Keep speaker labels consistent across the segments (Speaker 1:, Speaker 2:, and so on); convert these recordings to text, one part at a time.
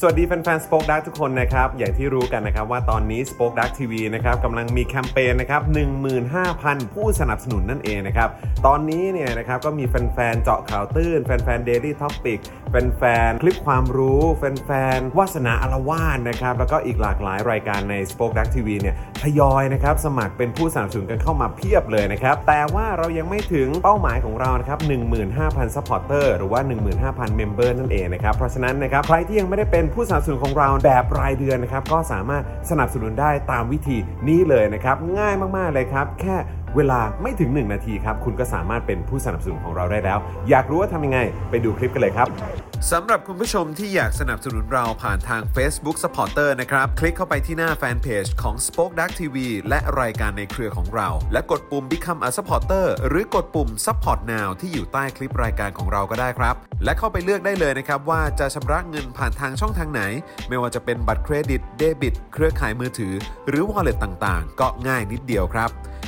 Speaker 1: สวัสดีแฟนๆ Spoke Dark ทุกคนนะครับ อย่างที่รู้กันนะครับว่าตอนนี้ Spoke Dark TV นะครับกำลังมีแคมเปญนะครับ15,000 ผู้สนับสนุนนั่นเองนะครับ ตอนนี้เนี่ยนะครับก็มีแฟนๆ เจาะข่าวตื้น แฟนๆ Daily Topic แฟนๆ คลิปความรู้ แฟนๆ วาสนาอารวาสนะครับ แล้วก็อีกหลากหลายรายการใน Spoke Dark TV เนี่ยทยอยนะครับสมัครเป็นผู้สนับสนุนกันเข้ามาเพียบเลยนะครับ แต่ว่าเรายังไม่ถึงเป้าหมายของเรานะครับ15,000 supporter หรือว่า 15,000 member นั่นเองนะครับ เพราะฉะนั้นนะครับใครที่ยังไม่ได้เป็นผู้สนับสนุนของเราแบบรายเดือนนะครับ ก็สามารถสนับสนุนได้ตามวิธีนี้เลยนะครับ ง่ายมากๆเลยครับ แค่เวลาไม่ถึง 1 นาทีครับ คุณก็สามารถเป็นผู้สนับสนุนของเราได้แล้ว อยากรู้ว่าทำยังไง ไปดูคลิปกันเลยครับ สำหรับคุณผู้ชมที่อยากสนับสนุนเราผ่านทาง Facebook Supporter นะครับ คลิกเข้าไปที่หน้าแฟนเพจของ Spoke Dark TV และรายการในเครือของเรา และกดปุ่ม Become a Supporter หรือกดปุ่ม Support Now ที่อยู่ใต้คลิปรายการของเราก็ได้ครับ และเข้าไปเลือกได้เลยนะครับว่าจะชำระเงินผ่านทางช่องทางไหน ไม่ว่าจะเป็นบัตรเครดิตเดบิต เครือข่ายมือถือ หรือ Wallet ต่างๆ ก็ง่ายนิดเดียวครับ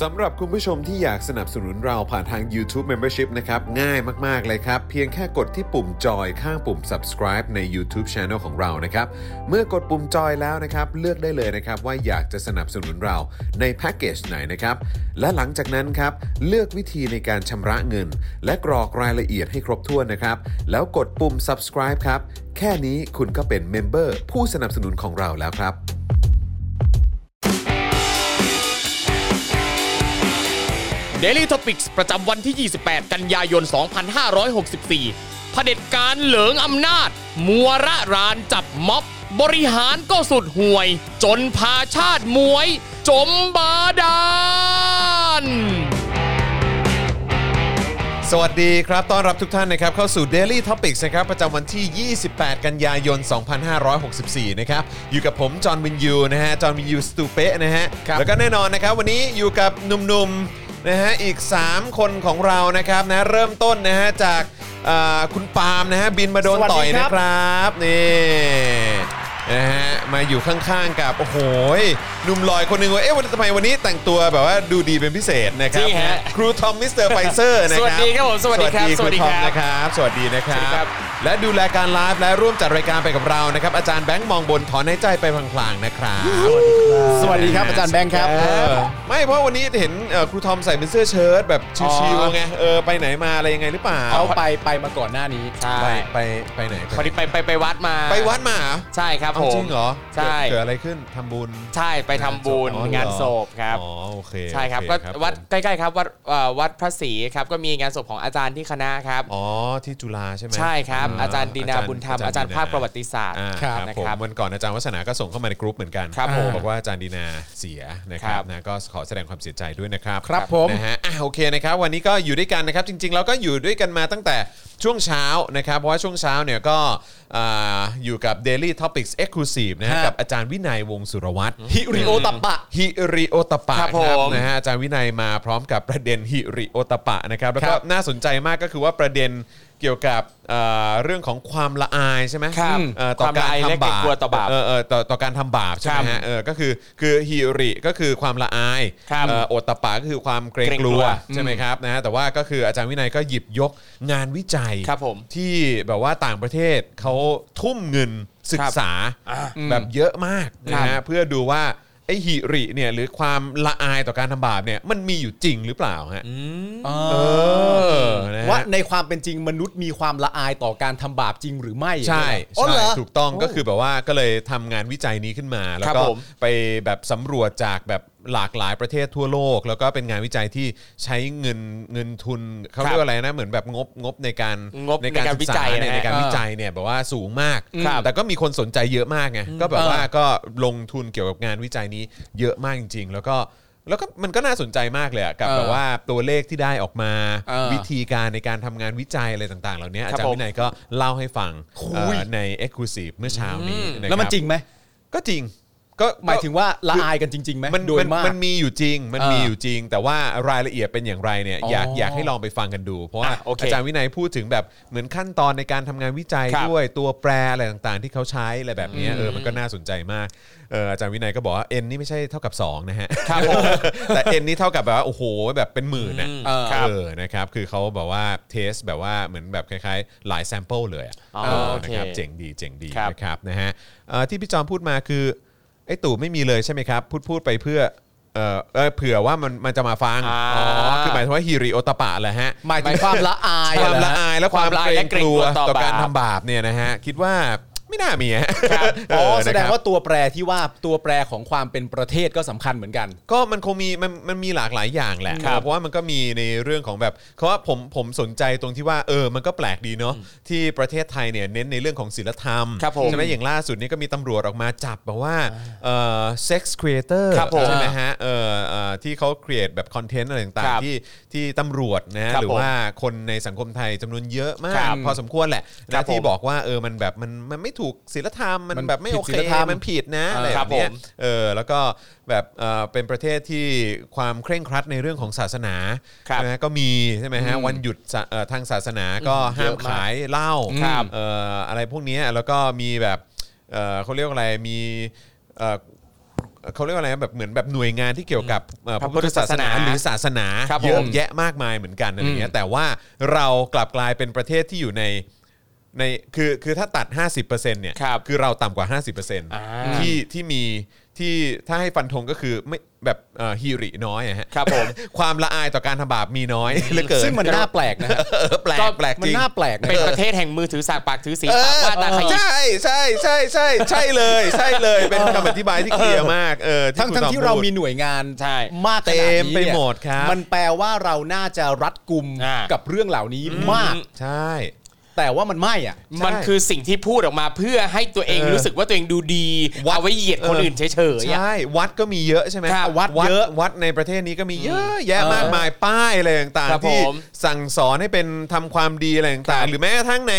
Speaker 1: สำหรับคุณผู้ชมที่อยากสนับสนุนเราผ่านทาง YouTube Membership นะครับ ง่ายมาก ๆ เลยครับ เพียงแค่กดที่ปุ่มจอยข้างปุ่ม subscribe ใน YouTube Channel ของเรานะครับ เมื่อกดปุ่มจอยแล้วนะครับ เลือกได้เลยนะครับ ว่าอยากจะสนับสนุนเราในแพ็กเกจไหนนะครับ และหลังจากนั้นครับ เลือกวิธีในการชำระเงิน และกรอกรายละเอียดให้ครบถ้วนนะครับ แล้วกดปุ่ม subscribe ครับ แค่นี้คุณก็เป็นเมมเบอร์ผู้สนับสนุนของเราแล้วครับ
Speaker 2: Daily Topics ประจำวันที่ 28 กันยายน 2564 เผด็จการเหลิงอำนาจ มัวระรานจับม็อบ บริหารก็สุดห่วย จนพาชาติมวย จมบาดาล
Speaker 1: สวัสดีครับ ต้อนรับทุกท่านนะครับ เข้าสู่ Daily Topics นะครับ ประจำวันที่ 28 กันยายน 2564 นะครับ อยู่กับผม จอห์นวินยูนะฮะ จอห์นวินยูสตูเปะนะฮะ แล้วก็แน่นอนนะครับ วันนี้อยู่กับหนุ่มๆ นะฮะ อีก 3 คนของเรานะครับนะ เริ่มต้นนะฮะ จากเอ่อคุณปาล์มนะฮะ บินมาโดนต่อยนะครับ นี่ นะฮะมาอยู่ข้างๆกับ โอ้โหยหนุ่มหลอยคนหนึ่งว่าเอ๊ะวันทำไมวันนี้แต่งตัวแบบว่าดูดีเป็นพิเศษนะครับ
Speaker 2: จริงฮะ
Speaker 1: ครูทอมมิสเตอร์ไฟเซอร์นะครับ
Speaker 2: สวัสดีครับผมสวัสดีครับ
Speaker 1: สวัสดีครูทอม
Speaker 2: สวัสดีครับ
Speaker 1: นะครับสวัสดีนะค
Speaker 2: สวัสดีค
Speaker 1: รั
Speaker 2: รับ บ
Speaker 1: และดูแลการไลฟ์และร่วมจัดรายการไปกับเรานะครับอาจารย์แบงค์มองบนถอนหายใจไปพลางๆนะครับ
Speaker 3: สวัสดีครับอาจารย์แบงค์ครับ
Speaker 1: เออไม่เพราะวันนี้เห็นเอ่อครูทอมใส่เป็นเสื้อเชิ้ตแบบชิว
Speaker 3: อ๋อ
Speaker 1: ๆไงเออไปไหนมาอะไรยังไงหรือเปล่า
Speaker 3: เขาไปไปมาก่อนหน้านี้
Speaker 1: ไปไปไปไหนไป
Speaker 2: พอดีไปไปไปวัดมา
Speaker 1: ไปวัดมาเหรอ
Speaker 2: ใช่ครับ
Speaker 1: เอา
Speaker 2: ผม
Speaker 1: จริงเหรอ
Speaker 2: ใช่
Speaker 1: เกิดอะไรขึ้นทำบุญ
Speaker 2: ใช่ไปทำบุญ
Speaker 1: อ๋อเหรอง
Speaker 2: านศพครับ
Speaker 1: อ๋อโอเค
Speaker 2: ใช่ครับ
Speaker 1: โอ
Speaker 2: ก็วัด
Speaker 1: เผม
Speaker 2: ใกล้ๆครับวัดเอ่อวัดพระศรีครับก็มีงานศพของอาจารย์ที่คณะครับ
Speaker 1: อ๋อที่จุฬาใช่ไหม
Speaker 2: ใช่ครับ อาจารย์ดีนาบุญธรรมอาจารย์ภาคประวัติศาสตร์
Speaker 1: อ่า
Speaker 3: ครับ
Speaker 2: นะ
Speaker 1: ผม
Speaker 2: ครับ
Speaker 1: วันก่อนอาจารย์วัฒนาก็ส่งเข้ามาในกรุ๊ปเหมือนกัน
Speaker 2: ครับผม
Speaker 1: บอกว่าอาจารย์ดีนาเสียนะครั
Speaker 2: ครับ บ
Speaker 1: นะก็ขอแสดงความเสียใจด้วยนะครับ
Speaker 3: ครับผม
Speaker 1: นะฮะอ่ะโอเคนะครับวันนี้ก็อยู่ด้วยกันนะครับจริงๆเราก็อยู่ด้วยกันมาตั้งแต่ช่วงเช้านะครับเพราะว่าช่วงเช้าเนี่ยก็อ่าอยู่กับ Daily Topics Exclusive นะฮะ
Speaker 3: ค
Speaker 1: กั
Speaker 3: รับ
Speaker 1: บอาจารย์วินัยวงศ์สุรวัตร
Speaker 3: ฮิริโอตับปะ
Speaker 1: ฮิริโอตปปะ
Speaker 2: ครั
Speaker 1: ค
Speaker 2: บ
Speaker 1: รับ
Speaker 2: ผม
Speaker 1: นะฮะอาจารย์วินัยมาพร้อมกับประเด็นฮิริโอตปปะนะครับแล้ว
Speaker 3: ค
Speaker 1: ก็
Speaker 3: รับ
Speaker 1: น่าสนใจมากก็คือว่าประเด็นเกี่ยวกับเอ่อเรื่องของความละอายใช่ไหม
Speaker 2: ครับ
Speaker 1: เอ่อต่อ
Speaker 2: ความ
Speaker 1: กา
Speaker 2: ละ
Speaker 1: ร
Speaker 2: อายและ
Speaker 1: ทำ
Speaker 2: เกร
Speaker 1: บาง ป
Speaker 2: กลัวต่อบาป
Speaker 1: เออเออต่อต่อการทำบาปใช่ไหม
Speaker 2: ครั
Speaker 1: ฮะ
Speaker 2: บ
Speaker 1: เออก็คือคือฮิริก็คือความละอาย
Speaker 2: ครับ
Speaker 1: เอ่อโอตปปะก็คือความเกรง
Speaker 2: เกรง
Speaker 1: ก
Speaker 2: กลั
Speaker 1: ลัว
Speaker 2: ว
Speaker 1: ใช่ไหมครับนะฮะแต่ว่าก็คืออาจารย์วินัยก็หยิบยกงานวิจัย
Speaker 2: ครับผม
Speaker 1: ที่แบบว่าต่างประเทศเขาทุ่มเงินศึกษาแบบเยอะมากนะ
Speaker 2: ครั
Speaker 1: ฮะ
Speaker 2: บ
Speaker 1: เพื่อดูว่าไอหิริเนี่ยหรือความละอายต่อการทำบาปเนี่ยมันมีอยู่จริงหรือเปล่าฮะเออนะฮะ
Speaker 3: ว่าในความเป็นจริงมนุษย์มีความละอายต่อการทำบาปจริงหรือไม่
Speaker 1: ใช่
Speaker 3: อ๋อ
Speaker 1: ใช่
Speaker 3: เหรอ
Speaker 1: ถูกต้อง
Speaker 3: โอ้
Speaker 1: ก็คือแบบว่าก็เลยทำงานวิจัยนี้ขึ้นมา แล้ว
Speaker 2: ครับ
Speaker 1: ก็
Speaker 2: ผม
Speaker 1: ไปแบบสำรวจจากแบบหลากหลายประเทศทั่วโลก แล้วก็เป็นงานวิจัยที่ใช้เงินเงินทุนเขา
Speaker 2: ครับ
Speaker 1: เรียกว่าอะไรนะเหมือนแบบงบงบในการ
Speaker 2: งบในการ
Speaker 1: ศึ
Speaker 2: วิจัย
Speaker 1: เนี่ย
Speaker 2: นะฮะ
Speaker 1: ในการวิจัยเนี่ยแบบว่าสูงมาก
Speaker 2: ครับ
Speaker 1: แต่ก็มีคนสนใจเยอะมากไงก็แบบว่าก็ลงทุนเกี่ยวกับงานวิจัยนี้เยอะมากจริง ๆ แล้วก็แล้วก็มันก็น่าสนใจมากเลยอะกับ
Speaker 3: เออ
Speaker 1: แบบว่าตัวเลขที่ได้ออกมา
Speaker 3: เออ
Speaker 1: วิธีการในการทำงานวิจัยอะไรต่างๆ เหล่านี้อาจาร
Speaker 2: ผ
Speaker 1: ย์
Speaker 2: ม
Speaker 1: วินัยก็เล่าให้ฟัง
Speaker 3: คุย
Speaker 1: เอ่อใน e x c l u s i v e เมื่อเช้านี้ะครับ
Speaker 3: แล้วมันจริงไหม
Speaker 1: ก็จริง ก็
Speaker 3: หมายถึงว่าละอายกันจริงๆไหม
Speaker 1: มัน
Speaker 3: โดย
Speaker 1: มัน
Speaker 3: มาก
Speaker 1: มันมีอยู่จริง มัน
Speaker 3: เออ
Speaker 1: มีอยู่จริง แต่ว่ารายละเอียดเป็นอย่างไรเนี่ย
Speaker 3: อ๋อ
Speaker 1: อ
Speaker 3: อ
Speaker 1: ยากอยากให้ลองไปฟังกันดู เพราะว่า
Speaker 4: อ่ะโอเค
Speaker 1: อาจารย์วินัยพูดถึงแบบเหมือนขั้นตอนในการทำงานวิจัย
Speaker 4: ครับ
Speaker 1: ด้วยตัวแปรอะไรต่างๆ ที่เขาใช้อะไรแบบเนี้ยเออมันก็น่าสนใจมากเอออาจารย์วินัยก็บอกว่า n นี่ไม่ใช่เท่ากับ2นะฮะ
Speaker 4: ครับผม
Speaker 1: แต่ n นี่เท่ากับแบบว่าโอ้โหแบบเป็นหมื่นนะ
Speaker 3: เออ
Speaker 1: เออนะครับคือเขาบอกว่าเทสแบบว่าเหมือนแบบคล้ายๆ หลายแซมเปิลเลยอะ
Speaker 4: อ๋อ
Speaker 1: เออ
Speaker 4: โอ
Speaker 1: นะ
Speaker 4: เค
Speaker 1: ครับเจ๋งดีเจ๋งดี
Speaker 4: ครับ
Speaker 1: นะครับนะฮะเอ่อที่พี่จอมพูดมาคือ ไอ้ตู่ไม่มีเลยใช่ไหมครับ พูดพูดไปเพื่อเออเออเผื่อว่ามันมันจะมาฟัง
Speaker 4: อ่า
Speaker 1: คือหมายถึงว่าฮิริโอตปะแหละฮะ
Speaker 3: หมายถึงความละอาย
Speaker 1: ความ
Speaker 3: เหร
Speaker 1: ละ
Speaker 3: ฮ
Speaker 1: อายและควา
Speaker 4: ค
Speaker 1: ม
Speaker 4: วามละ
Speaker 1: เก
Speaker 4: อาย
Speaker 1: ร
Speaker 4: และ
Speaker 1: ง
Speaker 4: เก
Speaker 1: ก
Speaker 4: รง
Speaker 1: ลั
Speaker 4: ก
Speaker 1: ว
Speaker 4: ลัวต่อ
Speaker 1: ต่อการ
Speaker 4: บาป
Speaker 1: ทำบาปเนี่ยนะฮะคิดว่าไม่น่ามีฮะเ
Speaker 3: อ๋อแสด
Speaker 1: นะค
Speaker 3: ง
Speaker 1: รับ
Speaker 3: ว่าตัวแปรที่ว่าตัวแปรของความเป็นประเทศก็สำคัญเหมือนกัน
Speaker 1: ก็มันคงมีมันมันมีหลากหลายอย่างแหละ
Speaker 4: ครับ
Speaker 1: เพราะว่ามันก็มีในเรื่องของแบบเพราะว่าผมผมสนใจตรงที่ว่าเออมันก็แปลกดีเนาะที่ประเทศไทยเนี่ยเน้นในเรื่องของศิลธรรม
Speaker 4: ครับผม
Speaker 1: ใช่ไหมอย่างล่าสุดนี่ก็มีตำรวจออกมาจับแบบว่าเออเซ็กซ์ครีเอเตอร์
Speaker 4: ครับผม
Speaker 1: ใช่ไหมฮะเออเอ่อที่เขาครีเอทแบบคอนเทนต์อะไรต่าง
Speaker 4: ครับ
Speaker 1: ๆที่ที่ตำรวจนะฮะ
Speaker 4: ครับ
Speaker 1: หรือว่าคนในสังคมไทยจำนวนเยอะมา
Speaker 4: ค
Speaker 1: ก
Speaker 4: รับ
Speaker 1: พอสมควรแหละ
Speaker 4: ครั
Speaker 1: นะ
Speaker 4: บผม
Speaker 1: ที่บอกว่าเออมันแบบมันมันไม่ถูกศีลธรรมมั
Speaker 3: มัน น
Speaker 1: แบบไม่
Speaker 3: ผิ
Speaker 1: โอ
Speaker 3: ด
Speaker 1: เค
Speaker 3: ศีลธรรม
Speaker 1: มันผิดนะอะไร
Speaker 4: ค
Speaker 1: แบ
Speaker 4: รับบ
Speaker 1: เนี้
Speaker 4: ผ
Speaker 1: ย
Speaker 4: ม
Speaker 1: เออแล้วก็แบบเอ่อเป็นประเทศที่ความเคร่งครัดในเรื่องของศาสนา
Speaker 4: ครับ
Speaker 1: นะก็มีใช่ไหมฮะวันหยุดสะเอ่อทางศาสนาก็ห้ามขายเหล้า
Speaker 4: ครับ
Speaker 1: เอ่ออะไรพวกเนี้ยแล้วก็มีแบบเอ่อเขาเรียกว่าอะไรมีเอ่อเขาเรียกว่าอะไรนะแบบเหมือนแบบหน่วยงานที่เกี่ยวกับเอ่อ
Speaker 4: พระพุทธศาสนา
Speaker 1: หรือศาสนา
Speaker 4: ครับผม
Speaker 1: เยอะแยะมากมายเหมือนกันอะไรเงี้ยแต่ว่าเรากลับกลายเป็นประเทศที่อยู่ในในคือคือถ้าตัด 50%เนี่ย
Speaker 4: ครับ
Speaker 1: อเราต่ำกว่า 50%
Speaker 4: อ่า
Speaker 1: ที่ ที่ที่มีที่ถ้าให้ฟันธงก็คือไม่แบบเอ่อฮีริน้อยอะฮะ
Speaker 4: ครับผม
Speaker 1: ความละอายต่อการทำบาปมีน้อย เหลือเกิน
Speaker 3: ซึ่งมันน่าแปลกนะฮะ
Speaker 1: เออแปลก
Speaker 4: ก็
Speaker 1: แปลก
Speaker 3: มั
Speaker 1: จ
Speaker 3: น
Speaker 1: ริง
Speaker 3: น่าแปลกนะ
Speaker 4: เป็นประเทศแห่งมือถือสากปากถือสี
Speaker 1: เอ
Speaker 4: ปาก
Speaker 1: อ
Speaker 4: ว่าตาขยี้
Speaker 1: ใช่ใช่ใช่ใช่ใช่เลยใช่เลยเป็นคำอธิบายที่เคลียร์มากเออ
Speaker 3: ทั้ง
Speaker 1: คุณ
Speaker 3: ทั้ง
Speaker 1: อ
Speaker 3: ที่เรา
Speaker 1: พูด
Speaker 3: มีหน่วยงาน
Speaker 4: ใช่
Speaker 3: มากขนาด
Speaker 1: เต็
Speaker 3: นี้
Speaker 1: ม
Speaker 3: นี่ย
Speaker 1: ไปหมดครับ
Speaker 3: มันแปลว่าเราน่าจะรัดกุม
Speaker 4: อ่ากั
Speaker 3: กับเรื่องเหล่านี้มาก
Speaker 1: ใช่
Speaker 3: แต่ว่ามันไม่อ่ะ
Speaker 1: ใช่
Speaker 4: มันคือสิ่งที่พูดออกมาเพื่อให้ตัวเอง
Speaker 1: เออ
Speaker 4: รู้สึกว่าตัวเองดูดี
Speaker 1: วัด
Speaker 4: เอาไว้เหยียดคนอื่นเฉยๆอะ
Speaker 1: ใช่วัดก็มีเยอะใช่ไหม
Speaker 4: ครับ
Speaker 1: วัด
Speaker 3: วัดเยอะ
Speaker 1: วัดในประเทศนี้ก็มีเยอะแยะมากมายป้ายอะไรต่าง
Speaker 4: ครับ
Speaker 1: ๆที่
Speaker 4: ผม
Speaker 1: สั่งสอนให้เป็นทำความดีอะไรต่างๆ หรือแม้กระทั่งใน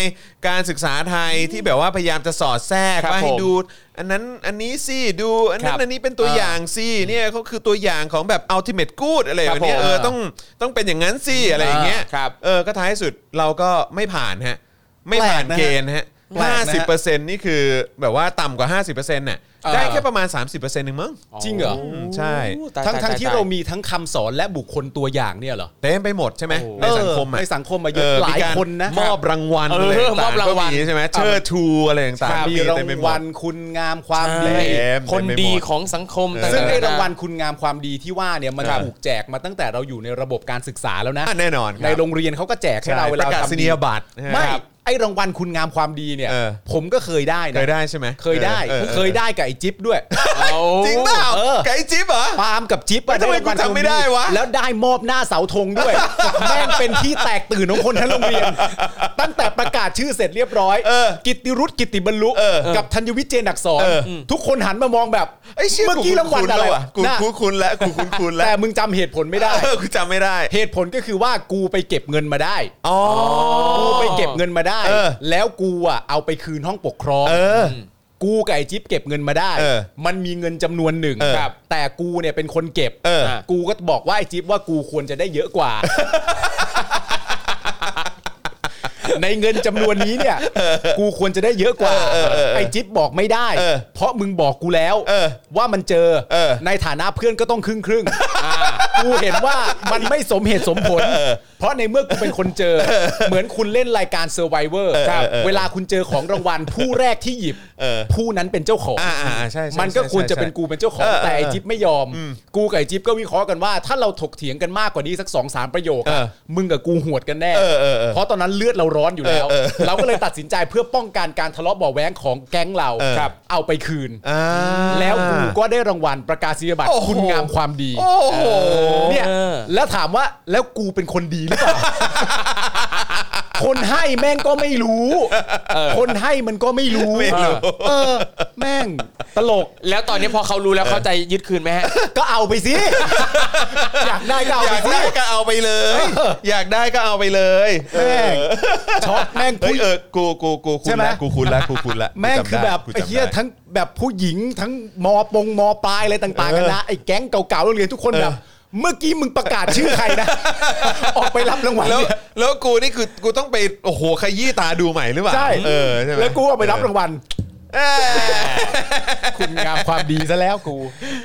Speaker 1: การศึกษาไทยที่แบบว่าพยายามจะสอดแทรก
Speaker 4: ครับ
Speaker 1: ว่า
Speaker 4: ผ
Speaker 1: ให้
Speaker 4: ม
Speaker 1: ดู อันนั้นอันนี้สิดูอันนั้
Speaker 4: ครั
Speaker 1: น
Speaker 4: บ
Speaker 1: อันนี้เป็นตัวอย่างสิเนี่ยเขาคือตัวอย่างของแบบ ultimate good อะไร
Speaker 4: ครั
Speaker 1: แบบ บเนี้ย
Speaker 4: ผม
Speaker 1: เออต้องต้องเป็นอย่างนั้นสิอะไรอย่างเงี้ย
Speaker 4: อ่าครับ
Speaker 1: เออก็ท้ายสุดเราก็ไม่ผ่านฮะไม่ผ่าน
Speaker 3: แปล
Speaker 1: เก
Speaker 3: กนะฮะ
Speaker 1: ณฑ์ฮะ
Speaker 3: แปลกนะฮะ
Speaker 1: ห้าสิบเปอร์เซ็นต์นี่คือแบบว่าต่ำกว่าห้าสิบเปอร์เซ็นต์น่ะได้แค่ประมาณสามสิบเปอร์เซ็นต์หนึ่งมั้ง
Speaker 3: จริงเหรอ
Speaker 1: ใช่
Speaker 3: ทั้งทั้งที่
Speaker 4: ตยๆๆ
Speaker 3: เรามีทั้งคำสอนและบุคคลตัวอย่างเนี่ยเหรอ
Speaker 1: เต็มไปหมดใช่ไหม
Speaker 4: โอ้
Speaker 1: ในสังคม
Speaker 3: เอ
Speaker 1: อะ
Speaker 3: อในสังคมมาเยอะ
Speaker 1: อ
Speaker 3: หลาย
Speaker 1: มีกร
Speaker 3: คนนะ
Speaker 1: มอบรางวัล
Speaker 4: เออ
Speaker 1: อะไรต่าง
Speaker 4: มอบรางวัล
Speaker 1: ก็มีใช่ไหมเชิดชูอะไรต่าง
Speaker 3: ครับ
Speaker 1: ๆ
Speaker 3: มีราง
Speaker 1: เต็มไปหม
Speaker 3: วั
Speaker 1: ด
Speaker 3: ลคุณงามความ
Speaker 4: ใช่
Speaker 3: ดี
Speaker 1: เต็ม
Speaker 4: คน
Speaker 1: เต็มไปหมด
Speaker 4: ดีของสังคมต่ๆ
Speaker 3: ซึ่งไอ้
Speaker 4: ๆ
Speaker 3: รางวัลคุณงามความดีที่ว่าเนี่ยมัน
Speaker 1: ครับ
Speaker 3: ถูกแจกมาตั้งแต่เราอยู่ในระบบการศึกษาแล้วนะ
Speaker 1: อ่ะแน่นอนคบ
Speaker 3: ในโรงเรียนเขาก็แจกให้
Speaker 1: ใช่
Speaker 3: เรา
Speaker 1: ป
Speaker 3: เวลา
Speaker 1: ระกา
Speaker 3: ทำ
Speaker 1: ศ
Speaker 3: ดี
Speaker 1: นียบัตรนะฮะ
Speaker 3: ไม่ไอรางวัลคุณงามความดีเนี่ย
Speaker 1: เออ
Speaker 3: ผมก็เคยได้
Speaker 1: เค
Speaker 3: นะ
Speaker 1: ยได้ใช่ไหม
Speaker 3: เคยได้
Speaker 1: ออออ
Speaker 3: เคยได้กับไอจิ๊บด้วย
Speaker 4: เอา
Speaker 1: จริงเปล่า
Speaker 3: เออ
Speaker 1: ไก่จิ๊บเหรอ
Speaker 3: ปาล์มกับจิ๊บอะ
Speaker 1: แล้วทำไม
Speaker 3: รางวัล
Speaker 1: กูทำไม่ได้วะ
Speaker 3: แล้วได้มอบหน้าเสาธงด้วย แม่งเป็นที่แตกตื่นของคนทั้งโรงเรียน ตั้งแต่ประกาศชื่อเสร็จเรียบร้อยกิตติรุตกิตติบรรลุกับธัญวิทย์เจนอักษรทุกคนหันมามองแบบ
Speaker 1: ไอ้เชี่ย
Speaker 3: เมื่อกี้รางวัลอะไรวะ
Speaker 1: กู
Speaker 3: น่ะ
Speaker 1: คุ้นๆแล้วกูคุ้นๆแล้
Speaker 3: แต่
Speaker 1: ว
Speaker 3: มึงจำเหตุผลไม่ได้
Speaker 1: เออกูจำไม่ได้
Speaker 3: เหตุผลก็คือว่ากูไปเก็บเงินมาได้
Speaker 1: อ๋อ
Speaker 3: กูไปเก็บเงินมาได้
Speaker 1: เออ
Speaker 3: แล้วกูอ่ะเอาไปคืนห้องปกครอง
Speaker 1: เออ
Speaker 3: กูกับไอจิ๊บเก็บเงินมาได้
Speaker 1: เออ
Speaker 3: มันมีเงินจำนวนหนึ่ง
Speaker 1: เออ
Speaker 3: ครับแต่กูเนี่ยเป็นคนเก็บ
Speaker 1: เออ
Speaker 3: กูก็บอกว่าไอจิ๊บว่ากูควรจะได้เยอะกว่า ในเงินจำนวนนี้เนี่ย กูควรจะได้เยอะกว่าไอจิ๊บบอกไม่ได้
Speaker 1: เออ
Speaker 3: เพราะมึงบอกกูแล้ว
Speaker 1: เออ
Speaker 3: ว่ามันเจอ
Speaker 1: เออ
Speaker 3: ในฐานะเพื่อนก็ต้องครึ่งครึ่งๆกูเห็นว่ามันไม่สมเหตุสมผล เพราะในเมื่อกูเป็นคนเจอ เหมือนคุณเล่นรายการ Survivor ครับเวลาคุณเจอของรางวัลผู้แรกที่หยิบผู้นั้นเป็นเจ้าของ
Speaker 1: อ่าอ่าใช่ใช่
Speaker 3: มันก็
Speaker 1: ใช่
Speaker 3: ควรจะ
Speaker 1: ใช่
Speaker 3: เป็นกูเป็นเจ้าขอ
Speaker 1: เอง อเออ
Speaker 3: แต่ไอจิ๊บไม่ยอม กูกับไอจิ๊บก็วิเคราะห์กันว่า ถ้าเราถกเถียงกันมากกว่านี้สักสองสามประโยคอะ
Speaker 1: เออ
Speaker 3: มึงกับกูหวดกันแน่
Speaker 1: เออเออเออ
Speaker 3: เพราะตอนนั้นเลือดเราร้อนอยู่แล้ว
Speaker 1: เออเออ
Speaker 3: เราก็เลยตัดสินใจเพื่อป้องกันการทะเลาะเบาะแว้งของแก๊งเรา
Speaker 1: เออ
Speaker 3: ครับเอาไปคืน
Speaker 1: อ่า
Speaker 3: แล้วกูก็ได้รางวัลประกาศนียบัตร
Speaker 1: โอ้โห
Speaker 3: คุณงามความดี
Speaker 1: โอ้โห
Speaker 3: เนี่ย
Speaker 4: เออ
Speaker 3: แล้วถามว่าแล้วกูเป็นคนดีหรือเปล่า โค คนให้แม่งก็ไม่รู้ คนให้มันก็ไม่รู้
Speaker 1: ไม่รู้
Speaker 3: เออ แม่งตลก
Speaker 2: แล้วตอนนี้พอเขารู้แล้วเขาใจยึดคืนไหมฮะ
Speaker 3: ก็เอาไปสิ อยากได้ก็เอา
Speaker 1: อ
Speaker 3: ไป
Speaker 1: ยาก
Speaker 3: สิ
Speaker 1: ได้ก็เอาไปเลย อยากได้ก็เอาไปเลย
Speaker 3: แม่งช็อตแม่ง
Speaker 1: เฮ้
Speaker 3: ผู้
Speaker 1: ยเออกูกูกูคุ
Speaker 3: ใช่
Speaker 1: ณ
Speaker 3: ไหม
Speaker 1: ละกูคุณละกูคุณละ
Speaker 3: แม่งคือแบบ
Speaker 1: กูจำด้
Speaker 3: ไอ้เหี้ย
Speaker 1: กูจำด้
Speaker 3: ทั้งแบบผู้หญิงทั้งมอปงมอปลายอะไรต่างๆกันนะไอ้แก๊งเก่าๆโรงเรียนทุกคนแบบเมื่อกี้มึงประกาศชื่อใครนะ ออกไปรับรางวัล
Speaker 1: แล้ว
Speaker 3: เนี่ย
Speaker 1: แล้วกูนี่คือกูต้องไปโอ้โหขยี้ตาดูใหม่หรือเปล่า
Speaker 3: ใช่
Speaker 1: เออใช่ไหม
Speaker 3: แล้วกูเอาไปรับรางวัล
Speaker 1: เออ
Speaker 3: คุณงามความดีซะแล้วกู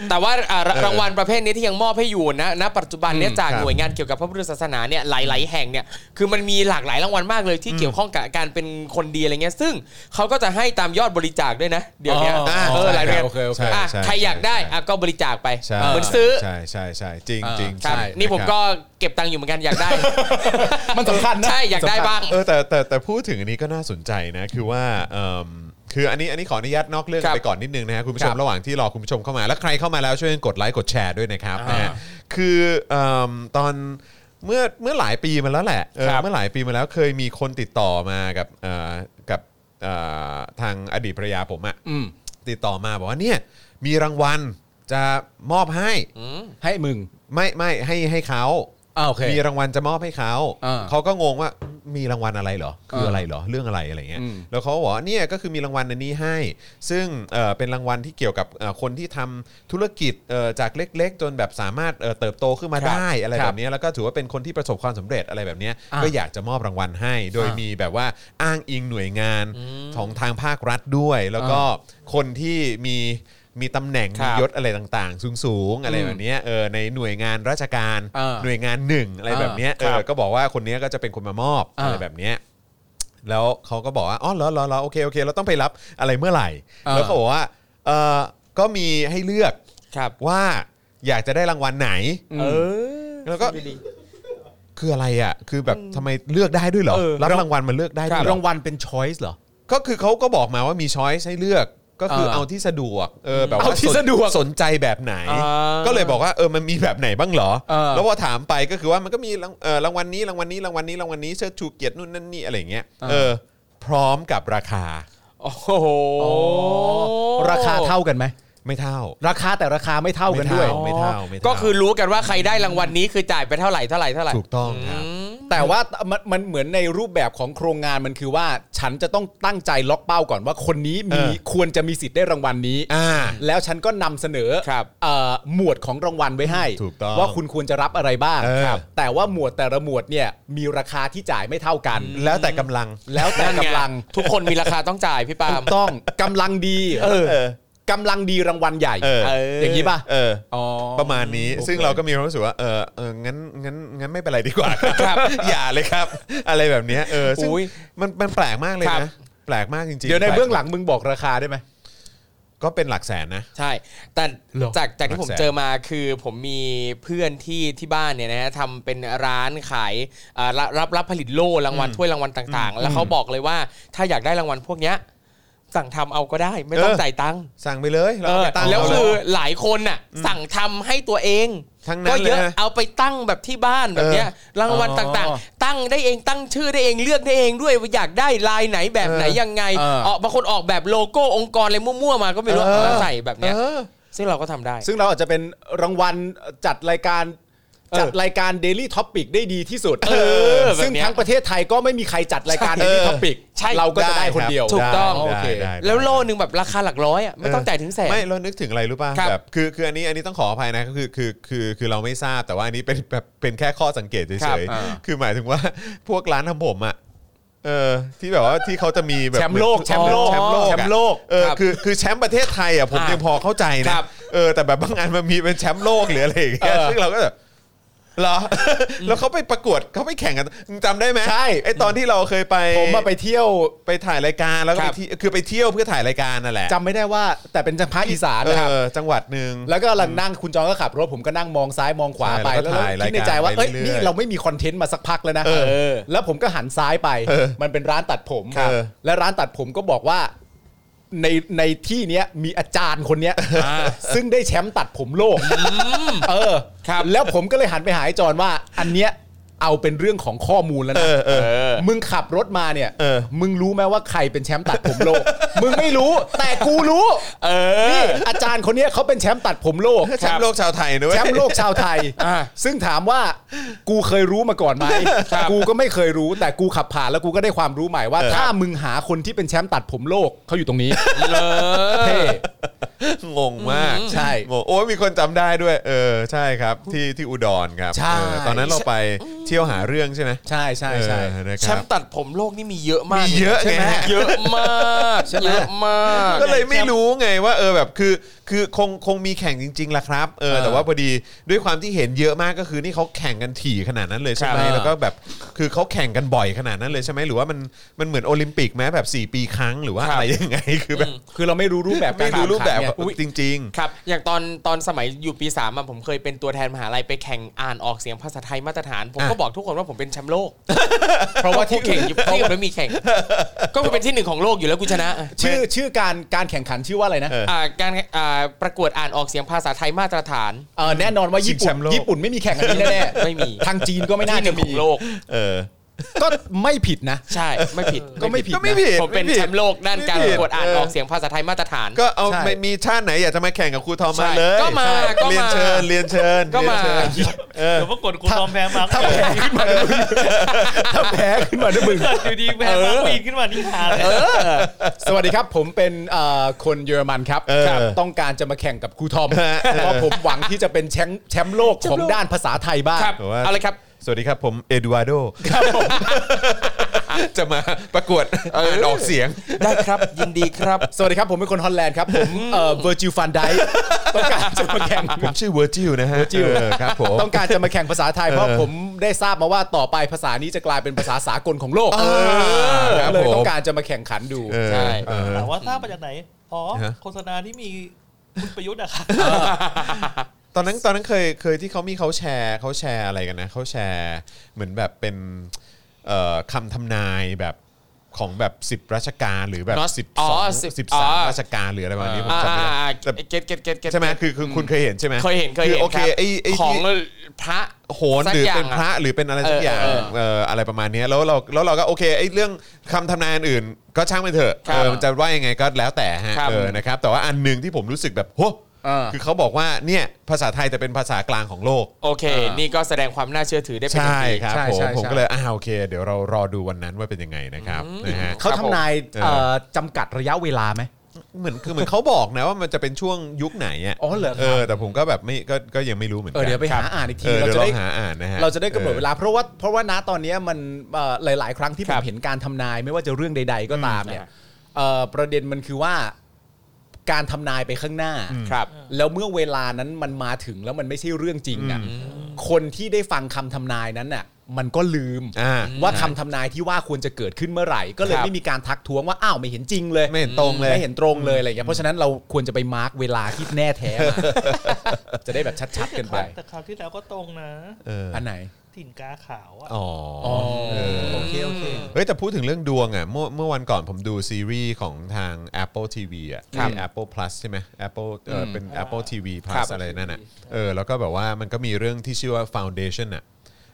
Speaker 2: แต่ว่าอ่ารางวัลประเภทนี้ที่ยังมอบให้อยู่นะณปัจจุบันเนี่ยจาก
Speaker 1: ครับ
Speaker 2: หน่วยงานเกี่ยวกับพระพุทธศาสนาเนี่ยหลาย ๆ แห่งเนี่ยคือมันมีหลากหลายรางวัลมากเลยที่เกี่ยวข้องกับการเป็นคนดีอะไรเงี้ยซึ่งเขาก็จะให้ตามยอดบริจาคด้วยนะ เดี๋ยวเนี้ย
Speaker 3: อ๋อ
Speaker 2: เออหลายเรียน
Speaker 3: โอเคโอเค
Speaker 2: อ่ะ
Speaker 1: ใช่
Speaker 2: ใครอยากได้
Speaker 1: ใช่
Speaker 2: อ่ะก็บริจาคไป
Speaker 1: ใช่
Speaker 2: เหมือนซื้อ
Speaker 1: ใช่ใช่ใช่จริง
Speaker 3: อ่า
Speaker 1: จริง
Speaker 2: ครับ
Speaker 1: ใช่
Speaker 2: นี่ผม
Speaker 1: ะ
Speaker 2: ก็เก็บตังค์อยู่เหมือนกันอยากได้
Speaker 3: มันสำคัญนะ
Speaker 2: ใช่อยากได้บ้าง
Speaker 1: ครับเออแต่แต่แต่พูดถึงอันนี้ก็น่าสนใจนะ คือว่าเอิ่มคืออันนี้อันนี้ขออนุญาตนอกเรื่อง
Speaker 2: ครับ
Speaker 1: ไปก่อนนิดนึงนะฮะคุณผู้ช
Speaker 2: ครั
Speaker 1: ม
Speaker 2: บ
Speaker 1: ระหว่างที่รอคุณผู้ชมเข้ามาแล้วใครเข้ามาแล้วช่วยกดไลค์กดแชร์ด้วยนะครับนะฮะคือเอิ่มตอนเมื่อเมื่อหลายปีมาแล้วแหละเออ
Speaker 3: ครับ
Speaker 1: เมื่อหลายปีมาแล้วเคยมีคนติดต่อมากับเอ่อกับเอ่อทางอดีตภรรยาผมอะ
Speaker 3: อืม
Speaker 1: ติดต่อมาบอกว่าเนี่ยมีรางวัลจะมอบให้
Speaker 3: ให้มึง
Speaker 1: ไม่ไม่ให้ให้เขา
Speaker 3: อ่าโอเค
Speaker 1: มีรางวัลจะมอบให้เขา
Speaker 3: อ่า
Speaker 1: เขาก็งงว่ามีรางวัลอะไรเหรอคืออะไรเหรอเรื่องอะไรอะไรเงี้ย
Speaker 3: อืม
Speaker 1: แล้วเขาก็บอกว่าเนี่ยก็คือมีรางวัลอันนี้ให้ ซึ่งเอ่อเป็นรางวัลที่เกี่ยวกับเอ่อคนที่ทำธุรกิจเอ่อจากเล็ก ๆ จนแบบสามารถเอ่อเติบโตขึ้นมา
Speaker 3: ครับ
Speaker 1: ได้อะไร
Speaker 3: ค
Speaker 1: แบ
Speaker 3: รั
Speaker 1: บบ เนี้ยแล้วก็ถือว่าเป็นคนที่ประสบความสำเร็จอะไรแบบเนี้ย
Speaker 3: อ่า
Speaker 1: ก็อยากจะมอบรางวัลให้ โดย
Speaker 3: อ่ามี
Speaker 1: มีแบบว่าอ้างอิงหน่วยงานของทางภาครัฐด้วย แล้วก็คนที่มีมีตำแหน่ง
Speaker 2: ครั
Speaker 1: มี
Speaker 2: บ
Speaker 1: ยศอะไรต่างๆ สูงๆอะไร
Speaker 3: อืม
Speaker 1: แบบเนี้ยเออในหน่วยงานราชการ
Speaker 3: อ่า
Speaker 1: หน่วยงานหนึ่ง อะไรแบบเนี้ยเอ
Speaker 2: ครั
Speaker 1: อบ ก็บอกว่าคนเนี้ยก็จะเป็นคนมามอบ
Speaker 3: อ่า
Speaker 1: อะไรแบบเนี้ยแล้วเขาก็บอกว่าอ๋อเหรอเหรอเหรอโอเคโอเคเราต้องไปรับอะไรเมื่อไหร่
Speaker 3: อ่า
Speaker 1: แล้วเขาบอกว่าเออก็มีให้เลือก
Speaker 2: ครับ
Speaker 1: ว่าอยากจะได้รางวัลไหน
Speaker 2: เออ
Speaker 1: แล้วก็
Speaker 2: ดี
Speaker 1: คืออะไรอ่ะ คือแบบทำไมเลือกได้ด้วยเหรอ
Speaker 3: เออ
Speaker 1: รับรางวัลมันเลือกได้ด้วยเหรอ
Speaker 3: รางวัลเป็นช้อยส์เหรอ
Speaker 1: ก็คือเขาก็บอกมาว่ามีช้อยให้เลือกก็คือ
Speaker 3: เออ
Speaker 1: เอาที่สะดวกเออแบบ
Speaker 3: เอาที่สะดวก
Speaker 1: สนใจแบบไหน
Speaker 2: อ่า
Speaker 1: ก็เลยบอกว่าเออมันมีแบบไหนบ้างเหรอ
Speaker 3: เออ
Speaker 1: แล้วพอถามไปก็คือว่ามันก็มีรางเอ่อรางวัลนี้รางวัลนี้รางวัลนี้รางวัลนี้เชิดชูเกียรตินู่นนั่นนี่อะไรอย่างเงี้ย
Speaker 3: เออ
Speaker 1: เออ พร้อมกับราคา
Speaker 2: ๆโอ้โห
Speaker 3: ราคาเท่ากันไหม
Speaker 1: ไม่เท่า
Speaker 3: ราคาแต่ราคาไม่เท่ากันด้วย
Speaker 1: ไม่เท่าไม่เท่า
Speaker 2: ก็คือรู้กันว่าใครได้รางวัลนี้คือจ่ายไปเท่าไหร่เท่าไหร่เท่าไหร่
Speaker 1: ถูกต้องครับ
Speaker 3: แต่ว่ามันมันเหมือนในรูปแบบของโครงงานมันคือว่าฉันจะต้องตั้งใจล็อกเป้าก่อนว่าคนนี้มี
Speaker 1: เออ
Speaker 3: ควรจะมีสิทธิ์ได้รางวัลนี้
Speaker 1: อ่า
Speaker 3: แล้วฉันก็นำเสนอ
Speaker 2: ครับ
Speaker 3: เอ่อหมวดของรางวัลไว้ให้
Speaker 1: ถูกต้อง
Speaker 3: ว่าคุณควรจะรับอะไรบ้าง
Speaker 1: เออ
Speaker 3: ครับแต่ว่าหมวดแต่ละหมวดเนี่ยมีราคาที่จ่ายไม่เท่ากัน
Speaker 1: แล้วแต่กำลัง
Speaker 3: แล้วแต่
Speaker 2: นั่นไง
Speaker 3: กำลัง
Speaker 2: ทุกคนมีราคาต้องจ่ายพี่ปาล์ม
Speaker 3: ต้องกำลังดีเออกำลังดีรางวัลใหญ่
Speaker 1: เออ
Speaker 3: เอออย่างนี้ป่ะ
Speaker 1: เออ
Speaker 3: อ๋อ
Speaker 1: ประมาณนี้ซึ่งเราก็มีความรู้สึกว่าเออเอองั้นงั้นงั้นไม่เป็นไรดีกว่า
Speaker 2: ครับ
Speaker 1: อย่าเลยครับ อะไรแบบเนี้ยเออซึ่ง
Speaker 2: อุ๊ย
Speaker 1: มันมันแปลกมากเลย
Speaker 2: ครับ
Speaker 1: นะแปลกมากจริงๆ
Speaker 3: เดี๋ยวใน
Speaker 1: แปก
Speaker 3: เบื้องหลังมึงบอกราคาได้ไหม
Speaker 1: ก็เป็นหลักแสนนะ
Speaker 2: ใช่ แต่
Speaker 3: เหรอ
Speaker 2: จากจากที่
Speaker 1: หลัก
Speaker 2: ผม
Speaker 1: แสน
Speaker 2: เจอมาคือผมมีเพื่อนที่ที่บ้านเนี่ยนะฮะทำเป็นร้านขายอ่ารับรับรับผลิตโล่รางวัลถ้วยรางวัลต่าง ๆ แล้วเขาบอกเลยว่าถ้าอยากได้รางวัลพวกเนี้ยสั่งทำเอาก็ได้ไม่ต้องจ่ายตังค์
Speaker 1: สั่งไปเลย
Speaker 2: เออ
Speaker 1: ไปตั้ง
Speaker 2: แล้ว
Speaker 1: เอา
Speaker 2: คือ
Speaker 1: เย
Speaker 2: หลายคนน่ะสั่งทำให้ตัวเอง
Speaker 1: ทั้งนั้น
Speaker 2: ก็เยอะ
Speaker 1: เลยนะ
Speaker 2: เอาไปตั้งแบบที่บ้านแบบเนี้ย
Speaker 1: เอ
Speaker 2: รางวัล
Speaker 3: อ๋อ
Speaker 2: ต่างๆ ตั้งได้เองตั้งชื่อได้เองเลือกได้เองด้วยว่าอยากได้ลายไหนแบบไหน
Speaker 1: เออ
Speaker 2: ยังไง
Speaker 3: เออ
Speaker 2: ออกบางคนออกแบบโลโก้องค์กรอะไรมั่วๆมาก็ไม่รู้เอามาใส่แบบเนี้ย
Speaker 1: เออ
Speaker 2: ซึ่งเราก็ทำได้
Speaker 3: ซึ่งเราอาจจะเป็นรางวัลจัดรายการจัดรายการ Daily Topic ได้ดีที่สุด
Speaker 2: เออแบบเนี้ย
Speaker 3: ซึ่งทั้งประเทศไทยก็ไม่มีใครจัดรายการ
Speaker 1: ใช่
Speaker 3: Daily Topic
Speaker 2: ใช่
Speaker 3: เราก็จะได้คนเดียว
Speaker 2: ถูกต้อง
Speaker 1: ได้
Speaker 3: โอเค
Speaker 1: ได้ได้
Speaker 2: แล้วโล่หนึ่งแบบราคาหลักร้อยอ่ะไม่ต้องจ่ายถึงแสน
Speaker 1: ไม่เรานึกถึงอะไรรู้ป่ะ
Speaker 2: ครับ
Speaker 1: แบบคือคืออันนี้อันนี้ต้องขออภัยนะก็คือคือคือคือเราไม่ทราบแต่ว่าอันนี้เป็นแบบเป็นแค่ข้อสังเกตเฉ
Speaker 2: ครั
Speaker 1: ย
Speaker 2: บอ่า
Speaker 1: ๆคือหมายถึงว่าพวกร้านทำผมอ่ะเออที่แบบว่าที่เขาจะมีแบบ
Speaker 3: แชมป์โลกแชมป์โลก
Speaker 1: แชมป์โลกอะ
Speaker 3: แชมป์โลก
Speaker 1: เออ
Speaker 2: ครับ
Speaker 1: คือคือแชมป์ประเทศไทยอ่ะผม
Speaker 2: อ่ายั
Speaker 1: ยังพอเข้าใจนะครับ เออแต่แบบบางงานมันมีเป็นแชมป์โลกหรืออะไรอย่างเงี้ย
Speaker 3: เออ
Speaker 1: ซึ่งเราก็แบบเหรอ แล้วเขาไปประกวดเขาไปแข่งกันจำได้ไหม
Speaker 3: ใช่
Speaker 1: ไอตอนที่เราเคยไป
Speaker 3: ผมมาไปเที่ยว
Speaker 1: ไปถ่ายรายการแล้วก็
Speaker 2: ค
Speaker 1: ไป
Speaker 2: รับ
Speaker 1: ที่คือไปเที่ยวเพื่อถ่ายรายการนั่นแหละ
Speaker 3: จำไม่ได้ว่า แต่เป็นจังภาคอีสาน
Speaker 1: เอ
Speaker 3: นะครับ
Speaker 1: อจังหวัดหนึ่ง
Speaker 3: แล้วก็กำลังนั่งคุณจองก็ขับรถผมก็นั่งมองซ้ายมองขวา
Speaker 1: ใช่
Speaker 3: ไป
Speaker 1: แล้
Speaker 3: แล้ว
Speaker 1: ก็
Speaker 3: วก็
Speaker 1: ถ่าย
Speaker 3: คิดในใจว่า
Speaker 1: ถ่าย
Speaker 3: เอ้ย
Speaker 1: เรื่อยๆ
Speaker 3: นี่เราไม่มีคอนเทนต์มาสักพักแล้วนะ
Speaker 1: เอ
Speaker 2: อ
Speaker 3: แล้วผมก็หันซ้ายไป
Speaker 1: เออ
Speaker 3: มันเป็นร้านตัดผม
Speaker 1: ครับ
Speaker 3: และร้านตัดผมก็บอกว่าในในที่เนี้ยมีอาจารย์คนเนี้ยซึ่งได้แชมป์ตัดผมโลกเออ
Speaker 2: ครับ
Speaker 3: แล้วผมก็เลยหันไปหาไอ้จอนว่า อันเนี้ย เอาเป็นเรื่องของข้อมูลแล้วนะมึงขับรถมาเนี่ยมึงรู้ไหมว่าใครเป็นแชมป์ตัดผมโล ก มึงไม่รู้ แต่กูรู้นี่อาจารย์คนเนี้ยเขาเป็นแชมป์ตัดผมโลก
Speaker 1: แชมป์โลกชาวไทยด้วย
Speaker 3: แชมป์โลกชาวไทย ซึ่งถามว่ากูเคยรู้มาก่อนไหม กูก็ไม่เคยรู้ แต่กูขับผ่านแล้วกูก็ได้ความรู้ใหม่ว่า ถ้ามึงหาคนที่เป็นแชมป์ตัดผมโลกเขาอยู่ตรงนี้เท่
Speaker 1: งงมาก
Speaker 3: ใช่
Speaker 1: งงโอ้ยมีคนจำได้ด้วย เออใช่ครับที่ที่อุดรครับ
Speaker 3: ใช่
Speaker 1: เออตอนนั้นเราไปเที่ยวหาเรื่องใช่ไหม
Speaker 3: ใช่ใช่ใช่
Speaker 1: เออนะ
Speaker 4: แช
Speaker 1: ครั
Speaker 4: ม
Speaker 1: บ
Speaker 4: ป์ตัดผมโลกนี่มีเยอะมาก
Speaker 1: มีเยอะไงฮะ
Speaker 4: เยอะมาก
Speaker 3: ใช่ไหม
Speaker 4: เยอะมาก
Speaker 1: ก็เลยไม่รู้ไงว่าเออแบบคือคือคงคงมีแข่งจริงๆล่ะครับเออแต่ว่าพอดีด้วยความที่เห็นเยอะมากก็คือนี่เขาแข่งกันถี่ขนาดนั้นเลยใช่ไหม
Speaker 3: ครับ
Speaker 1: แล้วก็แบบคือเขาแข่งกันบ่อยขนาดนั้นเลยใช่ไหมหรือว่ามันมันเหมือนโอลิมปิกไหมแบบ 4 ปีครั้งหรือว่าอะไรยัง ไงคือแบบ
Speaker 3: คือเราไม่รู้รูปแบบกา
Speaker 1: ไม่
Speaker 3: ร
Speaker 1: รู้รูปแบบ
Speaker 3: ขัขันไง
Speaker 1: จริง
Speaker 4: ครับ อย่างตอนตอนสมัยอยู่ปีสามอะผมเคยเป็นตัวแทนมหาลัยไปแข่งอ่านออกเสียงภาษาไทยมาตรฐาน ผมก็
Speaker 1: อ่ะ
Speaker 4: บอกทุกคนว่าผมเป็นแชมป์โลก
Speaker 3: เพราะว่าที่
Speaker 4: ที่แข่งอยู่ที่อื่นไม่มีแข่ง ก็กูเป็นที่หนึ่งของโลกอยู่แล้วกูชนะอะ
Speaker 3: ชื่อชื่อการการแข่งขันชื่อว่าอะไรนะ
Speaker 1: เออ
Speaker 4: ่าการอ่าประกวดอ่านออกเสียงภาษาไทยมาตรฐาน
Speaker 3: เออแน่นอนว่าญี่
Speaker 1: ชิงแชม
Speaker 3: ปุ่น
Speaker 1: ป์โลก
Speaker 3: ญี่ปุ่นไม่มีแข่งอันนี้แน่ๆ
Speaker 4: ไม่มี
Speaker 3: ทางจีนก็ไม่น่า
Speaker 4: ที่ห
Speaker 3: จะ
Speaker 4: นึ่ง
Speaker 3: มี
Speaker 4: ของโลก
Speaker 1: ๆ เออ
Speaker 3: ก็ไม่ผิดนะ
Speaker 4: ใช่ ไม่ผิด
Speaker 3: ก็ไม่ผิด
Speaker 1: ก็ไม่
Speaker 3: นะ
Speaker 1: ผิด
Speaker 4: ผมเป็น
Speaker 1: ไผิด
Speaker 4: แชมป์โลกด้านการ
Speaker 1: ไม่
Speaker 4: ป
Speaker 1: ผิ
Speaker 4: ระกวดอ่าน
Speaker 1: เ
Speaker 4: ออกเสียงภาษาไทยมาตรฐาน
Speaker 1: ก็เอา
Speaker 3: ใช่
Speaker 1: ไม่มีชาติไหนอยากจะมาแข่งกับครูทอมมา
Speaker 4: ใช่
Speaker 1: เลย
Speaker 4: ก็มา
Speaker 1: ใช่
Speaker 4: ก็มา
Speaker 1: เรียนเชิญเรียนเชิญ
Speaker 4: ก็มา
Speaker 1: เรียนเชิญเออ
Speaker 5: เดี๋ยวปรากฏกูยอมแพ้มาร์ค
Speaker 3: ถ้าแพ้ขึ้นมาด้วยมึง
Speaker 5: อยู่ดีแพ้มาร์คปีนขึ้นมานี่หาเลย
Speaker 3: สวัสดีครับผมเป็นเอ่อคนเยอรมันครับ
Speaker 1: เออ
Speaker 3: ครับ ต้องการจะมาแข่งกับครูทอม
Speaker 1: ฮะ
Speaker 3: เพราะผมหวังที่จะเป็นแชมป์แชมป์โลกของด้านภาษาไทยบ้าง
Speaker 4: ครับ
Speaker 1: แต่ว่า
Speaker 4: เอาเลยครับ
Speaker 1: สวัสดีครับผมเอ็ดวาร์โด จะมาประกวด
Speaker 4: เออ
Speaker 1: านออกเสียง
Speaker 4: ได้ครับยินดีครับ
Speaker 3: สวัสดีครับผมเป็นคนฮอลแลนด์ครับ ผมเอ่อเวอร์จิลฟันไดต้องการจะมาแข่ง
Speaker 1: ผมชื่อเวอร์จิลนะฮะ
Speaker 3: Virgil
Speaker 1: เออครับผม
Speaker 3: ต้องการจะมาแข่งภาษาไทยเพราะผมได้ทราบมาว่าต่อไปภาษานี้จะกลายเป็นภาษาสากลของโลก
Speaker 1: อครับ
Speaker 3: เลยต้
Speaker 1: ผ
Speaker 3: อ
Speaker 1: ม
Speaker 3: งการจะมาแข่งขันดู
Speaker 1: เออ
Speaker 4: ใช่
Speaker 1: เออ
Speaker 5: ถามว่าทราบมาจากไหน อ๋อ
Speaker 1: ฮะ
Speaker 5: โฆษณาที่มีคุณประยุทธ์อะค่ะ
Speaker 1: ตอนนั้นตอนนั้นเคยเคยที่เขามีเขาแชร์เขาแชร์อะไรกันนะเขาแชร์เหมือนแบบเป็นเอ่อคำทำนายแบบของแบบ 10 ราชการหรือแบบ
Speaker 4: Not- อ๋อ
Speaker 1: 12
Speaker 4: 10
Speaker 1: 13 ราชการหรืออะไรประมาณนี้ผม
Speaker 4: อ่า
Speaker 1: จำไม่
Speaker 4: อ่า
Speaker 1: ได้
Speaker 4: อ่า
Speaker 1: แต่
Speaker 4: เก็ตเก็ตเก็ตเก็ต
Speaker 1: ใช่ไหมคือคือคุณเคยเห็นใช่ไหม
Speaker 4: เคยเห็นเคยเห็น
Speaker 1: อโอเค
Speaker 4: ครับ
Speaker 1: ไอ้ไอ้
Speaker 4: ของ
Speaker 1: ที่
Speaker 4: พระ
Speaker 1: โหน
Speaker 4: สัก
Speaker 1: หรือ
Speaker 4: อย่าง
Speaker 1: เป็นพระหรือเป็นอะไรสักอย่าง
Speaker 4: เออเออ
Speaker 1: เอออะไรประมาณเนี้ยแล้วเราแล้วเราก็โอเคไอ้เรื่องคำทำนายอันอื่น ก็ช่างมันเถอะ
Speaker 4: ครับ
Speaker 1: เออมันจะว่ายังไงก็แล้วแต่ฮะ
Speaker 4: ครับ
Speaker 1: เออนะครับแต่ว่าอันหนึ่งที่ผมรู้สึกแบบโห
Speaker 3: เออ
Speaker 1: คือเขาบอกว่าเนี่ยภาษาไทยจะเป็นภาษากลางของโลก
Speaker 4: โอเค นี่ก็แสดงความน่าเชื่อถือได้เป็นอย่า
Speaker 1: ใช่
Speaker 4: งดี
Speaker 1: ครับ
Speaker 3: ใช่
Speaker 1: ผม
Speaker 3: ใช่
Speaker 1: ผม
Speaker 3: ใช่
Speaker 1: ก็เลยอ่าโอเค เดี๋ยวเรารอดูวันนั้นว่าเป็นยังไงนะครับนะฮะ
Speaker 3: เขาทำนาย
Speaker 1: ผม
Speaker 3: เอ่อจำกัดระยะเวลาไหม
Speaker 1: เหมือนคือเหมือนเขาบอกนะว่ามันจะเป็นช่วงยุคไหนอะ
Speaker 3: อ๋อเหรอครับ
Speaker 1: เออแต่ผมก็แบบไม่ก็ก็ยังไม่รู้เหมือนกั
Speaker 3: เออเดี๋ยวไปหาอ่านอีกที
Speaker 1: เออ
Speaker 3: เรา
Speaker 1: เดี๋ยวล
Speaker 3: จะ
Speaker 1: อ
Speaker 3: ได้
Speaker 1: งหาอ่านนะฮะ
Speaker 3: เราจะได้กำหนดเวลาเพราะว่าเพราะว่าณตอนเนี้ยมันเอ่อหลาย ๆ ครั้งที่ผ
Speaker 4: ครั
Speaker 3: ม
Speaker 4: บ
Speaker 3: เห็นการทำนายไม่ว่าจะเรื่องใด ๆ ก็ตามเนี่ย
Speaker 4: ใช่
Speaker 3: เอ่อประเด็นมันคือว่าการทำนายไปข้างหน้า
Speaker 4: ครับ
Speaker 3: แล้วเมื่อเวลานั้นมันมาถึงแล้วมันไม่ใช่เรื่องจริงอ่ะคนที่ได้ฟังคำทำนายนั้นน่ะมันก็ลืม
Speaker 1: อ่า
Speaker 3: ว่าคำทำนายที่ว่าควรจะเกิดขึ้นเมื่อไหร่ ก็เลย
Speaker 4: ครับ
Speaker 3: ไม่มีการทักท้วงว่าอ้าวไม่เห็นจริงเลย
Speaker 1: ไม่เห็นตรงเลย
Speaker 3: ไม่เห็นตรงเลยอะไรอย่างเงี้ยเพราะฉะนั้นเราควรจะไปมาร์กเวลาที่แน่ แท้มา จะได้แบบชัดๆกันไป
Speaker 5: แต่คราวที่แล้วก็ตรงนะ
Speaker 1: เออ
Speaker 3: อันไหน
Speaker 5: ถิ่นกาขาวอะ
Speaker 1: อ๋ออ
Speaker 3: โอเคโอเค
Speaker 1: เฮ้ยแต่พูดถึงเรื่องดวงอ่ะเมื่อเมื่อวันก่อนผมดูซีรีส์ของทาง Apple TV อ่ะ
Speaker 4: ครั
Speaker 1: ที่
Speaker 4: บ
Speaker 1: Apple Plus ใช่ไหม Apple เออเป็น Apple TV
Speaker 4: ครับ
Speaker 1: Plus อะไรนั่นอ่ะเออแล้วก็แบบว่ามันก็มีเรื่องที่ชื่อว่า Foundation อ่ะ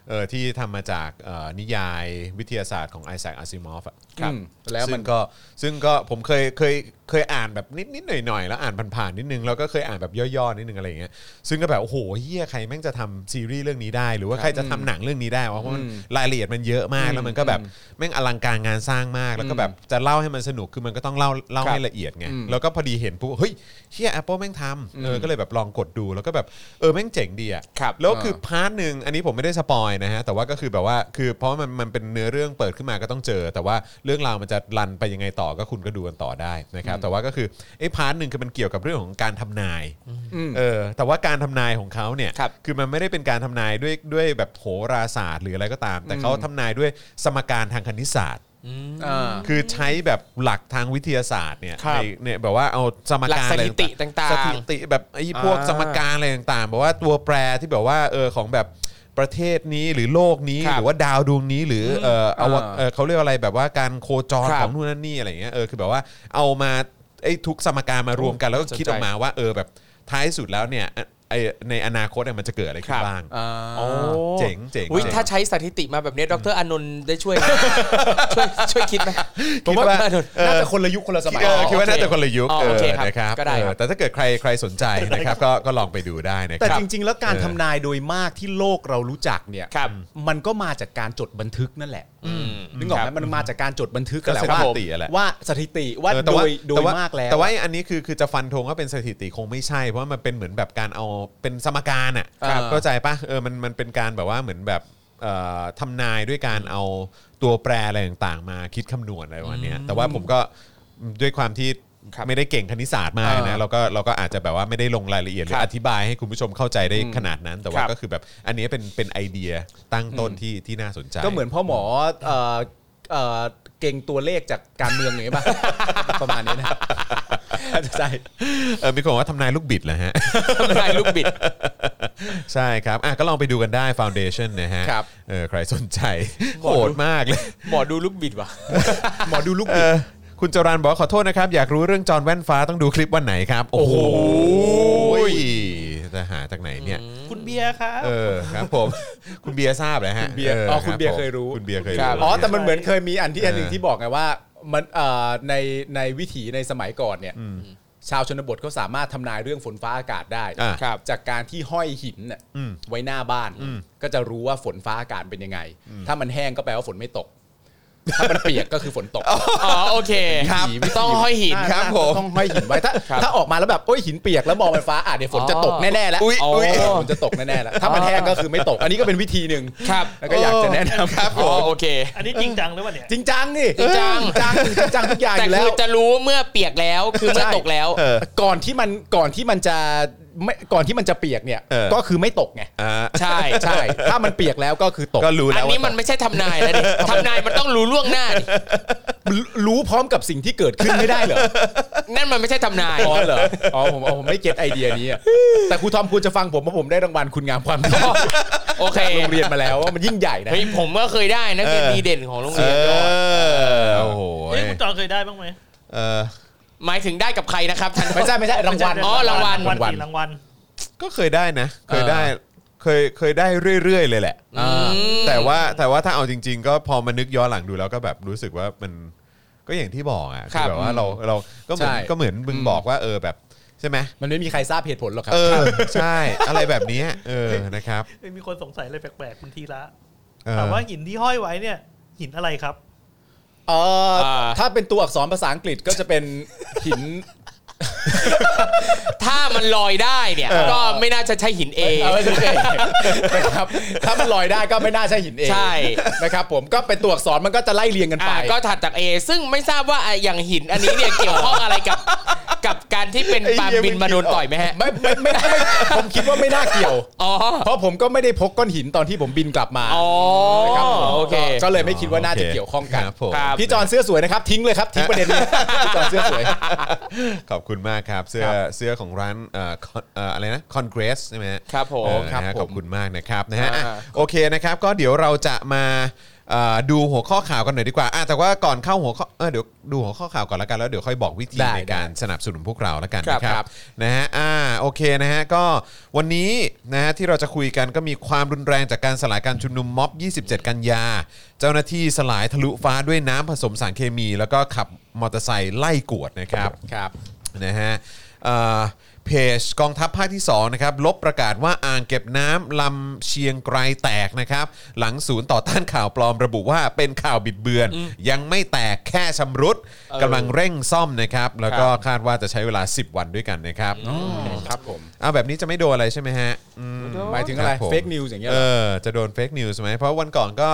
Speaker 1: เออที่ทำมาจากเอ่อนิยายวิทยาศาสตร์ของไอแซคอาซิมอฟอ่ะ
Speaker 3: ครับ
Speaker 1: อื
Speaker 3: แล้วมัน
Speaker 1: ซึ่งก็ซึ่งก็ผมเคยเคยเคยอ่านแบบนิดนิดหน่อยหน่อยๆ แล้วอ่านผ่านๆนิดนึง แล้วก็เคยอ่านแบบย่อๆนิดนึงอะไรอย่างเงี้ยซึ่งก็แบบโอ้โหเฮียใครแม่งจะทำซีรีส์เรื่องนี้ได้ หรือว่าใครจะทำหนังเรื่องนี้ได้วะเพราะมันรายละเอียดมันเยอะมากแล้วมันก็แบบ แม่งอลังการงานสร้างมากแล้วก็แบบจะเล่าให้มันสนุกคือมันก็ต้องเล่าเล่าให้ละเอียดไงแล้วก็พอดีเห็นปุ๊บเฮ้ยเฮียแอปเปิลแม่งทำเออก็เลยแบบลองกดดูแล้วก็แบบเออแม่งเจ๋งดีอ่ะ
Speaker 4: ครับ
Speaker 1: แล้วคือพาร์ทหนึ่งอันนี้ผมไม่ได้สปอยนะฮะแต่ว่าก็คือแบบว่าคือเพราะมันมันเป็นเนื้อเรื่องเปิดขึ้นมาก็ต้องเจอ แต่ว่าเรื่องราวมันจะรันไปยังไงต่อก็คุณก็ดูกันต่อได้นะครับแต่ว่าก็คือไอ้พาร์ทหนึ่งคือมันเกี่ยวกับเรื่องของการทำนายเออแต่ว่าการทำนายของเขาเนี่ย
Speaker 4: ครับ
Speaker 1: คือมันไม่ได้เป็นการทำนายด้วยด้วยแบบโหราศาสตร์หรืออะไรก็ตาม แต่เขาทำนายด้วยสมการทางคณิตศาสตร์
Speaker 3: อ่า
Speaker 1: คือใช้แบบหลักทางวิทยาศาสตร์เนี่ย
Speaker 4: ครับ
Speaker 1: ในเนี่ยแบบว่าเอาสม
Speaker 4: หลั
Speaker 1: กา
Speaker 4: ก
Speaker 1: รอะ
Speaker 4: ส
Speaker 1: ไร
Speaker 4: ถิติต่างๆ
Speaker 1: สถิติแบบไอ้พวก
Speaker 4: อ่า
Speaker 1: สมการอะไรต่างๆแบบว่าตัวแปรที่แบบว่าเออของแบบประเทศนี้หรือโลกนี้
Speaker 4: ครับ
Speaker 1: หรือว่าดาวดวงนี้หรือเออเอาวะ
Speaker 3: อ่า
Speaker 1: เออเขาเรียกว่าอะไรแบบว่าการโคจร
Speaker 4: ครับ
Speaker 1: ของนู่นนั่นนี่อะไรอย่างเงี้ยเออคือแบบว่าเอามาไอ้ทุกสมการมารวมกันแล้วก็คิดออกมาว่าเออแบบท้ายสุดแล้วเนี่ย ไอในอนาคตเนี่ยมันจะเกิดอะไรขึ้
Speaker 2: ครั
Speaker 1: น
Speaker 2: บ
Speaker 1: บ้าง
Speaker 2: อ่า
Speaker 1: เจ๋งเจ๋ง
Speaker 2: อุ๊ย
Speaker 1: เจ๋ง
Speaker 2: ถ้าใช้สถิติมาแบบนี้ดรอานนท์ได้ช่วยไหม ช่วยช่วยคิดไหม
Speaker 1: ผม
Speaker 2: ด
Speaker 1: ว่า
Speaker 2: รอานนท์
Speaker 3: น่าจะคนละยุคคนละสมัย
Speaker 1: เออคิดว่า
Speaker 2: อ๋อ
Speaker 1: น่า
Speaker 2: โอเค
Speaker 1: จะคนละยุค
Speaker 2: อ๋อ
Speaker 1: เอ
Speaker 2: โอ
Speaker 1: อ
Speaker 2: เคครับ
Speaker 1: นะครับ
Speaker 2: ก็ได้
Speaker 1: เออแต่ถ้าเกิดใครใครสนใจ นะครับก็ก็ลองไปดูได้นะค
Speaker 3: แต่
Speaker 1: รับ
Speaker 3: จริง ๆ แล้วการ
Speaker 1: เออ
Speaker 3: ทำนายโดยมากที่โลกเรารู้จักเนี่ย
Speaker 2: ครับ
Speaker 3: มันก็มาจากการจดบันทึกนั่นแหละนึกออกไหมมันมาจากการจดบันทึกกันแหละ
Speaker 1: ก็
Speaker 3: ว่า
Speaker 1: สถิติอะแหละ
Speaker 3: ว่าสถิติว่า
Speaker 1: เออแต่
Speaker 3: โด
Speaker 1: ว่าย
Speaker 3: โด
Speaker 1: แต่
Speaker 3: ย
Speaker 1: ว่
Speaker 3: มากแล้ว
Speaker 1: แต่ว่าอันนี้คือคือจะฟันธงว่าเป็นสถิติคงไม่ใช่ เพราะว่ามันเป็นเหมือนแบบการเอาเป็นสมการอ่ะ
Speaker 2: ครับ
Speaker 1: เข้าใจปะเออมันมันเป็นการแบบว่าเหมือนแบบเอ่อทำนายด้วยการเอาตัวแปรอะไรต่างๆ มาคิดคำนวณอะไรวันนี้ยแต่ว่าผมก็ด้วยความที่
Speaker 2: ครับ
Speaker 1: ไม่ได้เก่งคณิตศาสตร์มากนะ
Speaker 2: อ่า
Speaker 1: เราก็เราก็อาจจะแบบว่าไม่ได้ลงรายละเอียดหรื
Speaker 2: ครั
Speaker 1: อบ อธิบายให้คุณผู้ชมเข้าใจได้ขนาดนั้น แต่ว่า
Speaker 2: ครับ
Speaker 1: ก็คือแบบอันนี้เป็นเป็นไอเดียตั้งต้นที่ที่น่าสนใจ
Speaker 3: ก็เหมือนพ่อหมอเอ่อเอ่อเก่งตัวเลขจากการเมืองอย่างนี้ยป่ะ ประมาณนี้นะใช่
Speaker 1: เออมีคนบอกว่าทำนายลูกบิดเหรอฮะ
Speaker 2: ทำนายลูกบิด
Speaker 1: ใช่ครับอ่ะก็ลองไปดูกันได้ Foundation นะฮะ
Speaker 2: ครับ
Speaker 1: เออใครสนใจโหดมากเลย
Speaker 2: หมอดูลูกบิดว่ะ
Speaker 3: หมอดูลูก
Speaker 1: เออคุณจรันบอกว่าขอโทษนะครับ อยากรู้เรื่องจอห์นแว่นฟ้าต้องดูคลิปวันไหนครับ โอ้โหจะหาจากไหนเนี่ย
Speaker 5: คุณเบียร์ครับ
Speaker 1: เออครับผม คุณเบียร์ทราบเลยฮะ
Speaker 3: เบียร์
Speaker 1: ออ
Speaker 3: อ๋อคุณเบียร์
Speaker 1: รับ
Speaker 3: เคยรู้
Speaker 1: คุณเบียร์เคย
Speaker 2: ครั
Speaker 1: รู้
Speaker 2: บ
Speaker 3: อ๋อแต่มันเหมือนเคยมีอันที่
Speaker 1: เออ
Speaker 3: อั
Speaker 1: อั
Speaker 3: นหนึ่งที่บอกไงว่ามันเอ่อในในวิถีในสมัยก่อนเนี่ยชาวชนบทเขาสามารถทำนายเรื่องฝนฟ้าอากาศได้
Speaker 1: อ่ะ
Speaker 2: ครับ
Speaker 3: จากการที่ห้อยหินน่ะ
Speaker 1: อืม
Speaker 3: ไว้หน้าบ้าน ก็จะรู้ว่าฝนฟ้าอากาศเป็นยังไง ถ้ามันแห้งก็แปลว่าฝนไม่ตก ถ้ามันเปียกก็คือฝนตก
Speaker 2: อ๋อโอเค
Speaker 3: ครับ
Speaker 2: ต้องห้อยหิน
Speaker 3: ครับผมต้องห้อยหินไว้ถ้าถ้าออกมาแล้วแบบโอ้ยหินเปียกแล้วมองไปฟ้าอ่ะเดี๋ยวฝนจะตกแน่ๆแล้ว
Speaker 2: อุ๊ยอุ๊ย
Speaker 3: เฝนจะตกแน่ๆแล้วถ้ามันแห้งก็คือไม่ตก อันนี้ก็เป็นวิธีหนึ่ง
Speaker 2: ครับ
Speaker 3: แล้วก็อยากจะแนะนำ
Speaker 2: อ๋อโอเค
Speaker 5: อันนี้จริงจังหรือเปล่าเนี่ย
Speaker 3: จริงจังนี่
Speaker 2: จริงจัง
Speaker 3: จังจริงจังทุกอย่าง
Speaker 2: แต่
Speaker 3: อยู่แล้
Speaker 2: คื
Speaker 3: ว
Speaker 2: อจะรู้เมื่อเปียกแล้วคือเมื่อ
Speaker 3: ใช่
Speaker 2: ตกแล้ว
Speaker 1: เออ
Speaker 3: ก่อนที่มันก่อนที่มันจะไม่ก่อนที่มันจะเปียกเนี่ย
Speaker 1: เออ
Speaker 3: ก็คือไม่ตกไง
Speaker 1: อ่ะ
Speaker 2: ใช่
Speaker 3: ใช่ถ้ามันเปียกแล้วก็คือตก
Speaker 1: ก็รู้
Speaker 2: อั
Speaker 1: แล้ว
Speaker 2: น
Speaker 1: ว่า
Speaker 2: นี้มันไม่ใช่ทำนายแล้วดิทำนายมันต้องรู้ล่วงหน้าดิ
Speaker 3: รู้พร้อมกับสิ่งที่เกิดขึ้นไม่ได้เหรอ
Speaker 2: นั่นมันไม่ใช่ทำนาย
Speaker 3: อ๋อเหรออ๋อผมอ๋อผมไม่เก็ตไอเดียนี้อะแต่ครูทอมคุณจะฟังผมเพราะผมได้รางวัลคุณงามความดี
Speaker 2: โอเค
Speaker 3: โรงเรียนมาแล้วว่ามันยิ่งใหญ่นะ
Speaker 2: เฮ้ยผมก็เคยได้นักเรียนดีเด่นของโรง
Speaker 1: เอ
Speaker 2: เรียนด้วย
Speaker 1: อโอ้โห
Speaker 5: เอ้ยคุณจอนเคยได้บ้างไหม
Speaker 1: เออ
Speaker 2: หมายถึงได้กับใคร นะครับท่าน
Speaker 3: ไม่ใช่ไม่ใช่รางวัล
Speaker 2: อ๋อรางวัล
Speaker 5: รางวัลกี่รางวัล
Speaker 1: ก็เคยได้นะ เคยได้เคยเคยได้เรื่อยๆเลยแหละ
Speaker 2: อืม
Speaker 1: แต่ว่าแต่ว่าถ้าเอาจริง ๆ ก็พอมานึกย้อนหลังดูแล้วก็แบบรู้สึกว่ามันก็อย่างที่บอกอ่ะ
Speaker 2: ค
Speaker 1: คื
Speaker 2: รั
Speaker 1: อบแบบว่าเราเราก็เหมือน
Speaker 3: ใช่
Speaker 1: ก็เหมือนมึงบอกว่าเออแบบใช่ไหม
Speaker 3: มันไม่มีใครทราบเหตุผลหรอกครั
Speaker 1: เออใช่ อะไรแบบเนี้ยเออนะครับ
Speaker 5: เอ้ยมีคนสงสัยอะไรแปลกๆ คุณทีละ
Speaker 1: เออ
Speaker 5: ถามว่าหินที่ห้อยไว้เนี่ย หินอะไรครับ
Speaker 3: เออ
Speaker 2: อ่า
Speaker 3: ถ้าเป็นตัวอักษรภาษาอังกฤษก็จะเป็นหิน
Speaker 2: ถ้ามันลอยได้เนี่ย ก็ไม่น่าจะใช่หินเอ
Speaker 3: เอาไว้เฉยๆนะครับถ้ามันลอยได้ก็ไม่น่าใช่หินเอง
Speaker 2: ใช่
Speaker 3: นะครับผมก็เป็นตัวอักษรมันก็จะไล่เรียงกันไป
Speaker 2: อ่าก็ถัดจาก A ซึ่งไม่ทราบว่าอ่ะอย่างหินอันนี้เนี่ย เกี่ยวข้องอะไร กับ กับการที่เป็นปลาบินมาโดนต่อยไหมฮะ
Speaker 3: ไม่ไม่ไม่ไม่ผมคิดว่าไม่น่าเกี่ยว
Speaker 2: อ๋อ
Speaker 3: เพราะผมก็ไม่ได้พกก้อนหินตอนที่ผมบินกลับมา
Speaker 2: อ๋อ
Speaker 3: นะครับผม
Speaker 2: โอเค
Speaker 3: ก็เลยไม่คิดว่าน่าจะเกี่ยวข้องกัน
Speaker 1: รับผม
Speaker 2: ครับ
Speaker 3: พี่จอนเสื้อสวยนะครับ ทิ้งเลยครับทิ้งประเด็นนี้พี่จอนเสื้อสวย
Speaker 1: ขอบคุณมากครับเสื้อเสื้อของร้านเอ่อ Con- เอ่ออะไรนะ Congress ใช่ไหมฮะ
Speaker 2: ครับผม
Speaker 1: เออ
Speaker 3: ครับ
Speaker 1: นะฮะ
Speaker 3: ผม
Speaker 1: ขอบคุณมากนะครับนะฮะ
Speaker 2: อ่า
Speaker 1: อ่ะโอเคนะครับ ก็เดี๋ยวเราจะมาเอ่อดูหัวข้อข่าวกันหน่อยดีกว่าอ่ะแต่ว่าก่อนเข้าหัวข้อเออเดี๋ยวดูหัวข้อข่าวก่อนละกันแล้วเดี๋ยวค่อยบอกวิธี
Speaker 3: ได้
Speaker 1: ในการสนับสนุนพวกเราละกันนะค
Speaker 2: ครั
Speaker 1: รับบ นะฮะอ่าโอเคนะฮะก็วันนี้นะฮะที่เราจะคุยกันก็มีความรุนแรงจากการสลายการชุมนุมม็อบ 27 กันยา เจ้าหน้าที่สลายทะลุฟ้าด้วยน้ำผสมสารเคมี แล้วก็ขับมอเตอร์ไซค์ไล่กวดนะครับ
Speaker 3: ครับ
Speaker 1: นะฮะเอ่อเพจกองทัพภาคที่2นะครับลบประกาศว่าอ่างเก็บน้ำลำเชียงไกรแตกนะครับ หลังศูนย์ต่อต้านข่าวปลอมระบุว่าเป็นข่าวบิดเบือน ยังไม่แตกแค่ชำรุดกำลังเร่งซ่อมนะครับ แล้วก็คาดว่าจะใช้เวลา 10 วันด้วยกันนะครับ
Speaker 3: ครับผม
Speaker 1: เอาแบบนี้จะไม่โดนอะไรใช่ไหมฮะอืม
Speaker 3: หมายถึงอะไร
Speaker 1: ครับผม
Speaker 3: เฟกนิวส์อย่างเงี้ย
Speaker 1: เอ
Speaker 3: เหรอ
Speaker 1: อจะโดนเฟกนิวส์ไหมเพราะวันก่อนก็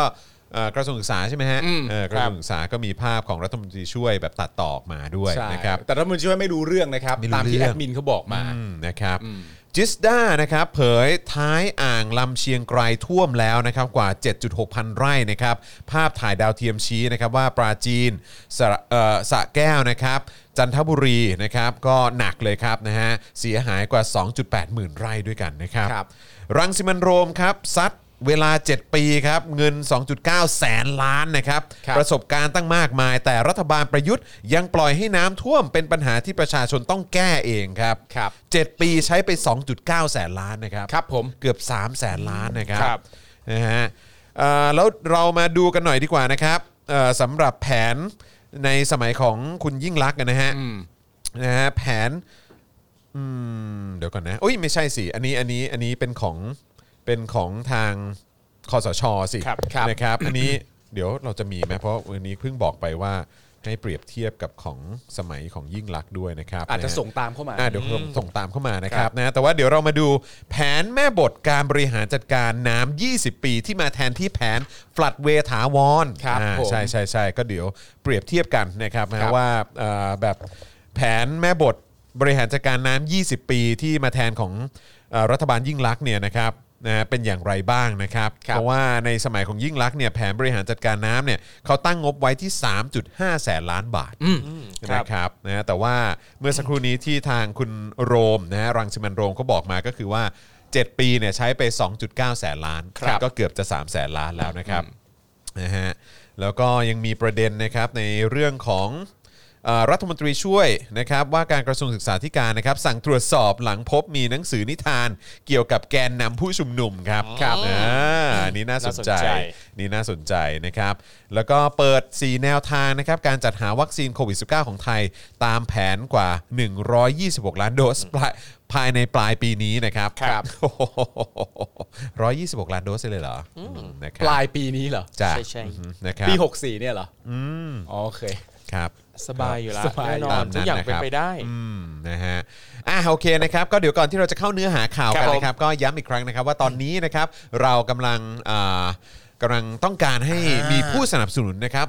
Speaker 1: เอ่อกระทรวงศึกษาใช่ไหมฮะ
Speaker 3: อืม
Speaker 1: เออกระทรวงศึกษาก็มีภาพของรัฐมนตรีช่วยแบบตัดต่อออกมาด้วย
Speaker 3: ใช่
Speaker 1: นะครับ
Speaker 3: แต่รัฐมนตรีช่วยไม่รู้เรื่องนะครับ
Speaker 1: ไม่รู้
Speaker 3: ตามที่
Speaker 1: เรื่อ
Speaker 3: แอ
Speaker 1: ง
Speaker 3: ดมินเขาบอกมา
Speaker 1: อืมนะครับจิสด้านะครับเผยท้ายอ่างลำเชียงไกรท่วมแล้วนะครับกว่า 7.6 พันไร่นะครับภาพถ่ายดาวเทียมชี้นะครับว่าปราจีนสระเอ่อสระแก้วนะครับจันทบุรีนะครับก็หนักเลยครับนะฮะเสียหายกว่า 2.8 หมื่นไร่ด้วยกันนะครับ
Speaker 3: ครับ
Speaker 1: รังสิมันต์โรมครับซัด เวลา 7 ปีครับ เงิน 2.9 แสนล้านนะครับ
Speaker 3: ครับ
Speaker 1: ประสบการณ์ตั้งมากมาย แต่รัฐบาลประยุทธ์ยังปล่อยให้น้ำท่วมเป็นปัญหาที่ประชาชนต้องแก้เองครับ
Speaker 3: ครับ
Speaker 1: 7ปีใช้ไป 2.9 แสนล้านนะครับ
Speaker 3: ครับผม
Speaker 1: เกือบ 3 0 0แสนล้านนะครั
Speaker 3: ครับ
Speaker 1: นะฮะเอ่อแล้วเรามาดูกันหน่อยดีกว่านะครับเอ่อสำหรับแผนในสมัยของคุณยิ่งลักษณ์นะฮะ
Speaker 3: อืม
Speaker 1: นะฮะแผนอืมเดี๋ยวก่อนนะอุ้ยไม่ใช่สิอันนี้อันนี้อันนี้เป็นของเป็นของทางคอสชสิ
Speaker 3: ครับครับ
Speaker 1: นะครับ อัน นี้เดี๋ยวเราจะมีไหมเพราะวันนี้เพิ่งบอกไปว่าให้เปรียบเทียบกับของสมัยของยิ่งลักษณ์ด้วยนะครับ
Speaker 3: อาจจะ
Speaker 1: นฮ
Speaker 3: ส่งตามเข้ามา
Speaker 1: อ่ะเดี๋ยวส่งส่งตามเข้ามานะครับนะแต่ว่าเดี๋ยวเรามาดูแผนแม่บทการบริหารจัดการน้ำ 20 ปีที่มาแทนที่แผนฟลัดเวถาวร
Speaker 3: ครับ
Speaker 1: อ่า
Speaker 3: ผม
Speaker 1: ใช่ใช่ใช่ก็เดี๋ยวเปรียบเทียบกันนะครับนะครับ ว่าเอ่อแบบแผนแม่บทบริหารจัดการน้ำ 20 ปีที่มาแทนของเอ่อรัฐบาลยิ่งลักษณ์เนี่ยนะครับนะฮะเป็นอย่างไรบ้างนะครับ
Speaker 3: ครับ
Speaker 1: เพราะว่าในสมัยของยิ่งลักษณ์เนี่ยแผนบริหารจัดการน้ำเนี่ยเขาตั้งงบไว้ที่ 3.5 แสนล้านบาท นะครับนะฮะแต่ว่าเมื่อสักครู่นี้ที่ทางคุณโรมนะฮะรังสิมันต์โรมเขาบอกมาก็คือว่า 7 ปีเนี่ยใช้ไป 2.9 แสนล้าน
Speaker 3: ครับ
Speaker 1: ก็เกือบจะ 3 แสนล้านแล้วนะครับนะฮะแล้วก็ยังมีประเด็นนะครับในเรื่องของเอ่อรัฐมนตรีช่วยนะครับว่าการกระทรวงศึกษาธิการนะครับสั่งตรวจสอบหลังพบมีหนังสือนิทานเกี่ยวกับแกนนำผู้ชุมนุมครับครับอ่าอันนี่น่าสนใจ
Speaker 4: น่าสนใจ
Speaker 1: นี่น่าสนใจนะครับ แล้วก็เปิด 4 แนวทางนะครับ การจัดหาวัคซีนโควิด -19 ของไทย ตามแผนกว่า 126 ล้านโดสปลายภายในปลายปีนี้นะครับครับร้อยยี่สิบหกล้านโดสเลยเหรออืมนะครั
Speaker 3: ปลายปีนี้เหรอ
Speaker 1: จ้ะ
Speaker 2: ใช่ใช่
Speaker 1: อือฮึนะครับ
Speaker 3: ปี 64 เนี่ยเหรอออ๋อโอเค
Speaker 1: ครับ
Speaker 2: สบายอยู่แล้ว
Speaker 3: สบาย
Speaker 2: แน่นอ
Speaker 1: ตาน มนั้น
Speaker 2: ทุกอย่างเป็น
Speaker 1: นะครับ
Speaker 2: ไปได้
Speaker 1: อืมนะฮะอ่ะโอเคนะครับก็เดี๋ยวก่อนที่เราจะเข้าเนื้อหาข่าวกัน
Speaker 2: ครับผม
Speaker 1: นะครับก็ย้ำอีกครั้งนะครับว่าตอนนี้นะครับเรากำลังอ่ากำลังต้องการให้มีผู้สนับสนุนนะครับ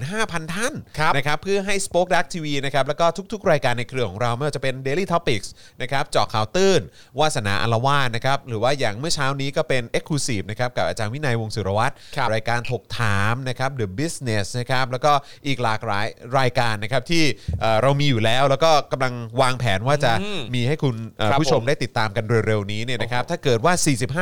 Speaker 1: 15,000 ท่านนะครับเพื่อให้ Spoke Dark TV นะครับแล้วก็ทุกๆ รายการในเครือของเราไม่ว่าจะเป็น Daily Topics นะครับเจาะข่าวตื้น วาสนาอารวาสนะครับหรือว่าอย่างเมื่อเช้านี้ก็เป็น Exclusive นะครับกับอาจารย์วินัยวงศ์สุรวัตรรายการถกถามนะครับ The Business นะครับแล้วก็อีกหลากหลายรายการนะครับที่เอ่อเรามีอยู่แล้วแล้วก็กำลังวางแผนว่าจะมีให้คุณเอ่อ
Speaker 2: ครับ
Speaker 1: ผู้ชม
Speaker 2: ผม
Speaker 1: ได้ติดตามกันเร็วๆนี้เนี่ยนะครับถ้าเกิดว่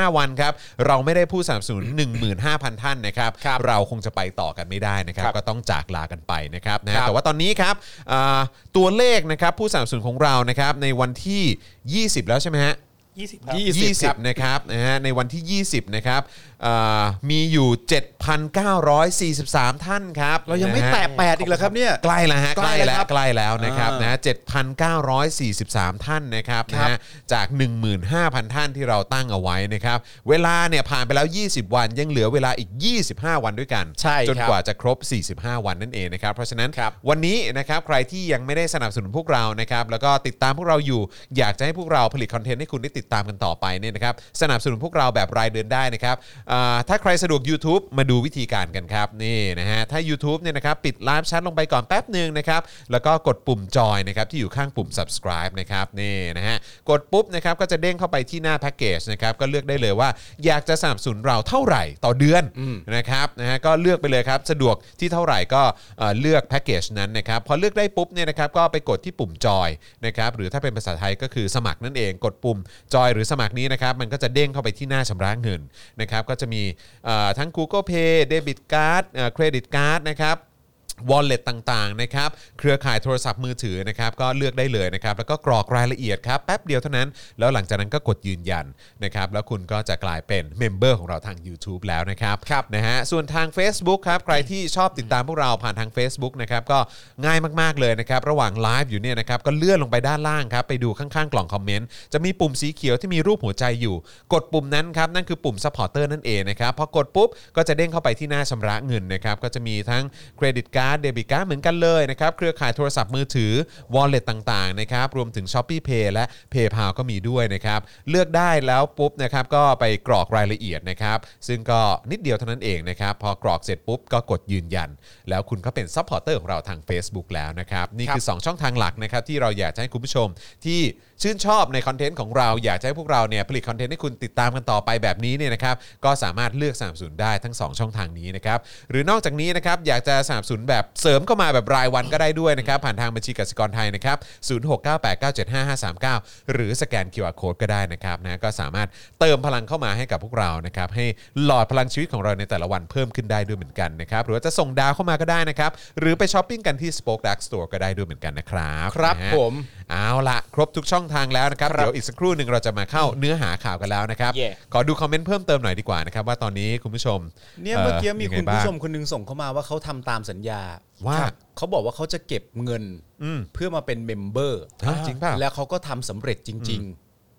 Speaker 1: า 45 วันครับเราไม่ได้ผู้สนับสนุน 15,000 ท่านนะครับเราคงจะไปต่อกันไม่ได้นะครับ
Speaker 3: ครับ
Speaker 1: ก็ต้องจากลากันไปนะครับนะ
Speaker 3: ค
Speaker 1: ฮะ
Speaker 3: รับ
Speaker 1: แต่ว่าตอนนี้ครับเอ่อตัวเลขนะครับผู้สนับสนุนของเรานะครับในวันที่ 20 แล้วใช่ไหมฮะ
Speaker 5: ยี่สิบครับ
Speaker 3: 20ครับ
Speaker 1: 20 นะครับนะฮะในวันที่ 20 นะครับเอ่อมีอยู่ 7,943 ท่านครับ
Speaker 3: เรายังไม่
Speaker 1: นะฮะ
Speaker 3: แตะแปดอีกเหรอครับเนี่ย
Speaker 1: ใกล้แล้วฮะ
Speaker 3: ใกล้แล้วครับ
Speaker 1: ใกล้แล้วนะครับ
Speaker 3: อ่าน
Speaker 1: นะฮะ7,943 ท่านนะครับนะฮะจาก 15,000 ท่านที่เราตั้งเอาไว้นะครับ เวลาเนี่ยผ่านไปแล้ว 20 วันยังเหลือเวลาอีก 25 วันด้วยกัน
Speaker 3: ใช่
Speaker 1: จน
Speaker 3: ครับ
Speaker 1: กว่าจะครบ 45 วันนั่นเองนะครับ เพราะฉะนั้น
Speaker 3: ครับ
Speaker 1: วันนี้นะครับใครที่ยังไม่ได้สนับสนุนพวกเรานะครับ แล้วก็ติดตามพวกเราอยู่ อยากจะให้พวกเราผลิตคอนเทนต์ให้คุณได้ติดตามกันต่อไปเนี่ยนะครับ สนับสนุนพวกเราแบบรายเดือนได้นะครับอ่าถ้าใครสะดวก YouTube มาดูวิธีการกันครับนี่นะฮะถ้า YouTube เนี่ยนะครับปิดไลฟ์ชัดลงไปก่อนแป๊บหนึ่งนะครับ แล้วก็กดปุ่มจอยนะครับที่อยู่ข้างปุ่ม subscribe นะครับนี่นะฮะกดปุ๊บนะครับก็จะเด้งเข้าไปที่หน้าแพ็กเกจนะครับก็เลือกได้เลยว่าอยากจะสนับสนุนเราเท่าไหร่ต่อเดือน นะครับนะฮะก็เลือกไปเลยครับ สะดวกที่เท่าไหร่ก็เอ่อเลือกแพ็กเกจนั้นนะครับพอเลือกได้ปุ๊บเนี่ยนะครับก็ไปกดที่ปุ่มจอยนะครับหรือถ้าเป็นภาษาไทยก็คือสมัครนั่นเอง กดปุ่มจอยหรือสมัครนี้นะครับมันก็จะเด้งเข้าไปที่หน้าชำระเงินนะครับก็จะมีเอ่อทั้ง Google Pay เดบิตการ์ดเครดิตการ์ดนะครับ วอลเล็ตต่างๆนะครับเครือข่ายโทรศัพท์มือถือนะครับก็เลือกได้เลยนะครับแล้วก็กรอกรายละเอียดครับแป๊บเดียวเท่านั้น แล้วหลังจากนั้นก็กดยืนยันนะครับแล้วคุณก็จะกลายเป็นเมมเบอร์ของเราทาง YouTube แล้วนะครับครับนะฮะส่วนทาง Facebook ครับใครที่ชอบติดตามพวกเราผ่านทาง Facebook นะครับก็ง่ายมากๆเลยนะครับระหว่างไลฟ์อยู่เนี่ยนะครับก็เลื่อนลงไปด้านล่างครับไปดูข้างๆกล่องคอมเมนต์จะมีปุ่มสีเขียวที่มีรูปหัวใจอยู่ กดปุ่มนั้นครับนั่นคือปุ่ม Supporter นั่นเองนะครับพอกดปุ๊บก็จะเด้งเข้าไปที่หน้าชำระเงินนะครับก็จะมีทั้งเครดิตการ์ด เดบิตการ์ดเหมือนกันเลยนะครับ เครือข่ายโทรศัพท์มือถือ วอลเล็ตต่างๆนะครับ รวมถึง s h อ p e e Pay และ PayPal ก็มีด้วยนะครับ เลือกได้แล้วปุ๊บนะครับ ก็ไปกรอกรายละเอียดนะครับ ซึ่งก็นิดเดียวเท่านั้นเองนะครับ พอกรอกเสร็จปุ๊บ ก็กดยืนยัน แล้วคุณก็เป็นซัพพอร์เตอร์ของเราทาง Facebook แล้วนะครับ นี่คือ 2 ช่องทางหลักนะครับ ที่เราอยากจะให้คุณผู้ชมที่ชื่นชอบในคอนเทนต์ของเราอยากจะให้พวกเราเนี่ยผลิตคอนเทนต์ให้คุณติดตามกันต่อไปแบบนี้เนี่ยนะครับก็สามารถเลือกสนับสนุนได้ทั้งสองช่องทางนี้นะครับหรือนอกจากนี้นะครับอยากจะสนับสนุนแบบ แบบเสริมเข้ามาแบบรายวันก็ได้ด้วยนะครับ ผ่านทางบัญชีกสิกรไทยนะครับ 0698975539 หรือสแกน QR Code ก็ได้นะครับนะก็สามารถเติมพลังเข้ามาให้กับพวกเรานะครับให้หลอดพลังชีวิตของเราในแต่ละวันเพิ่มขึ้นได้ด้วยเหมือนกันนะครับหรือว่าจะส่งดาวเข้ามาก็ได้นะครับหรือไปช้อปปิ้งกันที่ Spoke Dark Store ก็ได้ด้วยเหมือนกันนะครับ
Speaker 3: ครับ
Speaker 1: นะฮะ
Speaker 3: ผม
Speaker 1: เอาละครบทุกช่องทางแล้วนะครับเดี๋ยวอีกสักครู่หนึ่งเราจะมาเข้าเนื้อหาข่าวกันแล้วนะครับ
Speaker 2: Yeah
Speaker 1: ขอดูคอมเมนต์เพิ่มเติมหน่อยดีกว่านะครับว่าตอนนี้คุณผู้ชม
Speaker 3: เนี่ยเมื่อกี้มี
Speaker 1: ยังไง
Speaker 3: คุณ
Speaker 1: บ้า
Speaker 3: ผู้
Speaker 1: ง
Speaker 3: ชมคนหนึงส่งเข้ามาว่าเขาทำตามสัญญา
Speaker 1: ว่า
Speaker 3: ครับเขาบอกว่าเขาจะเก็บเงิน
Speaker 1: อืม
Speaker 3: เพื่อมาเป็นเมมเบอร์
Speaker 1: ฮะจริงเปล่า
Speaker 3: แล้วเขาก็ทำสำเร็จจริง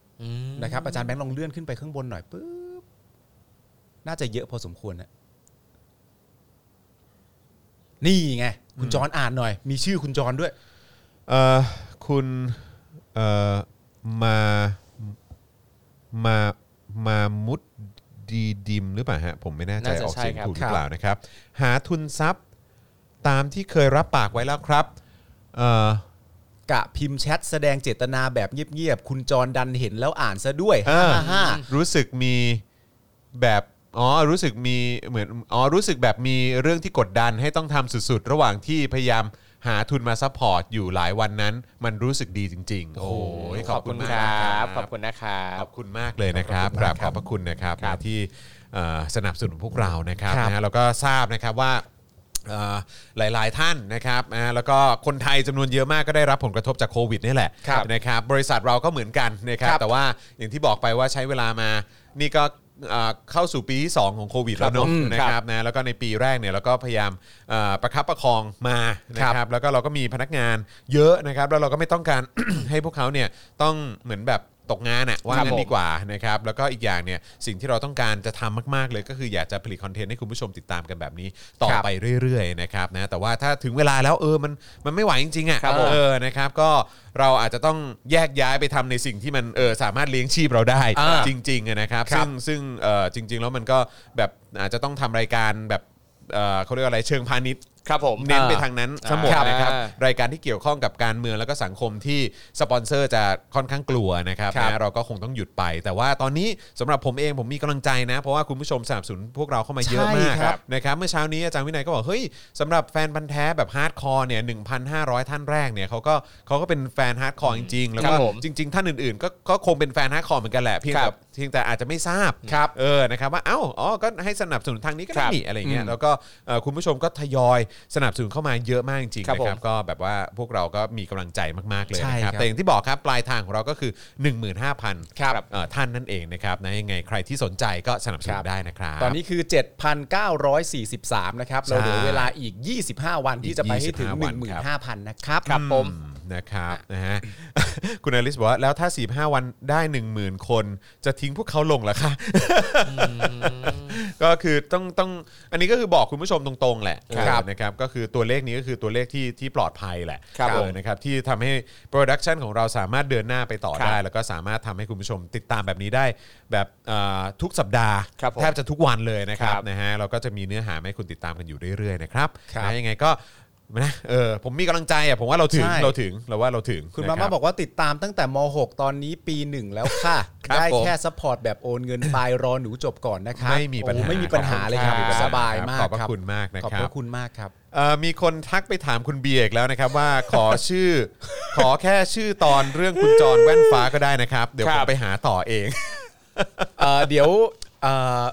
Speaker 3: ๆ นะครับ อาจารย์แบงค์ลองเลื่อนขึ้นไปข้างบนหน่อยปุ๊บน่าจะเยอะพอสมควรนะนี่ไง คุณจอนอ่านหน่อย มีชื่อคุณจอนด้วย
Speaker 1: เอ่อคุณเอ่อมามามามุดดีดิมหรือเปล่าฮะผมไม่แน่ใจ
Speaker 2: น่าจะ
Speaker 1: ออกเสียง
Speaker 2: ใช่ครับ
Speaker 1: ถูกหรือเปล่านะครับ หาทุนทรัพย์ตามที่เคยรับปากไว้แล้วครับเอ่อก
Speaker 3: ะพิมพ์แชทแสดงเจตนาแบบเงียบๆ คุณจอนดันเห็นแล้วอ่านซะด้วย
Speaker 1: เอ
Speaker 3: ฮ่
Speaker 1: อา
Speaker 3: ฮ่า
Speaker 1: รู้สึกมีแบบอ๋อรู้สึกมีเหมือนอ๋อรู้สึกแบบมีเรื่องที่กดดันให้ต้องทำสุดๆ ระหว่างที่พยายามหาทุนมาซัพพอร์ตอยู่หลายวันนั้น มันรู้สึกดีจริง ๆ โอ้ยขอบคุณมาก
Speaker 2: ครับขอบคุณนะครั
Speaker 1: ข
Speaker 2: บ
Speaker 1: อบคุณมากเลยนะครับกราบขอบพระคุณนะครับนะที่เอ่อสนับสนุนพวกเรานะครับ
Speaker 3: ครับ
Speaker 1: นะฮะแล้วก็ทราบนะครับว่าเอ่อหลายๆท่านนะครับนะฮะแล้วก็คนไทยจำนวนเยอะมากก็ได้รับผลกระทบจากโควิดนี่แหละ
Speaker 3: ครับ
Speaker 1: นะครับบริษัทเราก็เหมือนกันนะครับ
Speaker 3: ครับ
Speaker 1: แต่ว่าอย่างที่บอกไปว่าใช้เวลามานี่ก็เอ่อเข้าสู่ปีที่ 2 ของโควิดแล้วเนอะ
Speaker 3: ผม
Speaker 1: นะครับนะแล้วก็ในปีแรกเนี่ยเราก็พยายามเอ่อประคับประคองมานะครับแล้วก็เราก็มีพนักงานเยอะนะครับแล้วเราก็ไม่ต้องการ ให้พวกเขาเนี่ยต้องเหมือนแบบตกงานอะ ว่า
Speaker 2: ครับ
Speaker 1: งั้น
Speaker 2: ผม
Speaker 1: ดีกว่านะครับแล้วก็อีกอย่างเนี่ยสิ่งที่เราต้องการจะทำมากๆเลย ก็คืออยากจะผลิตคอนเทนต์ให้คุณผู้ชมติดตามกันแบบนี้ ต่อ
Speaker 3: ครับ
Speaker 1: ไปเรื่อยๆนะครับนะแต่ว่าถ้าถึงเวลาแล้วเออมันมันไม่ไหวจริงๆ
Speaker 2: ครับผม
Speaker 1: อะ่ะเออนะครับก็เราอาจจะต้องแยกย้ายไปทำในสิ่งที่มันเออสามารถเลี้ยงชีพเราได้
Speaker 2: อ่า
Speaker 1: จริงๆอะนะครับซึ่งซึ่งเออจริง ๆ แล้วมันก็แบบอาจจะต้องทำรายการแบบเออเขาเรียกว่าอะไรเชิงพาณิชย์ครับผมเน้นไปทางนั้นทั้งหมด
Speaker 2: ครับ
Speaker 1: นะครับ รายการที่เกี่ยวข้องกับการเมืองแล้วก็สังคมที่สปอนเซอร์จะค่อนข้างกลัวนะครับ
Speaker 3: ครับ
Speaker 1: นะเราก็คงต้องหยุดไป แต่ว่าตอนนี้สำหรับผมเองผมมีกำลังใจนะ เพราะว่าคุณผู้ชมสนับสนุนพวกเราเข้ามาเยอะมากนะครับเมื่อเช้านี้อาจารย์วินัยก็บอก เฮ้ยสำหรับแฟนพันธ์แท้แบบฮาร์ดคอร์เนี่ย1,500 ท่านแรกเนี่ยเขาก็เขาก็เป็นแฟนฮาร์ดคอร์จริงๆ แล้ว
Speaker 2: ครั
Speaker 1: ก็
Speaker 2: บผม
Speaker 1: จริง ๆ ท่านอื่นๆ ก็ก็คงเป็นแฟนฮาร์ดคอร์เหมือนกันแหละเพียงแต่เพียงแต่อาจจะไม่ทราบเออนะครับว่าเอ้าอ๋อก็ให้สนับสนุนทางนี้ก็ได้นี่อะไรอย่างเงี้ยแล้วก็เอ่อคุณผู้ชมก็ทยอยสนับสนุนเข้ามาเยอะมากจริงๆ
Speaker 2: ครับ
Speaker 1: นะ
Speaker 2: ผ
Speaker 1: ค
Speaker 2: ม
Speaker 1: รับ ก็แบบว่าพวกเราก็มีกำลังใจมาก ๆ เลย
Speaker 3: ใช่
Speaker 1: นะครับ
Speaker 3: ครับ
Speaker 1: แต่อย่างที่บอกครับปลายทางของเราก็คือ 15,000
Speaker 3: ครับ
Speaker 1: เอ่อท่านนั่นเองนะครับนะยังไงใครที่สนใจก็สนับสนุนได้นะครับ
Speaker 3: ตอนนี้คือ 7,943 นะครับ เราเหลือเวลาอีก 25 วันที่จะไปให้ถึง
Speaker 1: 25วันครับ
Speaker 3: 15,000 นะครับ
Speaker 1: อืนะครับนะฮะ คุณอลิสบอกว่าแล้วถ้า 45 วันได้ 10,000 คน จะทิ้งพวกเขาลงเหรอคะ ก็คือต้องต้องอันนี้ก็คือบอกคุณผู้ชมตรงๆ แหละ
Speaker 3: ครับ
Speaker 1: เออนะครับก็คือตัวเลขนี้ก็คือตัวเลขที่ที่ปลอดภัยแหละ
Speaker 3: ครับ
Speaker 1: เอ
Speaker 3: ผ
Speaker 1: อ
Speaker 3: ม
Speaker 1: นะครับที่ทำให้โปรดักชันของเราสามารถเดินหน้าไปต่อ
Speaker 2: ครับ
Speaker 1: ได้ แล้วก็สามารถทำให้คุณผู้ชมติดตามแบบนี้ได้แบบเอ่อทุกสัปดาห์
Speaker 2: ครับผม
Speaker 1: แทบจะทุกวันเลยนะครับ
Speaker 2: ครับ
Speaker 1: นะฮะเราก็จะมีเนื้อหาให้คุณติดตามกันอยู่เรื่อยๆนะครับ
Speaker 3: ครับ
Speaker 1: นะยังไงก็นะเออผมมีกำลังใจอ่ะผมว่าเรา ถึง
Speaker 3: ใช่
Speaker 1: เราถึงเราว่าเราถึง
Speaker 3: คุณ
Speaker 1: นะ
Speaker 3: มาม่า
Speaker 1: รั
Speaker 3: บอกว่าติดตามตั้งแต่ม .6 ตอนนี้ปี 1 แล้วค่ะ
Speaker 1: ครับ
Speaker 3: ได้
Speaker 1: ผม
Speaker 3: แค่ซัพพอร์ตแบบโอนเงินไปรอหนูจบก่อนนะครับ
Speaker 1: ไม่มีปัญหา
Speaker 3: โอ้ไม่มีปัญหาเลยครับ
Speaker 1: ขอบคุณครับ
Speaker 3: สบายมาก
Speaker 1: ข
Speaker 3: ค
Speaker 1: อ
Speaker 3: รั
Speaker 1: บบพระคุณมากนะครับ
Speaker 3: ขอบพระคุณมากครับ
Speaker 1: เอ่อมีคนทักไปถามคุณเบียร์อีกแล้วนะครับว่า ขอชื่อ ขอแค่ชื่อตอนเรื่องคุณจรแว่นฟ้าก็ได้นะครับ เดี๋ยว
Speaker 2: ค
Speaker 1: ผ
Speaker 2: รั
Speaker 1: ม
Speaker 2: บ
Speaker 1: ไปหาต่อเอง
Speaker 3: เอ่อเดี๋ยวเอ่อ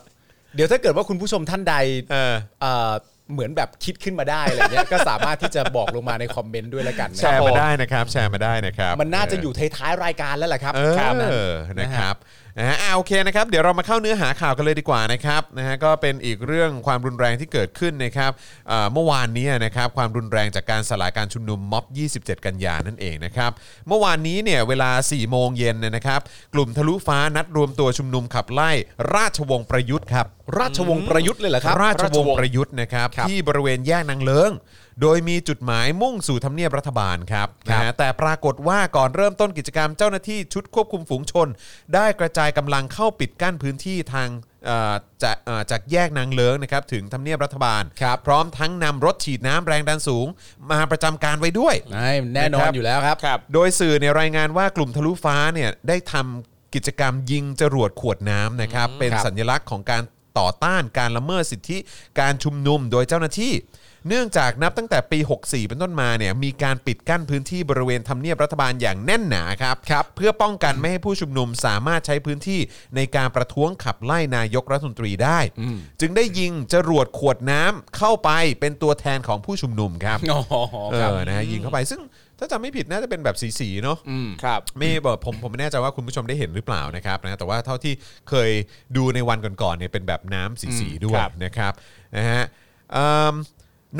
Speaker 3: เดี๋ยวถ้าเกิดว่าคุณผู้ชมท่านใด
Speaker 1: เออ
Speaker 3: เอ่อเหมือนแบบคิดขึ้นมาได้อะไรเงี้ย ก็สามารถที่จะบอกลงมาในคอมเมนต์ด้วยละกันนะ
Speaker 1: แชร์มาได้นะครับ แชร์มาได้นะครับ
Speaker 3: มันน่าจะ
Speaker 1: เ
Speaker 3: อยู่ท้ายๆรายการแล้วแหละครับ
Speaker 1: เอ
Speaker 3: ครั
Speaker 1: อ
Speaker 3: บ
Speaker 1: นะครับนะฮะอ่าโอเคนะครับ เดี๋ยวเรามาเข้าเนื้อหาข่าวกันเลยดีกว่านะครับ นะฮะ ก็เป็นอีกเรื่องความรุนแรงที่เกิดขึ้นนะครับเอ่อเมื่อวานนี้นะครับ ความรุนแรงจากการสลายการชุมนุมม็อบ 27 กันยานั่นเองนะครับ เมื่อวานนี้เนี่ย เวลา 4 โมงเย็นเนี่ยนะครับ กลุ่มทะลุฟ้านัดรวมตัวชุมนุมขับไล่ราชวงศ์ประยุทธ์ครับ
Speaker 3: ราชวงศ์ประยุทธ์เลยเหรอครับ
Speaker 1: ราชวงศ์ประยุทธ์นะครับ
Speaker 3: ครับ
Speaker 1: ที่บริเวณแยกนางเลิงโดยมีจุดหมายมุ่งสู่ทำเนียบรัฐบาลครับ
Speaker 3: ครับ
Speaker 1: นะฮะแต่ปรากฏว่าก่อนเริ่มต้นกิจกรรมเจ้าหน้าที่ชุดควบคุมฝูงชน ได้กระจายกำลังเข้าปิดกั้นพื้นที่ทางเอ่อจากเอ่อจากแยกนางเลิงนะครับถึงทำเนียบรัฐบาล พร้อมทั้งนำรถฉีดน้ำแรงดันสูง มาประจำการไว้ด้วย
Speaker 3: นายแน่นอนอยู่แล้วครับ
Speaker 1: โดยสื่อเนี่ยรายงานว่ากลุ่มทะลุฟ้าเนี่ยได้ทำกิจกรรมยิงจรวดขวดน้ำนะครับเป็น
Speaker 3: ครับ
Speaker 1: สัญลักษณ์ของการต่อต้านการละเมิดสิทธิการชุมนุมโดยเจ้าหน้าที่ เนื่องจากนับตั้งแต่ปี 64 เป็นต้นมาเนี่ยมีการปิดกั้นพื้นที่บริเวณทำเนียบรัฐบาลอย่างแน่นหนาครับครับเพื่อป้องกันไม่ให้ผู้ชุมนุมสามารถใช้พื้นที่ในการประท้วงขับไล่นายกรัฐมนตรีได้ จึงได้ยิงจรวดขวดน้ำเข้าไปเป็นตัวแทนของผู้ชุมนุมครับ
Speaker 3: อ๋อ
Speaker 1: เอ
Speaker 3: ครับ
Speaker 1: อนะฮะยิงเข้าไปซึ่งถ้าจำไม่ผิดน่าจะเป็นแบบสีๆเนาะ
Speaker 3: อืมครับ
Speaker 1: ไม่บอกผมผมไม่แน่ใจว่าคุณผู้ชมได้เห็นหรือเปล่านะครับนะแต่ว่าเท่าที่เคยดูในวันก่อนๆเนี่ยเป็นแบบน้ำสีๆด้วย
Speaker 3: ครับ
Speaker 1: นะครับนะฮะเอิ่ม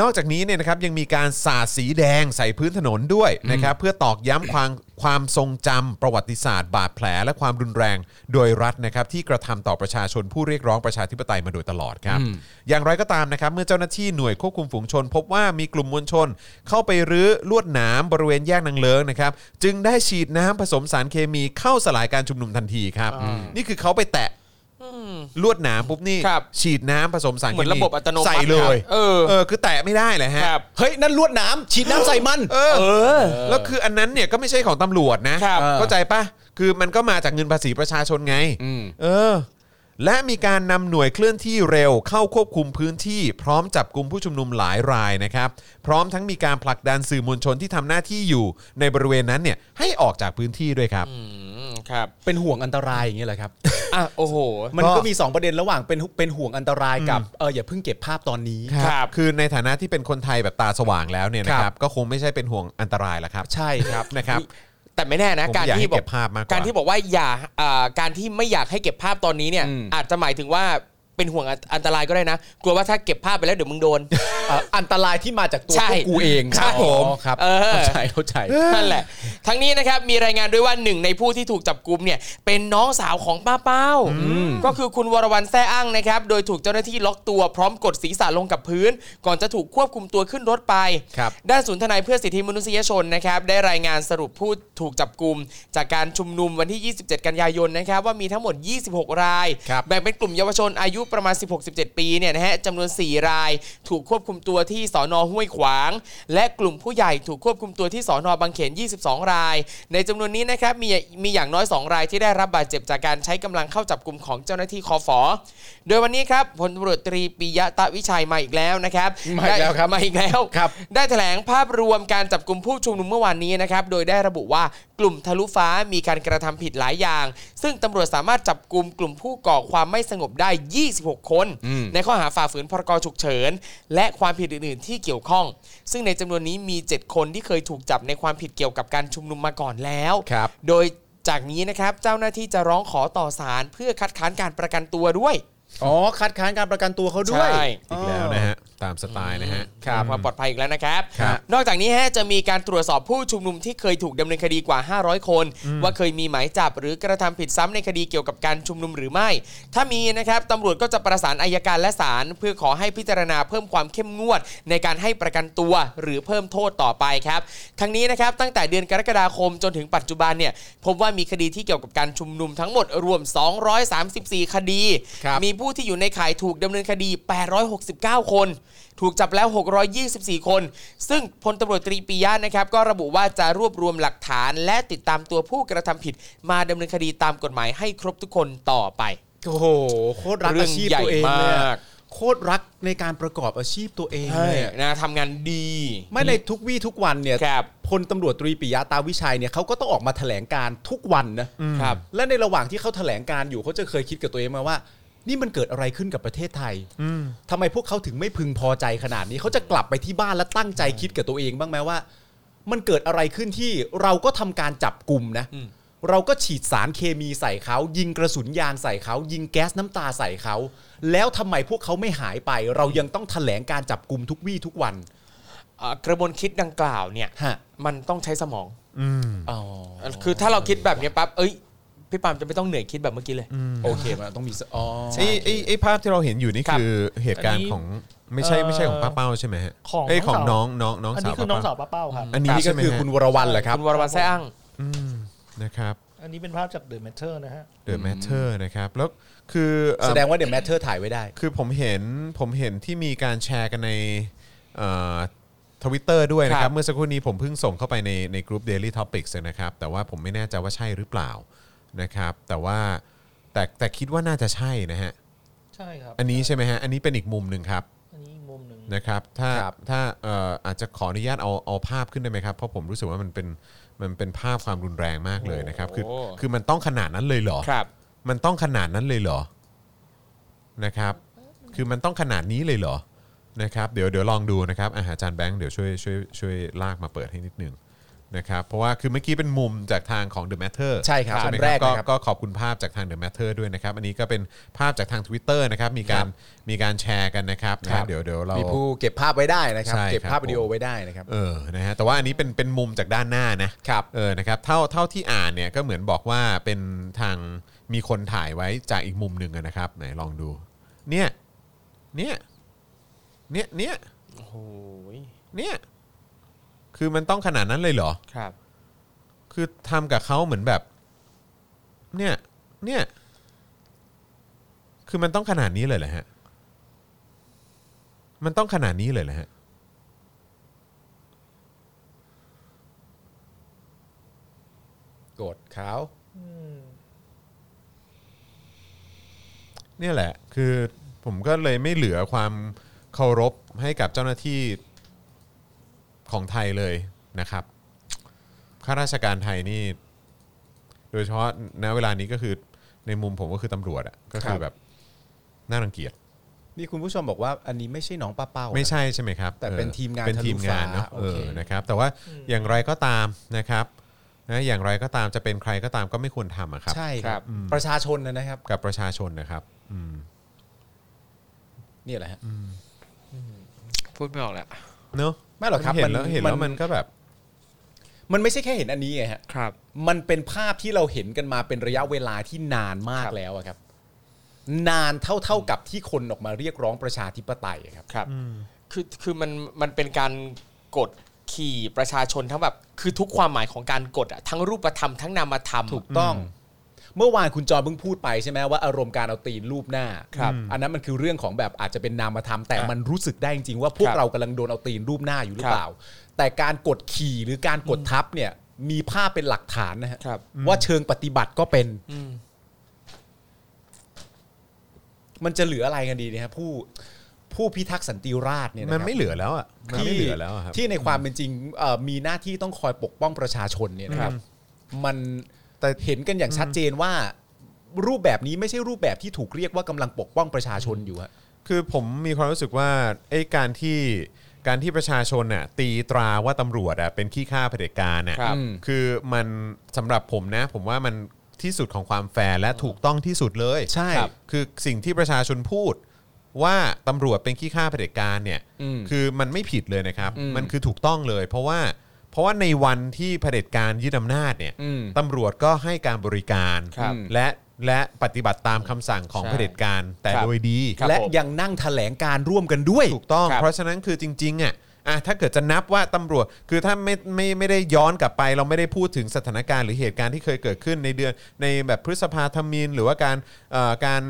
Speaker 1: นอกจากนี้เนี่ยนะครับยังมีการสาดสีแดงใส่พื้นถนนด้วยนะครับเพื่อตอกย้ำความความทรงจำประวัติศาสตร์ บาดแผล และความรุนแรงโดยรัฐนะครับที่กระทำต่อประชาชนผู้เรียกร้องประชาธิปไตยมาโดยตลอดครับ อย่างไรก็ตามนะครับเมื่อเจ้าหน้าที่หน่วยควบคุมฝูงชน พบว่ามีกลุ่มมวลชน เข้าไปรื้อลวดหนามบริเวณแยกนางเลิงนะครับจึงได้ฉีดน้ำผสมสารเคมีเข้าสลายการชุมนุมทันทีครับ นี่คือเขาไปแตะลวดหนามปุ๊บนี่
Speaker 2: ครับ
Speaker 1: ฉีดน้ำผสมสาร
Speaker 2: เห
Speaker 1: เค
Speaker 2: มือนระบบอัตโนมัติ
Speaker 1: ใส่เลย
Speaker 2: ครับเออ
Speaker 1: เออคือแตะไม่ได้แหละฮะ
Speaker 2: ครับ
Speaker 3: เฮ้ย นั่นลวดน้ำฉีดน้ำใส่มัน
Speaker 1: เออ แล้วคืออันนั้นเนี่ยก็ไม่ใช่ของตำรวจนะครับ เข้าใจปะคือมันก็มาจากเงินภาษีประชาชนไง
Speaker 3: อืม
Speaker 1: เออ และมีการนำหน่วยเคลื่อนที่เร็วเข้าควบคุมพื้นที่ พร้อมจับกลุ่มผู้ชุมนุมหลายรายนะครับ พร้อมทั้งมีการผลักดันสื่อมวลชนที่ทำหน้าที่อยู่ในบริเวณนั้นเนี่ยให้ออกจากพื้นที่ด้วยครับ
Speaker 2: อืมครับ
Speaker 3: เป็นห่วงอันตรายอย่างเงี้ยแหละครับ
Speaker 2: อ่ะโอ้โห
Speaker 3: มันก็มี 2 ประเด็นระหว่างเป็นเป็นห่วงอันตรายกับเอออย่าเพิ่งเก็บภาพตอนนี้
Speaker 2: ครับ
Speaker 1: คือในฐานะที่เป็นคนไทยแบบตาสว่างแล้วเนี่ยนะค
Speaker 3: ครั
Speaker 1: รับ
Speaker 3: บ
Speaker 1: ก็คงไม่ใช่เป็นห่วงอันตรายแล้วครับ
Speaker 3: ใช่ครับ
Speaker 1: นะครับ
Speaker 2: แต่ไม่แน่นะ
Speaker 1: ผม
Speaker 2: การ
Speaker 1: อยาก
Speaker 2: ที่
Speaker 1: ให้
Speaker 2: บอ
Speaker 1: เก็
Speaker 2: ก
Speaker 1: บภาพมากกว่า
Speaker 2: การที่บอกว่าอย่าอ่าการที่ไม่อยากให้เก็บภาพตอนนี้เนี่ย
Speaker 3: อืม
Speaker 2: อาจจะหมายถึงว่าเป็นห่วงอันอันตรายก็ได้นะ กลัวว่าถ้าเก็บภาพไปแล้วเดี๋ยวมึงโดน
Speaker 3: เอ่ออันตรายที่มาจากตัว
Speaker 2: ใช่
Speaker 3: พวกกูเอง
Speaker 2: ใช่
Speaker 3: อ๋อครับ
Speaker 2: เออ
Speaker 3: เข้าใจเข้าใจ
Speaker 2: นั่นแหละ ทั้งนี้นะครับมีรายงานด้วยว่าหนึ่งในผู้ที่ถูกจับกลุมเนี่ยเป็นน้องสาวของป้าเป้า ก็คือคุณวรวรรณแซ่อ้างนะครับ โดยถูกเจ้าหน้าที่ล็อกตัวพร้อมกดศีรษะลงกับพื้น ก่อนจะถูกควบคุมตัวขึ้นรถไป
Speaker 1: ครับ
Speaker 2: ด้านศูนย์ทนายเพื่อสิทธิมนุษยชนนะครับได้รายงานสรุปผู้ถูกจับกลุ่ม จากการชุมนุมวันที่ 27 กันยายนนะครับว่ามีทั้งหมด 26 ราย
Speaker 1: ครับ
Speaker 2: แบ่งเป็นกลุ่มเยาวชนอายุประมาณ 16-17 ปีเนี่ยนะฮะจำนวน 4 ราย ถูกควบคุมตัวที่สอนอห้วยขวาง และกลุ่มผู้ใหญ่ถูกควบคุมตัวที่สอนอบางเขน 22 ราย ในจำนวนนี้นะครับมีมีอย่างน้อย 2 รายที่ได้รับบาดเจ็บจากการใช้กำลังเข้าจับกลุ่มของเจ้าหน้าที่คอฟอโดยวันนี้ครับพลตำรวจตรีปิยะตะวิชัยมาอีกแล้วนะครับ
Speaker 3: มาอีกแล้วครับ
Speaker 2: ได้มาอีกแล้ว
Speaker 3: ครับ
Speaker 2: ได้แถลงภาพรวมการจับกลุ่มผู้ชุมนุมเมื่อวานนี้นะครับ โดยได้ระบุว่ากลุ่มทะลุฟ้ามีการกระทำผิดหลายอย่าง ซึ่งตำรวจสามารถจับกลุ่มกลุ่มผู้ก่อความไม่สงบได้ 26 คน ในข้อหาฝ่าฝืนพรกฉุกเฉิน และความผิดอื่น ๆ ที่เกี่ยวข้อง ซึ่งในจำนวนนี้มี 7 คนที่เคยถูกจับในความผิดเกี่ยวกับการชุมนุมมาก่อนแล้ว
Speaker 1: ครับ
Speaker 2: โดยจากนี้นะครับเจ้าหน้าที่จะร้องขอต่อศาลเพื่อคัดค้านการประกันตัวด้วย
Speaker 3: อ๋อ คัดค้านการประกันตัวเขาด้วย
Speaker 2: ใช่
Speaker 1: อีกแล้วนะฮะตามสไตล์นะฮะ
Speaker 2: ครับความปลอดภัยอีกแล้วนะครับ
Speaker 1: ครับ
Speaker 2: นอกจากนี้ฮะจะมีการตรวจสอบผู้ชุมนุมที่เคยถูกดำเนินคดีกว่า 500 คน ว่าเคยมีหมายจับหรือกระทำผิดซ้ำในคดีเกี่ยวกับการชุมนุมหรือไม่ ถ้ามีนะครับตำรวจก็จะประสานอายการและศาลเพื่อขอให้พิจารณาเพิ่มความเข้มงวด ในการให้ประกันตัวหรือเพิ่มโทษต่อไปครับ ทั้งนี้นะครับตั้งแต่เดือนกรกฎาคมจนถึงปัจจุบันเนี่ยพบว่ามีคดีที่เกี่ยวกับการชุมนุมทั้งหมดรวม 234 คดี
Speaker 3: ครับ
Speaker 2: มีผู้ที่อยู่ในข่ายถูกดำเนินคดี 869 คน ถูกจับแล้ว 624 คน ซึ่งพลตำรวจตรีปิยะนะครับ ก็ระบุว่าจะรวบรวมหลักฐาน และติดตามตัวผู้กระทำผิด มาดำเนินคดีตามกฎหมายให้ครบทุกคนต่อไป
Speaker 3: โอ้โห โคตรรัก
Speaker 2: เรื่อง
Speaker 3: อาชีพ
Speaker 2: ใหญ่
Speaker 3: ตัวเองเลย
Speaker 2: มา
Speaker 3: อะ
Speaker 2: ก
Speaker 3: โคตรรักในการประกอบอาชีพตัวเองเลยอะ
Speaker 2: นะทำงานดี
Speaker 3: ไม่ในทุกวี่ทุกวันเนี่ย
Speaker 2: ครับ
Speaker 3: พลตำรวจตรีปิยะตาวิชัยเนี่ยเขาก็ต้องออกมาแถลงการทุกวันนะครับ และในระหว่างที่เขาแถลงการอยู่เขาจะเคยคิดกับตัวเองมาว่า นี่มันเกิดอะไรขึ้นกับประเทศไทยทำไมพวกเขาถึงไม่พึงพอใจขนาดนี้เขาจะกลับไปที่บ้านและตั้งใจคิดกับตัวเองบ้างไหมว่า มันเกิดอะไรขึ้นที่เราก็ทำการจับกลุ่มนะ
Speaker 2: อืม
Speaker 3: เราก็ฉีดสารเคมีใส่เขา ยิงกระสุนยางใส่เขา ยิงแก๊สน้ำตาใส่เขา แล้วทำไมพวกเขาไม่หายไป เรายังต้องแถลงการจับกลุ่มทุกวี่ทุกวัน
Speaker 2: เอ่อกระบวนคิดดังกล่าวเนี่ย
Speaker 3: ฮะ
Speaker 2: มันต้องใช้สมอง
Speaker 1: อืม
Speaker 3: อ๋อ
Speaker 2: คือถ้าเราคิดแบบเนี้ยปั๊บเอ้ย พี่ปาล์มจะไม่ต้องเหนื่อยคิดแบบเมื่อกี้เลย
Speaker 3: โอเคมันต้องมีสอ๋อ
Speaker 1: ไอ้ไอ้ไอ้ภาพที่เราเห็นอยู่นี่
Speaker 2: ครับ
Speaker 1: คือเหตุการ
Speaker 5: อัน
Speaker 1: ณ์
Speaker 5: นี้
Speaker 1: ของไม่ใช่
Speaker 5: เอ่อ
Speaker 1: ไม่ใช่ของป้าเป้าใช่ไหมฮะ
Speaker 5: ของ
Speaker 1: เย
Speaker 5: น้
Speaker 1: ข
Speaker 5: อง
Speaker 1: อง
Speaker 5: สาว
Speaker 1: น้องน้องน้อง
Speaker 5: อัน
Speaker 1: สา
Speaker 5: นี้
Speaker 1: ว
Speaker 5: คือน้องสาว
Speaker 1: ป้าเป้า
Speaker 5: ป้าเป้าครับ
Speaker 1: อันนี้
Speaker 3: นี่
Speaker 1: ใช่
Speaker 3: ก็
Speaker 1: ไหม
Speaker 3: คือ
Speaker 1: ฮะ
Speaker 3: คุณวรวันแหละครับ
Speaker 2: คุณวรวรรณแซ่อั้ง
Speaker 1: อืมนะครับ
Speaker 5: อันนี้เป็นภาพจากเดอะแมทเทอร์นะฮะ
Speaker 1: เดอะแมทเทอร์นะครับแล้วคือเอ่อ
Speaker 3: แสดงว่าเดี๋ยวแมทเทอร์ถ่ายไว้ได้
Speaker 1: คือผมเห็นผมเห็นที่มีการแชร์กันในทวิตเตอร์ด้วยนะค
Speaker 2: ครั
Speaker 1: รับบ เมื่อสักครู่นี้ผมเพิ่งส่งเข้าไปในในกลุ่ม Daily Topics เลยนะครับ แต่ว่าผมไม่แน่ใจว่าใช่หรือเปล่านะครับ แต่ว่าแต่แต่คิดว่าน่าจะใช่นะฮะ
Speaker 5: ใช่ครับ
Speaker 1: อันนี้ใช่ไหมฮะอันนี้เป็นอีกมุมหนึ่งครับ
Speaker 5: อันนี้มุ มุมหนึ่ง
Speaker 1: นะครับถ้าถ้าเอ่ออาจจะขออนุญาตเอาเอาภาพขึ้นได้ไหมครับ เพราะผมรู้สึกว่ามันเป็นมันเป็นภาพความรุนแรงมากเลยนะครับ คือ
Speaker 2: โอ้
Speaker 1: คือมันต้องขนาดนั้นเลยเหรอ
Speaker 2: ครับ
Speaker 1: มันต้องขนาดนั้นเลยเหรอ นะครับ คือมันต้องขนาดนี้เลยเหรอ นะครับ เดี๋ยวเดี๋ยวลองดูนะครับอะอาจารย์แบงค์เดี๋ยวช่วยช่วยช่วยลากมาเปิดให้นิดนึงนะครับ เพราะว่าคือเมื่อกี้เป็นมุมจากทางของ The Matter
Speaker 3: ใช่ครับ
Speaker 1: ไหม
Speaker 3: อันแรก
Speaker 1: ก็
Speaker 3: นะครับ
Speaker 1: ก็ขอบคุณภาพจากทาง The Matter ด้วยนะครับ อันนี้ก็เป็นภาพจากทาง Twitter นะครับ มีการมีการแชร์กันนะครับนะเดี๋ยวเดี๋ยวเรา
Speaker 3: มีผู้เก็บภาพไว้ได้นะครับ
Speaker 1: ใช่ครับ
Speaker 3: เก็บภาพวิดีโอไว้ได้นะครับ
Speaker 1: เออ นะฮะ แต่ว่าอันนี้เป็น เป็นมุมจากด้านหน้านะ
Speaker 3: ครับ
Speaker 1: เออ นะครับ เท่า เท่าที่อ่านเนี่ย ก็เหมือนบอกว่าเป็นทาง มีคนถ่ายไว้จากอีกมุมหนึ่งอะนะครับ ไหนลองดู เนี่ย เนี่ย เนี่ย เนี่ย
Speaker 2: โอ้โห
Speaker 1: เนี่ย คือมันต้องขนาดนั้นเลยเหรอ
Speaker 2: ครับ
Speaker 1: คือทำกับเขาเหมือนแบบ เนี่ย เนี่ย คือมันต้องขนาดนี้เลยเหรอฮะ มันต้องขนาดนี้เลยเหรอฮะ
Speaker 3: โกรธเขา
Speaker 1: เนี่ยแหละ คือผมก็เลยไม่เหลือความเคารพให้กับเจ้าหน้าที่ของไทยเลยนะครับ ข้าราชการไทยนี่ โดยเฉพาะณเวลานี้ก็คือในมุมผมก็คือตำรวจอะก็คือแบบ น่ารังเกียจ
Speaker 3: นี่คุณผู้ชมบอกว่าอันนี้ไม่ใช่หนองปลาเป้า
Speaker 1: ไม่ใช่ใช่ไหมครับ
Speaker 3: แต่เป็น
Speaker 1: ออ
Speaker 3: ทีมงาน
Speaker 1: เป็นทีมงานเนอะเอ
Speaker 3: ทะลุฟ้าโอเค
Speaker 1: อนะครับ แต่ว่าอย่างไรก็ตามนะครับนะอย่างไรก็ตามจะเป็นใครก็ตามก็ไม่ควรทำอะครับ
Speaker 3: ใช่
Speaker 2: ค
Speaker 3: ค
Speaker 2: รั
Speaker 3: รับ บ ประชาชนนะครับ
Speaker 1: กับประชาชนนะครับ อืม
Speaker 3: นี่แหละฮะ
Speaker 2: พูดไม่ออกแล้ว
Speaker 1: เนอะ
Speaker 3: ไม่หรอกครับ
Speaker 1: เห็นแล้วเห็นแล้วมันก็แบบ
Speaker 3: มันไม่ใช่แค่เห็นอันนี้ไงฮะ
Speaker 2: ครับ
Speaker 3: มันเป็นภาพที่เราเห็นกันมาเป็นระยะเวลาที่นานมากแล้วอะครับ นานเท่าเท่าๆกับที่คนออกมาเรียกร้องประชาธิปไตยอะครับ
Speaker 2: ครับ คือคือมันมันเป็นการกดขี่ประชาชนทั้งแบบคือทุกความหมายของการกดอะทั้งรูปธรรมทั้งนามธรรม
Speaker 3: ถูกต้อง เมื่อวานคุณจอเพิ่งพูดไปใช่ไหมว่าอารมณ์การเอาตีนรูปหน้า
Speaker 2: ครับ
Speaker 3: อันนั้นมันคือเรื่องของแบบอาจจะเป็นนามธรรม แต่มันรู้สึกได้จริงๆว่าพว
Speaker 2: ค
Speaker 3: ก
Speaker 2: รับ
Speaker 3: เรากำลังโดนเอาตีนรูปหน้าอยู่หรือเปล่า แต่การกดขี่หรือการกดทับเนี่ย มีภาพเป็นหลักฐานนะฮะ
Speaker 2: ครับ
Speaker 3: ว่าเชิงปฏิบัติก็เป็น
Speaker 2: อืม
Speaker 3: มันจะเหลืออะไรกันดีเนี่ยฮะผู้ผู้พิทักษ์สันติราษฎร์เนี่ยนะค
Speaker 1: มั
Speaker 3: รั
Speaker 1: น
Speaker 3: บ
Speaker 1: ไม่เหลือแล้วอ่ะมัน
Speaker 3: ที่
Speaker 1: ไม่เหลือแล้วอะครับ
Speaker 3: ที่ในความเป็นจริงเอ่อมีหน้าที่ต้องคอยปกป้องประชาชนเนี่ยนะครับ มัน
Speaker 1: แต่
Speaker 3: เห็นกันอย่างชัดเจนว่า รูปแบบนี้ไม่ใช่รูปแบบที่ถูกเรียกว่ากำลังปกป้องประชาชนอยู่ฮะ
Speaker 1: คือผมมีความรู้สึกว่าไอ้การที่การที่ประชาชนน่ะตีตราว่าตำรวจอ่ะเป็นขี้ข้าเผด็จการน่ะ
Speaker 2: ครับ
Speaker 1: คือมันสำหรับผมนะ ผมว่ามันที่สุดของความแฟร์และถูกต้องที่สุดเลย
Speaker 3: ใช่ครับ
Speaker 1: คือสิ่งที่ประชาชนพูดว่าตำรวจเป็นขี้ข้าเผด็จการเนี่ย
Speaker 3: อืม
Speaker 1: คือมันไม่ผิดเลยนะครับ
Speaker 3: อืม
Speaker 1: มันคือถูกต้องเลย เพราะว่าเพราะว่าในวันที่เผด็จการยึดอำนาจเนี่ย
Speaker 3: อืม
Speaker 1: ตำรวจก็ให้การบริการ
Speaker 2: ครับ
Speaker 1: และและปฏิบัติตามคำสั่งของ
Speaker 2: ใช่
Speaker 1: เผด็จการแต่
Speaker 2: ครับ
Speaker 1: โดยดี
Speaker 2: ครับ
Speaker 3: และ
Speaker 2: ผม
Speaker 3: ยังนั่งแถลงการร่วมกันด้วย
Speaker 1: ถูกต้อง
Speaker 2: ครับ
Speaker 1: เพราะฉะนั้นคือจริงๆอ่ะอ่ะถ้าเกิดจะนับว่าตำรวจคือถ้าไม่ไม่ไม่ได้ย้อนกลับไป เราไม่ได้พูดถึงสถานการณ์หรือเหตุการณ์ที่เคยเกิดขึ้นในเดือนในแบบพฤษภาธมิน หรือว่าการเอ่อการ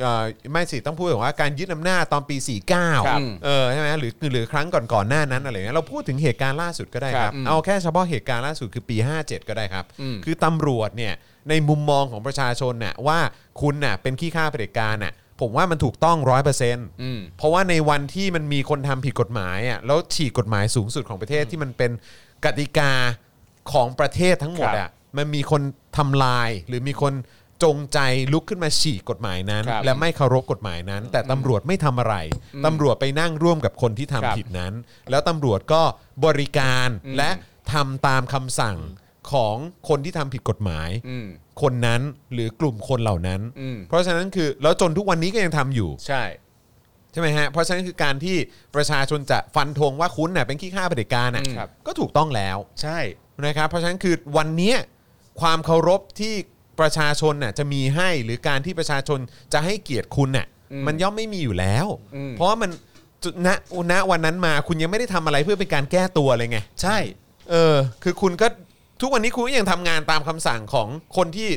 Speaker 1: เอ่อไม่สิต้องพูดถึงว่าการยึดอำนาจตอนปี
Speaker 2: ครับ
Speaker 1: 49เออใช่ไหมหรือหรือครั้งก่อนๆหน้านั้นอะไรเงี้ยเราพูดถึงเหตุการณ์ล่าสุดก็ได้ค
Speaker 2: ครั
Speaker 1: รับ
Speaker 2: บ
Speaker 1: เอาแค่เฉพาะเหตุการณ์ล่าสุดคือปี 57 ก็ได้ครับ
Speaker 3: อืม
Speaker 1: คือตำรวจเนี่ยในมุมมองของประชาชนน่ะว่าคุณน่ะเป็นขี้ข้าเผด็จการน่ะผมว่ามันถูกต้องร้อยเปอร์เซ็นต์
Speaker 3: อืม
Speaker 1: เพราะว่าในวันที่มันมีคนทำผิดกฎหมายอ่ะแล้วฉีกกฎหมายสูงสุดของประเทศที่มันเป็นกติกาของประเทศทั้งหมดอ่ะมันมีคนทำลาย หรือมีคนจงใจลุกขึ้นมาฉีกกฎหมายนั้น
Speaker 2: ครับ
Speaker 1: และไม่เคารพกฎหมายนั้น แต่ตำรวจไม่ทำอะไรตำรวจไปนั่งร่วมกับคนที่ทำผิดนั้น แล้วตำรวจก็บริการและทำตามคำสั่งของคนที่ทำผิดกฎหมาย
Speaker 3: อืม
Speaker 1: คนนั้นหรือกลุ่มคนเหล่านั้น
Speaker 3: อืม
Speaker 1: เพราะฉะนั้นคือแล้วจนทุกวันนี้ก็ยังทำอยู่
Speaker 3: ใช่
Speaker 1: ใช่ไหมฮะ เพราะฉะนั้นคือการที่ประชาชนจะฟันธงว่าคุณเน่ะเป็นขี้ข้าเผด็จการน่ะ
Speaker 3: อืมครับ
Speaker 1: ก็ถูกต้องแล้ว
Speaker 3: ใช่
Speaker 1: นะครับเพราะฉะนั้นคือวันเนี้ยความเคารพที่ประชาชนน่ะจะมีให้หรือการที่ประชาชนจะให้เกียรติคุณน่ะ
Speaker 3: อืม
Speaker 1: มันย่อมไม่มีอยู่แล้ว
Speaker 3: อืม
Speaker 1: เพราะว่ามันจุณณวันนั้นมาคุณยังไม่ได้ทำอะไรเพื่อเป็นการแก้ตัวเลยไง
Speaker 3: ใช่
Speaker 1: เออคือคุณก็ทุกวันนี้คุณก็ยังทำงานตามคำสั่งของคนที่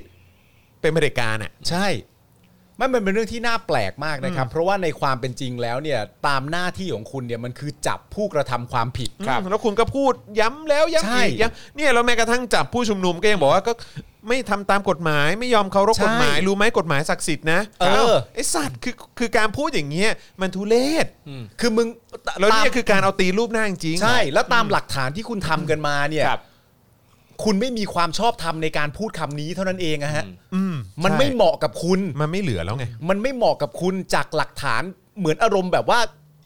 Speaker 1: เป็นเผด็จการอ่ะ
Speaker 3: ใช่ ไม่มันเป็นเรื่องที่น่าแปลกมากนะครับ เพราะว่าในความเป็นจริงแล้วเนี่ยตามหน้าที่ของคุณเนี่ยมันคือจับผู้กระทำความผิด
Speaker 1: อืมแล้วคุณก็พูดย้ำแล้วย้ำ
Speaker 3: ใช่
Speaker 1: อีกย้ำเนี่ยแล้วแม้กระทั่งจับผู้ชุมนุมก็ยังบอกว่าก็ไม่ทำตามกฎหมายไม่ยอมเคารพ
Speaker 3: ใช่
Speaker 1: กฎหมายรู้ไหมกฎหมายศักดิ์สิทธิ์นะ
Speaker 3: เออ
Speaker 1: าไอสัตว์คือคือการพูดอย่างเงี้ยมันทุเรศ
Speaker 3: คือมึง
Speaker 1: แล้ว
Speaker 3: ตาม
Speaker 1: เนี่ยคือการเอาตีรูปหน้าจริงๆ
Speaker 3: ใช่ แล้วตามหลักฐานที่คุณทำกันมาเนี่ย
Speaker 2: ครับ
Speaker 3: คุณไม่มีความชอบธรรมในการพูดคำนี้เท่านั้นเองนะฮะ
Speaker 1: อืม
Speaker 3: มันไม่
Speaker 1: ใช่
Speaker 3: เหมาะกับคุณ
Speaker 1: มันไม่เหลือแล้วไง
Speaker 3: มันไม่เหมาะกับคุณจากหลักฐานเหมือนอารมณ์แบบว่า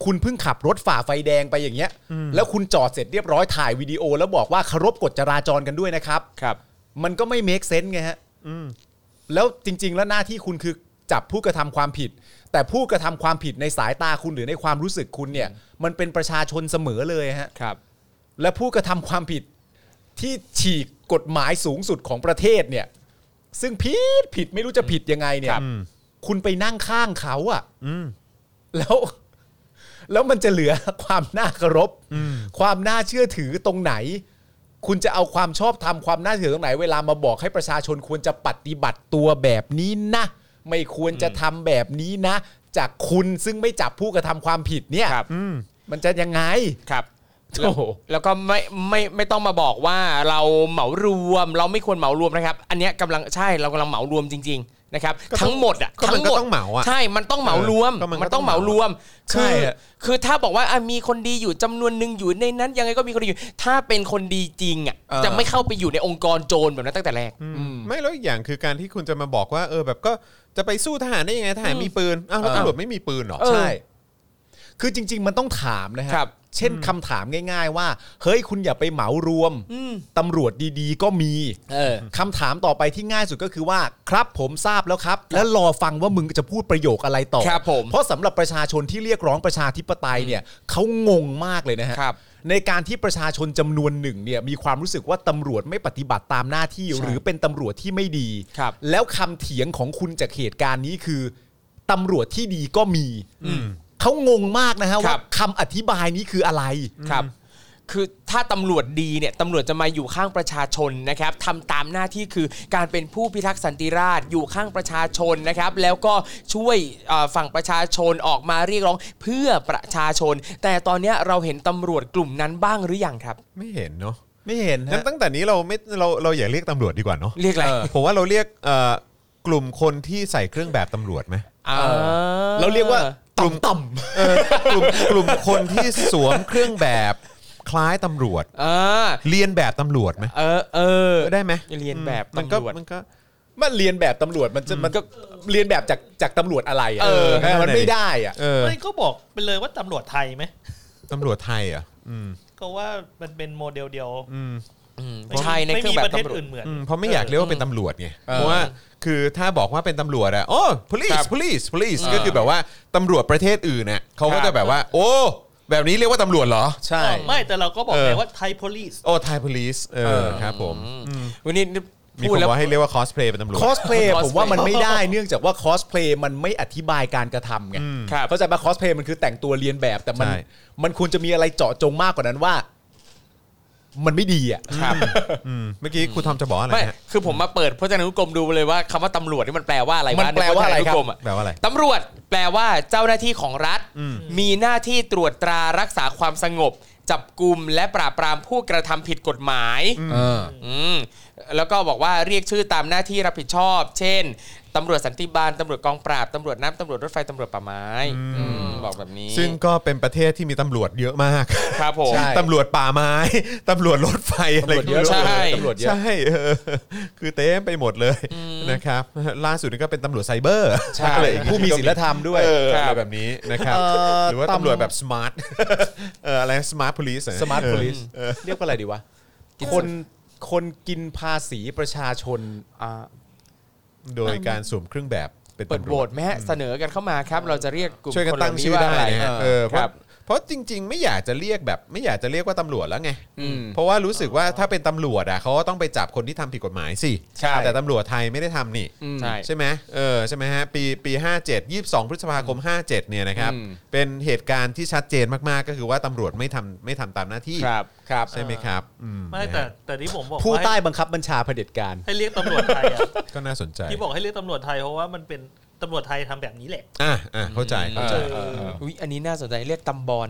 Speaker 3: คุณเพิ่งขับรถฝ่าไฟแดงไปอย่างเงี้ย แล้วคุณจอดเสร็จเรียบร้อยถ่ายวิดีโอ แล้วบอกว่าเคารพกฎจราจรกันด้วยนะครับ
Speaker 2: ครับ
Speaker 3: มันก็ไม่เมคเซนส์ไงฮะแล้วจริง ๆ แล้วหน้าที่คุณคือจับผู้กระทำความผิด แต่ผู้กระทำความผิดในสายตาคุณหรือในความรู้สึกคุณเนี่ย มันเป็นประชาชนเสมอเลยฮะ
Speaker 2: ครับ
Speaker 3: และผู้กระทำความผิดที่ฉีกกฎหมายสูงสุดของประเทศเนี่ย ซึ่งผิดผิดไม่รู้จะผิดยังไงเนี่ย คุณไปนั่งข้างเขาอะ่ะแล้ว แล้วมันจะเหลือความน่าเคารพความน่าเชื่อถือตรงไหน คุณจะเอาความชอบธรรมความน่าเชื่อถือตรงไหน เวลามาบอกให้ประชาชนควรจะปฏิบัติตัวแบบนี้นะไม่ควรจะทำแบบนี้นะ จากคุณซึ่งไม่จับผู้กระทำความผิดเนี่ย
Speaker 2: ครับ
Speaker 3: มันจะยังไง
Speaker 2: ครับ
Speaker 3: โอ้โห
Speaker 2: แล้วก็ไม่ไม่ไม่ต้องมาบอกว่าเราเหมารวมเราไม่ควรเหมารวมนะครับ อันเนี้ยกำลังใช่เรากำลังเหมารวมจริง ๆ นะครับ
Speaker 1: ก็ต้อง
Speaker 2: ทั้งหมดอ่ะ
Speaker 1: ก็มั
Speaker 2: ทั้
Speaker 1: น
Speaker 2: ง
Speaker 1: ก็
Speaker 2: หมด
Speaker 1: ต้องเหมาอะ
Speaker 2: ใช่มันต้องเหมารวม
Speaker 1: เออก็มันก็
Speaker 2: มันต้องเหมารวม
Speaker 3: ใช่
Speaker 2: คือ
Speaker 3: อะ
Speaker 2: คือถ้าบอกว่าอ่ะมีคนดีอยู่จำนวนหนึ่งอยู่ในนั้น ยังไงก็มีคนดีอยู่ ถ้าเป็นคนดีจริงอ่ะจะไม่เข้าไปอยู่ในองค์กรโจรแบบนั้นตั้งแต่แรก
Speaker 1: ไม่แล้วอีกอย่างคือการที่คุณจะมาบอกว่า เออแบบก็จะไปสู้ทหารได้ยังไงทหาร
Speaker 2: อืม
Speaker 1: มีปืนอ้าวแล้ว
Speaker 3: เออ
Speaker 1: ตำรวจไม่มีปืนเหรอ
Speaker 2: เออ
Speaker 3: ใช่ คือจริง ๆ มันต้องถามนะฮะ
Speaker 2: ครับ
Speaker 3: เช่นคำถามง่าย ๆ ว่า เฮ้ยคุณอย่าไปเหมารวม
Speaker 2: อืม
Speaker 3: ตำรวจดีๆ ก็มี
Speaker 2: เออ
Speaker 3: คำถามต่อไปที่ง่ายสุดก็คือว่า ครับผมทราบแล้วครับ แล้วรอฟังว่ามึงจะพูดประโยคอะไรต่อ
Speaker 2: ครับผม
Speaker 3: เพราะสำหรับประชาชนที่เรียกร้องประชาธิปไตยเนี่ยเขางงมากเลยนะฮะ
Speaker 2: ครับ
Speaker 3: ในการที่ประชาชนจำนวนหนึ่งเนี่ยมีความรู้สึกว่าตำรวจไม่ปฏิบัติตามหน้าที่หรือเป็นตำรวจที่ไม่ดี
Speaker 2: ครับ
Speaker 3: แล้วคำเถียงของคุณจากเหตุการณ์นี้คือตำรวจที่ดีก็มี เขางงมากนะฮะ
Speaker 2: ครั
Speaker 3: ว่า
Speaker 2: บ
Speaker 3: คำอธิบายนี้คืออะไร
Speaker 2: ครับ คือถ้าตำรวจดีเนี่ยตำรวจจะมาอยู่ข้างประชาชนนะครับทำตามหน้าที่คือการเป็นผู้พิทักษ์สันติราษฎร์อยู่ข้างประชาชนนะครับ แล้วก็ช่วยเอ่อฝั่งประชาชนออกมาเรียกร้องเพื่อประชาชน แต่ตอนเนี้ยเราเห็นตำรวจกลุ่มนั้นบ้างหรือยังครับ
Speaker 1: ไม่เห็นเนาะ
Speaker 3: ไม่เห็น
Speaker 1: งั้น
Speaker 3: ฮะ
Speaker 1: ตั้งแต่นี้เราไม่เราเราอย่าเรียกตำรวจดีกว่าเนาะ
Speaker 2: เรียกอะไร
Speaker 3: เออ
Speaker 1: ผมว่าเราเรียกเอ่อกลุ่มคนที่ใส่เครื่องแบบตำรวจไหม
Speaker 2: อ่า
Speaker 3: เราเรียกว่าต่ำต่
Speaker 1: เออกลุ่มกลุ่มคนที่สวมเครื่องแบบคล้ายตำรวจ
Speaker 2: เออ
Speaker 1: เรียนแบบตำรวจไหม
Speaker 2: เออเออ
Speaker 1: ได้ไหม
Speaker 2: เรียนแบบ
Speaker 1: มันก็
Speaker 2: ตำรวจ
Speaker 1: มันก็
Speaker 3: ำมันเรียนแบบตำรวจมันจะมันก็เรียนแบบจากจากตำรวจอะไรอ่ะ
Speaker 1: เออ
Speaker 3: เออมัน
Speaker 1: นั่นแหละ
Speaker 3: ไม่ได้อ่ะ
Speaker 1: เออ
Speaker 5: ไม่ก็บอกไปเลยว่าตำรวจไทยไหม
Speaker 1: ตำรวจไทยเหรอ่ะอืม
Speaker 5: ก็ว่ามันเป็นโมเดลเดียว
Speaker 1: อืม
Speaker 2: อืมใช่ใน
Speaker 5: ไม่
Speaker 2: เครื่อ
Speaker 5: มี
Speaker 2: งแบ
Speaker 5: ป
Speaker 2: บ
Speaker 5: ระเทศ
Speaker 2: ตำรวจ
Speaker 5: อื่นเหมือน
Speaker 1: อืมเพราะไม่อยากเรียกว่าเป็นตำรวจไงเพราะว่าคือถ้าบอกว่าเป็นตำรวจอะโอ้ police police police ก็คือแบบว่าตำรวจประเทศอื่นเนี่ยเขาก็จะแบบว่า โอ้แบบนี้เรียกว่าตำรวจเหรอ
Speaker 3: ใช่
Speaker 5: ไม่แต่เราก็บอก
Speaker 1: เออ
Speaker 5: ไงว่าไทย police
Speaker 1: โอ้ Thai police เออครับผม
Speaker 2: วันนี้
Speaker 1: มี
Speaker 2: พู
Speaker 1: ค
Speaker 2: ด
Speaker 1: น
Speaker 2: แล้ว
Speaker 1: บอกให้เรียกว่า cosplay เป็นตำรวจ
Speaker 3: คอสเพลย์
Speaker 2: cosplay
Speaker 3: ผมว่ามันไม่ได้เนื่องจากว่าคอสเพลย์มันไม่อธิบายการกระทำไง
Speaker 2: ครับ
Speaker 3: เข้าใจปะคอสเพลย์มันคือแต่งตัวเรียนแบบแต่มัน
Speaker 1: ใช่
Speaker 3: มันควรจะมีอะไรเจาะจงมากกว่านั้นว่า มันไม่ดีอ่ะ
Speaker 2: ครับ
Speaker 1: อืมเมื่อกี้ครูทอมจะบอกอะไร
Speaker 2: ไม่
Speaker 1: ฮะ
Speaker 2: คือผมมาเปิดพจนานุกรมดูเลยว่าคำว่าตำรวจนี่มันแปลว่าอะไรว
Speaker 3: มันแปลว่าอะไรครับ
Speaker 2: ในพจนนุกมอะ
Speaker 1: แปลว่าอะไร
Speaker 2: ตำรวจแปลว่าเจ้าหน้าที่ของรัฐ มีหน้าที่ตรวจตรารักษาความสงบ จับกลุ่มและปราบปรามผู้กระทำผิดกฎหมายอืมแล้วก็บอกว่าเรียกชื่อตามหน้าที่รับผิดชอบ เช่นตำรวจสันติบาลตำรวจกองปราบตำรวจน้ำตำรวจรถไฟตำรวจป่าไม้อืมบอกแบบนี้
Speaker 1: ซึ่งก็เป็นประเทศที่มีตำรวจเยอะมาก
Speaker 2: ครับผม
Speaker 3: ใช่
Speaker 1: ตำรวจป่าไม้ ตำรวจรถไฟอะไร
Speaker 3: ตำรวจเยอะ
Speaker 1: ก็
Speaker 2: ใช่
Speaker 1: ไม่รู้
Speaker 3: ตำรวจเยอะ
Speaker 1: ใช่ เออคือเต็มไปหมดเลยนะครับ ล่าสุดนี่ก็เป็นตำรวจไซเบอร์
Speaker 3: ใช่
Speaker 1: อะไรอย่างงี้
Speaker 3: ผู้มีศีลธรรมด้วย
Speaker 1: เออ
Speaker 2: ครับ
Speaker 1: อะไรแบบนี้นะครับ
Speaker 3: เอ่อ
Speaker 1: หรือว่า
Speaker 3: ตำ
Speaker 1: ตำรวจแบบสมาร์ท เอออะไรสมาร์ทพลิส
Speaker 3: สมาร์ทโพลิสเรียกว่าอะไรดีวะ คนคนกินภาษีประชาชน
Speaker 2: อ่า
Speaker 1: โดยการสวมเครื่องแบบเป็น
Speaker 2: เปิด
Speaker 1: ตำ
Speaker 2: โห
Speaker 1: ร
Speaker 2: ว
Speaker 1: วจ
Speaker 2: ตไหมฮะเสนอกันเข้ามาครับ เราจะเรียกกลุ่ม
Speaker 1: ช่วยกัน
Speaker 2: คนเห
Speaker 1: ตั้
Speaker 2: ล่าง นี้
Speaker 1: ชื่อ
Speaker 2: ว่า
Speaker 1: ได้
Speaker 2: อะไร
Speaker 1: นะฮะ
Speaker 3: เออ
Speaker 1: เออเพ
Speaker 2: ครั
Speaker 1: ราะ
Speaker 2: บ
Speaker 1: เพราะจริง ๆ ไม่อยากจะเรียกแบบ ไม่อยากจะเรียกว่าตำรวจแล้วไง
Speaker 3: อืม
Speaker 1: เพราะว่ารู้สึกว่าถ้าเป็นตำรวจอ่ะเขาก็ต้องไปจับคนที่ทำผิดกฎหมายสิ
Speaker 3: ใช่
Speaker 1: แต่ตำรวจไทยไม่ได้ทำนี่
Speaker 2: ใช่
Speaker 1: ใช่ไหมเออใช่ไหมฮะ ปีปี 57 22 พฤษภาคม 57 เนี่ยนะครับ
Speaker 3: อืม
Speaker 1: เป็นเหตุการณ์ที่ชัดเจนมาก ๆ ก็คือว่าตำรวจไม่ทำไม่ทำตามหน้าที่
Speaker 2: ครับ
Speaker 3: ครับ
Speaker 1: ใช่ไหมครับอื
Speaker 5: ไม่แต่แต่ที่ผมบอก
Speaker 3: ผู้
Speaker 5: ว่า
Speaker 3: ใต้
Speaker 5: ให้
Speaker 3: บังคับบัญชาเผด็จการ
Speaker 5: ให้เรียกตำรวจไทยอะ
Speaker 1: ก็น่าสนใจ
Speaker 5: ที่บอกให้เรียกตำรวจไทยเพราะว่ามันเป็น ตำรวจไทยทำแบบนี้แหละ
Speaker 1: อ่าอ่าเข้าใจเข้าใจ
Speaker 5: เออ
Speaker 2: อุ๊ยอันนี้น่าสนใจเรียกตำบอล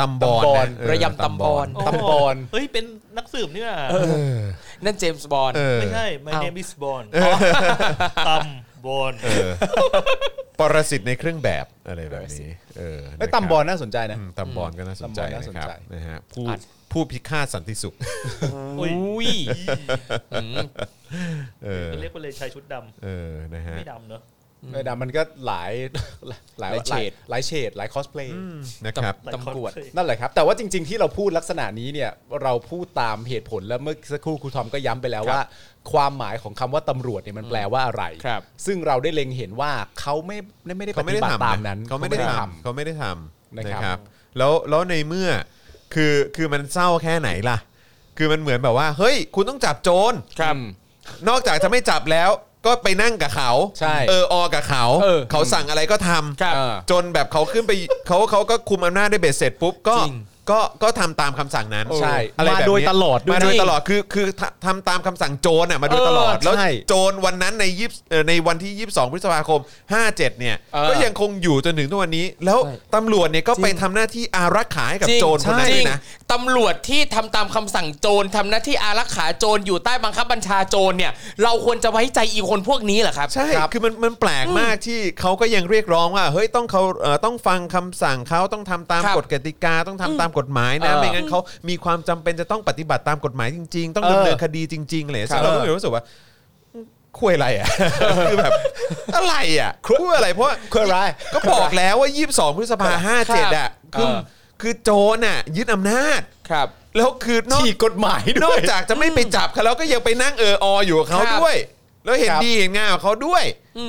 Speaker 1: ตำบอล
Speaker 2: ตำบอล
Speaker 1: นเออ
Speaker 2: ระยำตำบอล
Speaker 3: ตำบอล
Speaker 5: เฮ้ย เป็นนักสืบนี่ว่ะ
Speaker 2: นั่นเจมส์บอล
Speaker 1: เออ
Speaker 5: ไม่ใช่ my
Speaker 2: เอ้า
Speaker 5: name is Bond ตำบอล
Speaker 1: เออปรสิตในเครื่องแบบอะไรแบบนี้เออ
Speaker 3: ไอ้
Speaker 1: นะครั
Speaker 3: ตำบอลน่าสนใจนะ
Speaker 1: อืมตำบอลก็น่าสนใจ
Speaker 3: ตำบอลน่าส
Speaker 1: นะ
Speaker 3: น
Speaker 1: ครับ
Speaker 3: ใจ
Speaker 1: นะฮะผู้
Speaker 2: อัด
Speaker 1: ผู้พิฆาตสันติสุข
Speaker 5: อุ้ย
Speaker 2: อุ้ยอืม
Speaker 1: เออ
Speaker 5: เรียกไปเลยชายชุดด
Speaker 1: เออนะ
Speaker 5: ำ
Speaker 1: ฮะ
Speaker 5: ไม่ดำเนอะ
Speaker 3: ไอ้ดำมันก็หลาย หลาย
Speaker 2: หลายเฉด
Speaker 3: หลายเฉดหลายคอสเพลย์
Speaker 1: นะครับ
Speaker 2: ตำรวจ
Speaker 3: นั่นแหละครับ แต่ว่าจริง ๆ ที่เราพูดลักษณะนี้เนี่ยเราพูดตามเหตุผลแล้วเมื่อสักครู่ครูทอมก็ย้ำไปแล้วว่า ความหมายของคำว่าตำรวจเนี่ยมันแปลว่าอะไร
Speaker 2: ครับ
Speaker 3: ซึ่งเราได้เล็งเห็นว่าเขาไม่ไม่ได้ป
Speaker 1: เขาไม่
Speaker 3: ฏิ
Speaker 1: ได้
Speaker 3: บัติ
Speaker 1: ทำ
Speaker 3: ตามนั้น
Speaker 1: เขาไม่ได้ทำเขาไม่ได้ทำ
Speaker 3: นะครับ
Speaker 1: นะครับ แล้วแล้วในเมื่อคือคือมันเศร้าแค่ไหนล่ะ คือมันเหมือนแบบว่า เฮ้ย คุณต้องจับโจร
Speaker 3: ครับ
Speaker 1: นอกจากจะไม่จับแล้ว ก็ไปนั่งกับเขา
Speaker 3: ใช่
Speaker 1: เออออกับเขา
Speaker 3: เออ
Speaker 1: เขาสั่งอะไรก็ท
Speaker 3: ครับเออ
Speaker 1: ำจนแบบเขาขึ้นไปเขาเขาก็คุมอำนาจได้เบ็ดเสร็จปุ๊บก็
Speaker 2: จริง
Speaker 1: ก็ก็ทำตามคำสั่งนั้น
Speaker 3: ใช่
Speaker 1: อะไร
Speaker 3: มา
Speaker 1: แบบ
Speaker 3: โดย
Speaker 1: นี้
Speaker 3: ตลอด
Speaker 1: มาโดย
Speaker 3: วย
Speaker 1: ตลอดคือคือทำทำตามคำสั่งโจรน่ะมาโดยตลอด
Speaker 3: เออ
Speaker 1: แล้ว
Speaker 3: ใช่
Speaker 1: โจรวันนั้นในยี่สิบเอ่อในวันที่ 22 พฤษภาคม 57 เนี่ย
Speaker 2: เออ
Speaker 1: ก็ยังคงอยู่จนถึงทุกวันนี้ แล้ว
Speaker 2: ใช่
Speaker 1: ตำรวจเนี่ยก็ไป
Speaker 2: จริง
Speaker 1: ทำหน้าที่อารักขาให้กับโจรคนนั้น
Speaker 2: จ
Speaker 1: ด้
Speaker 2: ริ
Speaker 1: ว
Speaker 2: ง
Speaker 1: ยนะ
Speaker 2: ตำรวจที่ทำตามคำสั่งโจรทำหน้าที่อารักขาโจรอยู่ใต้บังคับบัญชาโจรเนี่ย เราควรจะไว้ใจอีคนพวกนี้เหรอครับ
Speaker 1: ใช่ คือมันมันแปลกมากที่เขาก็ยังเรียกร้องว่า เฮ้ย ต้องเขาเอ่อต้องฟังคำสั่งเขาต้องทำตาม
Speaker 2: ครับ
Speaker 1: กฎกติกา ต้องทำตามกฎหมายนะ
Speaker 2: เออ
Speaker 1: ไม่งั้นเขามีความจำเป็นจะต้องปฏิบัติตามกฎหมายจริง ๆ ต้องดำเนินคดีจริงๆเลยซึ่งเราก็เลยรู้สึกว่าคุยอะไรอ่ะ คือแบบอะไรอ่ะคุยอะไร เพราะว่า
Speaker 3: คืออะไร
Speaker 1: ก็บอกแล้วว่า 22 พฤษภาห้าเจ็ด
Speaker 2: ครั
Speaker 1: อ่ะ
Speaker 2: บ
Speaker 1: คือคือโจรน่ะยึดอำนาจ
Speaker 2: ครับ
Speaker 1: แล้วคือนอก
Speaker 3: ฉีกกฎหมายด้วย
Speaker 1: นอกจากจะไม่ไปจับเขาแล้วก็ยังไปนั่งเออออยู่กับเขา
Speaker 2: ครับ
Speaker 1: ด้วย แล้วเห็น
Speaker 3: ครับ
Speaker 1: ดีเห็นงามกับเขาด้วย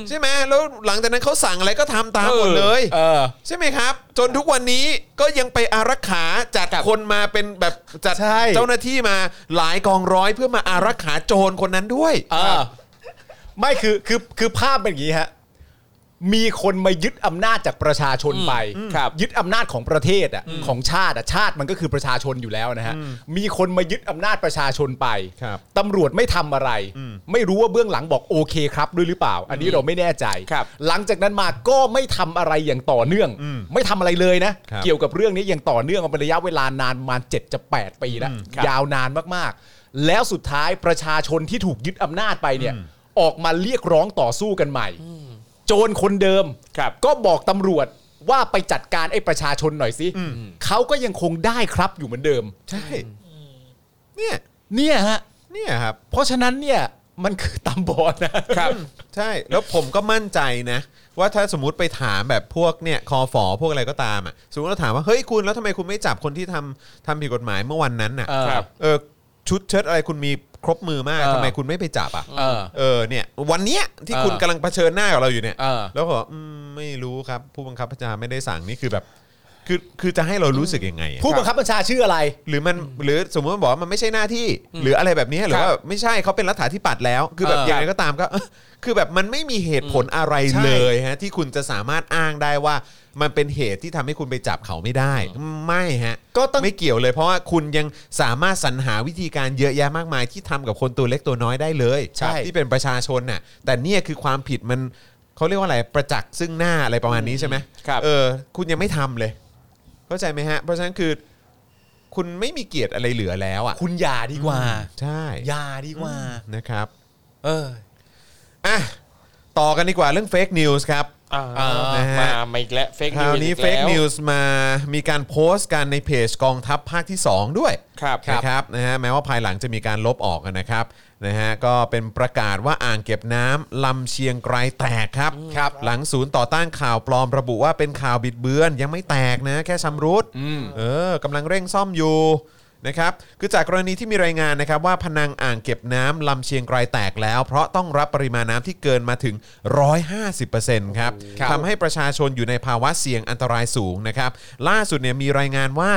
Speaker 1: ใช่ไหมแล้วหลังจากนั้นเขาสั่งอะไรก็ทำตามหมดเลย
Speaker 3: เออ
Speaker 1: ใช่ไหมครับ จนทุกวันนี้ก็ยังไปอารักขาจัด
Speaker 2: ครับ
Speaker 1: คนมาเป็นแบบจัด
Speaker 3: ใช่
Speaker 1: เจ้าหน้าที่มาหลายกองร้อยเพื่อมาอารักขาโจรคนนั้นด้วย
Speaker 3: เออไม่คือคือคือภาพเป็นอย่างนี้ฮะมีคนมายึดอำนาจจากประชาชนไป
Speaker 2: ครับ
Speaker 3: ยึดอำนาจของประเทศอ่ะของชาติอ่ะชาติมันก็คือประชาชนอยู่แล้วนะฮะมีคนมายึดอำนาจประชาชนไป
Speaker 1: ครับ
Speaker 3: ตำรวจไม่ทำอะไร ไม่รู้ว่าเบื้องหลังบอกโอเคครับด้วยหรือเปล่า อันนี้เราไม่แน่ใจ
Speaker 2: ครับ
Speaker 3: หลังจากนั้นมาก็ไม่ทำอะไรอย่างต่อเนื่อง ไม่ทำอะไรเลยนะ
Speaker 1: ครับ
Speaker 3: เกี่ยวกับเรื่องนี้อย่างต่อเนื่องมาเป็นระยะเวลานานประมาณ7จะ8ปีแล้วยาวนานมากๆ แล้วสุดท้ายประชาชนที่ถูกยึดอำนาจไปเนี่ย ออกมาเรียกร้องต่อสู้กันใหม่ โจรคนเดิม
Speaker 2: ครับ
Speaker 3: ก็บอกตำรวจว่าไปจัดการไอ้ประชาชนหน่อยสิเขาก็ยังคงได้ครับอยู่เหมือนเดิม
Speaker 1: ใช่ เนี่ย
Speaker 3: เนี่ยฮะ
Speaker 1: เนี่ยครับ
Speaker 3: เพราะฉะนั้นเนี่ยมันคือตำบอลนะ
Speaker 2: ครับ
Speaker 1: ใช่ แล้วผมก็มั่นใจนะ ว่าถ้าสมมติไปถามแบบพวกเนี่ยคอฝอพวกอะไรก็ตามอ่ะสมมติเราถามว่า เฮ้ยคุณแล้วทำไมคุณไม่จับคนที่ทำทำผิดกฎหมายเมื่อวันนั้นน่ะ
Speaker 3: เออครับ
Speaker 1: เออชุดเชิ้ตอะไรคุณมีครบมือมาก
Speaker 3: เออ
Speaker 1: ทำไมคุณไม่ไปจับอ่ะ
Speaker 3: เออ
Speaker 1: เออเนี่ย วันเนี้ยที่คุ
Speaker 3: เออก
Speaker 1: ณำลังเผชิญหน้ากับเราอยู่เนี่ย
Speaker 3: เออ
Speaker 1: แล้วก็บอกอืมไม่รู้ครับ ผู้บังคับบัญชาไม่ได้สั่งนี่คือแบบ คือคือจะให้เรารู้สึกยังไงอะ
Speaker 3: ผู้บังคับบัญชาชื่ออะไร
Speaker 1: หรือมันหรือสมมติว่าบอกว่ามันไม่ใช่หน้าที่ หรืออะไรแบบเนี้ยหรือว่าไม่ใช่เขาเป็นรัฐาธิปัตย์แล้ว คือแบบ
Speaker 3: เออ
Speaker 1: อ
Speaker 3: อ
Speaker 1: ย่างไรก็ตามก็ คือแบบมันไม่มีเหตุผลอะไรเลยฮะที่คุณจะสามารถอ้างได้ว่า มันเป็นเหตุที่ทำให้คุณไปจับเขาไม่ได้ ไม่ฮะ
Speaker 3: ก็ต้อง
Speaker 1: ไม่เกี่ยวเลย เพราะว่าคุณยังสามารถสรรหาวิธีการเยอะแยะมากมาย ที่ทำกับคนตัวเล็กตัวน้อยได้เลย
Speaker 3: ใช่
Speaker 1: ที่เป็นประชาชนน่ะ แต่เนี่ยคือความผิดมันเขาเรียกว่าอะไรประจักษ์ซึ่งหน้าอะไรประมาณนี้ใช่ไหม
Speaker 2: ครับ
Speaker 1: เออ คุณยังไม่ทำเลย เข้าใจไหมฮะ เพราะฉะนั้นคือ คุณไม่มีเกียรติอะไรเหลือแล้วอ่ะ
Speaker 3: คุณอย่าดีกว่า
Speaker 1: ใช่
Speaker 3: อย่าดีกว่า
Speaker 1: นะครับ
Speaker 3: เออ
Speaker 1: อ่ะ ต่อกันดีกว่าเรื่องเฟกนิวส์ครับ
Speaker 2: อ่า
Speaker 1: นะฮะ
Speaker 2: มามาอีกแล้วเฟก
Speaker 1: ค
Speaker 2: นิ
Speaker 1: รา
Speaker 2: ว
Speaker 1: ว
Speaker 2: ส์
Speaker 1: นี้
Speaker 2: อีก
Speaker 1: เฟก
Speaker 2: แล้ว
Speaker 1: นิวส์มามีการโพสต์กันในเพจกองทัพภาคที่ 2 ด้วย
Speaker 2: ครับครับ
Speaker 1: นะครับนะฮะแม้ว่าภายหลังจะมีการลบออกนะครับนะฮะก็เป็นประกาศว่าอ่างเก็บน้ำลำเชียงไกรแตกครับครับ หลังศูนย์ต่อต้านข่าวปลอมระบุว่าเป็นข่าวบิดเบือน ยังไม่แตกนะ แค่ชำรุดเออกำลังเร่งซ่อมอยู่นะครับคือจากกรณีที่มีรายงานนะครับว่าพนังอ่างเก็บน้ำลำเชียงไกรแตกแล้ว เพราะต้องรับปริมาณน้ำที่เกินมาถึง 150%ครับทำให้ประชาชนอยู่ในภาวะเสี่ยงอันตรายสูงนะครับล่าสุดเนี่ยมีรายงานว่า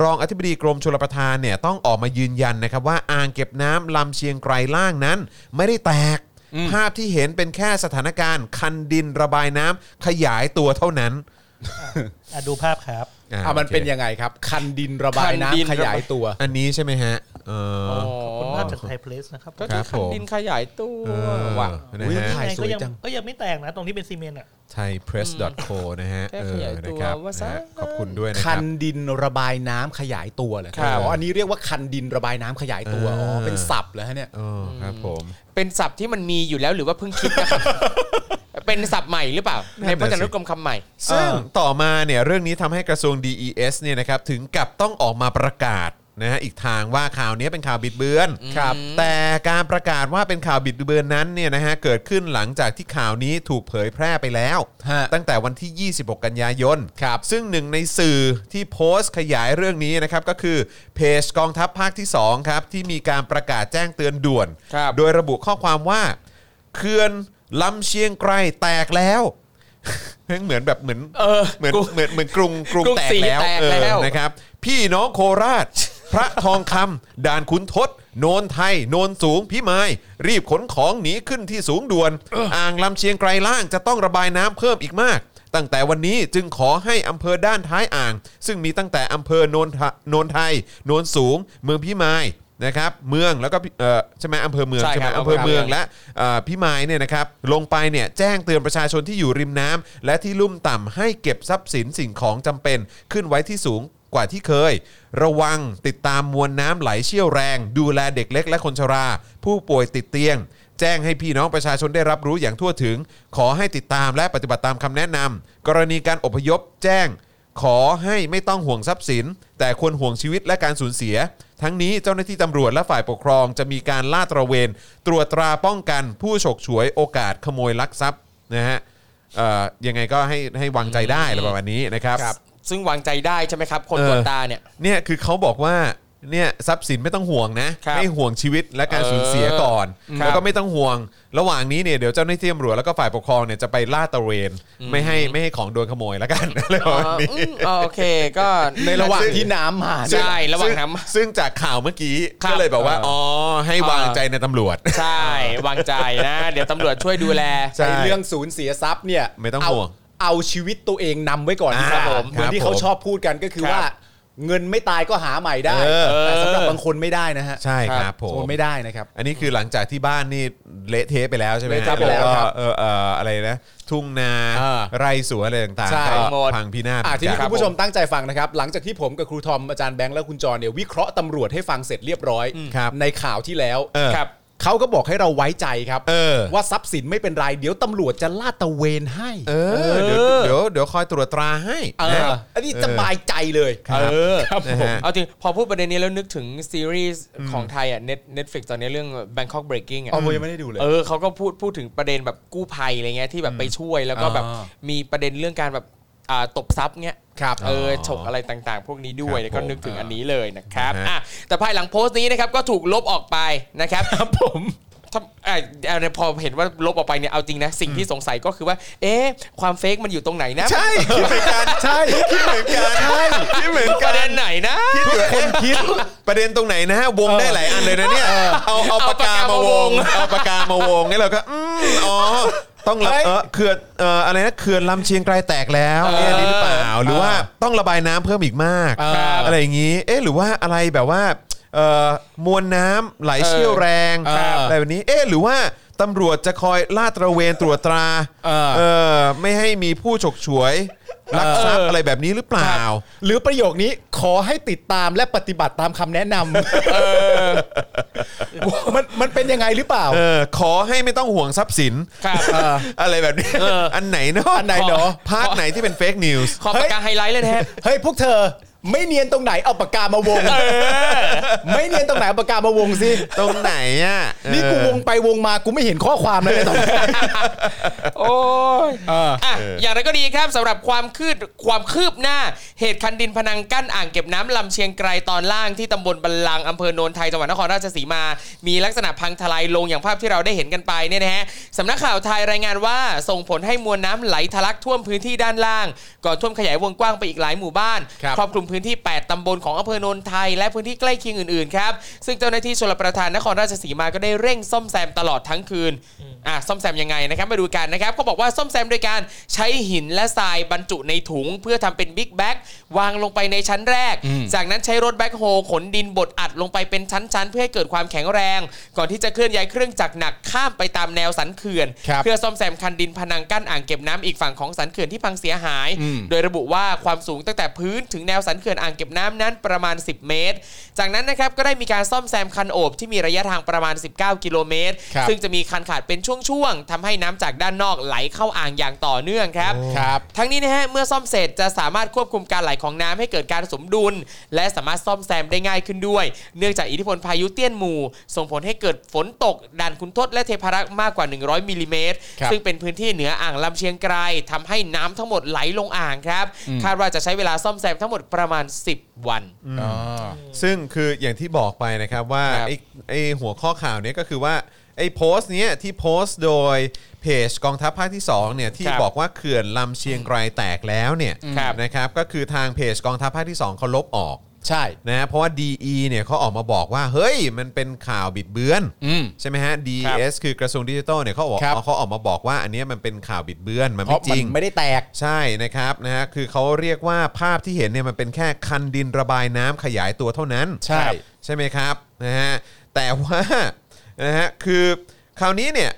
Speaker 1: รองอธิบดีกรมชลประทานเนี่ยต้องออกมายืนยันนะครับว่าอ่างเก็บน้ำลำเชียงไกรล่างนั้น ไม่ได้แตก ภาพที่เห็นเป็นแค่สถานการณ์ คันดินระบายน้ำขยายตัวเท่านั้น
Speaker 5: อ่ะดูภาพครับ
Speaker 1: ะ
Speaker 3: อ่ะมัน
Speaker 1: โอค
Speaker 3: เป็นยังไงครับ คันดินระบาย
Speaker 2: คันดิน
Speaker 3: น้ำขยายตัว
Speaker 1: อันนี้ใช่ไหมฮะ เออ
Speaker 5: ขอบคุณภาพจากไทยเพลสนะครับ
Speaker 2: ก็
Speaker 1: ครัผ
Speaker 2: คือบ
Speaker 1: ม
Speaker 2: ดินขยายตัว
Speaker 1: เออ
Speaker 2: ว่ะ
Speaker 1: นะฮะ
Speaker 3: ถ่ายสวย
Speaker 5: ยัง
Speaker 3: จัง
Speaker 5: ก็ยังไม่แตกนะ ตรงที่เป็นซีเมนต์อ่ะ
Speaker 1: thaipress.co นะฮะ
Speaker 2: แค่
Speaker 1: เออย
Speaker 2: ขาย
Speaker 1: นะ
Speaker 2: ตัว
Speaker 1: ครับ
Speaker 2: ว่าซะ
Speaker 1: นะฮะขอบคุณด้วยนะค
Speaker 3: คั
Speaker 1: รับ
Speaker 3: นดินระบายน้ำขยายตัวเหรอ
Speaker 1: ค
Speaker 3: ค
Speaker 1: รั
Speaker 3: รับบ อ๋ออันนี้เรียกว่าคันดินระบายน้ำขยายตัวอ๋อ
Speaker 1: เออ
Speaker 3: เป็นศัพท์เหรอฮะเนี่ย
Speaker 1: เออครับผม
Speaker 2: เป็นศัพท์ที่มันมีอยู่แล้วหรือว่าเพิ่งคิดนะครับ เป็นศัพท์ใหม่หรือเปล่า ในพจนานุกรมคำใหม่
Speaker 1: ซึ่ง
Speaker 3: เออ
Speaker 1: ต่อมาเนี่ยเรื่องนี้ทำให้กระทรวง DES เนี่ยนะครับถึงกับต้องออกมาประกาศนะฮะอีกทางว่าข่าวนี้เป็นข่าวบิดเบือนครับแต่การประกาศว่าเป็นข่าวบิดเบือนนั้นเนี่ยนะฮะเกิดขึ้นหลังจากที่ข่าวนี้ถูกเผยแพร่ไปแล้ว
Speaker 3: ฮะ
Speaker 1: ตั้งแต่วันที่ 26 กันยายน ครับ ซึ่งหนึ่งในสื่อที่โพสต์ขยายเรื่องนี้นะครับ ก็คือเพจกองทัพภาคที่ 2 ครับ ที่มีการประกาศแจ้งเตือนด่วน
Speaker 2: ครับ
Speaker 1: โดยระบุข้อความว่าเขื่อนลำเชียงไกรแตกแล้ว เหมือนแบบเหมือน
Speaker 2: เออ
Speaker 1: เหมือนเหมือนเหมือนกรุงกรุง
Speaker 2: กรุง
Speaker 1: แตก
Speaker 2: ศรี
Speaker 1: แล้ว
Speaker 2: แตก
Speaker 1: เออ
Speaker 2: แล้ว
Speaker 1: นะครับ พี่น้องโคราช พระทองคำด่านขุนทศโนนไทย โนนสูงพิมาย รีบขนของหนีขึ้นที่สูงด่วน อ่างลำเชียงไกรล่างจะต้องระบายน้ำเพิ่มอีกมาก ตั้งแต่วันนี้จึงขอให้อำเภอด้านท้ายอ่าง ซึ่งมีตั้งแต่อำเภอโนนทะโนนไทย โนนสูง เมืองพิมายนะครับ เมืองแล้วก็พิเอ่อใช่ไหมอำเภอเมือง
Speaker 2: ใช่
Speaker 1: ใช่ไหม
Speaker 2: ครับ
Speaker 1: อำเภอเมือง และเอ่อพี่ไม้เนี่ยนะครับลงไปเนี่ยแจ้งเตือนประชาชนที่อยู่ริมน้ำและที่ลุ่มต่ำให้เก็บทรัพย์สินสิ่งของจำเป็น ขึ้นไว้ที่สูงกว่าที่เคย ระวังติดตามมวลน้ำไหลเชี่ยวแรง ดูแลเด็กเล็กและคนชรา ผู้ป่วยติดเตียง แจ้งให้พี่น้องประชาชนได้รับรู้อย่างทั่วถึง ขอให้ติดตามและปฏิบัติตามคำแนะนำกรณีการอพยพแจ้ง ขอให้ไม่ต้องห่วงทรัพย์สิน แต่ควรห่วงชีวิตและการสูญเสีย ทั้งนี้เจ้าหน้าที่ตำรวจและฝ่ายปกครองจะมีการลาดตระเวน ตรวจตราป้องกันผู้ฉกฉวยโอกาสขโมยลักทรัพย์นะฮะเอ่อยังไงก็ให้ให้วางใจได้อะไรประมาณนี้นะครับ
Speaker 2: ซึ่งวางใจได้ใช่ไหมครับ คน
Speaker 1: เออ
Speaker 2: ตรวจตาเนี่ย
Speaker 1: เนี่ยคือเขาบอกว่าเนี่ยทรัพย์สินไม่ต้องห่วงนะครับ ให้ห่วงชีวิตและการสูญเสียก่อน
Speaker 2: ครับ
Speaker 1: แล้วก็ไม่ต้องห่วง ระหว่างนี้เนี่ยเดี๋ยวเจ้าหน้าที่ตำรวจแล้วก็ฝ่ายปกครองเนี่ยจะไปลาดตระเวน ไม่ให้ไม่ให้ของโดนขโมยแล้ว กันอะไรประ
Speaker 2: อ๋อ
Speaker 1: มาณนี้
Speaker 2: อืมอ๋อโอเคก็
Speaker 3: ในระหว่างที่น้ำมาเนี่ย
Speaker 2: ใช่ระหว่างน้
Speaker 1: ซึ่ซึ่งจากข่าวเมื่อกี้
Speaker 2: ครับ
Speaker 1: ก็เลยบอกว่าอ๋อให้วาง
Speaker 2: เออ
Speaker 1: ใจในตำรวจ
Speaker 2: ำใช่วางใจนะ เดี๋ยวตำรวจช่วยดูแล
Speaker 1: ใช่
Speaker 3: ไอ้เรื่องสูญเสียทรัพย์เนี่ย
Speaker 1: ไม่ต้อง
Speaker 3: เา
Speaker 1: ห่วง
Speaker 3: เอาชีวิตตัวเองนำไว้ก่อนดีก
Speaker 1: ครั
Speaker 3: ว่า
Speaker 1: บผม
Speaker 3: เหมือน
Speaker 1: ค
Speaker 3: ที่
Speaker 1: รับ
Speaker 3: เขา
Speaker 1: ผม
Speaker 3: ชอบพูดกันก็คือว่า
Speaker 2: ครับ
Speaker 3: เงินไม่ตายก็หาใหม่ได้
Speaker 1: เออ
Speaker 3: แต่สำหรับบางคนไม่ได้นะฮะ
Speaker 1: ใช่ครับผม
Speaker 3: โอนไม่ได้นะครับ
Speaker 1: อันนี้คือหลังจากที่บ้านนี่เละเทะไปแล้วใช่ไหม
Speaker 3: เละเทะไปแล้ว
Speaker 1: ก็
Speaker 3: ครับ
Speaker 1: เออเอออะไรนะ ทุ่งนา
Speaker 3: เออ
Speaker 1: ไรสวนอะไรต่าง
Speaker 3: ใช่
Speaker 1: ๆก็
Speaker 2: หมด
Speaker 1: พังพินาศ
Speaker 3: อ่ะทีนี้
Speaker 1: เหมือนกัน
Speaker 3: คุณผู้ชมตั้งใจฟังนะครับ หลังจากที่ผมกับครูทอมอาจารย์แบงค์และคุณจรเนี่ยวิเคราะห์ตำรวจให้ฟังเสร็จเรียบร้อย
Speaker 1: ครับ
Speaker 3: ในข่าวที่แล้ว
Speaker 1: เออ
Speaker 2: ครับ
Speaker 3: เขาก็บอกให้เราไว้ใจครับ
Speaker 1: เออ
Speaker 3: ว่าทรัพย์สินไม่เป็นไรเดี๋ยวตำรวจจะลาดตระเวนให้
Speaker 1: เออเดี๋ยวเดี๋ยวเดี๋ยวคอยตรวจตราให้
Speaker 3: เอ
Speaker 1: นะ
Speaker 3: ออันนี้สบายใจเลย
Speaker 1: ครับ
Speaker 3: เออครับ
Speaker 1: นะ
Speaker 3: ผม
Speaker 1: ฮะ
Speaker 2: เอาจริงพอพูดประเด็นนี้แล้วนึกถึงซีรีส์ของไทยอ่ะ Net Netflix ตอนนี้เรื่อง Bangkok Breaking อ่ะ
Speaker 3: อ๋อผมยังไม่ได้ดูเลย
Speaker 2: เออเขาก็พูดพูดถึงประเด็นแบบกู้ภัยอะไรเงี้ยที่แบบไปช่วยแล้วก็แบบ
Speaker 3: อ่า
Speaker 2: มีประเด็นเรื่องการแบบอ่าตบทรัพย์เงี้ย
Speaker 3: ครับ
Speaker 2: เออฉกอะไรต่างๆ พวกนี้ด้วย
Speaker 1: ครับ
Speaker 2: แล้วก็นึกถึงอันนี้เลยนะครับ
Speaker 1: นะฮะ
Speaker 2: อ่ะแต่ภายหลังโพสต์นี้นะครับก็ถูกลบออกไปนะครับ ครับผมไอ้เนี่ยพอเห็นว่าลบออกไปเนี่ยเอาจริงนะ สิ่งที่สงสัยก็คือว่า เอ๊ะ ความเฟกมันอยู่ตรงไหนนะ
Speaker 1: ใช่คิดเหมือนกัน
Speaker 3: ใช่
Speaker 1: คิดเหมือนกันใช่คิดเหมือน
Speaker 2: ป
Speaker 1: กั
Speaker 2: ระ
Speaker 1: น
Speaker 2: เด็นไหนนะ
Speaker 1: คิดอยู่คนคิดประเด็นตรงไหนนะฮะวงได้หลายอันเลยนะเนี่ยเอาเอาปากกามาวงเอาปากกามาวงนี่เราก็อืมอ๋อต้องระ
Speaker 3: เฮ้ย
Speaker 1: เออเขื่อนเอ่ออะไรนะเขื่อนลำเชียงไกรแตกแล้ว
Speaker 2: เออ
Speaker 1: เนี่ยอันนี้หรือเปล่าหรือว่าต้องระบายน้ำเพิ่มอีกมาก
Speaker 2: ครับ
Speaker 1: อะไรอย่างนี้ เอ๊ะหรือว่าอะไรแบบว่าเอ่อมวลน้ำไหลเชี่ยวแรง
Speaker 2: ครับ
Speaker 1: อะไรแบบนี้ เอ๊ะหรือว่าตำรวจจะคอยลาดตระเวนตรวจตรา
Speaker 3: เออ
Speaker 1: เออไม่ให้มีผู้ฉกฉวยลักทรัพย์อะไรแบบนี้หรือเปล่า
Speaker 3: หรือประโยคนี้ขอให้ติดตามและปฏิบัติตามคำแนะนำมันมันเป็นยังไงหรือเปล่า
Speaker 1: เออขอให้ไม่ต้องห่วงทรัพย์สิน
Speaker 2: ครับ
Speaker 1: เอออะไรแบบนี้อันไหนเนาะ
Speaker 3: อันไหนเนอะ
Speaker 1: พาร์ทไหนที่เป็นเฟกนิวส์
Speaker 2: ขอปากกาไฮไลท์เลยนะฮะ
Speaker 3: เฮ้ยพวกเธอ ไม่เนียนตรงไหนเอาปากกามาวงไม่เนียนตรงไหนเอาปากกามาวงสิ
Speaker 1: ตรงไหนอ่ะเออ
Speaker 3: นี่กูวงไปวงมากูไม่เห็นข้อความเลยตอนนี้
Speaker 2: โอ้ยอ่ะอย่างไรก็ดีครับสำหรับความคืบความคืบหน้า เหตุคันดินพนังกั้นอ่างเก็บน้ำลำเชียงไกรตอนล่างที่ตำบลบันลังอำเภอโนนไทยจังหวัดนครราชสีมา มีลักษณะพังทลายลงอย่างภาพที่เราได้เห็นกันไปเนี่ยนะฮะสำนักข่าวไทยรายงานว่า ส่งผลให้มวลน้ำไหลทะลักท่วมพื้นที่ด้านล่าง ก่อนท่วมขยายวงกว้างไปอีกหลายหมู่บ้าน
Speaker 3: ครับ
Speaker 2: ครอบคลุมพื้น พื้นที่ 8 ตำบลของอำเภอโนนไทย และพื้นที่ใกล้เคียงอื่นๆครับ ซึ่งเจ้าหน้าที่ชลประทานนครราชสีมาก็ได้เร่งซ่อมแซมตลอดทั้งคืน อ่ะซ่อมแซมยังไงนะครับมาดูกันนะครับเขาบอกว่าซ่อมแซมโดยการใช้หินและทรายบรรจุในถุง เพื่อทำเป็นบิ๊กแบ็กวางลงไปในชั้นแรก จากนั้นใช้รถแบ็คโฮลขนดินบดอัดลงไปเป็นชั้นๆ เพื่อให้เกิดความแข็งแรง ก่อนที่จะเคลื่อนย้ายเครื่องจักรหนักข้ามไปตามแนวสันเขื่อน
Speaker 3: ครับ
Speaker 2: เพื่อซ่อมแซมคันดินพนังกั้นอ่างเก็บน้ำอีกฝั่งของสันเขื่อนที่พังเสียหาย
Speaker 3: อืม
Speaker 2: โดยระบุว่าความสูงตั้งแต่พื้นถึงแนวสันเขื่อนอ่างเก็บน้ำนั้นประมาณ 10 เมตร จากนั้นนะครับก็ได้มีการซ่อมแซมคันโอบที่มีระยะทางประมาณ 19 กิโลเมตร
Speaker 3: ครับ
Speaker 2: ซึ่งจะมีคันขาดเป็นช่วงๆทำให้น้ำจากด้านนอกไหลเข้าอ่างอย่างต่อเนื่องครับ
Speaker 3: ครับ
Speaker 2: ทั้งนี้นะฮะเมื่อซ่อมเสร็จจะสามารถควบคุมการไหลของน้ำให้เกิดการสมดุล และสามารถซ่อมแซมได้ง่ายขึ้นด้วย เนื่องจากอิทธิพลพายุเตี้ยนหมู่ ส่งผลให้เกิดฝนตกด่านคุณทศและเทพารักษ์มากกว่า 100มิลลิเมตร
Speaker 3: ครับ
Speaker 2: ซึ่งเป็นพื้นที่เหนืออ่างลำเชียงไกรทำให้น้ำทั้งหมดไหลลงอ่างครับ คาดว่าจะใช้เวลาซ่อมแซมทั้งหมดประมาณ 10 วัน
Speaker 3: อ๋อ
Speaker 1: ซึ่งคืออย่างที่บอกไปนะครับว่า
Speaker 2: ครับ
Speaker 1: ไอ้ไอ้หัวข้อข่าวเนี้ยก็คือว่าไอ้โพสต์เนี้ยที่โพสต์โดยเพจกองทัพภาคที่2เนี่ยที่
Speaker 2: ครับ
Speaker 1: บอกว่าเขื่อนลำเชียงไกรแตกแล้วเนี่ย
Speaker 2: ครับ
Speaker 1: นะครับก็คือทางเพจกองทัพภาคที่ 2เขาลบออก
Speaker 3: ใช่
Speaker 1: นะเพราะว่า DE เนี่ยเขาออกมาบอกว่าเฮ้ยมันเป็นข่าวบิดเบือน
Speaker 3: อืม
Speaker 1: ใช่ไหมฮะ DES คือกระทรวงดิจิทัลเนี่ยเขาบอก
Speaker 3: ครับ
Speaker 1: เขาออกมาบอกว่าอันเนี้ยมันเป็นข่าวบิดเบือนมัน
Speaker 3: เพราะ
Speaker 1: ไม่จ
Speaker 3: มัน
Speaker 1: ริง
Speaker 3: ไม่ได้แตก
Speaker 1: ใช่นะครับนะฮะคือเขาเรียกว่าภาพที่เห็นเนี่ยมันเป็นแค่คันดินระบายน้ำขยายตัวเท่านั้น
Speaker 3: ใช่
Speaker 1: ครับใช่ไหมครับนะฮะแต่ว่า นะฮะคือคราวนี้เนี่ย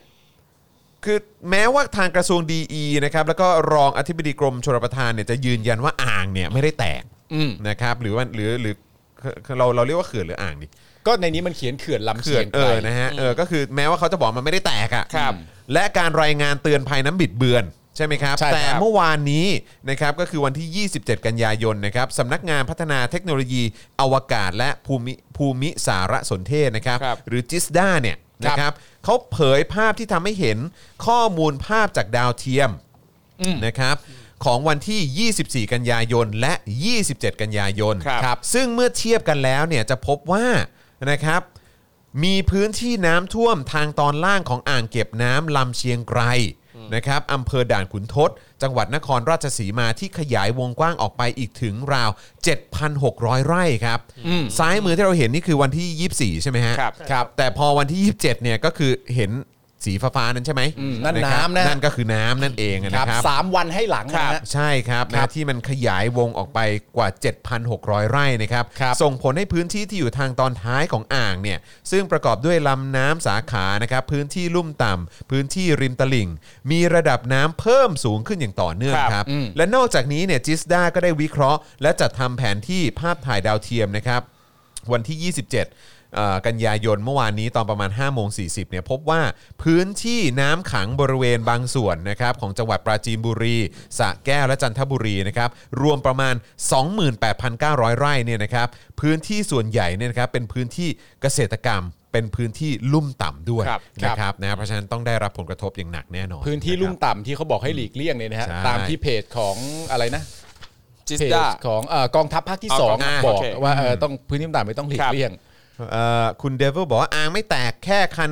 Speaker 1: คือแม้ว่าทางกระทรวงดีนะครับแล้วก็รองอธิบดีกรมชลประทานเนี่ยจะยืนยันว่าอ่างเนี่ยไม่ได้แตก
Speaker 3: อืม
Speaker 1: นะครับ หรือว่าหรือหรือเราเราเรียกว่าเขื่อนหรืออ่างดี
Speaker 3: ก็ในนี้มันเขียนเขื่อนลำเชี
Speaker 1: เขื่อย น
Speaker 3: ง
Speaker 1: เอ
Speaker 3: ไกร
Speaker 1: อนะฮะเออก็คือแม้ว่าเขาจะบอกมันไม่ได้แตกอ่ะ
Speaker 2: ครับ
Speaker 1: และการรายงานเตือนภัยน้ำบิดเบือน ใช่ไหมครับ
Speaker 3: ใช่ครับ
Speaker 1: แต่เมื่อวานนี้นะครับก็คือวันที่ 27 กันยายนนะครับสำนักงานพัฒนาเทคโนโลยีอวกาศและภูมิภูมิสารสนเทศนะครับ
Speaker 2: ครับ
Speaker 1: หรือจิสด้าเนี่ยนะครับเขาเผยภาพที่ทำให้เห็นข้อมูลภาพจากดาวเทียม
Speaker 3: อืม
Speaker 1: นะครับของวันที่ 24 กันยายนและ 27 กันยายน
Speaker 2: ครับ
Speaker 1: ครับซึ่งเมื่อเทียบกันแล้วเนี่ยจะพบว่านะครับมีพื้นที่น้ำท่วมทางตอนล่างของอ่างเก็บน้ำลำเชียงไกรนะครับอำเภอด่านขุนทด จังหวัดนครราชสีมาที่ขยายวงกว้างออกไปอีกถึงราว 7,600 ไร่ครับ ซ้ายมือที่เราเห็นนี่คือวันที่ 24 ใช่ไหมฮะ
Speaker 2: ครับ
Speaker 1: ครับแต่พอวันที่ 27เนี่ยก็คือเห็นสีฟ้าๆนั้นใช่ไหม
Speaker 3: อืมนั่น
Speaker 1: ครับ
Speaker 3: น้ำนะ
Speaker 1: นั่นก็คือน้ำนั่นเองนะ
Speaker 3: ค
Speaker 1: ค
Speaker 3: รั
Speaker 1: รั
Speaker 3: บบ สามวันให้หลังนะฮะ
Speaker 1: ใช่ครับ
Speaker 3: ครั
Speaker 1: นะ
Speaker 3: บ
Speaker 1: ที่มันขยายวงออกไปกว่า 7,600 ไร่นะครับ
Speaker 3: ครับ
Speaker 1: ส่งผลให้พื้นที่ที่อยู่ทางตอนท้ายของอ่างเนี่ยซึ่งประกอบด้วยลำน้ำสาขานะครับพื้นที่ลุ่มต่ำพื้นที่ริมตลิ่ง มีระดับน้ำเพิ่มสูงขึ้นอย่างต่อเนื่อง
Speaker 2: ครับ
Speaker 1: ครับ
Speaker 3: อืม
Speaker 1: และนอกจากนี้เนี่ยจิสดาก็ได้วิเคราะห์ และจัดทำแผนที่ภาพถ่ายดาวเทียมนะครับ วันที่ 27เอ่อกันยายนเมื่อวานนี้ตอนประมาณ5โมง40เนี่ยพบว่าพื้นที่น้ำขังบริเวณบางส่วนนะครับของจังหวัดปราจีนบุรีสระแก้วและจันทบุรีนะครับรวมประมาณ 28,900 ไร่เนี่ยนะครับพื้นที่ส่วนใหญ่เนี่ยนะครับเป็นพื้นที่เกษตรกรรม เป็นพื้นที่ลุ่มต่ำด้วย
Speaker 2: ครับ
Speaker 1: นะครับนะเพราะฉะนั้นต้องได้รับผลกระทบอย่างหนักแน่นอน
Speaker 3: พื้น
Speaker 1: ะ
Speaker 3: ที่
Speaker 1: ครับ
Speaker 3: ลุ่มต่ำที่เขาบอกให้หลีกเลี่ยงเนี่ยนะฮะ
Speaker 1: ใช่
Speaker 3: ตามที่เพจของอะไรนะ
Speaker 2: จิส
Speaker 3: เพจ
Speaker 2: ดา
Speaker 3: ของเอ่อกองทัพภาคที่
Speaker 2: อ๋อ
Speaker 3: สอง
Speaker 2: กองทัพ
Speaker 3: บอก
Speaker 2: โอเค
Speaker 3: ว่าเออต้องพื้นที่ลุ่มต่ำไม่ต้องหลี
Speaker 2: ครั
Speaker 3: ก
Speaker 2: บ
Speaker 3: เลี่ยง
Speaker 1: เอ่อคุณเดวิลบอกว่าอ่างไม่แตกแค่คัน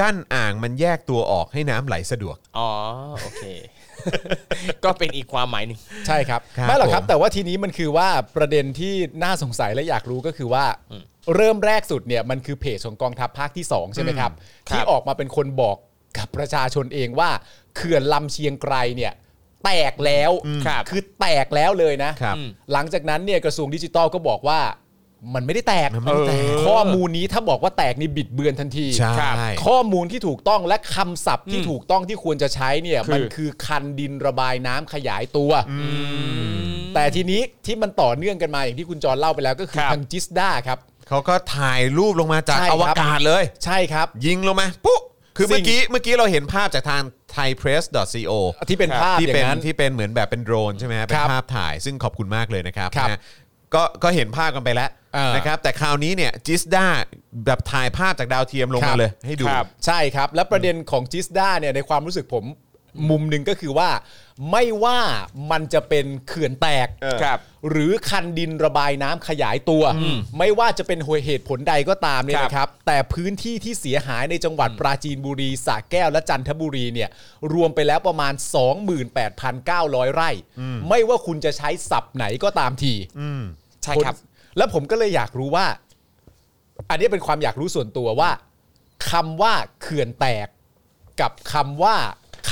Speaker 1: กั้นอ่างมันแยกตัวออกให้น้ำไหลสะดวก
Speaker 2: อ๋อโอเค ก็เป็นอีกความหมายหนึ่ง
Speaker 3: ใช่ครับ
Speaker 1: ครับ
Speaker 3: ไม่หรอกครับ
Speaker 1: ผม
Speaker 3: แต่ว่าทีนี้มันคือว่าประเด็นที่น่าสงสัยและอยากรู้ก็คือว่า เริ่มแรกสุดเนี่ยมันคือเพจของกองทัพภาคที่สองใช่ไหมครับ ที่ออกมาเป็นคนบอกกับประชาชนเองว่าเขื่อนลำเชียงไกรเนี่ยแตกแล้ว
Speaker 2: ครับ
Speaker 3: คือแตกแล้วเลยนะครับ
Speaker 1: อืม
Speaker 3: หลังจากนั้นเนี่ยกระทรวงดิจิทัลก็บอกว่ามันไม่ได้แตก
Speaker 1: มันไม่ได้แตก
Speaker 3: เออข้อมูลนี้ถ้าบอกว่าแตกนี่บิดเบือนทันที
Speaker 1: ใช่
Speaker 2: ครับ
Speaker 3: ข้อมูลที่ถูกต้องและคำศัพท์ที่ถูกต้องที่ควรจะใช้เนี่ย
Speaker 2: คือ
Speaker 3: มันคือคันดินระบายน้ำขยายตัว แต่ทีนี้ที่มันต่อเนื่องกันมาอย่างที่คุณจรเล่าไปแล้วก็คือ
Speaker 2: ครับ
Speaker 3: ทางจิสด้าครับ
Speaker 1: เขาก็ถ่ายรูปลงมาจาก
Speaker 3: ใช่ครั
Speaker 1: อบ วกาศเลย
Speaker 3: ใช่ครับ
Speaker 1: ยิงลงมาปุ๊บคือ
Speaker 3: สิ่
Speaker 1: เมื่อง กี้เมื่อกี้เราเห็นภาพจากทาง thaipress.co
Speaker 3: ที่เป็นภาพ
Speaker 1: ที่
Speaker 3: อ
Speaker 1: เป็
Speaker 3: ย่าน งนั้น
Speaker 1: ที่เป็นเหมือนแบบเป็นโดรนใช่ไหมฮะเป็
Speaker 3: คน รับ
Speaker 1: ภาพถ่ายซึ่งขอบคุณมากเลยนะครับ
Speaker 3: ครับ
Speaker 1: นะฮะก็ก็เห็นภาพกันไปแล้ว
Speaker 3: เออ
Speaker 1: นะครับแต่คราวนี้เนี่ยจิสด้าแบบถ่ายภาพจากดาวเทียมลงมาเลยให้ดู
Speaker 2: ครับ
Speaker 3: ใช่ครับ และประเด็นของจิสด้าเนี่ยในความรู้สึกผมมุมหนึ่งก็คือว่า ไม่ว่ามันจะเป็นเขื่อนแตก
Speaker 1: เออ
Speaker 2: ครับ
Speaker 3: หรือคันดินระบายน้ำขยายตัว ไม่ว่าจะเป็นเหตุผลใดก็ตามเนี่ย
Speaker 2: ครับ
Speaker 3: นะครับ แต่พื้นที่ที่เสียหายในจังหวัดปราจีนบุรีสระแก้วและจันทบุรีเนี่ยรวมไปแล้วประมาณ 28,900 ไร่ ไม่ว่าคุณจะใช้ศัพท์ไหนก็ตามที
Speaker 2: ใช่ครับ
Speaker 3: นแล้วผมก็เลยอยากรู้ว่า อันนี้เป็นความอยากรู้ส่วนตัวว่าคำว่าเขื่อนแตก กับคำว่า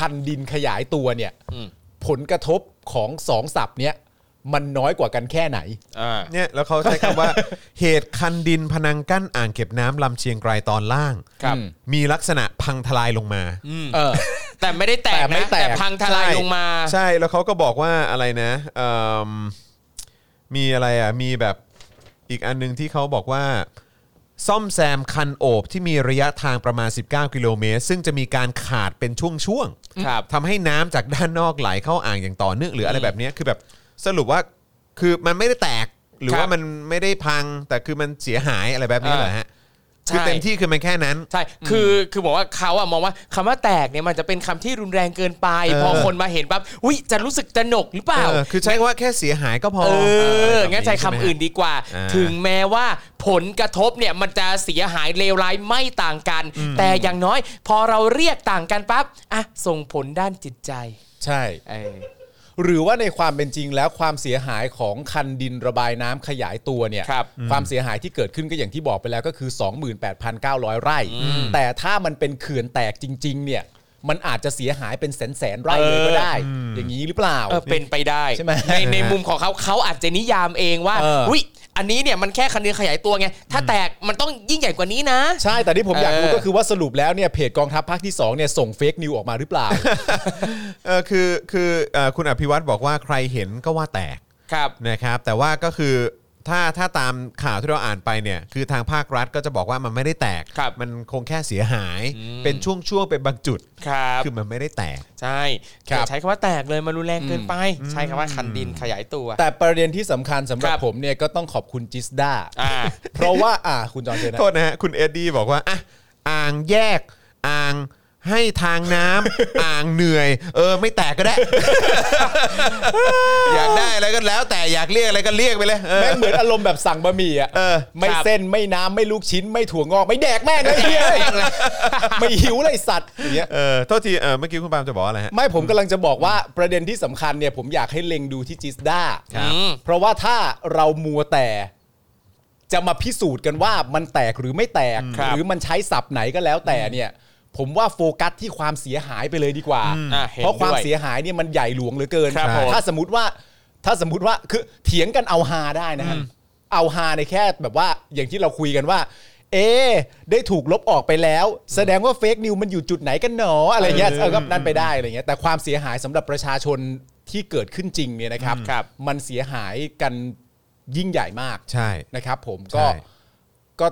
Speaker 3: คันดินขยายตัวเนี่ย
Speaker 2: อืม
Speaker 3: ผลกระทบของสองศัพท์เนี้ยมันน้อยกว่ากันแค่ไหน
Speaker 4: อ่า
Speaker 1: เนี่ยแล้วเขาใช้คำว่า เหตุคันดินพนังกั้นอ่างเก็บน้ำลำเชียงไกรตอนล่าง
Speaker 3: ครับ
Speaker 1: มีลักษณะพังทลายลงมา
Speaker 3: เออ
Speaker 2: แต่ไม่ได้แตก
Speaker 3: แต่ไม่
Speaker 2: นะ
Speaker 3: แตก
Speaker 2: แต่พังทลาย
Speaker 1: ใช่
Speaker 2: ลงมา
Speaker 1: ใช่แล้วเขาก็บอกว่าอะไรนะเอิ่มมีอะไรอ่ะ มีแบบอีกอันหนึงที่เขาบอกว่า ซ่อมแซมคันโอบที่มีระยะทางประมาณ 19 กิโลเมตร ซึ่งจะมีการขาดเป็นช่วงๆ
Speaker 2: ครับ
Speaker 1: ทำให้น้ำจากด้านนอกไหลเข้าอ่างอย่างต่อเนื่องหรืออะไรแบบเนี้ยคือแบบสรุปว่าคือมันไม่ได้แตกหรือ
Speaker 2: ครับ
Speaker 1: ว่ามันไม่ได้พัง แต่คือมันเสียหายอะไรแบบนี้
Speaker 2: อ่า
Speaker 1: เหรอฮะคือเต็มที่คือมันแค่นั้น
Speaker 2: ใช่ คือ คือบอกว่าเขาอะมองว่าคำว่าแตกเนี่ยมันจะเป็นคำที่รุนแรงเกินไป
Speaker 1: เออ
Speaker 2: พอคนมาเห็นปั๊บ อุ้ยจะรู้สึกจะหนกหรือเปล่า
Speaker 1: เออคือใช้คำว่าแค่เสียหายก็พอ
Speaker 2: เออ
Speaker 1: แบบ
Speaker 2: งั้นใช้คำ
Speaker 1: ช่ไหมฮะ
Speaker 2: อื่นดีกว่า
Speaker 1: อ่า
Speaker 2: ถึงแม้ว่าผลกระทบเนี่ยมันจะเสียหายเลวร้ายไม่ต่างกัน แต่อย่างน้อย พอเราเรียกต่างกันปั๊บ อ่ะ ส่งผลด้านจิตใจ
Speaker 3: ใช่
Speaker 2: เออ
Speaker 3: หรือว่าในความเป็นจริงแล้วความเสียหายของคันดินระบายน้ำขยายตัวเนี่ย
Speaker 2: ครับ
Speaker 3: ความเสียหายที่เกิดขึ้นก็อย่างที่บอกไปแล้วก็คือ 28,900 ไร่ แต่ถ้ามันเป็นเขื่อนแตกจริง ๆ เนี่ยมันอาจจะเสียหายเป็นแสนแสนๆไร่เลยก็ได้ อย่างนี้หรือเปล่า
Speaker 2: เออเป็นไปได้
Speaker 3: ใช่ไหม
Speaker 2: ในในมุมของเขาเขาอาจจะนิยามเองว่า
Speaker 3: เอออุ๊
Speaker 2: อุ้ยอันนี้เนี่ยมันแค่คันเรือขยายตัวไงถ้าแตกมันต้องยิ่งใหญ่กว่านี้นะ
Speaker 3: ใช่แต่ที่ผมอยากรู้
Speaker 2: เออ
Speaker 3: ก็คือว่าสรุปแล้วเนี่ยเพจกองทัพภาคที่สองเนี่ยส่งเฟกนิวออกมาหรือเปล่า
Speaker 1: เออคือคือเอ่อคุณอภิวัตรบอกว่าใครเห็นก็ว่าแตก
Speaker 2: ครับ
Speaker 1: นะครับ แต่ว่าก็คือถ้าถ้าตามข่าวที่เราอ่านไปเนี่ยคือทางภาครัฐก็จะบอกว่ามันไม่ได้แตก
Speaker 2: ครับ
Speaker 1: มันคงแค่เสียหาย เป็นช่วงๆเป็นบางจุด
Speaker 2: ครับ
Speaker 1: คือมันไม่ได้แตก
Speaker 2: ใช่
Speaker 3: ครับ
Speaker 2: ใช้คำว่าแตกเลยมันรุนแรงเกินไป ใช้คำว่าคันดินขยายตัว
Speaker 3: แต่ประเด็นที่สำคัญสำหรับ
Speaker 2: ครับ
Speaker 3: ผมเนี่ยก็ต้องขอบคุณจิสดา
Speaker 2: อ่า
Speaker 3: เพราะว่าอ่าคุณจอห์นเจนะ
Speaker 1: โทษนะฮะคุณเอ็ดดี้บอกว่าอ่ะอ่างแยกอ่างให้ทางน้ำ อ่างเหนื่อย เออ ไม่แตกก็ได้ อยากได้อะไรก็แล้ว แต่อยากเรียกอะไรก็เรียกไปเลยเออ
Speaker 3: แม่งเหมือนอารมณ์แบบสั่งบะหมี่อ่ะ
Speaker 1: เออ
Speaker 3: ไม่
Speaker 2: ครับ
Speaker 3: เส้นไม่น้ำไม่ลูกชิ้นไม่ถั่วงอก ไม่แดกแม่ง เลยเฮียไม่หิวเลยสัตว์อย่างเงี้ย
Speaker 1: เออโทษทีเออเมื่อกี้คุณปาล์มจะบอกอะไรฮะ
Speaker 3: ไม่ผมกำลังจะบอกว่าประเด็นที่สำคัญเนี่ยผมอยากให้เล็งดูที่จิสด้า
Speaker 1: ครับ
Speaker 2: อืม
Speaker 3: เพราะว่าถ้าเรามัวแต่ จะมาพิสูจน์กันว่ามันแตกหรือไม่แตก
Speaker 2: ครับ
Speaker 3: หรือมันใช้ศัพท์ไหนก็แล้วแต่เนี่ย ผมว่าโฟกัสที่ความเสียหายไปเลยดีกว่า
Speaker 2: อ่ะห็น
Speaker 3: เพราะความ
Speaker 2: ด้วย
Speaker 3: เสียหายเนี่ยมันใหญ่หลวงเหลือเกิน
Speaker 2: ครับผม
Speaker 3: ถ้าสมมติว่าถ้าสมมติว่าคือเถียงกันเอาฮาได้นะฮะเอาฮาในแค่แบบว่าอย่างที่เราคุยกันว่า เอะได้ถูกลบออกไปแล้ว แสดงว่าเฟกนิวมันอยู่จุดไหนกันหนออะไรเงี้ยเออก็นั่นไปได้อะไรเงี้ยแต่ความเสียหายสำหรับประชาชนที่เกิดขึ้นจริงเนี่ยนะครับ
Speaker 2: ครับ
Speaker 3: มันเสียหายกันยิ่งใหญ่มาก
Speaker 1: ใช่
Speaker 3: นะครับผมก็
Speaker 1: ใช่
Speaker 3: ก็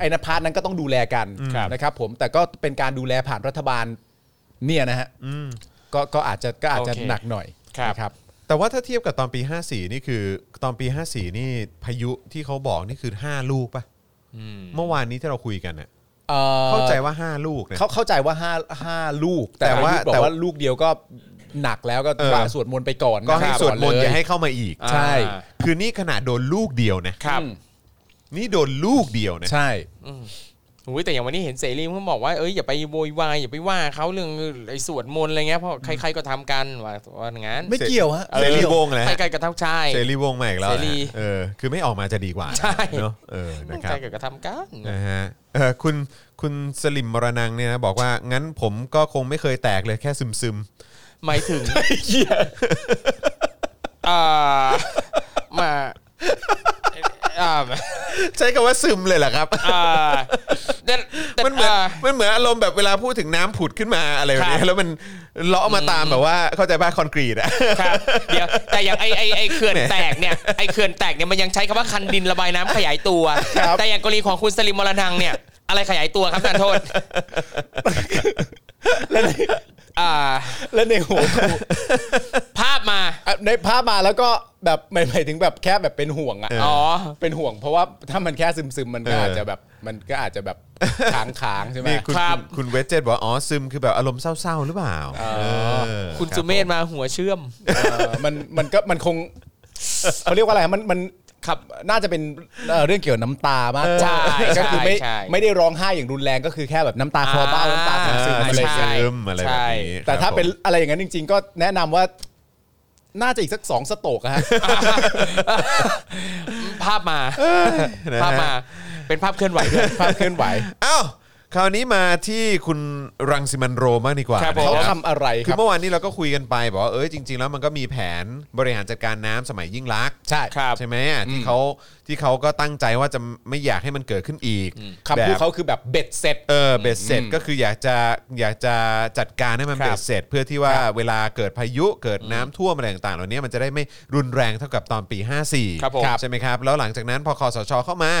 Speaker 3: ไอ้นนพาร์ทนั้นก็ต้องดูแลกันนะครับผมแต่ก็เป็นการดูแลผ่านรัฐบาลเนี่ยนะฮะก็ก็อาจจะก็อาจจะ
Speaker 2: โอเค
Speaker 3: หนักหน่อย
Speaker 2: ครับ
Speaker 3: นะครับ
Speaker 1: แต่ว่าถ้าเทียบกับตอนปี 54 นี่คือตอนปี 54 นี่พายุที่เขาบอกนี่คือ 5 ลูกปะเมื่อวานนี้ที่เราคุยกันเน่ะ
Speaker 3: เอ่อ
Speaker 1: เข้าใจว่า 5 ลูกเนี่ย
Speaker 3: เขาเข้าใจว่าห้าห้าลูก แต่
Speaker 1: แต่ว่า
Speaker 3: ว่าลูกบอ
Speaker 1: แต่
Speaker 3: ก
Speaker 1: ว่า
Speaker 3: ว่าลูกเดียวก็หนักแล้วก็
Speaker 1: เออ
Speaker 3: กล่าวสวดมนต์ไปก่อน
Speaker 1: ก็ให้
Speaker 3: นะครับ
Speaker 1: ส่วนมนต์
Speaker 3: เล
Speaker 1: อย่าให้เข้ามาอีก
Speaker 3: ใช่
Speaker 2: อ่า
Speaker 1: คือนี่ขนาดโดนลูกเดียวนะ
Speaker 2: ครับ
Speaker 1: นี่โดนลูกเดียวนะ
Speaker 3: ใช่
Speaker 2: อุ้ยแต่อย่างวันนี้เห็นเสรีเขาบอกว่าเอ้ยอย่าไปโวยวายอย่าไปว่าเขาเรื่องไอ้สวดมนต์อะไรเงี้ยเพราะใครๆก็ทำกันว่าว่าอย่างงั้น
Speaker 3: ไม่เกี่ยวฮะ
Speaker 1: เสรีวงศ์นะ
Speaker 2: ใค
Speaker 1: ฮะ
Speaker 2: รๆก็ทำใช่
Speaker 1: เสรีวงศ์มาอีกแล้วนะ
Speaker 2: เสรี
Speaker 1: เออคือไม่ออกมาจะดีกว่า
Speaker 2: ใช่
Speaker 1: เนาะเออนะครั
Speaker 2: ใคร
Speaker 1: บ
Speaker 2: ๆก็ทำกัน
Speaker 1: นะฮะเอ่อคุณคุณสลิมมรนังเนี่ยนะบอกว่างั้นผมก็คงไม่เคยแตกเลยแค่ซึมซึม
Speaker 2: หมายถึงอ่า มาอ่า
Speaker 1: ๆ ใช้คำว่าซึมเลยเหรอครับ
Speaker 2: อ่าแต่แต่
Speaker 1: มันเหมือน
Speaker 2: อ่า
Speaker 1: มันเหมือนอารมณ์แบบเวลาพูดถึงน้ำผุดขึ้นมาอะไรแบบ
Speaker 2: ครั
Speaker 1: นี้
Speaker 2: บ
Speaker 1: แล้วมันเลาะมาตามแบบว่าเข้าใจบ้าคอนกรีตอะ
Speaker 2: ครับเดี๋ยวแต่อย่างไอไอไอเขื่อนแตกเนี่ยไอเขื่อนแตกเนี่ยมันยังใช้คำว่าคันดินระบายน้ำขยายตัว แต่อย่างกรณีของคุณสลิมมรนังเนี่ย อะไรขยายตัวครับท่านโทษอ่า
Speaker 3: และในหัวกู
Speaker 2: ภาพมา
Speaker 3: อ่ะในภาพมาแล้วก็แบบหมายหมายถึงแบบแค่แบบเป็นห่วงอ่ะ
Speaker 2: อ๋อ
Speaker 3: เป็นห่วงเพราะว่าถ้ามันแค่ซึมๆ มันก็
Speaker 1: เอออ
Speaker 3: อาจจะแบบมันก็อาจจะแบบค้างค้างๆใช่ไหม
Speaker 1: นี่คุณ
Speaker 2: ครับ
Speaker 1: คุณเวจเจตบอกว่าอ๋อซึมคือแบบอารมณ์เศร้าๆหรือเปล่าเออ
Speaker 2: คุณ
Speaker 1: รับ
Speaker 2: สุเมธมาหัวเชื่อม
Speaker 3: เอ่อมันมันก็มันคงเขาเรียกว่าอะไรมันมันขับน่าจะเป็นเอ่อเรื่องเกี่ยวกับน้ำตามากกว่า
Speaker 2: ใช่
Speaker 3: ก็คือไม่
Speaker 2: ใช่ใช่
Speaker 3: ไม่ได้ร้องไห้อย่างรุนแรงก็คือแค่แบบน้ำตาคลอเบ้าน้ำตา
Speaker 1: เอ
Speaker 3: ซึม
Speaker 1: อ
Speaker 3: ๆอะไรอย่าง
Speaker 2: ใช่
Speaker 3: เงี้ย
Speaker 1: ซึมๆอะไรแบบนี้
Speaker 3: แต่ถ้า
Speaker 1: ครับ
Speaker 3: เป็น
Speaker 1: ผม
Speaker 3: อะไรอย่างนั้นจริง ๆ ก็แนะนำว่าน่าจะอีกสักสองสโตรกอะฮะ
Speaker 2: ภาพมา
Speaker 1: นะฮะ
Speaker 2: ภาพมาเป็นภาพเคลื่อนไหวด้วย
Speaker 3: ภาพเคลื่อนไหว
Speaker 1: อ้าวคราวนี้มาที่คุณรังสิมันต์โรมบ้างดีกว่า
Speaker 2: ครับผม
Speaker 1: นะ
Speaker 3: เขา
Speaker 1: ครับ
Speaker 3: ทำอะไรค
Speaker 1: คือ
Speaker 3: รับ
Speaker 1: เมื่อวานนี้เราก็คุยกันไปบอกว่าเออจริง ๆ แล้วมันก็มีแผนบริหารจัดการน้ำสมัยยิ่งลักษณ์
Speaker 3: ใช่
Speaker 2: ครับ
Speaker 1: ใช่ไหมอ่ะที่เขาที่เขาก็ตั้งใจว่าจะไม่อยากให้มันเกิดขึ้นอีก
Speaker 3: คำพูดเขาคือแบบเบ็ดเสร็จ
Speaker 1: เออเบ็ดเสร็จก็คืออยากจะอยากจะจัดการให้มัน
Speaker 3: ครับ
Speaker 1: เบ็ดเสร็จ เพื่อที่ว่าเวลาเกิดพายุเกิดน้ำท่วมอะไรต่างๆเหล่านี้มันจะได้ไม่รุนแรงเท่ากับตอนปี 54
Speaker 2: ครับผม
Speaker 1: ใช่ไหมครับแล้วหลังจากนั้นพอคอสชเข้ามา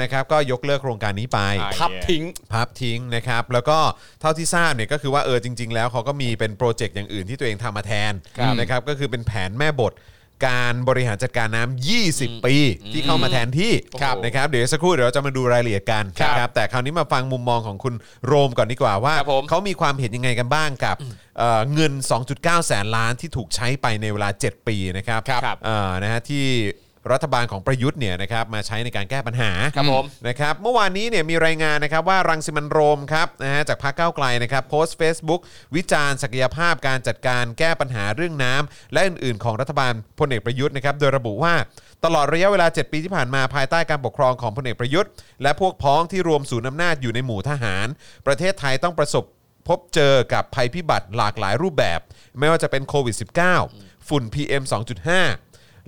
Speaker 1: นะครับก็ยกเลิกโครงการนี้ไป
Speaker 3: พับทิ้ง
Speaker 1: พับทิ้งนะครับแล้วก็เท่าที่ทราบเนี่ยก็คือว่าเออจริง ๆ แล้วเขาก็มีเป็นโปรเจกต์อย่างอื่นที่ตัวเองทำมาแทนนะครับก็คือเป็นแผนแม่บทการบริหารจัดการน้ำ 20 ปี ที่เข้ามาแทนที่
Speaker 2: ครับ
Speaker 1: นะครับเดี๋ยวสักครู่เดี๋ยวเราจะมาดูรายละเอียดกัน
Speaker 2: ครับ
Speaker 1: นะครับแต่คราวนี้มาฟังมุมมองของคุณโรมก่อนดีกว่าว่า
Speaker 2: ครับผม
Speaker 1: เขามีความเห็นยังไงกันบ้างกับเอ่อเงิน 2.9 แสนล้านที่ถูกใช้ไปในเวลา 7 ปีนะครับ
Speaker 2: ครับ
Speaker 1: เอ่อนะฮะที่รัฐบาลของประยุทธ์เนี่ยนะครับมาใช้ในการแก้ปัญหา
Speaker 2: ครับผม
Speaker 1: นะครับเมื่อวานนี้เนี่ยมีรายงานนะครับว่ารังสิมันต์โรมครับนะฮะจากพรรคก้าวไกลนะครับโพสต์ Facebook วิจารณ์ศักยภาพการจัดการแก้ปัญหาเรื่องน้ำและอื่นๆ ของรัฐบาลพลเอกประยุทธ์นะครับโดยระบุว่า ตลอดระยะเวลา 7 ปีที่ผ่านมาภายใต้การปกครองของพลเอกประยุทธ์ และพวกพ้องที่รวมศูนย์อำนาจอยู่ในหมู่ทหาร ประเทศไทยต้องประสบ พบเจอกับภัยพิบัติหลากหลายรูปแบบ ไม่ว่าจะเป็นโควิด -19 ฝุ่น PM 2.5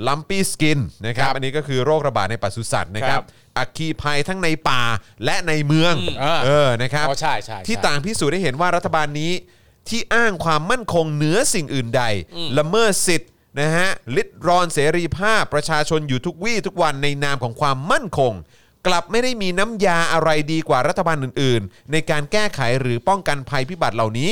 Speaker 1: ลัมปี้สกินนะครับ อันนี้ก็คือโรคระบาดในปศุสัตว์นะครับอัคคีภัยทั้งในป่าและในเมือง
Speaker 3: อ่า
Speaker 1: เออนะครับ
Speaker 3: อ๋อใช่ใช่ใช่
Speaker 1: ที่ต่างพิสูจน์ได้เห็นว่ารัฐบาลนี้ที่อ้างความมั่นคงเหนือสิ่งอื่นใด ละเมิดสิทธิ์นะฮะลิดรอนเสรีภาพประชาชนอยู่ทุกวี่ทุกวันในนามของความมั่นคง กลับไม่ได้มีน้ำยาอะไรดีกว่ารัฐบาลอื่น ๆ ในการแก้ไขหรือป้องกันภัยพิบัติเหล่านี้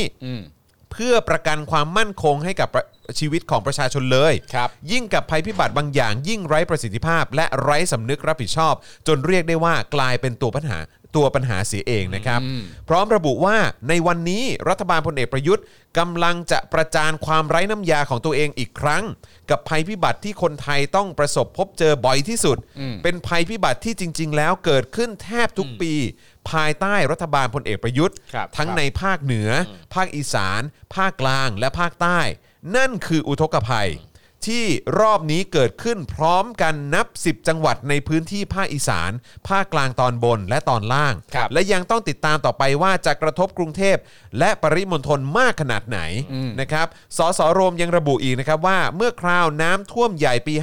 Speaker 1: เพื่อประกันความมั่นคงให้กับประชีวิตของประชาชนเลย
Speaker 3: ครับ
Speaker 1: ยิ่งกับภัยพิบัติบางอย่าง ยิ่งไร้ประสิทธิภาพ และไร้สำนึกรับผิดชอบ จนเรียกได้ว่ากลายเป็นตัวปัญหาตัวปัญหาเสียเองนะครับ พร้อมระบุว่าในวันนี้รัฐบาลพลเอกประยุทธ์กำลังจะประจานความไร้น้ำยาของตัวเองอีกครั้ง กับภัยพิบัติที่คนไทยต้องประสบพบเจอบ่อยที่สุด เป็นภัยพิบัติที่จริง ๆ แล้วเกิดขึ้นแทบทุกปี ภายใต้รัฐบาลพลเอกประยุทธ์
Speaker 2: ครับ
Speaker 1: ทั้ง
Speaker 2: ครับ
Speaker 1: ในภาคเหนืออภาคอีสาน ภาคกลาง และภาคใต้ นั่นคืออุทกภัย ที่รอบนี้เกิดขึ้นพร้อมกันนับ 10 จังหวัดในพื้นที่ภาคอีสาน ภาคกลางตอนบนและตอนล่าง
Speaker 2: ครับ
Speaker 1: และยังต้องติดตามต่อไปว่าจะกระทบกรุงเทพและปริมณฑลมากขนาดไหนนะครับ สสโรมยังระบุอีกนะครับว่าเมื่อคราวน้ำท่วมใหญ่ปี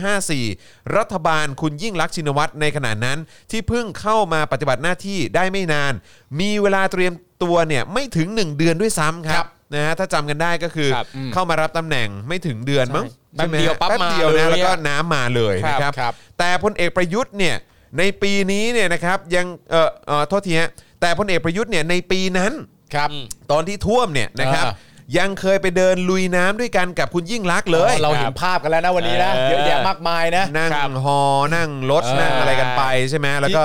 Speaker 1: 54 รัฐบาลคุณยิ่งลักษณ์ชินวัตรในขณะนั้น ที่เพิ่งเข้ามาปฏิบัติหน้าที่ได้ไม่นาน มีเวลาเตรียมตัวเนี่ยไม่ถึง 1 เดือนด้วยซ้ำค
Speaker 2: ค
Speaker 1: รั
Speaker 2: รั
Speaker 1: บบ นะฮะถ้าจำกันได้ก็คือ
Speaker 2: ครับ
Speaker 1: เข้ามารับตำแหน่งไม่ถึงเดือนมั้ง
Speaker 2: แป๊บเดียวปั๊บ
Speaker 1: แป๊บ
Speaker 2: มา
Speaker 1: เดียวนะ
Speaker 2: เลย
Speaker 1: แล้วก็
Speaker 2: อะ
Speaker 1: น้ำมาเลยนะครับ
Speaker 3: ครับ
Speaker 1: แต่พลเอกประยุทธ์เนี่ยในปีนี้เนี่ยนะครับยังเออเออโทษทีฮะแต่พลเอกประยุทธ์เนี่ยในปีนั้น
Speaker 3: ครับ
Speaker 1: ตอนที่ท่วมเนี่ยนะครับ
Speaker 3: อ่า
Speaker 1: ยังเคยไปเดินลุยน้ำด้วยกันกับคุณยิ่งลักษณ์เลย
Speaker 3: เราเห็นภาพกันแล้วนะวันนี้นะ
Speaker 2: เออ
Speaker 3: เยอะแยะมากมายนะ
Speaker 1: นั่งฮอนั่งรถ
Speaker 3: เออ
Speaker 1: นั่งอะไรกันไปใช่ไหมแล้วก็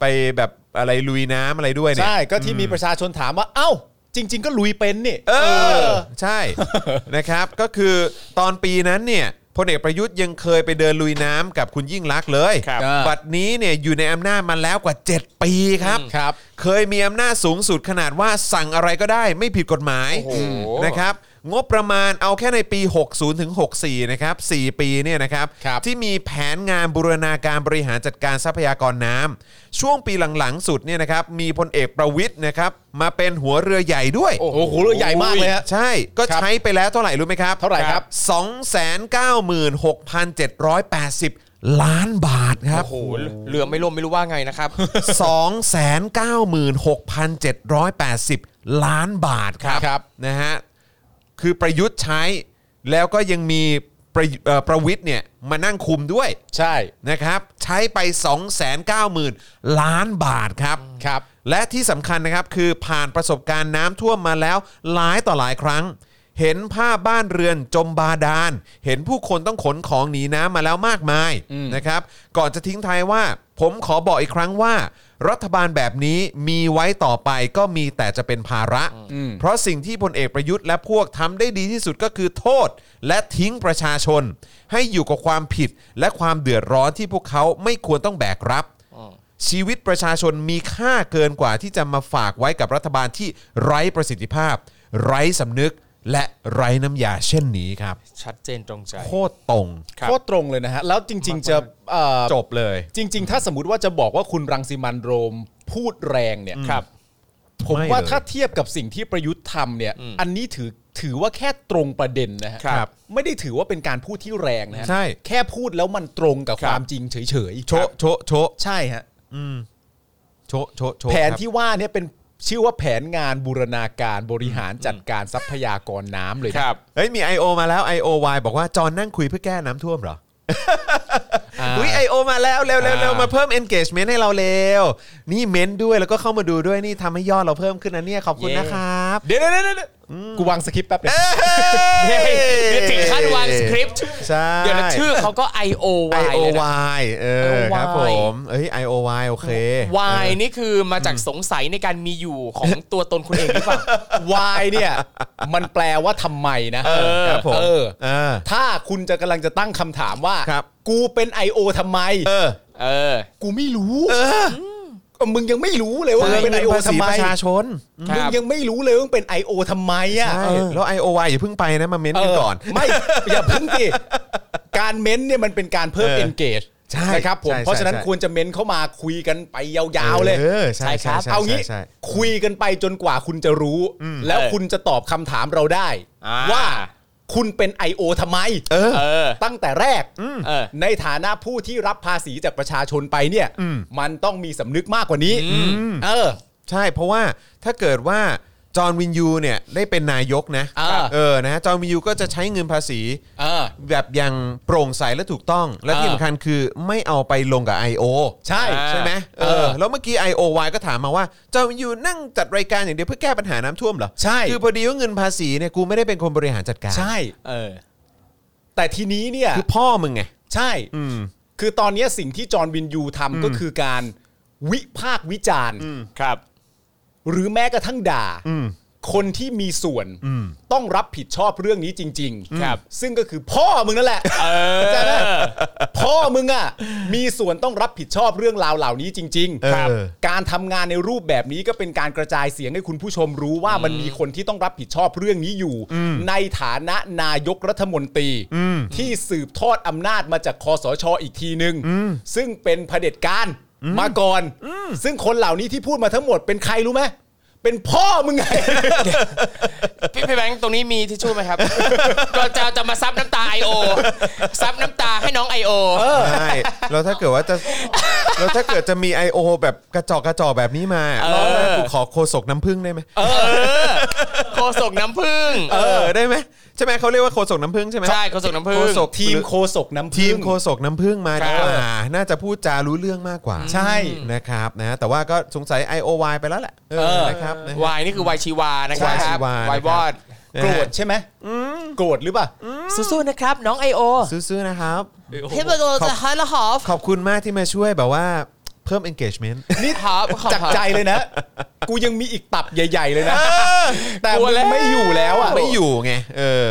Speaker 1: ไปแบบอะไรลุยน้ำอะไรด้วยเนี่ย
Speaker 3: ใช่ก็ที่มีประชาชนถามว่า เอ้า จริง ๆ ก็ลุยเป็นนี่
Speaker 1: เออ ใช่ นะครับก็คือตอนปีนั้นเนี่ยพลเอกประยุทธ์ยังเคยไปเดินลุยน้ำกับคุณยิ่งลักษณ์เลย
Speaker 3: ครับ
Speaker 1: บัดนี้เนี่ยอยู่ในอำนาจมาแล้วกว่า 7 ปีครับ
Speaker 3: ครับ
Speaker 1: เคยมีอำนาจสูงสุดขนาดว่าสั่งอะไรก็ได้ไม่ผิดกฎหมาย
Speaker 2: โอ้โห
Speaker 1: นะครับ งบประมาณเอาแค่ในปี 60ถึง64 นะครับ 4 ปีเนี่ยนะครับ
Speaker 3: ครับ
Speaker 1: ที่มีแผนงานบูรณาการบริหารจัดการทรัพยากรน้ำช่วงปีหลังๆสุดเนี่ยนะครับมีพลเอกประวิทย์นะครับมาเป็นหัวเรือใหญ่ด้วย
Speaker 3: โอ้โหเรื่องใหญ่มากเลยฮะ
Speaker 1: ใช่ก็
Speaker 3: ครับ
Speaker 1: ใช้ไปแล้วเท่าไหร่รู้ไหมครับ
Speaker 3: เท่าไหร่ครับ
Speaker 1: 296,780 ล้านบาทครับ
Speaker 2: โอ้โหเรือไม่ล่มไม่รู้ว่าไงนะครับ
Speaker 1: 296,780 ล้านบาทครับ
Speaker 3: ครับ
Speaker 1: นะฮะคือประยุทธ์ใช้แล้วก็ยังมีประยุเอ่อประวิทย์เนี่ยมานั่งคุมด้วย
Speaker 3: ใช่
Speaker 1: นะครับใช้ไป 290,000 ล้านบาทครับ
Speaker 3: ครับ
Speaker 1: และที่สำคัญนะครับคือผ่านประสบการณ์น้ำท่วมมาแล้วหลายต่อหลายครั้ง เห็นภาพบ้านเรือนจมบาดาล เห็นผู้คนต้องขนของหนีน้ำมาแล้วมากมายนะครับก่อนจะทิ้งท้ายว่า ผมขอบอกอีกครั้งว่า รัฐบาลแบบนี้มีไว้ต่อไปก็มีแต่จะเป็นภาระ เพราะสิ่งที่พลเอกประยุทธ์และพวกทำได้ดีที่สุดก็คือโทษ และทิ้งประชาชน ให้อยู่กับความผิดและความเดือดร้อนที่พวกเขาไม่ควรต้องแบกรับ ชีวิตประชาชนมีค่าเกินกว่าที่จะมาฝากไว้กับรัฐบาลที่ไร้ประสิทธิภาพ ไร้สำนึก และไร้น้ำยาเช่นนี้ครับ
Speaker 2: ชัดเจนตรงใจ
Speaker 1: โคตรตรง
Speaker 3: โคตรตรงเลยนะฮะ แล้วจริง ๆ จะเอ่อ
Speaker 1: จบเลย
Speaker 3: จริง ๆ ถ้าสมมติว่าจะบอกว่าคุณรังสิมันโรมพูดแรงเนี่ย
Speaker 2: ครับ
Speaker 3: ผม
Speaker 1: ไม่
Speaker 3: ว่า
Speaker 1: เลย
Speaker 3: ถ้าเทียบกับสิ่งที่ประยุทธ์ทำเนี่ย อันนี้ถือถือว่าแค่ตรงประเด็นนะฮะ
Speaker 2: ครับ
Speaker 3: ไม่ได้ถือว่าเป็นการพูดที่แรงนะฮะ
Speaker 1: ใช่
Speaker 3: แค่พูดแล้วมันตรงกับ
Speaker 2: ครั
Speaker 3: ค
Speaker 2: บ
Speaker 3: วามจริงเฉยๆ
Speaker 1: โชะโชะโชะ
Speaker 3: ใช่ฮะ
Speaker 1: โชะโชะโชะ
Speaker 3: แผน
Speaker 1: ครับ
Speaker 3: ที่ว่าเนี่ยเป็นชื่อว่าแผนงานบูรณาการบริหารจัดการทรัพยากรน้ำเลย
Speaker 2: ค
Speaker 3: นะ
Speaker 2: รับ
Speaker 1: เฮ้ยมี I.O. มาแล้ว I.O.Y บอกว่าจอนนั่งคุยเพื่อแก้น้ำท่วมเหรอ
Speaker 3: อ่า
Speaker 1: อุ้ยไอโอมาแล้วเร็วเร็วๆๆมาเพิ่ม engagement ให้เราเร็ว นี่เม้นด้วยแล้วก็เข้ามาดูด้วยนี่ทำให้ยอดเราเพิ่มขึ้นนะเนี่ยขอบคุณ
Speaker 2: เย้
Speaker 1: นะครับ
Speaker 2: เดี๋ยวเดี๋ยวเดี๋ยวเดี๋ยว
Speaker 3: กูวางสคริปต์แป๊บนึง
Speaker 1: เฮ้ย
Speaker 2: เดี๋ยวถึงขั้นวางสคริปต์
Speaker 1: ใช่
Speaker 2: เดี๋ยวนะชื่อเขาก็ I O
Speaker 1: ไอ
Speaker 2: Y
Speaker 1: โอ
Speaker 2: เลยนะ
Speaker 1: วายเออ
Speaker 2: IOY
Speaker 1: ครับผมเอ้ยไอโอวายโอเค
Speaker 2: Y นี่คือมาจากสงสัยในการมีอยู่ของตัวตนคุณเองหรือเปล่า
Speaker 3: วายเนี่ย มันแปลว่าทำไมนะ
Speaker 1: เออครับผม
Speaker 3: เออ
Speaker 1: เออ
Speaker 3: ถ้าคุณจะกำลังจะตั้งคำถามว่า
Speaker 1: ครับ
Speaker 3: กูเป็น I.O. ทำไม
Speaker 1: เออ
Speaker 2: เออ
Speaker 3: กูไม่รู้เออมึงยังไม่รู้เลยว่ามึงเป็น
Speaker 1: เงิน
Speaker 3: I.O.
Speaker 1: ภา
Speaker 3: ทำ
Speaker 1: ษี
Speaker 3: ไม
Speaker 1: ประชาชน
Speaker 2: ครับ
Speaker 3: มึงยังไม่รู้เลยว่ามึงเป็น I.O. ทำไมอ่ะ
Speaker 1: ใช่แล้วไอโอวายอย่าเพิ่งไปนะมาเม้นกันก่อน
Speaker 3: เไม่ อย่าเพิ่งดิการเม้นเนี่ยมันเป็นการเพิ่ม
Speaker 1: เออ
Speaker 3: engage
Speaker 1: ใช่
Speaker 3: นะครับผม
Speaker 1: ใช่
Speaker 3: เพราะฉะนั้น
Speaker 1: ใช่
Speaker 3: ควรจะเม้นเข้ามาคุยกันไปยาวๆเลย
Speaker 1: เออใช่
Speaker 2: ใช่ครับ
Speaker 1: ใช่ใช่
Speaker 3: เอางี้
Speaker 1: ใช่
Speaker 3: คุยกันไปจนกว่าคุณจะรู้ แล้วคุณจะตอบคำถามเราได้
Speaker 2: อ่า
Speaker 3: ว่าคุณเป็น I.O. ทำไม
Speaker 1: เออ
Speaker 2: เออ
Speaker 3: ตั้งแต่แรก
Speaker 2: เออ
Speaker 3: ในฐานะผู้ที่รับภาษีจากประชาชนไปเนี่ย มันต้องมีสำนึกมากกว่านี้เออ
Speaker 1: ใช่เพราะว่าถ้าเกิดว่าจอห์นวินยูเนี่ยได้เป็นนายกนะ
Speaker 3: อ่า
Speaker 1: เออนะจอห์นวินยูก็จะใช้เงินภาษี
Speaker 3: เออ
Speaker 1: แบบอย่างโปร่งใสและถูกต้อง และที่
Speaker 3: อ่า
Speaker 1: สำคัญคือไม่เอาไปลงกับ I.O.
Speaker 3: ใช่
Speaker 1: ใช่ไหมเอ
Speaker 3: เอ
Speaker 1: อ
Speaker 3: อ
Speaker 1: แล้วเมื่อกี้ I.O.Y ก็ถามมาว่าเจ้าอยู่นั่งจัดรายการอย่างเดียวเพื่อแก้ปัญหาน้ำท่วมเหรอ
Speaker 3: ใช่
Speaker 1: คือพอดีว่าเงินภาษีเนี่ยกูไม่ได้เป็นคนบริหารจัดการ
Speaker 3: ใช่
Speaker 2: เออ
Speaker 3: แต่ทีนี้เนี่ย
Speaker 1: คือพ่อมึงไง
Speaker 3: ใช่
Speaker 1: อืม
Speaker 3: คือตอนเนี้ยสิ่งที่จอห์นวินยูทำก็คือการวิพากษ์วิจารณ์
Speaker 2: ครับ
Speaker 3: หรือแม้กระทั่งด่า
Speaker 1: อืม
Speaker 3: คนที่มีส่วน
Speaker 1: อืม
Speaker 3: ต้องรับผิดชอบเรื่องนี้จริงๆ
Speaker 2: ครับ
Speaker 3: ซึ่งก็คือพ่อมึงนั่นแหละ
Speaker 2: เออ
Speaker 3: เข้าใจไหมพ่อมึงอ่ะ มีส่วนต้องรับผิดชอบเรื่องราวเหล่านี้จริง
Speaker 1: เออ
Speaker 3: การทำงานในรูปแบบนี้ก็เป็นการกระจายเสียงให้คุณผู้ชมรู้ว่ามันมีคนที่ต้องรับผิดชอบเรื่องนี้อยู่ ในฐานะนายกรัฐมนตรีที่สืบทอดอำนาจมาจากคอสชอีกทีหนึง่งซึ่งเป็นเผด็จการมาก่อน ซึ่งคนเหล่านี้ที่พูดมาทั้งหมดเป็นใครรู้ไหมเป็นพ่อมึงไง
Speaker 2: พี่พี่แบงค์ตรงนี้มีทิชชู่ไหมครับ ก็จะจะมาซับน้ำตา I.O. ซับน้ำตาให้น้อง I.O.
Speaker 1: ใช่แล้วถ้าเกิดว่าจะแล้วถ้าเกิดจะมี I.O. แบบกระจอกกระจอกแบบนี้มาแล้วกูขอโคศกน้ำผึ้งได้ไหม
Speaker 2: เออ โคศกน้ำผึ้ง
Speaker 1: เออได้ไหมใช่ไหมเขาเรียกว่าโคศกน้ำผึ้งใช่ไหม
Speaker 2: ใช่โคศกน้ำผึ้ง
Speaker 1: โศก
Speaker 3: ทีมโคศกน้ำ
Speaker 1: ที
Speaker 3: ผึ้
Speaker 1: ม
Speaker 3: ง
Speaker 1: โคศกน้ำผึ้งมาดีกว่าน่าจะพูดจารู้เรื่องมากกว่า
Speaker 3: ใช่
Speaker 1: นะครับนะแต่ว่าก็สงสัย IOY ไปแล้วแหละเออนะครับนะ
Speaker 2: วายนี่คือวายชีวานะครับ
Speaker 1: วายชีวานะครับ
Speaker 2: วายวอด
Speaker 3: โกรธใช่ไหมโกรธหรือเปล่า
Speaker 2: สู้ๆนะครับ น้อง I.O.
Speaker 1: ซื้อๆนะครับ
Speaker 2: เทปโกจะฮันละฮอฟ
Speaker 1: ขอบคุณมากที่มาช่วยแบบว่าเพิ่ม engagement
Speaker 2: นี่ฮอฟ
Speaker 3: จากใจเลยนะ กูยังมีอีกตับใหญ่ ๆ เลยนะ แต่
Speaker 2: กลัว
Speaker 3: มึง
Speaker 2: แล้ว
Speaker 3: ไม่อยู่แล้วอ่ะ
Speaker 1: ไม่อยู่ไงเออ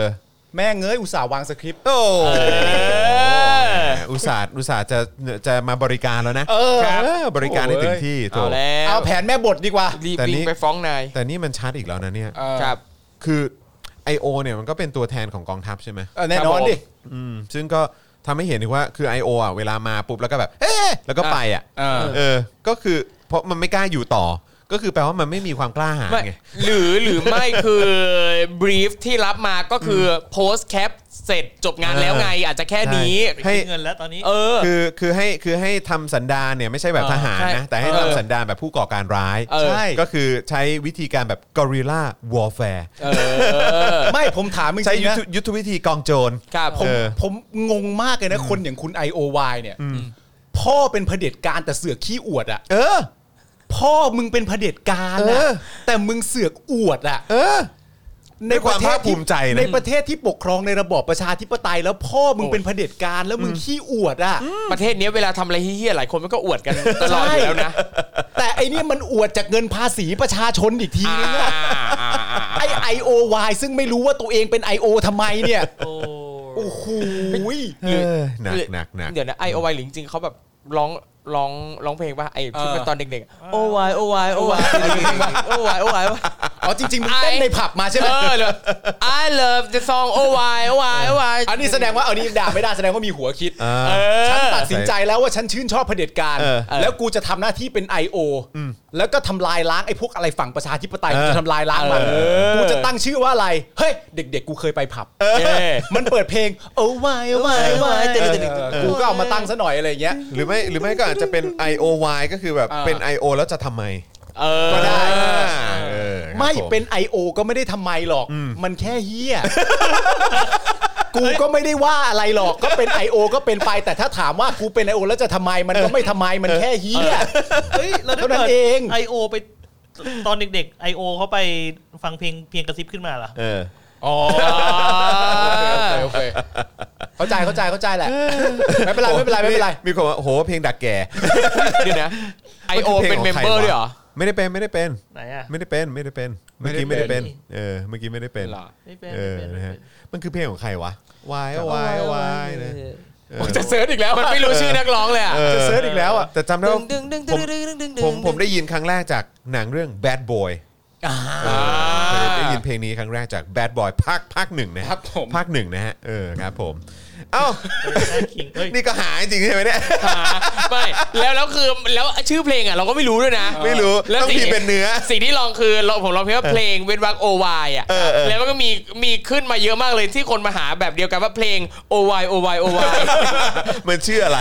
Speaker 3: แม่งเงยอุตส่าห์วางสคริปต์
Speaker 1: โอ้
Speaker 2: อ
Speaker 1: อุตส่าห์อุตส่าห์จะจะมาบริการแล้วนะ
Speaker 3: เออ
Speaker 1: เออบริการให้ถึงที่โถ
Speaker 2: เอาแล้ว
Speaker 3: เอาแผนแม่บทดีกว่า
Speaker 2: รีบ
Speaker 1: แต่นี่
Speaker 2: วิ่งไปฟ้องนาย
Speaker 1: แต่นี่มันชัดอีกแล้วนะเนี่ย
Speaker 3: เออ
Speaker 2: ครับ
Speaker 1: คือ IO เนี่ยมันก็เป็นตัวแทนของกองทัพใช่ไหม
Speaker 3: เออแน่นอนดิ
Speaker 1: อืมซึ่งก็ทำให้เห็นถึงว่าคือ I.O. อ่ะเวลามาปุ๊บแล้วก็แบบเอ๊ะแล้วก็ไปอ่ะ
Speaker 3: อ่า
Speaker 1: เออก็คือเพราะมันไม่กล้าอยู่ต่อ ก็คือแปลว่ามันไม่มีความกล้าหาญ
Speaker 2: ไม่
Speaker 1: ไง
Speaker 2: หรือหรือไม่คือบรีฟที่รับมาก็คือโพสต์แคปเสร็จจบงานแล้วไง อาจจะแค่นี้
Speaker 5: ไป
Speaker 1: ให้
Speaker 5: คิดเงินแล้วตอนนี้
Speaker 2: เออ
Speaker 1: คือคือให้คือให้ทำสันดานเนี่ยไม่ใช่แบบทหาร
Speaker 2: ใช่
Speaker 1: นะ แต่ให้
Speaker 2: เออ
Speaker 1: ทำสันดานแบบผู้ก่อการร้าย
Speaker 2: เออ
Speaker 1: ใช่ก็คือใช้วิธีการแบบกอริลลาวอ r แฟร์
Speaker 2: เออ
Speaker 3: ไม่ผมถามจ
Speaker 1: ใช้
Speaker 3: ริง
Speaker 1: ยุ
Speaker 3: ๆ
Speaker 1: ท
Speaker 3: นะ
Speaker 1: ธยุทธวิธีกองโจร
Speaker 2: ครับ
Speaker 3: ผม
Speaker 1: เออ
Speaker 3: ผมงงมากเลยนะคนอย่างคุณ IOY เนี่ย พ่อเป็นเผด็จการแต่เสือกขี้อวดอ่ะ
Speaker 1: เออ
Speaker 3: พ่อมึงเป็นเผด็จการ
Speaker 1: เอ
Speaker 3: นะ
Speaker 1: อ
Speaker 3: แต่มึงเสือกอวดอ่ะ
Speaker 1: เออ
Speaker 3: ใน
Speaker 1: ด้วย
Speaker 3: ป
Speaker 1: ควา
Speaker 3: ระ
Speaker 1: ม
Speaker 3: เท
Speaker 1: ภา
Speaker 3: ศ
Speaker 1: คภู
Speaker 3: ที่
Speaker 1: มิใจนะ
Speaker 3: ในประเทศที่ปกครองในระบอบประชาธิปไตย แล้วพ่อมึงเป็นเผด็จการแล้วมึงขี้อวดอ่ะ
Speaker 2: ประเทศเนี้ยเวลาทำอะไรเฮี้ยๆหลายคนมันก็อวดกันตลอดอยู่แล้วนะ
Speaker 3: แต่ไอเนี่ยมันอวดจากเงินภาษีประชาชนอีกทีนึงอะ
Speaker 2: อ่าๆ
Speaker 3: ไอไอโอวายซึ่งไม่รู้ว่าตัวเองเป็น I.O. ทำไมเนี่ย
Speaker 5: โอ้
Speaker 3: โอ้โหย
Speaker 1: เออหนักหนักหนัก
Speaker 2: ๆเดี๋ยวนะไอโอไวหรือจริงๆเขาแบบร้องร้องร้องเพลงป่ะไอที่มันตอนเด็กๆโอไวโอไวโอไวโอไวโอไว
Speaker 3: อ๋อจริงๆมึงเต้นในผับมาใช่ไหม
Speaker 2: เออเลย I love the song oh why oh why oh why
Speaker 3: อันนี้แสดงว่าเอานี้ด่าไม่ได้แสดงว่ามีหัวคิด
Speaker 1: เออ
Speaker 3: ฉันตัดสินใจแล้วว่าฉันชื่นชอบเผด็จการ
Speaker 1: เออ
Speaker 3: แล้วกูจะทำหน้าที่เป็น I.O. แล้วก็ทำลายล้างไอ้พวกอะไรฝั่งประชาธิปไตยกูจะทำลายล้างมันกูจะตั้งชื่อว่าอะไร เฮ้ย เด็กๆ กูเคยไปผับ มันเปิดเพลงโอ้วายโอ้วายโอ้วาย
Speaker 2: เออ
Speaker 3: กูก็เอามาตั้งซะหน่อยอะไรอย่างเงี้ย
Speaker 1: หรือไม่หรือไม่ก็อาจจะเป็น IOY ก็คือแบบ
Speaker 3: อ่า
Speaker 1: เป็น IO แล้วจะทำไม
Speaker 2: เออ
Speaker 1: ก็ได้เออครับ
Speaker 3: ไม่
Speaker 1: ผ
Speaker 3: เป็น I.O. ก็ไม่ได้ทำไมหรอก มันแค่เฮี้ย กูก็ไม่ได้ว่าอะไรหรอก ก็เป็น I.O. ก็เป็นไป แต่ถ้าถามว่ากูเป็น I.O. แล้วจะทำไม มันก็ไม่ทำไม มันแค่เฮี้ย
Speaker 5: เฮ้ยเราได้
Speaker 3: เท่านั้
Speaker 5: เปิด
Speaker 3: นเอง
Speaker 5: ไอโอไปตอนเด็กๆไอโอเขาไปฟังเพลงเพียงกระซิบขึ้นมาเหรอ
Speaker 1: เออ
Speaker 3: อ๋อโอเคโอเคเข้าใจเข้าใจเข้าใจแหละไม่เป็นไรไม่เป็นไรไม่เป็นไร
Speaker 1: มีคนว่าโหเพลงดักแก่
Speaker 2: เดี๋ยวนะ I.O. เป็นเมมเบอร์ด้วยเหรอ
Speaker 1: ไม่ได้เป็นไม่ได้เป็น
Speaker 5: ไหนอ่ะ
Speaker 1: ไม่ได้เป็นไม่ได้เป็นเมื่อกี้
Speaker 3: ไม่
Speaker 1: ไม่
Speaker 3: ได้
Speaker 1: ได้
Speaker 3: เป็
Speaker 1: เป็น
Speaker 3: น
Speaker 1: เออเมื่อกี้ไม่ได้เป็น
Speaker 2: เหรอ
Speaker 5: ไม่เป็น
Speaker 1: เออ
Speaker 5: ไม่เป็น
Speaker 1: นะ
Speaker 5: ไม่
Speaker 1: ฮะ
Speaker 5: เป็น
Speaker 1: มันคือเพลงของใครวะวายวายวายนะเออ
Speaker 2: จะเซิร์ชอีกแล้ว มันไม่รู้ชื่อนักร้องเลยอ่ะ
Speaker 1: เออจะเซิร์ชอีกแล้วอ่ะแต่จำได้ว่า
Speaker 2: ดึงดึงดึงดึงดึงดึงดึง
Speaker 1: ผมผมได้ยินครั้งแรกจากหนังเรื่อง Bad Boy
Speaker 2: อ่า
Speaker 1: เคยได้ยินเพลงนี้ครั้งแรกจาก Bad Boy ภาคภาคหนึ่งนะฮะ
Speaker 3: ครับผม
Speaker 1: ภาคหนึ่งนะฮะเออครับผม เอ้า
Speaker 5: ได้คิงเฮ้ย
Speaker 1: นี่ก็หาจริงใช่ไหมเนี่ย
Speaker 2: หาไม่แล้วแล้วคือแล้วชื่อเพลงอ่ะเราก็ไม่รู้ด้วยนะ
Speaker 1: ไม่รู้
Speaker 2: แล้ว
Speaker 1: ต้อง
Speaker 2: สิ่ง
Speaker 1: มีเป็นเนื้อ
Speaker 2: สิ่งที่ลองคือเราผมลองเพลงว่าเพลงเวนวักโอวายอ่ะ
Speaker 1: เออเออ
Speaker 2: แล้วมันก็มีมีขึ้นมาเยอะมากเลยที่คนมาหาแบบเดียวกันว่าเพลงโอวายโอวายโอ วาย
Speaker 1: มันชื่ออะไร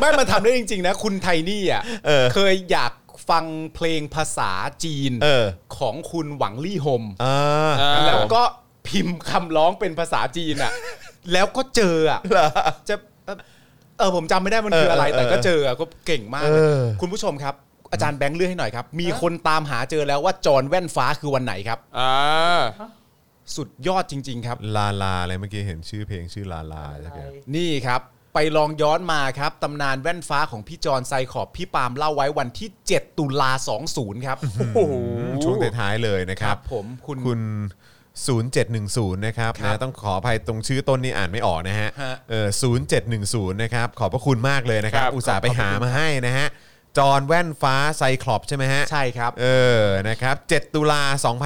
Speaker 3: ไม่มันทำได้จริง ๆ นะ คุณไทนี่อ่ะ
Speaker 1: เออ
Speaker 3: เคยอยากฟังเพลงภาษาจีน
Speaker 1: เออ
Speaker 3: ของคุณหวังลี่หม
Speaker 1: อ่า
Speaker 3: แล้วก็พิมพ์คำร้องเป็นภาษาจีนอ่ะ แล้วก็เจออ่ะจะเอ่อเออผมจำไม่ได้มันคืออะไร
Speaker 1: เออเออ
Speaker 3: แต่ก็เจออ่ะก็เก่งมากเลย
Speaker 1: เออ
Speaker 3: คุณผู้ชมครับ อาจารย์แบงค์เลือกให้หน่อยครับ มีคนตามหาเจอแล้วว่าจอห์นแว่นฟ้าคือวันไหนครับ
Speaker 2: อ่า
Speaker 3: สุดยอดจริง ๆ ครับ
Speaker 1: ลาลาอะไรเมื่อกี้เห็นชื่อเพลงชื่อลาลาใช่ไหม
Speaker 3: นี่ครับ ไปลองย้อนมาครับ ตำนานแว่นฟ้าของพี่จอนไซขอบพี่ปาล์มเล่าไว้วันที่ 7 ตุลา 20 ครับโอ้โห
Speaker 1: ช่วงท้ายๆเลยนะค
Speaker 3: ค
Speaker 1: รั
Speaker 3: รับ บผมคุณ
Speaker 1: คุณ 0710 นะครับ
Speaker 3: ครับ
Speaker 1: นะต้องขออภัยตรงชื่อต้นนี่อ่านไม่ออกนะฮะ
Speaker 3: ฮะ
Speaker 1: เออ0710 นะครับ ขอบพระคุณมากเลยนะครับ อุตส่าห์ไปหามาให้นะฮะ จอนแว่นฟ้าไซคลอปใช่ไหมฮะ
Speaker 3: ใช่ครับ
Speaker 1: เออ นะครับ 7 ตุลา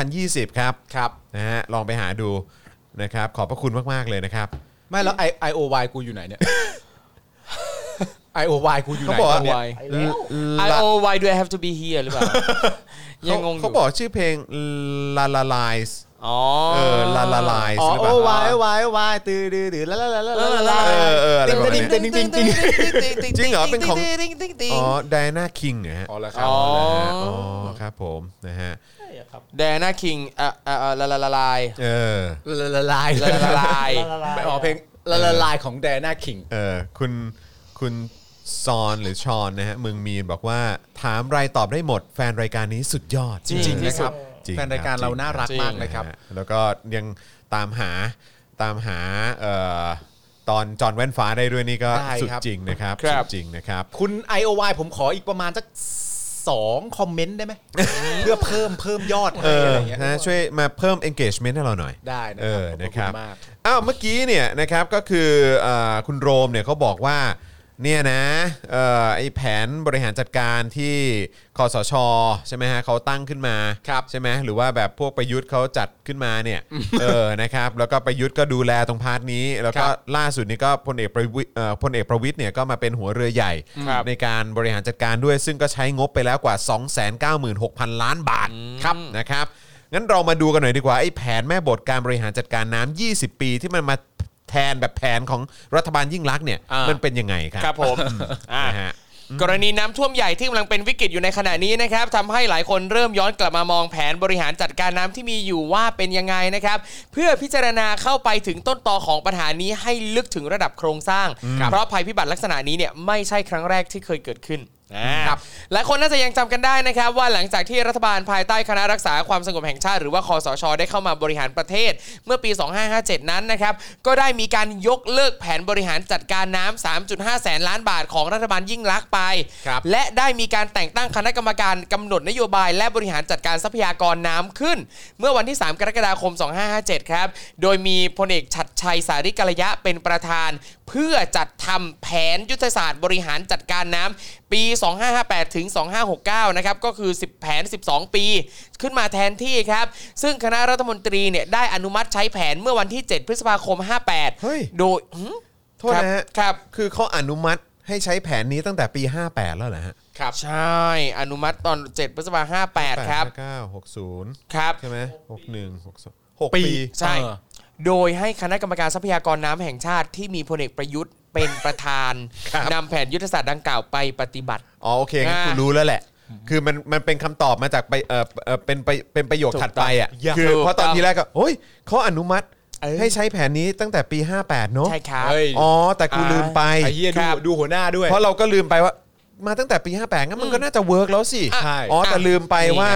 Speaker 1: 2020 ครับ
Speaker 3: ครับ
Speaker 1: นะฮะ ลองไปหาดูนะครับ ขอบพระคุณมาก ๆ เลยนะครับ
Speaker 3: ไม่แล้ว I I O Y กูอยู่ไหนเนี่ย I O Y กูอยู่ไหน
Speaker 1: เขาบอกว่า
Speaker 3: เนี่ย
Speaker 5: ไปแล้ว
Speaker 2: ไอโอวาย do I have to be here หรือเปล่ายังงงอยู่
Speaker 1: เขาบอกชื่อเพลงลาลาไลส์
Speaker 2: อ๋อ
Speaker 1: เออลาลาไลส์
Speaker 3: อ๋อ
Speaker 1: หรือ
Speaker 3: โอ
Speaker 1: เปล่า
Speaker 3: วายโอวายโอวายตื่นดื้อดื้อละละละละละละ
Speaker 1: เออเอออะไรประมาณเนี้ย
Speaker 3: ติ๊งติ๊งติ๊งติ๊ง
Speaker 1: จริงเหรอเป็นของ
Speaker 2: ติ๊งติ๊งติ๊ง
Speaker 1: อ๋อไดนาคิงเหรอฮะ
Speaker 3: อ๋อแล้วครั
Speaker 2: อ๋
Speaker 3: บ
Speaker 2: อ
Speaker 1: อ๋อครับผมนะฮะ
Speaker 5: ใช่อะครับ
Speaker 2: แดน่าคิงอ่ะอ่ะอ่ะละละละลาย
Speaker 1: เออ
Speaker 3: ละละลาย
Speaker 2: ละละละลาย
Speaker 5: ละลาย
Speaker 3: ไปออกเพลงละละลายของแดน่าคิง
Speaker 1: เออคุณคุณซอนหรือชอนนะฮะเมืองมีนบอกว่าถามไรตอบได้หมด แฟนรายการนี้สุดยอด
Speaker 3: จริงๆนะครับ
Speaker 1: จง
Speaker 3: แฟนรายการ
Speaker 1: คบ
Speaker 3: เราน่ารัก
Speaker 1: จง
Speaker 3: มากนะครับ
Speaker 1: ฮแล้วก็ยังตามหาตามหาเอ่อตอนจอห์นแว่นฟ้าได้ด้วยนี่ก็
Speaker 3: ได้
Speaker 1: สุด
Speaker 3: ครับ
Speaker 1: จริงนะครับ
Speaker 2: ครับ
Speaker 1: สุดจริงนะครับ
Speaker 3: คุณ IOY ผมขออีกประมาณสักสองคอมเมนต์ได้ไหม เพื่อเพิ่มเพิ่มยอด
Speaker 1: เอ
Speaker 3: ให้อะ
Speaker 1: อ
Speaker 3: ไรเงี้ย
Speaker 1: นะช่วยมาเพิ่ม engagement ให้เราหน่อย
Speaker 3: ได้นะ
Speaker 1: เอ
Speaker 3: ครั
Speaker 1: อนะครั
Speaker 3: บขอบคุณ
Speaker 1: บ
Speaker 3: มาก
Speaker 1: อ้าวเมื่อกี้เนี่ยนะครับก็คือเอ่อคุณโรมเนี่ยเขาบอกว่าเนี่ยนะเอ่อไอแผนบริหารจัดการที่คอสชใช่ไหมฮะเขาตั้งขึ้นมา
Speaker 3: ครับ
Speaker 1: ใช่ไหมหรือว่าแบบพวกประยุทธ์เขาจัดขึ้นมาเนี่ยเออนะครับแล้วก็ประยุทธ์ก็ดูแลตรงพาร์ทนี้ แล้วก็
Speaker 3: ครับ
Speaker 1: ล่าสุดนี่ก็พลเอกประวิเอ่อพลเอกประวิทย์เนี่ยก็มาเป็นหัวเรือใหญ่
Speaker 2: ครับ
Speaker 1: ในการบริหารจัดการด้วย ซึ่งก็ใช้งบไปแล้วกว่า 296,000 ล้านบาทครับนะครับ งั้นเรามาดูกันหน่อยดีกว่าไอ้แผนแม่บทการบริหารจัดการน้ำ 20 ปีที่มันมาแทนแบบแผนของรัฐบาลยิ่งรักษณ์เนี่ย
Speaker 3: อ่ามั
Speaker 1: มันเป็นยังไงครับ
Speaker 2: ครับผมอ่ะ
Speaker 1: นะฮะ
Speaker 2: กรณีน้ำท่วมใหญ่ที่กำลังเป็นวิกฤตอยู่ในขณะนี้นะครับทำให้หลายคนเริ่มย้อนกลับมามองแผนบริหารจัดการน้ำที่มีอยู่ว่าเป็นยังไงนะครับ เพื่อพิจารณาเข้าไปถึงต้นตอของปัญหานี้ให้ลึกถึงระดับโครงสร้าง เพราะภัยพิบัติลักษณะนี้เนี่ยไม่ใช่ครั้งแรกที่เคยเกิดขึ้นนะครับหลายคนน่าจะยังจำกันได้นะครับ ว่าหลังจากที่รัฐบาลภายใต้คณะรักษาความสงบแห่งชาติ หรือว่าคอสชได้เข้ามาบริหารประเทศ เมื่อปี 2557 นั้นนะครับก็ได้มีการยกเลิกแผนบริหารจัดการน้ำ3.5 แสนล้านบาทของรัฐบาลยิ่งลักษณ์ไป
Speaker 3: ครับ
Speaker 2: และได้มีการแต่งตั้งคณะกรรมการกำหนดนโยบายและบริหารจัดการทรัพยากรน้ำขึ้น เมื่อวันที่ 3 กรกฎาคม 2557 ครับ โดยมีพลเอกชัดชัยสาริกัลยะเป็นประธาน เพื่อจัดทำแผนยุทธศาสตร์บริหารจัดการน้ำปี 2558 ถึง 2569 นะครับ ก็คือ 10 แผน 12 ปี ขึ้นมาแทนที่ครับ ซึ่งคณะรัฐมนตรีเนี่ยได้อนุมัติใช้แผนเมื่อวันที่ 7 พฤษภาคม
Speaker 1: เฮ้ย
Speaker 2: 58 โดยหืม
Speaker 1: โทษนะฮะ
Speaker 2: ครับ
Speaker 1: คือเขาอนุมัติให้ใช้แผนนี้ตั้งแต่ปี 58 แล้วเหรอฮะ
Speaker 2: ครับ ใช่ อนุมัติตอน 7 พฤษภาคม 58 ครับ
Speaker 1: 9 60
Speaker 2: ครับ
Speaker 1: ใช่ไหมหกหนึ่งหกสองหกปี
Speaker 2: ใช่ โดยให้คณะกรรมการทรัพยากรน้ำแห่งชาติที่มีพลเอกประยุทธ์เป็นประธาน
Speaker 1: ครับ
Speaker 2: นำแผนยุทธศาสตร์ดังกล่าวไปปฏิบัติ
Speaker 1: อ๋อโอเคงั้น
Speaker 2: อ่า
Speaker 1: คุณรู้แล้วแหละ คือมันมันเป็นคำตอบมาจากไปเออเอ่อเป็นไปเป็นประโยคถัดไปอ่ะ
Speaker 2: ถูกต้อง
Speaker 1: คือ
Speaker 2: ถูก
Speaker 1: เพราะตอน
Speaker 2: ต้อง
Speaker 1: ที่แรกก็โอ้ยเขาอนุมัติให้ใช้แผนนี้ตั้งแต่ปี 58 เนอะ
Speaker 2: ใช่ครับ
Speaker 3: เฮ้ย
Speaker 1: อ๋อ แต่กู
Speaker 2: อ่า
Speaker 1: ลืมไป
Speaker 3: ไอ้เหี้ยดู
Speaker 2: ครับ
Speaker 3: ดูหัวหน้าด้วย
Speaker 1: เพราะเราก็ลืมไปว่ามาตั้งแต่ปี 58งั้นมันก็น่าจะเวิร์กแล้วสิ
Speaker 3: ใช่
Speaker 1: อ๋อ แต่ลืมไป
Speaker 2: นี่ไง
Speaker 1: ว่า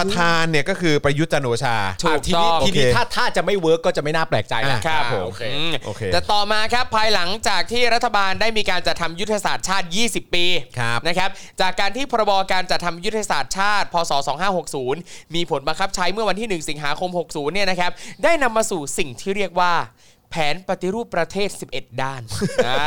Speaker 1: ประธานเนี่ยก็คือประยุทธ์จันทร์โอชา
Speaker 2: ถูก
Speaker 3: อ่ะที
Speaker 2: ต้
Speaker 3: นี้
Speaker 2: อง
Speaker 3: ทีนี้
Speaker 1: โอเค
Speaker 3: ถ้าถ้าจะไม่เวิร์กก็จะไม่น่าแปลกใจนะ
Speaker 1: อ่ะครับ
Speaker 3: อ่า
Speaker 1: ผม
Speaker 3: โอเค
Speaker 2: ม
Speaker 1: โอเค
Speaker 2: แต่ต่อมาครับภายหลังจากที่รัฐบาลได้มีการจัดทำยุทธศาสตร์ชาติ 20 ปี
Speaker 1: ครับ
Speaker 2: นะครับ จากการที่พรบการจัดทำยุทธศาสตร์ชาติ พศ 2560 มีผลบังคับใช้เมื่อวันที่ 1 สิงหาคม 60 เนี่ยนะครับ ได้นำมาสู่สิ่งที่เรียกว่า แผนปฏิรูปประเทศ 11 ด้านอ่า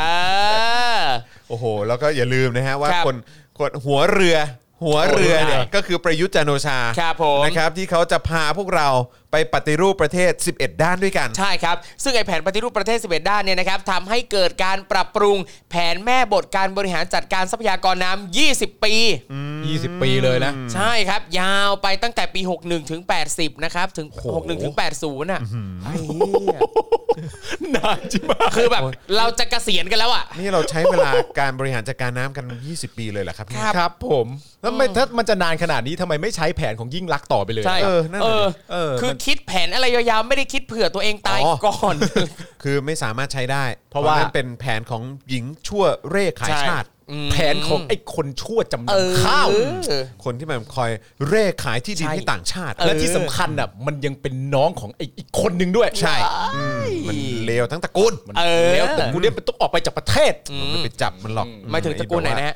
Speaker 1: โอ้โห แล้วก็อย่าลืมนะฮะว่า
Speaker 2: ครับ
Speaker 1: คนคนหัวเรือ หัวเรือเนี่ยก็คือประยุทธ์จันทร์โอชา
Speaker 2: ครับผม
Speaker 1: นะครับที่เขาจะพาพวกเราไปปฏิรูปประเทศ 11 ด้านด้วยกัน
Speaker 2: ใช่ครับ ซึ่งไอแผนปฏิรูปประเทศ 11 ด้านเนี่ยนะครับทำให้เกิดการปรับปรุงแผนแม่บทการบริหารจัดการทรัพยากรน้ำ 20 ปี
Speaker 3: 20 ปีเลยนะ
Speaker 2: ใช่ครับ ยาวไปตั้งแต่ปี 61 ถึง 80 นะครับ ถึง 61 ถึง 80 น่ะ
Speaker 3: นานจิบะ
Speaker 2: คือแบบเราจะเกษียณกันแล้วอ่ะ
Speaker 1: นี่เราใช้เวลา การบริหารจัดการน้ำกัน 20 ปีเลยเหรอครับเนี่ย
Speaker 3: ครับผม แล้วไม่ถ้ามันจะนานขนาดนี้ทำไมไม่ใช้แผนของยิ่งลักษณ์ต่อไปเลย
Speaker 2: ใช่
Speaker 1: เออนั่นน่ะดิ
Speaker 2: เออ
Speaker 1: เออ
Speaker 2: คือ
Speaker 1: มัน
Speaker 2: คิดแผนอะไรยาวๆ ไม่ได้คิดเผื่อตัวเองตาย
Speaker 1: อ๋อ
Speaker 2: ก่อน
Speaker 1: คือไม่สามารถใช้ได้ เพ
Speaker 3: เพราะ
Speaker 1: ราะ
Speaker 3: ว่า
Speaker 1: ว่านั่นเป็นแผนของหญิงชั่วเร่ขายชาติ
Speaker 3: แผนของไอ้คนชั่วจำ
Speaker 2: เอน อ
Speaker 3: ำข้าว
Speaker 1: คนที่มันคอยเร่ขายที่ดิน
Speaker 2: ใช่
Speaker 1: ให้ต่างชาติ
Speaker 3: และที่สำคัญอ่ะมันยังเป็นน้องของไอ้อีกคนหนึ่งด้วย ใช่
Speaker 1: มันเลวทั้งตระกูล
Speaker 3: มัน
Speaker 2: เออ
Speaker 3: แล้วแต่กูเนี่ยมันต้องออกไปจากประเทศ
Speaker 1: มันไปจับมันหรอก
Speaker 2: หมายถึงตระกูลไหนนะฮะ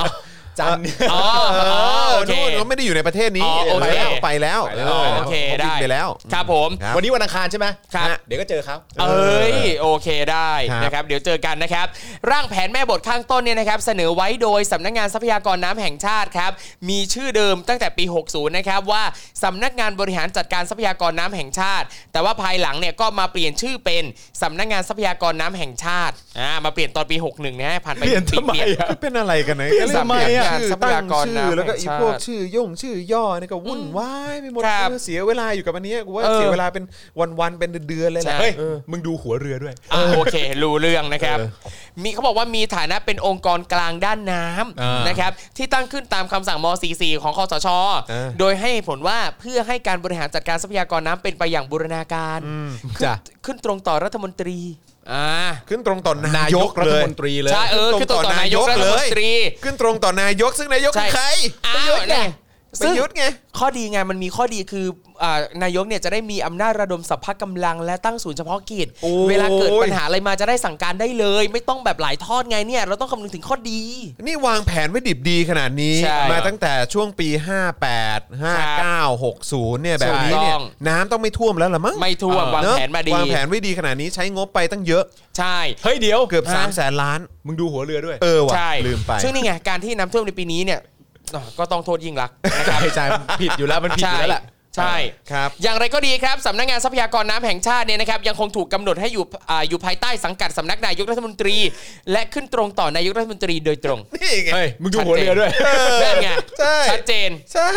Speaker 2: อ๋อ
Speaker 3: จัน
Speaker 2: อ๋อ
Speaker 1: เออ
Speaker 2: โอเค
Speaker 1: นู่นเขาไม่ได้อยู่ในประเทศนี้
Speaker 2: อ๋อโอ
Speaker 1: ไป
Speaker 2: เค
Speaker 1: แล้วไปแล้ว
Speaker 2: อ๋อโอเค
Speaker 1: ขา
Speaker 2: ได้
Speaker 1: บินไปแล้ว
Speaker 2: ครับผม
Speaker 1: ครับ
Speaker 3: วันนี้วันอังคารใช่ไหม
Speaker 2: ครับ
Speaker 3: ฮะเดี๋ยวก็เจอครับ
Speaker 2: เอ้ยโอเคได้
Speaker 1: ครับ
Speaker 2: นะครับ เดี๋ยวเจอกันนะครับ ร่างแผนแม่บทข้างต้นเนี่ยนะครับ เสนอไว้โดยสำนักงานทรัพยากรน้ำแห่งชาติครับ มีชื่อเดิมตั้งแต่ปี 60 นะครับว่าสำนักงานบริหารจัดการทรัพยากรน้ำแห่งชาติ แต่ว่าภายหลังเนี่ยก็มาเปลี่ยนชื่อเป็นสำนักงานทรัพยากรน้ำแห่งชาติอ่ามาเปลี่ยนตอนปี 61นะฮะผ่านไป
Speaker 3: เปลี่ยน
Speaker 2: ปี
Speaker 3: ทำไมอ่ะ
Speaker 1: ันเป็นอะไรกันนะ
Speaker 3: เปลี่ยนสำนักงาน
Speaker 1: ชื่
Speaker 2: ทรัพยากร
Speaker 1: ตั้งชื่อ
Speaker 2: น้ำ
Speaker 1: แล้วก็
Speaker 2: แห่
Speaker 1: อี
Speaker 2: งชาติ
Speaker 1: พวกชื่อย่งชื่อย่อนี่ก็วุ่นวายไปหมด
Speaker 2: ครับ
Speaker 1: เออเสียเวลาอยู่กับอันเนี้ยกูว่า
Speaker 2: เออ
Speaker 1: เสียเวลาเป็นวันๆเป็นเดือนๆเลยแหละ
Speaker 2: ใช่
Speaker 3: เฮ้ยมึงดูหัวเรือด้วย
Speaker 2: อ่าโอเค รู้เรื่องนะครับ มีเขาบอกว่ามีฐานะเป็นองค์กรกลางด้านน้
Speaker 3: อ่า
Speaker 2: ำ
Speaker 3: น
Speaker 2: นะครับที่ตั้งขึ้นตามคำสั่งม .44 ของคอสช โดยให้เหตุผลว่าเพื่อให้การบริหารจัดการทรัพยากรน้ำเป็นไปอย่างบูรณาการ ขึ้น
Speaker 3: จ้ะ
Speaker 2: ขึ้นตรงต่อรัฐมนตรีอ่า
Speaker 1: ขึ้นตรงต่อนาน
Speaker 3: าย ย
Speaker 1: ก
Speaker 3: กรั
Speaker 1: เล
Speaker 3: ฐ
Speaker 1: ย
Speaker 3: มนตรีเลย
Speaker 2: ใช่เออ
Speaker 1: ขึ้
Speaker 2: ขึ้น
Speaker 1: น
Speaker 2: ต
Speaker 1: ต
Speaker 2: ร
Speaker 1: รง งต่อ
Speaker 2: ต่อาน
Speaker 1: นาย ย
Speaker 2: ก
Speaker 1: ก
Speaker 2: รัฐ
Speaker 1: เล
Speaker 2: มน
Speaker 1: ย
Speaker 2: ตรี
Speaker 1: ขึ้นตรงต่อนายกซึ่งนายกคือใคร
Speaker 2: อ้าวเนี่ย
Speaker 1: ประยุทธ์ไง
Speaker 2: ข้อดีไงมันมีข้อดีคืออ่านายกเนี่ยจะได้มีอำนาจระดมสรรพกำลัง และตั้งศูนย์เฉพาะกิจ
Speaker 1: โอ้ย
Speaker 2: เวลาเกิดปัญหาอะไรมาจะได้สั่งการได้เลย ไม่ต้องแบบหลายทอดไงเนี่ย เราต้องคำนึงถึงข้อดี
Speaker 1: นี่วางแผนไว้ดิบดีขนาดนี้
Speaker 2: ใช่
Speaker 1: มาตั้งแต่ช่วงปี 58 59 60 เนี่ยแบบนี้เนี่ย
Speaker 2: ถูกต้อง
Speaker 1: น้ำต้องไม่ท่วมแล้วเหรือมั้ง
Speaker 2: ไม่ท่วมวาง
Speaker 1: เนอะ
Speaker 2: แผนมาดี
Speaker 1: วางแผนไว้ดีขนาดนี้ใช้งบไปตั้งเยอะ
Speaker 2: ใช่
Speaker 3: เฮ้ยเดี๋ยว
Speaker 1: เกือบ
Speaker 2: ฮะ
Speaker 1: 3แสนล้าน
Speaker 3: มึงดูหัวเรือด้วย
Speaker 1: เออว่ะ
Speaker 2: ใช่
Speaker 1: ลืมไป
Speaker 2: ซึ่งนี่ไงการที่น้ำท่วมในปีนี้เนี่ยอ่ะก็ต้องโทษยิ่งรักษณ์นะค
Speaker 3: ใช่
Speaker 2: รับ
Speaker 3: ใช่มันผิดอยู่แล้วมันผิดอยู่แล้วแหละ
Speaker 2: ใช่
Speaker 1: ครับ
Speaker 2: อย่างไรก็ดีครับสำนักงานทรัพยากรน้ำแห่งชาติเนี่ยนะครับยังคงถูกกำหนดให้อยู่อ่าอยู่ภายใต้สังกัดสำนักนายกรัฐมนตรี และขึ้นตรงต่อนายกรัฐมนตรีโดยตรง
Speaker 1: นี่ไง
Speaker 3: เฮ้ยมึงดูหัวเรือด้วย
Speaker 2: นั่นไง
Speaker 1: ใช่
Speaker 2: ชัดเจน
Speaker 1: ใช่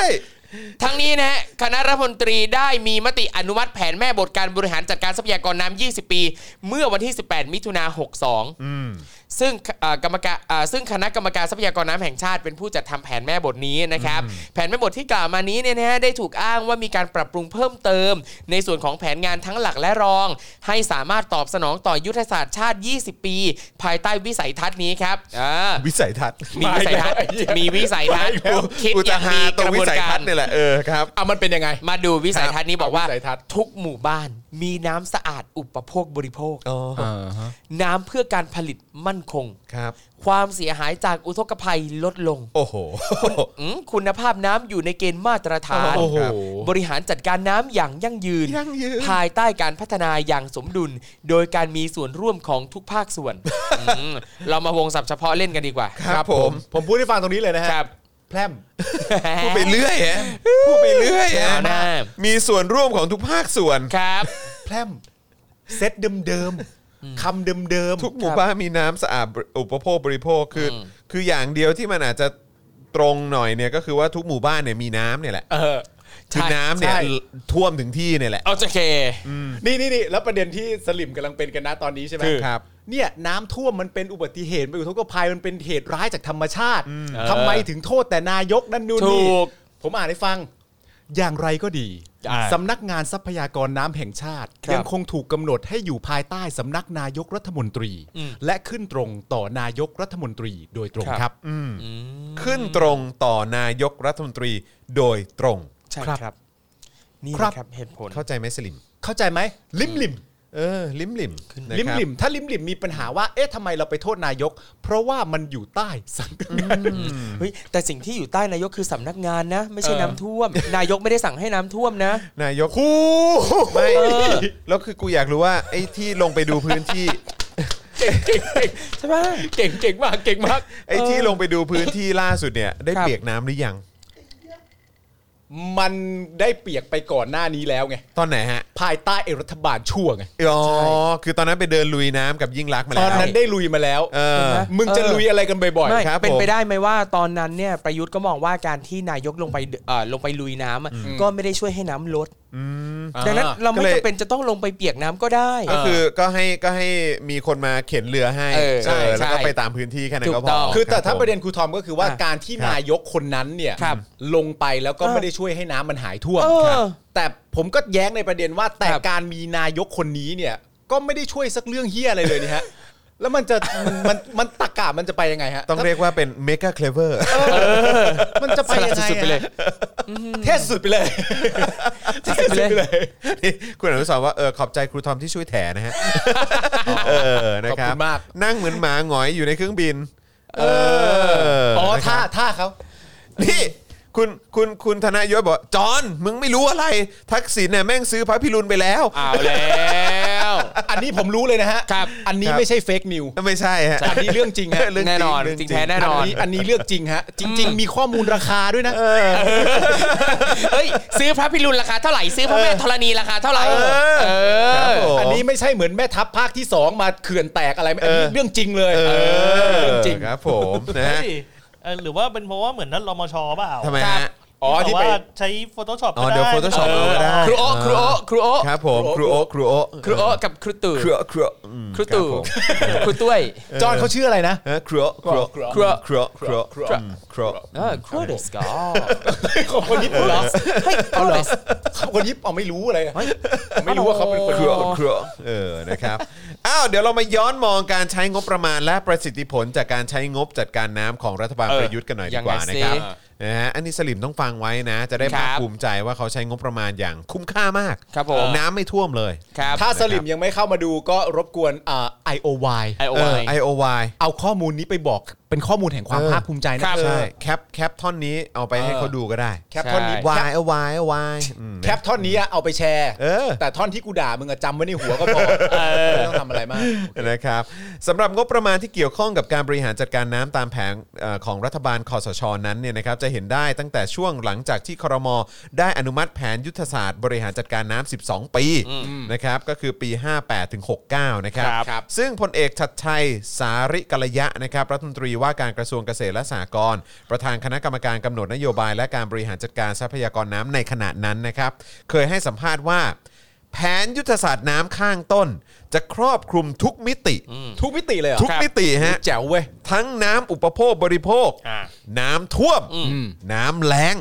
Speaker 2: ทั้งนี้นะฮะคณะรัฐมนตรีได้มีมติอนุมัติแผนแม่บทการบริหารจัดการทรัพยากรน้ำ 20 ปี เมื่อวันที่ 18 มิถุนา62 ซึ่งเอ่อกรรมการเอ่อซึ่งคณะกรรมการทรัพยากรน้ำแห่งชาติเป็นผู้จัดทำแผนแม่บทนี้นะครับ แผนแม่บทที่กล่าวมานี้เนี่ยนะฮะได้ถูกอ้างว่ามีการปรับปรุงเพิ่มเติม ในส่วนของแผนงานทั้งหลักและรอง ให้สามารถตอบสนองต่อยุทธศาสตร์ชาติ 20 ปี ภายใต้วิสัยทัศน์นี้ครับอ่า
Speaker 1: วิสัยทัศน์
Speaker 2: มีวิสัยทัศน์
Speaker 3: มาอีกแล้ว
Speaker 2: มีวิสัยทัศน์คิด
Speaker 1: กู
Speaker 2: อ
Speaker 1: จะ
Speaker 2: ย่าง
Speaker 1: หา
Speaker 2: มี
Speaker 1: ตร
Speaker 2: ก
Speaker 1: ง
Speaker 2: ระบ
Speaker 1: วิ
Speaker 2: วน
Speaker 1: สัย
Speaker 2: กา
Speaker 1: ทั
Speaker 2: ร
Speaker 1: ศน์นี่แหละเออครับ
Speaker 3: เอามันเป็นยังไง
Speaker 2: มาดูวิสัยทัศน์นี้บอกว่า
Speaker 3: วิสัยทัศน์
Speaker 2: ทุกหมู่บ้าน มีน้ำสะอาดอุปโภคบริโภค
Speaker 1: อ๋อ
Speaker 3: อ่าฮะ
Speaker 2: น้ำเพื่อการผลิตมั่นคง
Speaker 1: ครับ
Speaker 2: ความเสียหายจากอุทกภัยลดลง
Speaker 1: โอ้โห
Speaker 2: อืมคุณภาพน้ำอยู่ในเกณฑ์มาตรฐาน
Speaker 1: โอ้โห
Speaker 2: บริหารจัดการน้ำอย่างยั่งยืน
Speaker 1: ยั่งยืน
Speaker 2: ภายใต้การพัฒนาอย่างสมดุล โดยการมีส่วนร่วมของทุกภาคส่วนอืมเรามาวงศัพท์เฉพาะเล่นกันดีกว่า
Speaker 1: ครับผม ผมพูดให้ฟังตรงนี้เลยนะฮะ
Speaker 2: ครับ
Speaker 1: แพร่มพูดไปเรื่อยฮะพูดไปเรื่อยฮะ
Speaker 2: เอาหน้า
Speaker 1: มีส่วนร่วมของทุกภาคส่วน
Speaker 2: ครับ
Speaker 3: แพร่มเซตเดิมๆคำเดิม
Speaker 1: ทุกหมู่บ้านมีน้ำสะอาดอุปโภคบริโภคคืออคืออย่างเดียวที่มันอาจจะตรงหน่อยเนี่ยก็คือว่าทุกหมู่บ้านเนี่ยมีน้ำเนี่ยแหละ
Speaker 2: เออ
Speaker 1: คือ
Speaker 2: ใช่
Speaker 1: น้ำเนี่ย
Speaker 2: ใช่
Speaker 1: ท่วมถึงที่เนี่ยแหละ
Speaker 2: เอาจะเค
Speaker 3: นี่นี่นี่แล้วประเด็นที่สลิมกำลังเป็นกันนะตอนนี้ใช่ไหม
Speaker 1: คือครับ
Speaker 3: เนี่ยน้ำท่วมมันเป็นอุบัติเหตุเป็นอุทกภัยมันเป็นเหตุร้ายจากธรรมชาติทำไมถึงโทษแต่นายกนั่นนู่น
Speaker 2: ถู
Speaker 3: นี่
Speaker 2: ก
Speaker 3: ผมอ่านให้ฟัง อย่างไรก็ดี
Speaker 2: อ่า
Speaker 3: สำนักงานทรัพยากรน้ำแห่งชาติ
Speaker 2: ครับ
Speaker 3: ยังคงถูกกำหนดให้อยู่ภายใต้สำนักนายกรัฐมนตรี
Speaker 2: อืม
Speaker 3: และขึ้นตรงต่อนายกรัฐมนตรีโดยตรงครับ
Speaker 1: ขึ้นตรงต่อนายกรัฐมนตรีโดยตรง
Speaker 2: ใช่
Speaker 3: ครับ
Speaker 2: ครับ นี่
Speaker 3: ครับ
Speaker 2: นะครับเหตุผล
Speaker 1: เข้าใจไหมสลิม
Speaker 3: เข้าใจไหมลิมลิม
Speaker 1: เออ ลิมลิมนะครับ
Speaker 3: ลิมลิมถ้าลิมลิมมีปัญหาว่าเอ๊ะทำไมเราไปโทษนายก เพราะว่ามันอยู่ใต้สังกัด
Speaker 2: เฮ้ยแต่สิ่งที่อยู่ใต้นายกคือสำนักงานนะ ไม่ใช่
Speaker 3: เออ
Speaker 2: น้ำท่ว ม นายกไม่ได้สั่งให้น้ำท่วมนะ
Speaker 1: นายกคูไม่แล้วคือกูอยากรู้ว่าไอ้ที่ลงไปดูพื้นที่
Speaker 2: ใช่ปะ
Speaker 3: เก่งเก่งมากเก่งมาก
Speaker 1: ไอ้ที่ลงไปดูพื้นที่ล่าสุดเนี่ย ได้
Speaker 2: ครับ
Speaker 1: เปียกน้ำหรือยัง
Speaker 3: มันได้เปียกไปก่อนหน้านี้แล้วไง
Speaker 1: ตอนไหนฮะ
Speaker 3: ภายใต้ไอ้รัฐบาลชั่วไง
Speaker 1: อ๋อ คือตอนนั้นไปเดินลุยน้ำกับยิ่งรักษณ์มา
Speaker 3: ต
Speaker 1: แล้ว
Speaker 3: อนนั้นได้ลุยมาแล้ว
Speaker 1: เออ
Speaker 3: มึงจะ
Speaker 2: เออ
Speaker 3: ลุยอะไรกันบ่อย
Speaker 2: ไม่
Speaker 3: ๆครับ
Speaker 2: เป็น
Speaker 3: ผม
Speaker 2: ไปได้ไหมว่าตอนนั้นเนี่ยประยุทธ์ก็มองว่าการที่นายกลงไปเอ่อลงไปลุยน้ำอะก็ไม่ได้ช่วยให้น้ำลด ดังนั้นเรา
Speaker 1: ก็
Speaker 2: ไม่
Speaker 1: เลย
Speaker 2: จำเป็นจะต้องลงไปเปียกน้ำก็ได้
Speaker 1: ก็คือก็ให้ก็ให้มีคนมาเข็นเรือให้
Speaker 2: เออ
Speaker 1: เออ
Speaker 2: ใช่
Speaker 1: แล้วก็
Speaker 2: ใช่
Speaker 1: ไปตามพื้นที่แค่นั้นก็
Speaker 2: ถู
Speaker 1: พ
Speaker 2: กต้
Speaker 1: อ
Speaker 2: อง
Speaker 3: คือแต่ถ้า
Speaker 1: บผม
Speaker 3: ประเด็นครูทอมก็คือว่า
Speaker 2: อ่ะ
Speaker 3: การที่
Speaker 1: ครับ
Speaker 3: นายกคนนั้นเนี่ย
Speaker 2: ครับ
Speaker 3: ลงไปแล้วก็
Speaker 2: เออ
Speaker 3: ไม่ได้ช่วยให้น้ำมันหายท่วม
Speaker 2: เออ
Speaker 3: ครับแต่ผมก็แย้งในประเด็นว่าแต่
Speaker 2: ครับ
Speaker 3: การมีนายกคนนี้เนี่ยก็ไม่ได้ช่วยสักเรื่องเฮี้ยอะไรเลยนี่ ฮะ แล้วมันจะมันมันมันตะกะมันจะไปยังไงฮะ
Speaker 1: ต้องเรียกว่าเป็นเมก a เคลเวอร์
Speaker 3: มันจะไปยังไง
Speaker 2: สุดๆไปเลย
Speaker 3: เทศสุดไปเลยเทศสุดไปเลย
Speaker 1: คุณอนุสรณ์ว่าเออขอบใจครูทอมที่ช่วยแถนะฮะ เออนะ
Speaker 3: ขอบ
Speaker 1: ครับ
Speaker 3: คุณมาก
Speaker 1: นั่งเหมือนหมาหงอยอยู่ในเครื่องบิน เออ
Speaker 3: อ๋อ
Speaker 1: นะค
Speaker 3: ท่า
Speaker 1: รับ
Speaker 3: ท่าเขา
Speaker 1: นี่คุณคุณคุณธนายศบอกจอนมึงไม่รู้อะไร ทักษิณเนี่ยแม่งซื้อพระพิรุณไปแล้ว
Speaker 2: เอาแล้ว
Speaker 3: อันนี้ผมรู้เลยนะฮะ
Speaker 2: ครับ
Speaker 3: อันนี้
Speaker 1: ครับ
Speaker 3: ไม่ใช่เฟกนิว
Speaker 1: ไม่ใช่ฮะ
Speaker 3: อันนี้เรื่องจริงฮะ
Speaker 1: เรื่องจริง
Speaker 2: แน่นอน
Speaker 1: เรื่องจ
Speaker 2: จ
Speaker 1: ริ
Speaker 2: ริ
Speaker 1: ง
Speaker 2: งแท้แน่นอน
Speaker 3: นี้อันนี้เรื่องจริงฮะ จริง ๆ มีข้อมูลราคาด้วยนะ
Speaker 2: เฮ้ย ซื้อพระพิรุณราคาเท่าไหร่ซื้อพระแม่ธรณีราคาเท่าไหร่เออ
Speaker 1: ครับผม
Speaker 3: อันนี้ไม่ใช่เหมือนแม่ทัพภาคที่สองมาเขื่อนแตกอะไรอันนี้เรื่องจริงเลย
Speaker 1: เออ
Speaker 3: เรื่องจริง
Speaker 1: ครับผมนะฮะ
Speaker 5: เฮ้ยเออหรือว่าเป็นเพราะว่าเหมือนนั่นรมชเปล่า
Speaker 1: ทำไมฮะ
Speaker 3: อ๋อ
Speaker 5: ที่
Speaker 3: ที่ไป
Speaker 5: บอกว่าใช้ Photoshop
Speaker 1: อ๋อเดี๋ยว Photoshop
Speaker 5: เออ
Speaker 1: เอาก็ได้
Speaker 2: ครูโอะครูโอะครูโอะ
Speaker 1: ครับผมครูโอะครูโอะ
Speaker 2: ครูโอะกับครูตู่
Speaker 1: ครูโอะครูโอะอืม
Speaker 2: ครูตู่
Speaker 1: บผม
Speaker 2: ครูตุ้ย
Speaker 3: จอห์นเขาชื่ออะไรนะ
Speaker 1: เออครูโอะครูโอะ
Speaker 3: ครูโอะ
Speaker 1: ครูโอะครูโอะครูโอะครูโอะครูโอะ
Speaker 2: เออครูเดสกอ
Speaker 3: ของคนญี่ปุ่นเหรอ
Speaker 2: เฮ้ยครูเดส
Speaker 3: คนญี่ปุ่นเอาไม่รู้อะไรอะไม่รู้ว่าเขาเป็นคน
Speaker 1: เครือเครือเออ นะครับ อ้าว เดี๋ยวเรามาย้อนมองการใช้งบประมาณและประสิทธิผลจากการใช้งบจัดการน้ำของรัฐบาล
Speaker 2: เออ
Speaker 1: ประยุทธ์กันหน่อยดีกว่า
Speaker 2: ยังไงสิ
Speaker 1: นะครับ นะฮะ อันนี้สลิมต้องฟังไว้นะ จะได้
Speaker 2: ครั
Speaker 1: ภา
Speaker 2: บ
Speaker 1: คภูมิใจว่าเขาใช้งบประมาณอย่างคุ้มค่ามาก
Speaker 2: ครับผม
Speaker 1: น้ำไม่ท่วมเลย
Speaker 2: ครับ
Speaker 3: ถ้าสลิมยังไม่เข้ามาดูก็รบกวนอ่า IOY
Speaker 2: ไอโอ
Speaker 1: เออ
Speaker 2: ไอ
Speaker 1: IOY
Speaker 3: เอาข้อมูลนี้ไปบอกเป็นข้อมูลแห่งความ
Speaker 1: เออ
Speaker 3: ภาคภูมิใจนะ
Speaker 2: ครับ
Speaker 1: ใช่ แคป แคปท่อนนี้เอาไปให้เขาดูก็ได้
Speaker 3: แคปท่อนนี้
Speaker 1: วายเอาวายเอาวายอืม
Speaker 3: แคปท่อนนี้อะเอาไปแชร์
Speaker 1: เออ
Speaker 3: แต่ท่อนที่กูด่ามึงอะจำไว้ในหัวก็พอไม่ต้องทำอะไรมาก
Speaker 1: นะครับสำหรับงบประมาณที่เกี่ยวข้องกับการบริหารจัดการน้ำตามแผนเอ่อของรัฐบาลคอสชนั้นเนี่ยนะครับจะเห็นได้ตั้งแต่ช่วงหลังจากที่ครม ได้อนุมัติแผนยุทธศาสตร์บริหารจัดการน้ำ12 ปีนะครับก็คือปี 58ถึง69 นะครับ
Speaker 3: ครับครับ
Speaker 1: ซึ่งพลเอกชัดชัย สาริกัลยะนะครับรัฐมนตรีว่าการกระทรวงเกษตรและสหกรณ์ประธานคณะกรรมการกำหนดนโยบาย และการบริหารจัดการทรัพยากรน้ำในขณะนั้นนะครับ เคยให้สัมภาษณ์ว่า แผนยุทธศาสตร์น้ำข้างต้น จะครอบคลุมทุกมิติ
Speaker 3: ทุกมิติเลยเหรอ
Speaker 1: ทุกมิติฮะ
Speaker 3: แจ๋วเว้ย
Speaker 1: ทั้งน้ำอุปโภคบริโภค น้ำท่วม น้ำแล้ง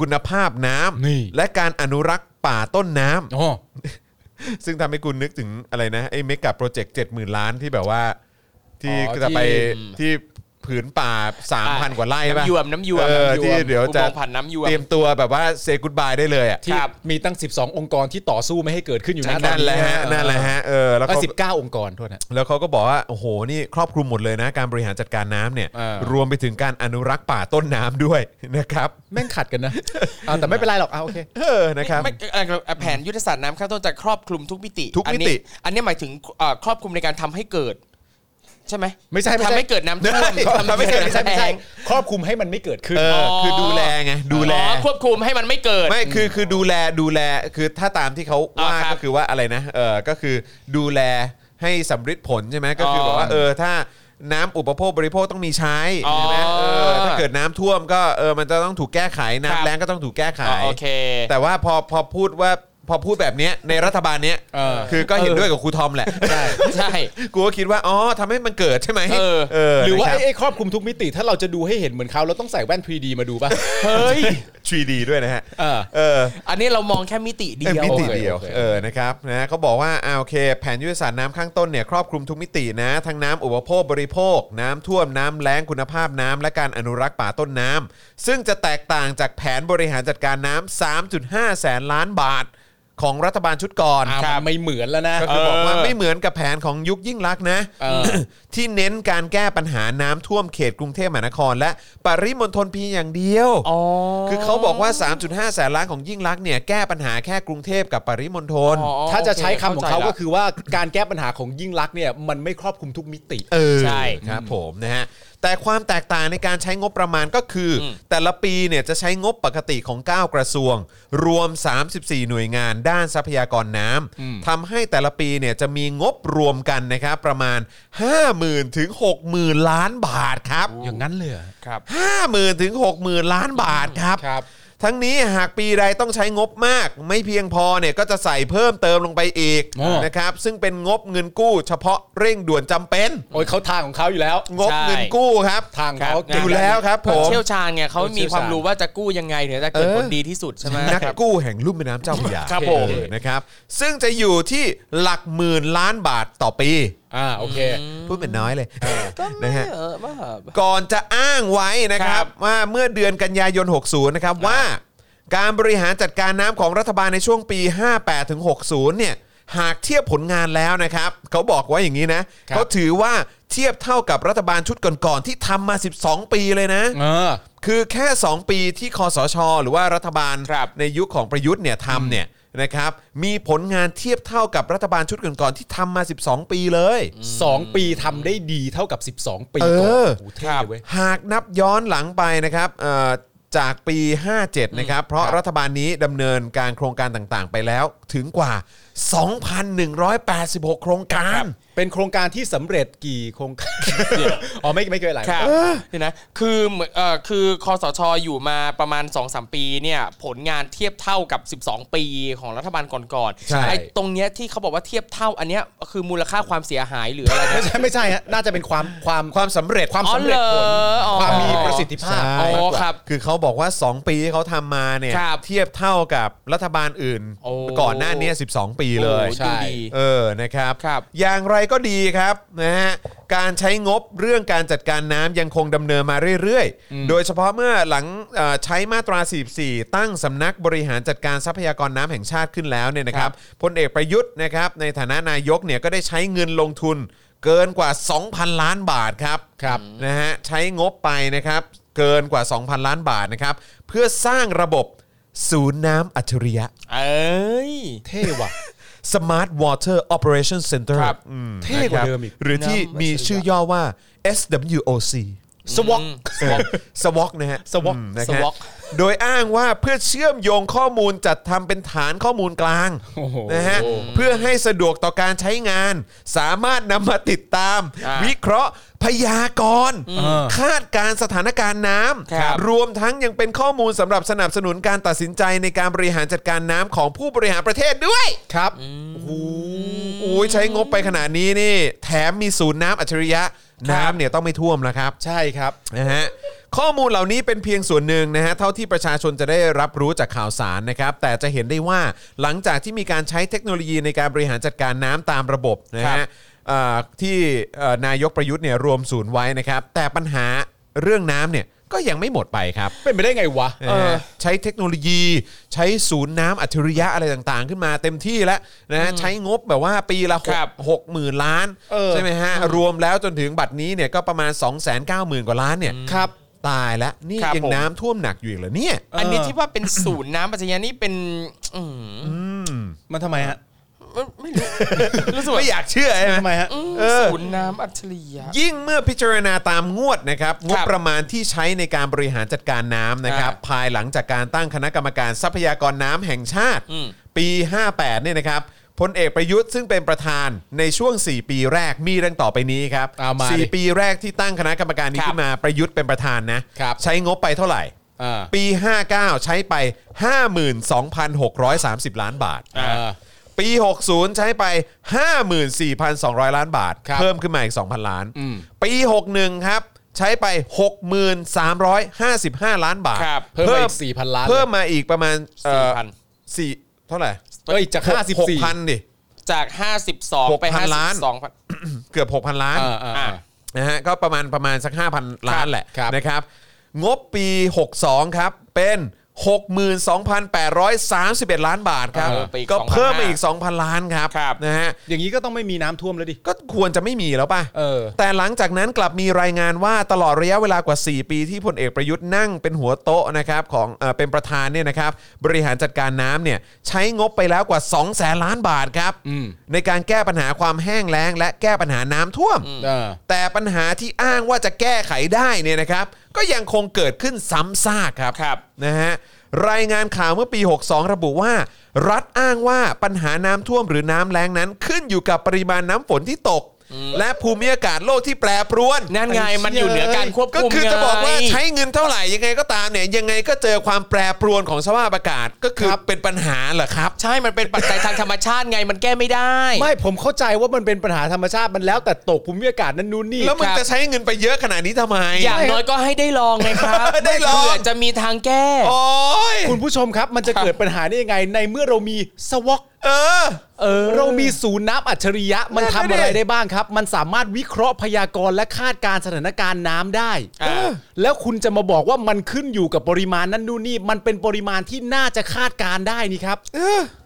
Speaker 1: คุณภาพน้ำ
Speaker 3: นี่
Speaker 1: และการอนุรักษ์ป่าต้นน้ำ
Speaker 3: อ๋อ
Speaker 1: ซึ่งทำให้คุณนึกถึงอะไรนะ ไอ้เมกะโปรเจกต์เจ็ดหมื่นล้านที่แบบว่า ที่
Speaker 3: อ๋อ
Speaker 1: จะไป
Speaker 3: ที่
Speaker 1: ที่ ผืนป่า 3,000 กว่าไร่ป่ะ
Speaker 2: น้ำยวมน้ำยวม
Speaker 1: เออที่เดี๋ยวจะ
Speaker 2: อุโมงค์ผ่านน้ำยวม
Speaker 1: เตรียมตัวแบบว่าเซกุดบายได้เลยอ่ะ
Speaker 3: ที่มีตั้ง 12 องค์กรที่ต่อสู้ไม่ให้เกิดขึ้นอยู่นะตอ
Speaker 1: นั่นแหละฮะนั่นแหละฮะเออแล้ว
Speaker 3: ก็
Speaker 1: ก็
Speaker 3: สิบเก้าองค์กรโทษนะ
Speaker 1: แล้วเขาก็บอกว่า โอ้โห นี่ครอบคลุมหมดเลยนะ การบริหารจัดการน้ำเนี่ย
Speaker 3: เออ
Speaker 1: รวมไปถึงการอนุรักษ์ป่าต้นน้ำด้วย นะครับ
Speaker 3: แม่งขัด กันนะ เอาแต่ไม่เป็นไรหรอกเอาโอเค
Speaker 1: เออนะครับ
Speaker 2: ไม่ไม่เอ่อแผนยุทธศาสตร์น้ำข้างต้นจะครอบคลุมทุกมิติ
Speaker 1: ทุกมิติ
Speaker 2: อันนี้อันนี้หมายถึงเอ่อครอบคลุมในการทำให้เกิด ใช่ไหม
Speaker 3: ไม่ใช่ไม่ใช่
Speaker 2: ทำให้เกิดน้ำท่วม
Speaker 3: ทำไม่ใช่ไม่ใช่
Speaker 2: น้ำ
Speaker 3: ไม่ใช่
Speaker 2: แห้ง
Speaker 3: ครอบคลุมให้มันไม่เกิดขึ้น
Speaker 1: เออคือดูแลไง ดูแล
Speaker 2: อ๋อควบคุมให้มันไม่เกิด
Speaker 1: ไม่คือคือดูแลดูแลคือถ้าตามที่เขา
Speaker 2: อ่า
Speaker 1: ว่า
Speaker 2: ครับ
Speaker 1: ก็คือว่าอะไรนะเออก็คือดูแลให้สำฤทธิ์ผลใช่ไหมก็คืออ
Speaker 2: อ
Speaker 1: แบบว่าเออถ้าน้ำอุปโภคบริโภคต้องมีใช้
Speaker 2: อ๋อ
Speaker 1: ใช่ไหมเออถ้าเกิดน้ำท่วมก็เออมันจะต้องถูกแก้ไข
Speaker 2: ครั
Speaker 1: น้ำ
Speaker 2: บ
Speaker 1: แล้งก็ต้องถูกแก้ไข
Speaker 2: อ๋อโอเค
Speaker 1: แต่ว่าพอพอพูดว่าพอพูดแบบเนี้ยในรัฐบาลเนี้ย
Speaker 3: เออ
Speaker 1: คือก็เห็นด้วยกับครูทอมแหละ
Speaker 2: ใช่
Speaker 1: กูก็คิดว่าอ๋อทำให้มันเกิดใช่ไหม
Speaker 2: เออ
Speaker 1: เออ
Speaker 3: หรือว่า
Speaker 1: นะค
Speaker 3: ไอ้
Speaker 1: บ
Speaker 3: ไอ้ครอบคลุมทุกมิติถ้าเราจะดูให้เห็นเหมือนเขาเราต้องใส่แว่น 3D มาดูป่ะ
Speaker 2: เฮ้ย
Speaker 1: 3D ด้วยนะฮะ
Speaker 3: เออ
Speaker 1: เออ
Speaker 2: อันนี้เรามองแค่มิติเดี
Speaker 1: เอ้ย
Speaker 2: ยว
Speaker 1: มิติเดียว
Speaker 3: โอเคโอเค
Speaker 1: เออ นะครับ นะเขาบอกว่าอ่าโอเค แผนยุทธศาสตร์น้ำข้างต้นเนี่ย ครอบคลุมทุกมิตินะ ทั้งน้ำอุปโภค บริโภค น้ำท่วม น้ำแล้ง คุณภาพน้ำ และการอนุรักษ์ป่าต้นน้ำ ซึ่งจะแตกต่างจากแผนบริหารจัดการน้ำ 3.5 แสนล้านบาท ของรัฐบาลชุดก่อน
Speaker 3: อ่ามันไม่เหมือนแล้วนะ
Speaker 1: ก็คือบอกว่าไม่เหมือนกับแผนของยุคยิ่งลักษณ์นะ
Speaker 3: เออ
Speaker 1: ที่เน้นการแก้ปัญหาน้ำท่วมเขตกรุงเทพมหานคร และปริมณฑลเพียงอย่างเดียว คือเขาบอกว่า 3.5 แสนล้านของยิ่งลักษณ์เนี่ยแก้ปัญหาแค่กรุงเทพกับปริมณฑล
Speaker 2: อ๋อ
Speaker 3: ถ้าจะใช้คำของเขา
Speaker 2: โอ
Speaker 3: ก็
Speaker 2: เคเข้าใจละ
Speaker 3: คือว่าการแก้ปัญหาของยิ่งลักษณ์เนี่ยมันไม่ครอบคลุมทุกมิติ
Speaker 1: เออ
Speaker 2: ใช่
Speaker 1: ครับผมนะฮะแต่ความแตกต่างในการใช้งบประมาณก็คือ แต่ละปีเนี่ยจะใช้งบปกติของ 9 กระทรวง รวม 34 หน่วยงานด้านทรัพยากรน้ำทำให้แต่ละปีเนี่ยจะมีงบรวมกันนะครับประมาณ 50,000ถึง60,000 ล้านบาทครับ
Speaker 3: อย่างนั้นเลยเหรอ
Speaker 2: ครับ
Speaker 1: 50,000ถึง60,000 ล้านบาทครับ
Speaker 3: ครับ
Speaker 1: ทั้งนี้หากปีใดต้องใช้งบมาก ไม่เพียงพอเนี่ยก็จะใส่เพิ่มเติมลงไปอีก
Speaker 3: อ๋อ
Speaker 1: นะครับซึ่งเป็นงบเงินกู้เฉพาะเร่งด่วนจำเป็น
Speaker 3: โอ้ยเขาทางของเขาอยู่แล้ว
Speaker 1: งบเงินกู้ครับ
Speaker 3: ทาง
Speaker 2: ค
Speaker 3: เขา
Speaker 2: รับ
Speaker 3: เก่ง
Speaker 1: อยู่แล้วครับผ
Speaker 2: เขา
Speaker 1: ม
Speaker 2: เชี่ยวชาญไงเขามีความรู้ว่าจะกู้ยังไงถึงจะเกิด
Speaker 1: เออ
Speaker 2: ผลดีที่สุดใช่ไหม
Speaker 1: นัก
Speaker 2: ครับ
Speaker 1: กู้แห่งลุ่มแม่น้ำเจ้าพระยา
Speaker 2: ครับผม
Speaker 1: เออนะครับ ซึ่งจะอยู่ที่หลักหมื่นล้านบาทต่อปี
Speaker 3: อ่าโอเค
Speaker 1: พูดเป็นน้อยเลยนะฮะ
Speaker 2: เออบ้า
Speaker 1: ก่อนจะอ้างไว้นะครับว่าเมื่อเดือนกันยายน 60 นะครับว่า การบริหารจัดการน้ำของรัฐบาลในช่วงปี 58 ถึง 60 เนี่ย หากเทียบผลงานแล้วนะครับ เขาบอกไว่าอย่างนี้นะ
Speaker 3: ครับ
Speaker 1: เขาถือว่าเทียบเท่ากับรัฐบาลชุดก่อนๆที่ทำมา 12 ปีเลยนะ
Speaker 3: เออ
Speaker 1: คือแค่ 2 ปีที่คอสช หรือว่ารัฐบาลในยุคของประยุทธ์เนี่ยทำเนี่ยนะครับ มีผลงานเทียบเท่ากับรัฐบาลชุดก่อนๆที่ทำมา 12 ปีเลย
Speaker 3: สองปีทำได้ดีเท่ากับ 12 ปี
Speaker 1: เอ
Speaker 3: ก่อน
Speaker 1: อ
Speaker 3: โอ้โหเท่เว้ย
Speaker 1: หากนับย้อนหลังไปนะครับเอ่อจากปี 57 นะครับ เพราะรัฐบาลนี้ดำเนินการโครงการต่างๆ ไปแล้วถึงกว่า 2,186 โครงการ
Speaker 3: เป็นโครงการที่สำเร็จกี่โครงการ อ๋อไม่ไม่เกินหลาย
Speaker 2: ครับเดี๋ยวนะคือเหมือนเอ่อคือคอสชอยู่มาประมาณ 2-3 ปีเนี่ยผลงานเทียบเท่ากับ 12 ปีของรัฐบาลก่อน
Speaker 3: ใช่
Speaker 2: ๆไอ้ตรงเนี้ยที่เขาบอกว่าเทียบเท่าอันเนี้ยคือมูลค่าความเสียหายหรืออะไรนะ
Speaker 3: ไม่ใช่ไม่ใช่ฮะน่าจะเป็นความความ
Speaker 1: ความสำเร็จ
Speaker 3: ความ
Speaker 2: อ๋อ
Speaker 3: สำเร็จ
Speaker 2: เหรอ
Speaker 3: ผล
Speaker 2: อ๋อ
Speaker 3: ความมีประสิทธิภาพ
Speaker 1: ใช่
Speaker 2: อ๋อครับ
Speaker 1: คือเขาบอกว่า 2 ปีที่เขาทำมาเนี่ย
Speaker 2: ครับ
Speaker 1: เทียบเท่ากับรัฐบาลอื่น
Speaker 2: โอ้
Speaker 1: ก่อนหน้านี้ 12 ปีเลย
Speaker 2: โอ้โห
Speaker 3: ใช่
Speaker 2: ดูดี
Speaker 1: เออ นะครับ
Speaker 2: ครับ
Speaker 1: อย่างไรก็ดีครับนะฮะ การใช้งบเรื่องการจัดการน้ำยังคงดำเนินมาเรื่อยๆ โดยเฉพาะเมื่อหลังเอ่อใช้มาตรา 44 ตั้งสำนักบริหารจัดการทรัพยากรน้ำแห่งชาติขึ้นแล้วเนี่ยนะครับ พลเอกประยุทธ์นะครับในฐานะนายกเนี่ยก็ได้ใช้เงินลงทุนเกินกว่า 2,000 ล้านบาทครับ
Speaker 3: ครับ
Speaker 1: นะฮะใช้งบไปนะครับเกินกว่า 2,000 ล้านบาทนะครับเพื่อสร้างระบบศูนย์น้ำอัจฉริยะ
Speaker 2: เอ้ย
Speaker 3: เท่ว่ะ
Speaker 1: Smart Water Operation Center
Speaker 2: ครับ
Speaker 1: อืม
Speaker 3: เท่กว่าเดิมอีก
Speaker 1: นะครับหรือที่มีชื่อย่อว่า SWOC
Speaker 3: สวอก
Speaker 1: สวอกนะฮะ
Speaker 3: SWOC
Speaker 1: มนะฮะ
Speaker 2: SWOC
Speaker 1: โดยอ้างว่าเพื่อเชื่อมโยงข้อมูลจัดทำเป็นฐานข้อมูลกลาง
Speaker 3: โอ้โห
Speaker 1: นะฮะเพื่อให้สะดวกต่อการใช้งาน สามารถนำมาติดตาม
Speaker 2: อ่า
Speaker 1: วิเคราะห์พยากรณ์คาดการณ์สถานการณ์น้
Speaker 2: ครั
Speaker 1: ำ
Speaker 2: บ
Speaker 1: รวมทั้งยังเป็นข้อมูลสำหรับสนับสนุนการตัดสินใจในการบริหารจัดการน้ำของผู้บริหารประเทศด้วย
Speaker 3: ครับ
Speaker 1: โอ้ยใช้งบไปขนาดนี้นี่ แถมมีศูนย์น้ำอัจฉริยะ น้ำเนี่ยต้องไม่ท่วมแล้วครับ
Speaker 3: ใช่ครับ
Speaker 1: นะฮะข้อมูลเหล่านี้เป็นเพียงส่วนหนึ่งนะฮะเท่าที่ประชาชนจะได้รับรู้จากข่าวสารนะครับ แต่จะเห็นได้ว่าหลังจากที่มีการใช้เทคโนโลยีในการบริหารจัดการน้ำตามระบบนะฮะ เอ่อที่เอ่อนายกประยุทธ์เนี่ยรวมศูนย์ไว้นะครับ แต่ปัญหาเรื่องน้ำเนี่ยก็ยังไม่หมดไปครับ
Speaker 3: เป็นไปได้ไงวะ
Speaker 1: นะฮะใช้เทคโนโลยีใช้ศูนย์น้ำอัจฉริยะอะไรต่างๆ ขึ้นมาเต็มที่แล้วนะฮะใช้งบแบบว่าปีละห
Speaker 2: ครั
Speaker 1: ก
Speaker 2: บ
Speaker 1: หกหมื่นล้าน
Speaker 3: เออ
Speaker 1: ใช่ไหมฮะ รวมแล้วจนถึงบัตรนี้เนี่ยก็ประมาณ 2 9 0 0 0 0 กว่าล้านเนี่ยครับตายแล้วนี่
Speaker 2: ครับ
Speaker 1: ยัง
Speaker 2: ผม
Speaker 1: น้ำท่วมหนักอยู่อีกเหรอเนี่ย
Speaker 2: อันนี้ที่ว่าเป็นศูนย์น้ำปัจจัยะนี่เป็นอืม
Speaker 3: มันทำไมฮะ
Speaker 2: ไม่รู้ รู้สึกว่า
Speaker 1: ไม่อยากเชื่อใช่ไหม
Speaker 3: ทำไมฮะ
Speaker 2: อืม
Speaker 1: เออ
Speaker 2: ศูนย์น้ำอัจฉริยะ
Speaker 1: ยิ่งเมื่อพิจารณาตามงวดนะครับงบประมาณที่ใช้ในการบริหารจัดการน้ำนะครับ ภายหลังจากการตั้งคณะกรรมการทรัพยากรน้ำแห่งชาติ
Speaker 2: อืม
Speaker 1: ปี 58เนี่ยนะครับพลเอกประยุทธ์ซึ่งเป็นประธานในช่วง 4 ปีแรกมีดังต่อไปนี้ครับ
Speaker 3: เอามาดิ
Speaker 1: สี่ปีแรกที่ตั้งคณะกรรมการนี้
Speaker 3: ครับ
Speaker 1: ขึ้นมาประยุทธ์เป็นประธานนะครับ ใช้งบไปเท่าไหร่
Speaker 3: อ่า
Speaker 1: ปี 59 ใช้ไป 52,630 ล้านบาท
Speaker 3: อ่า
Speaker 1: ปี 60 ใช้ไป 54,200 ล้านบาท
Speaker 3: ครับ
Speaker 1: เพิ่มขึ้นมาอีก 2,000 ล้าน
Speaker 3: อืม
Speaker 1: ปี 61 ครับ ใช้ไป 6,355 ล้านบาท
Speaker 2: ครับ
Speaker 3: เพิ่มไปอีกสี่พันล้าน
Speaker 1: เพิ่มมาอีกประมาณเอ่อ
Speaker 2: 4,000
Speaker 1: สี่เท่าไหร่
Speaker 3: เอ้ยจากห้าสิบสี่
Speaker 1: พันดิ
Speaker 2: จาก 52 ไป
Speaker 1: 6,000ล้าน
Speaker 2: 52พัน
Speaker 1: เกือบ 6,000 ล้าน
Speaker 3: อ่าอ่าอ่า
Speaker 1: นะฮะก็ประมาณประมาณสัก 5,000 ล้านแหละ
Speaker 3: ครับ
Speaker 1: นะครับ งบปี 62 ครับ เป็น 62,831 ล้านบาทครับ
Speaker 2: เออไปอีก
Speaker 1: ก็
Speaker 2: 2,500
Speaker 1: เพิ่มมาอีก 2,000 ล้านครับ
Speaker 2: ครับ
Speaker 1: นะฮะ
Speaker 3: อย่างนี้ก็ต้องไม่มีน้ำท่วมแล้วดิ
Speaker 1: ก็ควรจะไม่มีแล้วป่ะ
Speaker 3: เออ
Speaker 1: แต่หลังจากนั้นกลับมีรายงานว่าตลอดระยะเวลากว่า 4 ปีที่พลเอกประยุทธ์นั่งเป็นหัวโต๊ะนะครับของเออเป็นประธานเนี่ยนะครับบริหารจัดการน้ำเนี่ยใช้งบไปแล้วกว่า 2 0 0แสนล้านบาทครับ
Speaker 3: อืม
Speaker 1: ในการแก้ปัญหาความแห้งแล้ง และแก้ปัญหาน้ำท่วม
Speaker 3: อ่า
Speaker 1: แต่ปัญหาที่อ้างว่าจะแก้ไขได้เนี่ยนะครับ ก็ยังคงเกิดขึ้นซ้ำซากครับ
Speaker 2: ครับ
Speaker 1: นะฮะรายงานข่าวเมื่อปี 62 ระบุว่า รัฐอ้างว่าปัญหาน้ำท่วมหรือน้ำแล้งนั้น ขึ้นอยู่กับปริมาณน้ำฝนที่ตก และภูมิอากาศโลกที่แปรปรวน
Speaker 2: นั่นไงมันอยู่เหนือการควบ
Speaker 1: ก็
Speaker 2: คุม
Speaker 1: คือจะบอกว่า
Speaker 2: ไง
Speaker 1: ใช้เงินเท่าไหร่ยังไงก็ตามเนี่ยยังไงก็เจอความแปรปรวนของสภาพอากาศก็คือ
Speaker 2: ครับ
Speaker 1: เป็นปัญหาเหรอครับ
Speaker 2: ใช่ มันเป็นปัจจัยทางธรรมชาติไง มันแก้ไม่ได้
Speaker 3: ไม่ผมเข้าใจว่ามันเป็นปัญหาธรรมชาติมันแล้วแต่ตกภูมิอากาศนั่นนู่นนี่
Speaker 1: แล้วมึงจะใช้เงินไปเยอะขนาดนี้ทำไม
Speaker 2: อย่างน้อยก็ให้ได้ลองไงครับ
Speaker 1: ได้ลอง
Speaker 2: เผื่อจะมีทางแก้
Speaker 1: โอ้ย
Speaker 3: คุณผู้ชมครับมันจะเกิดปัญหาได้ยังไง ในเมื่อเรามีสวอก
Speaker 1: เออ
Speaker 3: เออเรามีศูนย์น้ำอัจฉริยะมัน
Speaker 1: นั่น
Speaker 3: ทำ
Speaker 1: น่ะดิ
Speaker 3: อะไรได้บ้างครับ มันสามารถวิเคราะห์พยากรณ์และคาดการณ์สถานการณ์น้ำได้แล้วคุณจะมาบอกว่ามันขึ้นอยู่กับปริมาณนั่นนู่นนี่มันเป็นปริมาณที่น่าจะคาดการณ์ได้นี่ครับ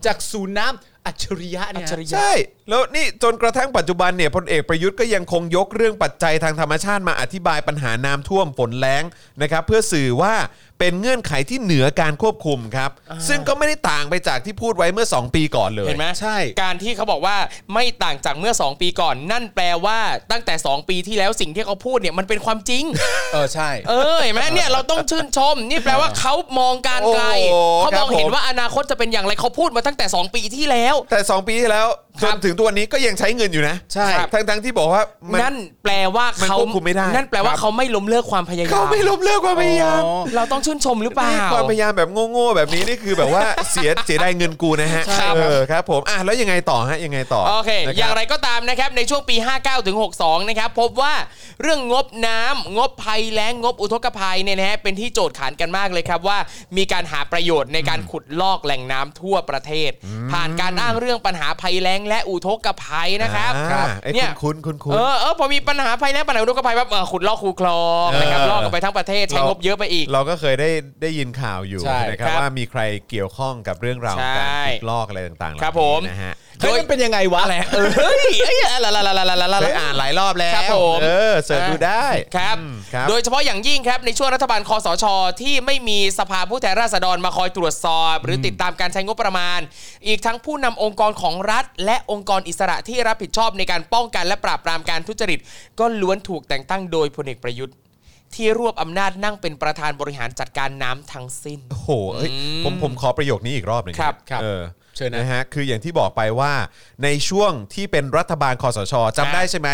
Speaker 3: จากศูนย์น้ำอัจฉริยะเนี่ย
Speaker 2: อัจฉริยะ
Speaker 1: ใช่ แล้วนี่จนกระทั่งปัจจุบันเนี่ยพลเอกประยุทธ์ก็ยังคงยกเรื่องปัจจัยทางธรรมชาติมาอธิบายปัญหาน้ำท่วมฝนแล้งนะครับ เพื่อสื่อว่าเป็นเงื่อนไขที่เหนือการควบคุมครับ ซึ่งก็ไม่ได้ต่างไปจากที่พูดไว้เมื่อ 2 ปีก่อนเลย
Speaker 2: เห็นไหม
Speaker 3: ใช่
Speaker 2: การที่เขาบอกว่าไม่ต่างจากเมื่อ 2 ปีก่อน นั่นแปลว่าตั้งแต่ 2 ปีที่แล้วสิ่งที่เขาพูดเนี่ยมันเป็นความ จริง
Speaker 3: เออใช่
Speaker 2: เออเห็นไหมเนี่ยเราต้องชื่นชม นี่แปลว่าเขามองการไกล
Speaker 1: โอ้โห
Speaker 2: เขามอ
Speaker 1: ค
Speaker 2: ง
Speaker 1: รับผม
Speaker 2: เห็นว่าอนาคตจะเป็นอย่างไรเขาพูดมาตั้งแต่ 2 ปีที่แล้ว
Speaker 1: แต่ 2 ปีที่แล้วจนถึงตัวนนี้ก็ยังใช้เงินอยู่นะ
Speaker 3: ใช่
Speaker 1: ทั้งทั้งๆที่บอกว่ามัน
Speaker 2: นั่นแปลว่าเขา
Speaker 1: นควบคุมไม่ได้
Speaker 2: นั่นแปลว่าเขาไม่ล้มเลิกความพยายาม
Speaker 1: เขาไม่ล้มเลิกความพยายาม
Speaker 3: อ๋อ
Speaker 2: เราต้องชื่นชมหรือเปล่า
Speaker 1: นี่ความพยายามแบบโง่ๆแบบนี้นี่คือแบบว่า เสียเสียดายเงินกูนะฮะ
Speaker 2: ใช่ครับ
Speaker 1: เออครับผมอ่ะแล้วยังไงต่อฮะยังไงต่อ
Speaker 2: โอเค
Speaker 1: นะ
Speaker 2: อ
Speaker 1: ค
Speaker 2: ย่า
Speaker 1: รับ
Speaker 2: งไรก็ตามนะครับ ในช่วงปี 59 ถึง 62 นะครับ พบว่าเรื่องงบน้ำงบภัยแล้งงบอุทกภัยเนี่ยนะฮะเป็นที่โจทย์ขานกันมากเลยครับว่า มีการหาประโยชน์ในการขุดลอกแหล่งน้ำทั่วประเทศ ผ่านการอ้างเรื่องปัญหาภัยแล้งและอุทกภัยนะครับ
Speaker 1: อ่า
Speaker 2: ครับ
Speaker 1: ไอ้
Speaker 2: เนี่ย
Speaker 1: คุ้นๆคุ้นๆ
Speaker 2: เออเออพอมีปัญหาภัยแล้งปัญหาอุทกภัยปั๊บเออขุดลอกคูคลองนะครับ
Speaker 1: เออ
Speaker 2: ลอกกันไปทั้งประเทศใช้งบเยอะไปอีก
Speaker 1: เราก็เคยได้ได้ยินข่าวอยู่
Speaker 3: ใช่
Speaker 1: นะครับ
Speaker 2: ครับ
Speaker 1: ว่ามีใครเกี่ยวข้องกับเรื่องราวของการ
Speaker 2: ใช่
Speaker 1: ขุดลอกอะไรต่างๆเหล่า
Speaker 2: ครับผม
Speaker 1: นี้นะฮะ
Speaker 3: เฮ้ยมันเป็นยังไงวะ
Speaker 2: เออเฮ้ยเอ้ยอะไรละละละละละละ
Speaker 1: เคย
Speaker 2: ละ
Speaker 1: อ่านหลายรอบแล้ว
Speaker 2: ครับผม
Speaker 1: เออเสิร์ชดูได้
Speaker 2: ครับ
Speaker 1: อืมครับ
Speaker 2: โดยเฉพาะอย่างยิ่งครับ ในช่วงรัฐบาลคอสช ที่ไม่มีสภาผู้แทนราษฎรมาคอยตรวจสอบ หรือติดตามการใช้งบประมาณ อีกทั้งผู้นำองค์กรของรัฐ และองค์กรอิสระที่รับผิดชอบในการป้องกันและปราบปรามการทุจริต ก็ล้วนถูกแต่งตั้งโดยพลเอกประยุทธ์ ที่รวบอำนาจนั่งเป็นประธานบริหารจัดการน้ำทั้งสิ้น
Speaker 1: โอ้โหเอ้ยผมผมขอประโยคนี้อีกรอบหนึ่ง
Speaker 2: ครับ
Speaker 3: ครับ
Speaker 1: เออ
Speaker 3: เชิญนะ
Speaker 1: ฮะ คืออย่างที่บอกไปว่าในช่วงที่เป็นรัฐบาลคอสชจำได้ใช่ไหม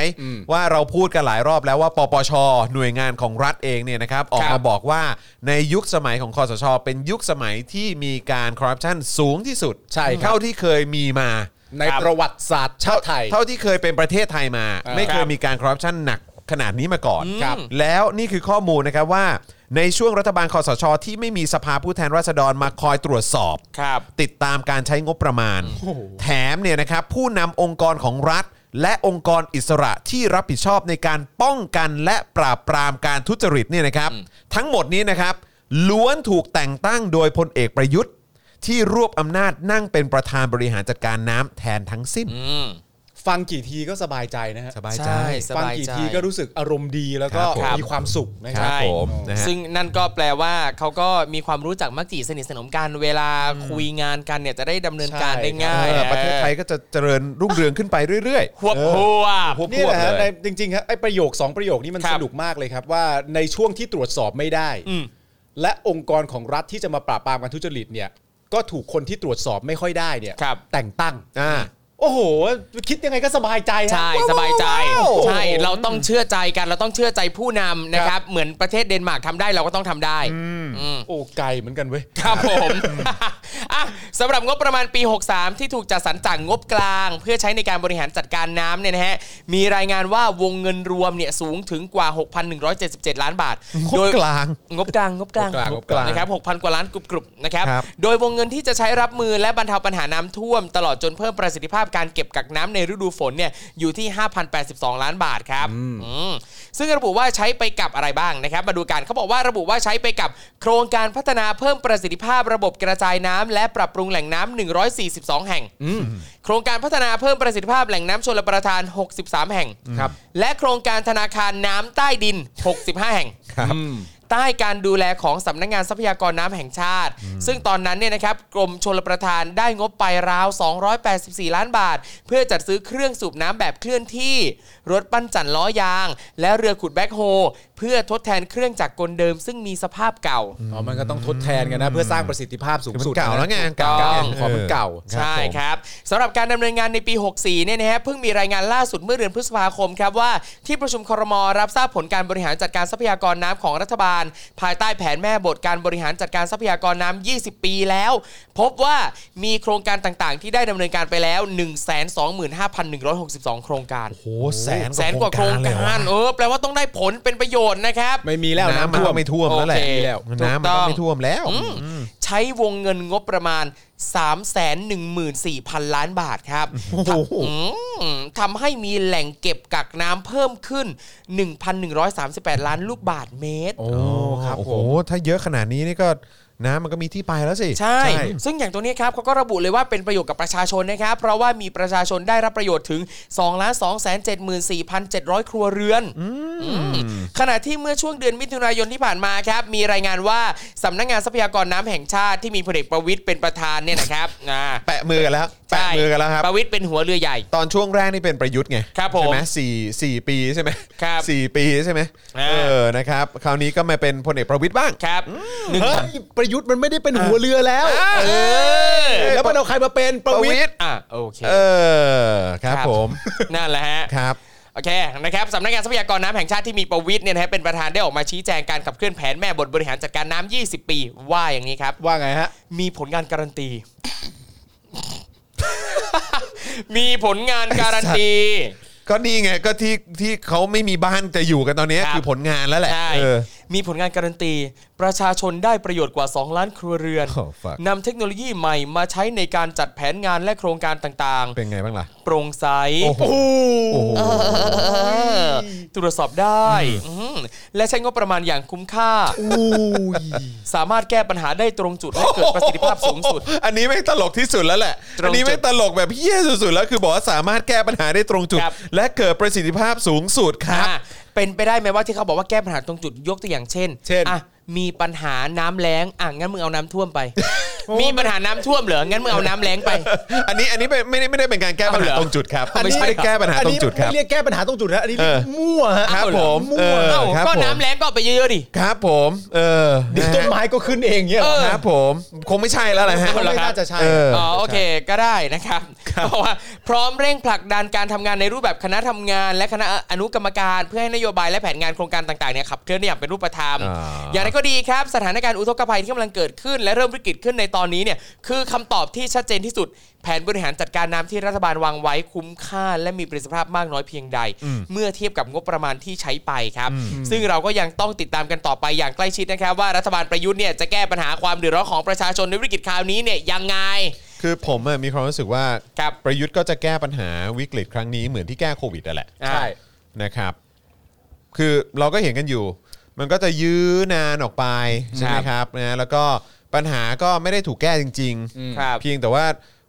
Speaker 1: ว่าเราพูดกันหลายรอบแล้วว่า ปปช หน่วยงานของรัฐเองเนี่ยนะครับ ออก
Speaker 2: ครั
Speaker 1: มา
Speaker 2: บ
Speaker 1: บอกว่าในยุคสมัยของคอสช เป็นยุคสมัยที่มีการคอร์รัปชันสูงที่สุด
Speaker 3: ใช่ครับ
Speaker 1: เท่าที่เคยมีมา
Speaker 3: ในประวัติศาสตร์ชาติไทย
Speaker 1: เท่าที่เคยเป็นประเทศไทยมา
Speaker 3: เออ
Speaker 1: ไม่เค
Speaker 2: ค
Speaker 1: ย
Speaker 2: รับ
Speaker 1: มีการคอร์รัปชันหนักขนาดนี้มาก่อน
Speaker 3: ครับ
Speaker 1: แล้วนี่คือข้อมูลนะครับว่า ในช่วงรัฐบาลคอสช ที่ไม่มีสภาผู้แทนราษฎรมาคอยตรวจสอบ
Speaker 2: ครับ
Speaker 1: ติดตามการใช้งบประมาณ แถมเนี่ยนะครับผู้นำองค์กรของรัฐ และองค์กรอิสระที่รับผิดชอบในการป้องกันและปราบปรามการทุจริตเนี่ยนะครับ ทั้งหมดนี้นะครับ ล้วนถูกแต่งตั้งโดยพลเอกประยุทธ์ ที่รวบอำนาจนั่งเป็นประธานบริหารจัดการน้ำแทนทั้งสิ้น
Speaker 2: อืม
Speaker 3: ฟังกี่ทีก็สบายใจนะฮะ
Speaker 1: สบายใจ
Speaker 2: ใช่
Speaker 3: ฟังกี่ทีก็รู้สึกอารมณ์ดีแล้วก็
Speaker 1: ครับ
Speaker 3: มีความสุขนะค
Speaker 1: ค
Speaker 3: รั
Speaker 1: รับ บผมนะฮะ
Speaker 2: ซึ่งนั่นก็แปลว่าเขาก็มีความรู้จักมักจีสนิทสนมกันเวลาคุยงานกันเนี่ยจะได้ดำเนินการได้ง่าย
Speaker 1: เออประเทศไทยก็จะเจริญรุ่งเรืองขึ้นไปเรื่อยๆ
Speaker 2: หัวบ
Speaker 1: เอ
Speaker 2: หั
Speaker 1: อ
Speaker 2: วบ
Speaker 1: หัวบ
Speaker 3: นี่แหละ
Speaker 1: หัว
Speaker 3: ฮะ
Speaker 1: บ
Speaker 3: ใน
Speaker 1: เลย
Speaker 3: จริงๆครับไอ้ประโยคสองประโยคนี้มัน
Speaker 2: ครั
Speaker 3: ส
Speaker 2: บ
Speaker 3: นุกมากเลยครับว่าในช่วงที่ตรวจสอบไม่ได้
Speaker 2: อืม
Speaker 3: และองค์กรของรัฐที่จะมาปราบปรามการทุจริตเนี่ยก็ถูกคนที่ตรวจสอบไม่ค่อยได้เนี่ย
Speaker 2: ครับ
Speaker 3: แต่งตั้ง
Speaker 1: อ่า
Speaker 3: โอ้โห คิดยังไงก็สบายใจฮะ
Speaker 2: ใช่
Speaker 3: ว้ว
Speaker 2: สบายใจ
Speaker 3: ว้าว
Speaker 2: ใช่เราต้องเชื่อใจกันเราต้องเชื่อใจผู้นำนะครับ เหมือนประเทศเดนมาร์กทำได้เราก็ต้องทำได้อืม
Speaker 3: โอ้ไกลเหมือนกันเว้ย
Speaker 2: ครับผม อ่ะสำหรับงบประมาณปี 63 ที่ถูกจัดสรรจากงบกลาง เพื่อใช้ในการบริหารจัดการน้ำเนี่ยนะฮะ มีรายงานว่าวงเงินรวมเนี่ยสูงถึงกว่า 6,177 ล้านบาท โดย
Speaker 1: กลาง
Speaker 2: งบกลางงบกลาง
Speaker 1: งบกลาง
Speaker 2: นะครับ6,000 กว่าล้านกรุบกรุบนะครับ
Speaker 1: ครับ
Speaker 2: โดยวงเงินที่จะใช้รับมือและบรรเทาปัญหาน้ำท่วม ตลอดจนเพิ่มประสิทธิภาพการเก็บกักน้ำในฤดูฝนเนี่ยอยู่ที่ 5,082 ล้านบาทครับอืมซึ่งระบุว่าใช้ไปกับอะไรบ้างนะครับ มาดูกันเขาบอกว่าระบุว่าใช้ไปกับ โครงการพัฒนาเพิ่มประสิทธิภาพระบบกระจายน้ำและปรับปรุงแหล่งน้ำ142 แห่ง โครงการพัฒนาเพิ่มประสิทธิภาพแหล่งน้ำชลประทาน 63 แห่ง
Speaker 3: ครับ
Speaker 2: และโครงการธนาคารน้ำใต้ดิน 65 แห่ง
Speaker 1: ครับ
Speaker 2: ใต้การดูแลของสำนักงานทรัพยากรน้ำแห่งชาติ ซึ่งตอนนั้นเนี่ยนะครับกรมชลประทานได้งบไปราว 284 ล้านบาท เพื่อจัดซื้อเครื่องสูบน้ำแบบเคลื่อนที่ รถปั้นจันล้อยาง และเรือขุดแบ็คโฮเพื่อทดแทนเครื่องจักรกลเดิม ซึ่งมีสภาพเก่า
Speaker 3: อ๋อมันก็ต้องทดแทนกันนะเพื่อสร้างประสิทธิภาพสูง
Speaker 1: คือมัน
Speaker 3: สุด
Speaker 1: เก่าแล้วไง
Speaker 3: เก่า
Speaker 2: เก่า
Speaker 3: ขอมันเก่า
Speaker 1: ครับ
Speaker 2: ใช่
Speaker 1: ผม
Speaker 2: ครับสำหรับการดำเนินงานในปี 64 เนี่ยนะฮะเพิ่งมีรายงานล่าสุดเมื่อเดือนพฤษภาคมครับว่าที่ประชุมครมรับทราบผลการบริหารจัดการทรัพยากรน้ำของรัฐบาล ภายใต้แผนแม่บทการบริหารจัดการทรัพยากรน้ำ 20 ปีแล้ว พบว่ามีโครงการต่างๆ ที่ได้ดำเนินการไปแล้ว 125,162 โครงการ
Speaker 1: โหแสน
Speaker 2: แสนกว่าโครง
Speaker 1: เล
Speaker 2: กาว
Speaker 1: ยะ
Speaker 2: รเออแปลว่าต้องได้ผลเป็นประโยชน์นะครับ
Speaker 3: ไม่มีแล้ว
Speaker 1: น้ำ
Speaker 3: น้ำ
Speaker 1: มัน
Speaker 3: ท่ว
Speaker 1: ก็
Speaker 3: ม
Speaker 1: ไม่ท่วมแล้วแหละ
Speaker 2: โอเค
Speaker 1: น้ำมัน
Speaker 2: ถูกต้
Speaker 1: ก็
Speaker 2: อง
Speaker 1: ไม่ท่วมแล้วอืม
Speaker 2: ใช้วงเงินงบประมาณ 314,000 ล้านบาทครับ
Speaker 1: โอ้โห
Speaker 2: ทำอืมทำให้มีแหล่งเก็บกักน้ำเพิ่มขึ้น 1,138 ล้านลูกบาทเมตร
Speaker 3: โอ้ครับ
Speaker 1: โอ้โห
Speaker 3: ผม
Speaker 1: ถ้าเยอะขนาดนี้นี่ก็น้ำมันก็มีที่ไปแล้วสิ
Speaker 2: ใช่ ซึ่งอย่างตัวนี้ครับเขาก็ระบุเลยว่าเป็นประโยชน์กับประชาชนนะครับ เพราะว่ามีประชาชนได้รับประโยชน์ถึง 2 2 7 4 7 0 0 ครัวเรือน ขณะที่เมื่อช่วงเดือนมิถุนายนที่ผ่านมาครับ มีรายงานว่าสำนักงานทรัพยากรน้ำแห่งชาติที่มีพลเอกประวิตยเป็นประธานเนี่ยนะครับอ่า
Speaker 1: แปะมือกันแล้วแปะ
Speaker 2: ใช่
Speaker 1: มือกันแล้วครับ
Speaker 2: ประวิตยเป็นหัวเรือใหญ่
Speaker 1: ตอนช่วงแรกนี่เป็นประยุทธ์ไง
Speaker 2: ครับผม
Speaker 1: ใช่ไหมสี่สี่ปีใช่ไหม
Speaker 2: ครับ
Speaker 1: สี่ปีใช่ไหม
Speaker 2: อ่า
Speaker 1: เออนะครับ คราวนี้ก็มาเป็นพลเอกประวิตยบ้าง
Speaker 2: ครับหนึ่ง
Speaker 3: เฮ้ยประยุทธ์มันไม่ได้เป็นหัวเรือแล้ว
Speaker 2: เออ
Speaker 3: แล้วมันเอาใครมาเป็นประวิตร
Speaker 2: อ่ะโอเค
Speaker 1: เออครับผม
Speaker 2: นั่นแหละฮะ
Speaker 1: ครับ
Speaker 2: โอเคนะครับสำนักงานทรัพยากรน้ำแห่งชาติที่มีประวิทย์เนี่ยนะฮะเป็นประธานได้ออกมาชี้แจงการขับเคลื่อนแผนแม่บทบริหารจัดการน้ำ20 ปี ว่าอย่างนี้ครับ
Speaker 3: ว่าไงฮะ
Speaker 2: มีผลงานการันตี มีผลงานการันตี
Speaker 1: ก็นี่ไงก็ที่ที่เขาไม่มีบ้านจะอยู่กันตอนเนี้ย
Speaker 2: ครับ
Speaker 1: คือผลงานแล้วแหละ
Speaker 2: ใช่
Speaker 1: เออ
Speaker 2: มีผลงานการันตี ประชาชนได้ประโยชน์กว่า 2 ล้านครัวเรือน
Speaker 1: โอ้ fuck
Speaker 2: นำเทคโนโลยีใหม่มาใช้ในการจัดแผนงานและโครงการต่าง
Speaker 1: เป็นไงบ้างล่ะ
Speaker 2: ๆ โปร่งใส
Speaker 1: โอ้โห โอ้โห
Speaker 2: ตรวจสอบได้อืมและใช้งบประมาณอย่างคุ้มค่า สามารถแก้ปัญหาได้ตรงจุดและเกิดประสิทธิภาพสูงสุด
Speaker 1: อันนี้ไม่งตลกที่สุดแล้วแหละ
Speaker 2: ตรงจุด
Speaker 1: อันนี้ไม่งตลกแบบเฮี้ยสุดๆแล้วคือบอกว่าสามารถแก้ปัญหาได้ตรงจุด
Speaker 2: ครับ
Speaker 1: และเกิดประสิทธิภาพสูงสุดครับ
Speaker 2: อ่ะเป็นไปได้ไหมว่าที่เขาบอกว่าแก้ปัญหาตรงจุดยกตัวอย่างเช่น
Speaker 1: เช่น
Speaker 2: อ่ะมีปัญหาน้ำแล้งอ่ะงั้นมึงเอาน้ำท่วมไป มีปัญหาน้ำท่วมเหรองั้นมึงเอาน้ำแล้งไป
Speaker 1: อันนี้อันนี้ไม่ไม่ได้ไม่ได้เป็นการแก้ปัญหา
Speaker 2: เอาเหรอ
Speaker 1: ตรงจุดครับ
Speaker 3: อันนี้
Speaker 1: ไม่ใช่แก้ปัญหา
Speaker 3: อัน
Speaker 1: ตร
Speaker 3: นี้
Speaker 1: งจุดครับ
Speaker 3: ไม่เรียกแก้ปัญหาตรงจุดนะอันนี้เรียก
Speaker 1: เออ
Speaker 3: มั่วฮะ
Speaker 1: ครับ
Speaker 2: เอาเหร
Speaker 1: ผ
Speaker 2: อ
Speaker 1: มเออ
Speaker 2: เอ้า
Speaker 1: ครับผ
Speaker 2: ก็
Speaker 1: ม
Speaker 2: น้ำแล้งก็เอาไปเยอะๆดิ
Speaker 1: ครับผม เออ
Speaker 3: เดี๋ยว
Speaker 1: ะฮะ
Speaker 3: ต้นไม้ก็ขึ้นเองเนี่ยเหรอ
Speaker 1: ครับผมคงไม่ใช่แล้วแหละฮะ
Speaker 3: ไม่น่าจะใช่
Speaker 1: เออ
Speaker 2: อ๋อโอเคก็ได้นะครับเพราะว่าพร้อมเร่งผลักดันการทำงานในรูปแบบคณะทำงาน และคณะอนุกรรมการเพื่อให้นโยบายและแผนงานโครงการต่างๆเนี่ยขับเคลื่อนได้อย่างเป็นรูปธรรม
Speaker 1: อ่า
Speaker 2: อย่างไรก็ดีครับ สถานการณ์อุทกภัยที่กำลังเกิดขึ้น และเริ่มวิกฤตขึ้นในตอนนี้เนี่ยคือคำตอบที่ชัดเจนที่สุด แผนบริหารจัดการน้ำที่รัฐบาลวางไว้คุ้มค่า และมีประสิทธิภาพมากน้อยเพียงใด เมื่อเทียบกับงบประมาณที่ใช้ไปครับ ซึ่งเราก็ยังต้องติดตามกันต่อไปอย่างใกล้ชิดนะครับ ว่ารัฐบาลประยุทธ์เนี่ยจะแก้ปัญหาความเดือดร้อนของประชาชนในวิกฤตคราวนี้เนี่ยยังไง
Speaker 1: คือผมอะมีความรู้สึกว่า
Speaker 2: ครับ
Speaker 1: ประยุทธ์ก็จะแก้ปัญหาวิกฤตครั้งนี้เหมือนที่แก้โควิดนั่นแหละ
Speaker 2: อ่า
Speaker 3: ใช่
Speaker 1: นะครับ คือเราก็เห็นกันอยู่ มันก็จะยื้อนานออกไปใช่ไหมครับนะแล้วก็ปัญหาก็ไม่ได้ถูกแก้จริง
Speaker 3: อืม
Speaker 2: ครับ
Speaker 1: เพียงแต่ว่า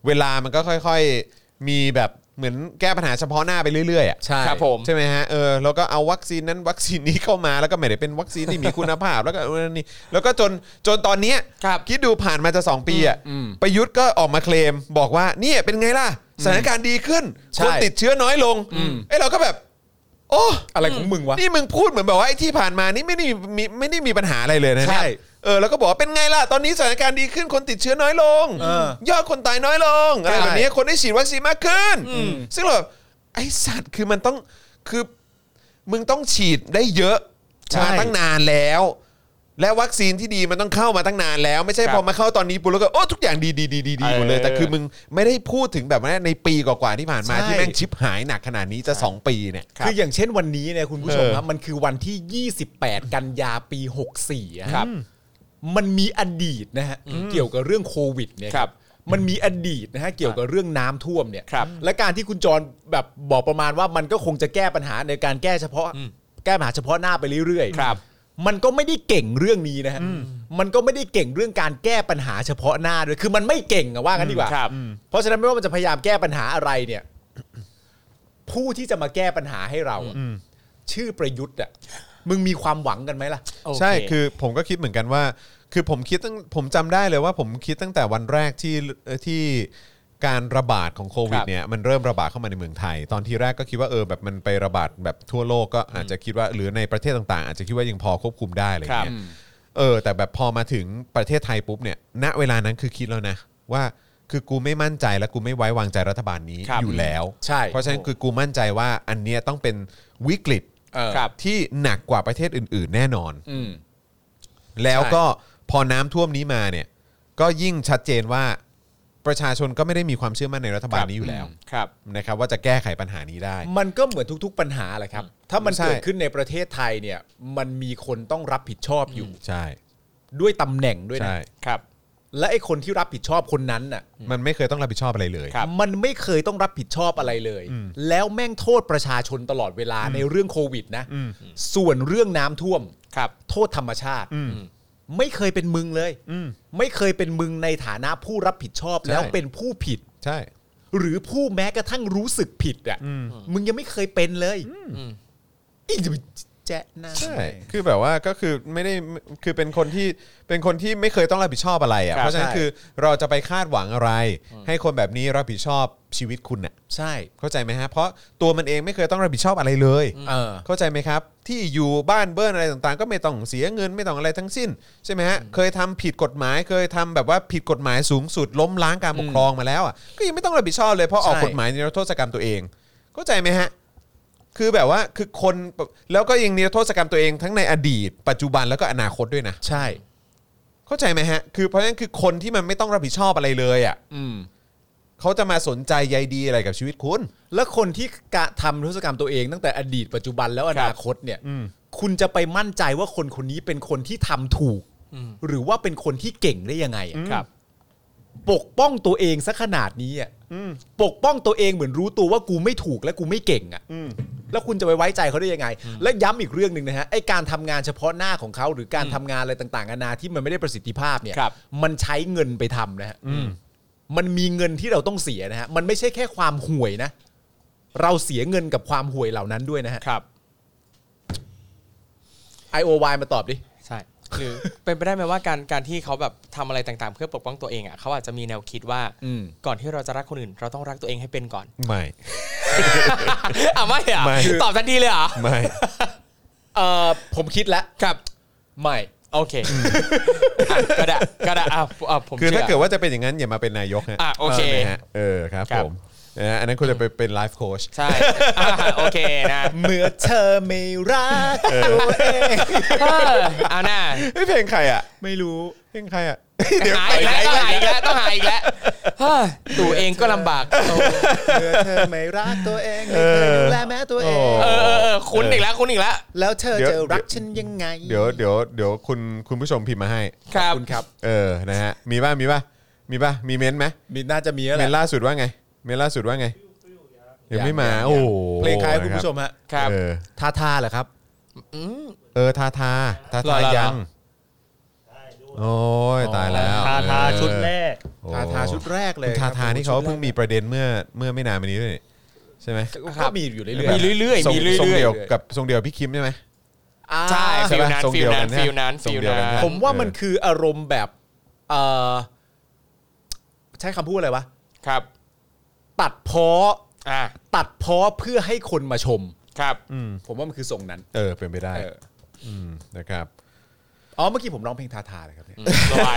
Speaker 1: เวลามันก็ค่อยๆมีแบบเหมือนแก้ปัญหาเฉพาะหน้าไปเรื่อยๆอะ
Speaker 3: ใช่
Speaker 2: ครับผม
Speaker 1: ใช่ไหมฮะเออแล้วก็เอาวัคซีนนั้น วัคซีนนี้เข้ามาแล้วก็ไม่ได้เป็นวัคซีนที่มีคุณภาพ แล้วก็เอาอันนี่แล้วก็จนจนตอนเนี้ย
Speaker 2: ครับ
Speaker 1: คิดดูผ่านมาจะ 2 ปีอ่ะประยุทธ์ก็ออกมาเคลม บอกว่าเนี่ยเป็นไงล่ะสถานการณ์ดีขึ้น
Speaker 3: ใช่
Speaker 1: คนติดเชื้อน้อยลงไอ้ยเราก็แบบ โอ้
Speaker 3: อะไรของมึงวะ
Speaker 1: นี่มึงพูดเหมือนแบบว่าไอ้ที่ผ่านมานี่ไม่ได้มีไม่ได้มีปัญหาอะไรเลยนะ
Speaker 3: ใช่
Speaker 1: เนี่ยเออแล้วก็บอกว่าเป็นไงล่ะตอนนี้สถานการณ์ดีขึ้นคนติดเชื้อน้อยลง ยอดคนตายน้อยลงอะไร
Speaker 2: ใช่
Speaker 1: แบบนี้คนได้ฉีดวัคซีนมากขึ้น ซึ่งเราแบบไอสัตว์คือมันต้องคือมึงต้องฉีดได้เยอะ
Speaker 3: ใช่
Speaker 1: มาตั้งนานแล้ว และวัคซีนที่ดีมันต้องเข้ามาตั้งนานแล้ว ไม่ใช่
Speaker 2: ครับ
Speaker 1: พอมาเข้าตอนนี้ปุ๊บแล้วก็โอ้ทุกอย่างดีดีดีดีดีหมดเลย
Speaker 2: เออ
Speaker 1: แต่คือมึงไม่ได้พูดถึงแบบว่าในปีกว่าๆที่ผ่านมา
Speaker 3: ใช่
Speaker 1: ที่แม่งชิปหายหนักขนาดนี้จะ 2 ปีเนี่ย
Speaker 3: คืออย่างเช่นวันนี้เนี่ยคุณผู้ชม
Speaker 1: เออ
Speaker 3: ครับมันคือวันที่ 28 กันยาปี 64อะ
Speaker 2: ครับ
Speaker 3: มันมีอดีตนะฮะเกี่ยวกับเรื่องโควิดเนี่ย
Speaker 2: ครับ
Speaker 3: มันมีอดีตนะฮะเกี่ยวกับเรื่องน้ำท่วมเนี่ย
Speaker 2: ครับ
Speaker 3: และการที่คุณจรแบบบอกประมาณว่ามันก็คงจะแก้ปัญหาในการแก้เฉพาะแก้ปัญหาเฉพาะหน้าไปเรื่อยๆ
Speaker 2: ครับ
Speaker 3: มันก็ไม่ได้เก่งเรื่องนี้นะฮะมันก็ไม่ได้เก่งเรื่องการแก้ปัญหาเฉพาะหน้าด้วยคือมันไม่เก่งอะว่ากันดีกว่า
Speaker 2: ครับ
Speaker 3: เพราะฉะนั้นไม่ว่ามันจะพยายามแก้ปัญหาอะไรเนี่ย ผู้ที่จะมาแก้ปัญหาให้เราอะชื่อประยุทธ์อ่ะมึงมีความหวังกันไหมล่ะ
Speaker 2: โเ
Speaker 1: ใช่คือผมก็คิดเหมือนกันว่า คือผมคิดตั้งผมจำได้เลยว่าผมคิดตั้งแต่วันแรกที่เอ่อที่การระบาดของโควิด
Speaker 2: ครับ
Speaker 1: เนี่ยมันเริ่มระบาดเข้ามาในเมืองไทย ตอนที่แรกก็คิดว่าเออแบบมันไประบาดแบบทั่วโลกก็อาจจะคิดว่าหรือในประเทศต่างๆ อาจจะคิดว่ายังพอควบคุมได้อะไรอย่าง
Speaker 2: ครั
Speaker 1: เงี้
Speaker 2: บ
Speaker 1: ยเออแต่แบบพอมาถึงประเทศไทยปุ๊บเนี่ยณเวลานั้นคือคิดแล้วนะว่าคือกูไม่มั่นใจและกูไม่ไว้วางใจรัฐบาลนี้
Speaker 2: ครับ
Speaker 1: อยู่แล้ว
Speaker 3: ใช่
Speaker 1: เพราะฉะนั้นคือกูมั่นใจว่าอันเนี้ยต้องเป็นวิกฤต
Speaker 2: ครับ
Speaker 1: ที่หนักกว่าประเทศอื่น ๆ แน่นอน
Speaker 3: อืม
Speaker 1: แล้วก็พอน้ำท่วมนี้มาเนี่ย ก็ยิ่งชัดเจนว่าประชาชนก็ไม่ได้มีความเชื่อมั่นในรัฐบาลนี้อยู่แล้ว
Speaker 2: ครับ
Speaker 1: นะครับ ว่าจะแก้ไขปัญหานี้ได้
Speaker 3: มันก็เหมือนทุกๆปัญหาแหละครับ ถ้ามัน
Speaker 1: ใช่
Speaker 3: เกิดขึ้นในประเทศไทยเนี่ย มันมีคนต้องรับผิดชอบอยู่
Speaker 1: ใช่
Speaker 3: ด้วยตำแหน่งด้วยนะ
Speaker 1: ใช่
Speaker 2: ครับ
Speaker 3: และไอ้คนที่รับผิดชอบคนนั้นน่ะ
Speaker 1: มันไม่เคยต้องรับผิดชอบอะไรเลย
Speaker 2: ครับ
Speaker 3: มันไม่เคยต้องรับผิดชอบอะไรเลย แล้วแม่งโทษประชาชนตลอดเวลาในเรื่องโควิดนะ ส่วนเรื่องน้ำท่วม
Speaker 2: ครับ
Speaker 3: โทษธรรมชาติ ไม่เคยเป็นมึงเลย ไม่เคยเป็นมึงในฐานะผู้รับผิดชอบแล้วเป็นผู้ผิด
Speaker 1: ใช่
Speaker 3: หรือผู้แม้กระทั่งรู้สึกผิดอ่ะมึงยังไม่เคยเป็นเลยอีกจะไปแจ๊ะหน้า
Speaker 1: ใช่ คือแบบว่าก็คือไม่ได้คือเป็นคนที่เป็นคนที่ไม่เคยต้องรับผิดชอบอะไรอ่ะ
Speaker 2: ครับ
Speaker 1: เพราะฉะนั้นคือเราจะไปคาดหวังอะไร ให้คนแบบนี้รับผิดชอบชีวิตคุณน่ะ
Speaker 3: ใช่
Speaker 1: เข้าใจไหมฮะเพราะตัวมันเองไม่เคยต้องรับผิดชอบอะไรเลย
Speaker 3: เออ
Speaker 1: เข้าใจไหมครับ ที่อยู่บ้านเบิ้ลอะไรต่างๆ ก็ไม่ต้องเสียเงินไม่ต้องอะไรทั้งสิ้น ใช่ไหมฮะเคยทำผิดกฎหมายเคยทำแบบว่าผิดกฎหมายสูงสุดล้มล้างการปกครองมาแล้วอ่ะก็ยังไม่ต้องรับผิดชอบเลยเพราะออก
Speaker 3: ใช่
Speaker 1: กฎหมายนิรโทษกรรมตัวเอง เข้าใจไหมฮะคือแบบว่าคือคนแล้วก็ยังนิรโทษกรรมตัวเองทั้งในอดีต ปัจจุบันแล้วก็อนาคตด้วยนะ
Speaker 3: ใช่
Speaker 1: เข้าใจไหมฮะ คือเพราะฉะนั้นคือคนที่มันไม่ต้องรับผิดชอบอะไรเลยอ่ะ
Speaker 3: อืม
Speaker 1: เขาจะมาสนใจใยดีอะไรกับชีวิตคุณ
Speaker 3: แล้วคนที่กระทำทุศกรรมตัวเองตั้งแต่อดีตปัจจุบันแล้วอนาคตเนี่ยคุณจะไปมั่นใจว่าคนคนนี้เป็นคนที่ทำถูก หรือว่าเป็นคนที่เก่งได้ยังไงอะ
Speaker 2: ครับ
Speaker 3: ปกป้องตัวเองซะขนาดนี้อ่ะปกป้องตัวเองเหมือนรู้ตัวว่ากูไม่ถูกและกูไม่เก่งอ่ะแล้วคุณจะไปไว้ใจเขาได้ยังไง และย้ำอีกเรื่องหนึ่งนะฮะไอการทำงานเฉพาะหน้าของเขาหรือการทำงานอะไรต่างๆนานาที่มันไม่ได้ประสิทธิภาพเนี่ย
Speaker 2: ครับ
Speaker 3: มันใช้เงินไปทำนะฮะมันมีเงินที่เราต้องเสียนะฮะมันไม่ใช่แค่ความห่วยนะ เราเสียเงินกับความห่วยเหล่านั้นด้วยนะฮะ
Speaker 2: ครับ
Speaker 3: IOY มาตอบดิ
Speaker 2: ใช่ หรือ เป็นไปได้ไหมว่าการการที่เขาแบบทำอะไรต่างๆ เพื่อปกป้องตัวเองอ่ะเขาอาจจะมีแนวคิดว่า
Speaker 3: อืม
Speaker 2: ก่อนที่เราจะรักคนอื่น เราต้องรักตัวเองให้เป็นก่อน
Speaker 1: ไม่
Speaker 2: อ่ะไม่เหรอ่ะ
Speaker 1: ไม่
Speaker 2: ตอบทันทีเลยเหรอ
Speaker 1: ไม่
Speaker 3: เอ่อผมคิดแล้ว
Speaker 2: ครับ
Speaker 3: ไม่
Speaker 2: โอเคอ่ะก็ได้ก็ได้อ่ะอ่ะผม
Speaker 1: คือถ้า
Speaker 2: ชื่
Speaker 1: เกิดว่าจะเป็นอย่างนั้นอย่ามาเป็นนายกฮะ
Speaker 2: อ่ะโอเค
Speaker 1: ใช่ไหมฮะเออครับ
Speaker 2: ครั
Speaker 1: ผ
Speaker 2: บ
Speaker 1: มนะฮะอันนั้นควรจะไปเป็นไลฟ์โค้ช
Speaker 2: ใช่อ่ะโอเคนะ
Speaker 3: เมื่อเธอไม่รักตัวเอง
Speaker 2: เออเอาหน้า
Speaker 1: เฮ้ยเพลงใครอ่ะ
Speaker 3: ไม่รู้
Speaker 1: เพลงใครอ่ะ
Speaker 2: หายอีกแล้วต้องหายอีกแล้วต้องหายอีกแล้วเฮ้ยตัวเองก็ลำบาก
Speaker 3: เมื่อเธอไม่รักตัวเองไม่เคยดูแลแม้ตัวเอง
Speaker 1: โอ้
Speaker 2: เออเออเออคุ้นอีกแล้วคุ้นอีกแล้ว
Speaker 3: แล้วเธอ
Speaker 1: เดี๋ยว
Speaker 3: จะรักฉันยังไง
Speaker 1: เดี๋ยวเดี๋ยวเดี๋ยวคุณคุณผู้ชมพิมพ์มาให้
Speaker 2: ครับ
Speaker 3: คุณครับ
Speaker 1: เออนะฮะมีป่ะมีป่ะ มีป่ะมีเม้นท์ไหม
Speaker 3: มีน่าจะมีแล้วแห
Speaker 1: เม้น
Speaker 3: ละ
Speaker 1: ท์ล่าสุดว่าไง เม้นท์ล่าสุดว่าไงยังไม่มาโอ้โห
Speaker 3: เพลงคล้ายคุณผู้ชมฮะ
Speaker 1: เออทาทาเหรอครับเออทาทาทาทายังโอ้ยตายแล้ว
Speaker 5: ทาทา
Speaker 1: เออ
Speaker 5: ชุดแรก
Speaker 1: โอ้
Speaker 3: ทาทาชุดแรกเล
Speaker 1: คุณ
Speaker 3: ย
Speaker 1: ทาทานี่เขาเพิ่ง
Speaker 3: ชุดแร
Speaker 1: มีประเด็นเมื่อเมื่อไม่นานมานี้ด้วยนี่ใช่ไหม
Speaker 3: กก็มีอยู่เรื่อยๆ
Speaker 2: มีเรื่อย
Speaker 1: ทรง
Speaker 2: ๆมีเรื่
Speaker 1: ทรง
Speaker 2: อย
Speaker 1: เดียวกับทรงเดียวพี่คิมใช่ไหม
Speaker 2: ๆใช่
Speaker 1: ใช่
Speaker 2: ฟิล
Speaker 1: ปะ
Speaker 2: นั้น
Speaker 1: ทรง
Speaker 2: ฟิ
Speaker 1: เดี
Speaker 2: ล
Speaker 1: ยวกั
Speaker 2: นั้น นฟิลนั้น
Speaker 1: ทรง
Speaker 2: ฟิล
Speaker 1: เดียว
Speaker 2: นั้
Speaker 1: กัน
Speaker 2: น
Speaker 1: นะ
Speaker 3: ผมว่ามันคืออารมณ์แบบเอ่อใช้คำพูดอะไรวะ
Speaker 2: ครับ
Speaker 3: ตัดเพอ
Speaker 2: อ่า
Speaker 3: ตัดเพอเพื่อให้คนมาชม
Speaker 2: ครับ
Speaker 3: ผมว่ามันคือทรงนั้น
Speaker 1: เออเป็นไปได้
Speaker 3: เออ
Speaker 1: มนะครับ
Speaker 3: อ๋อ เมื่อกี้ผมร้องเพลงทาทาเลยครับเนี่ย
Speaker 2: สบาย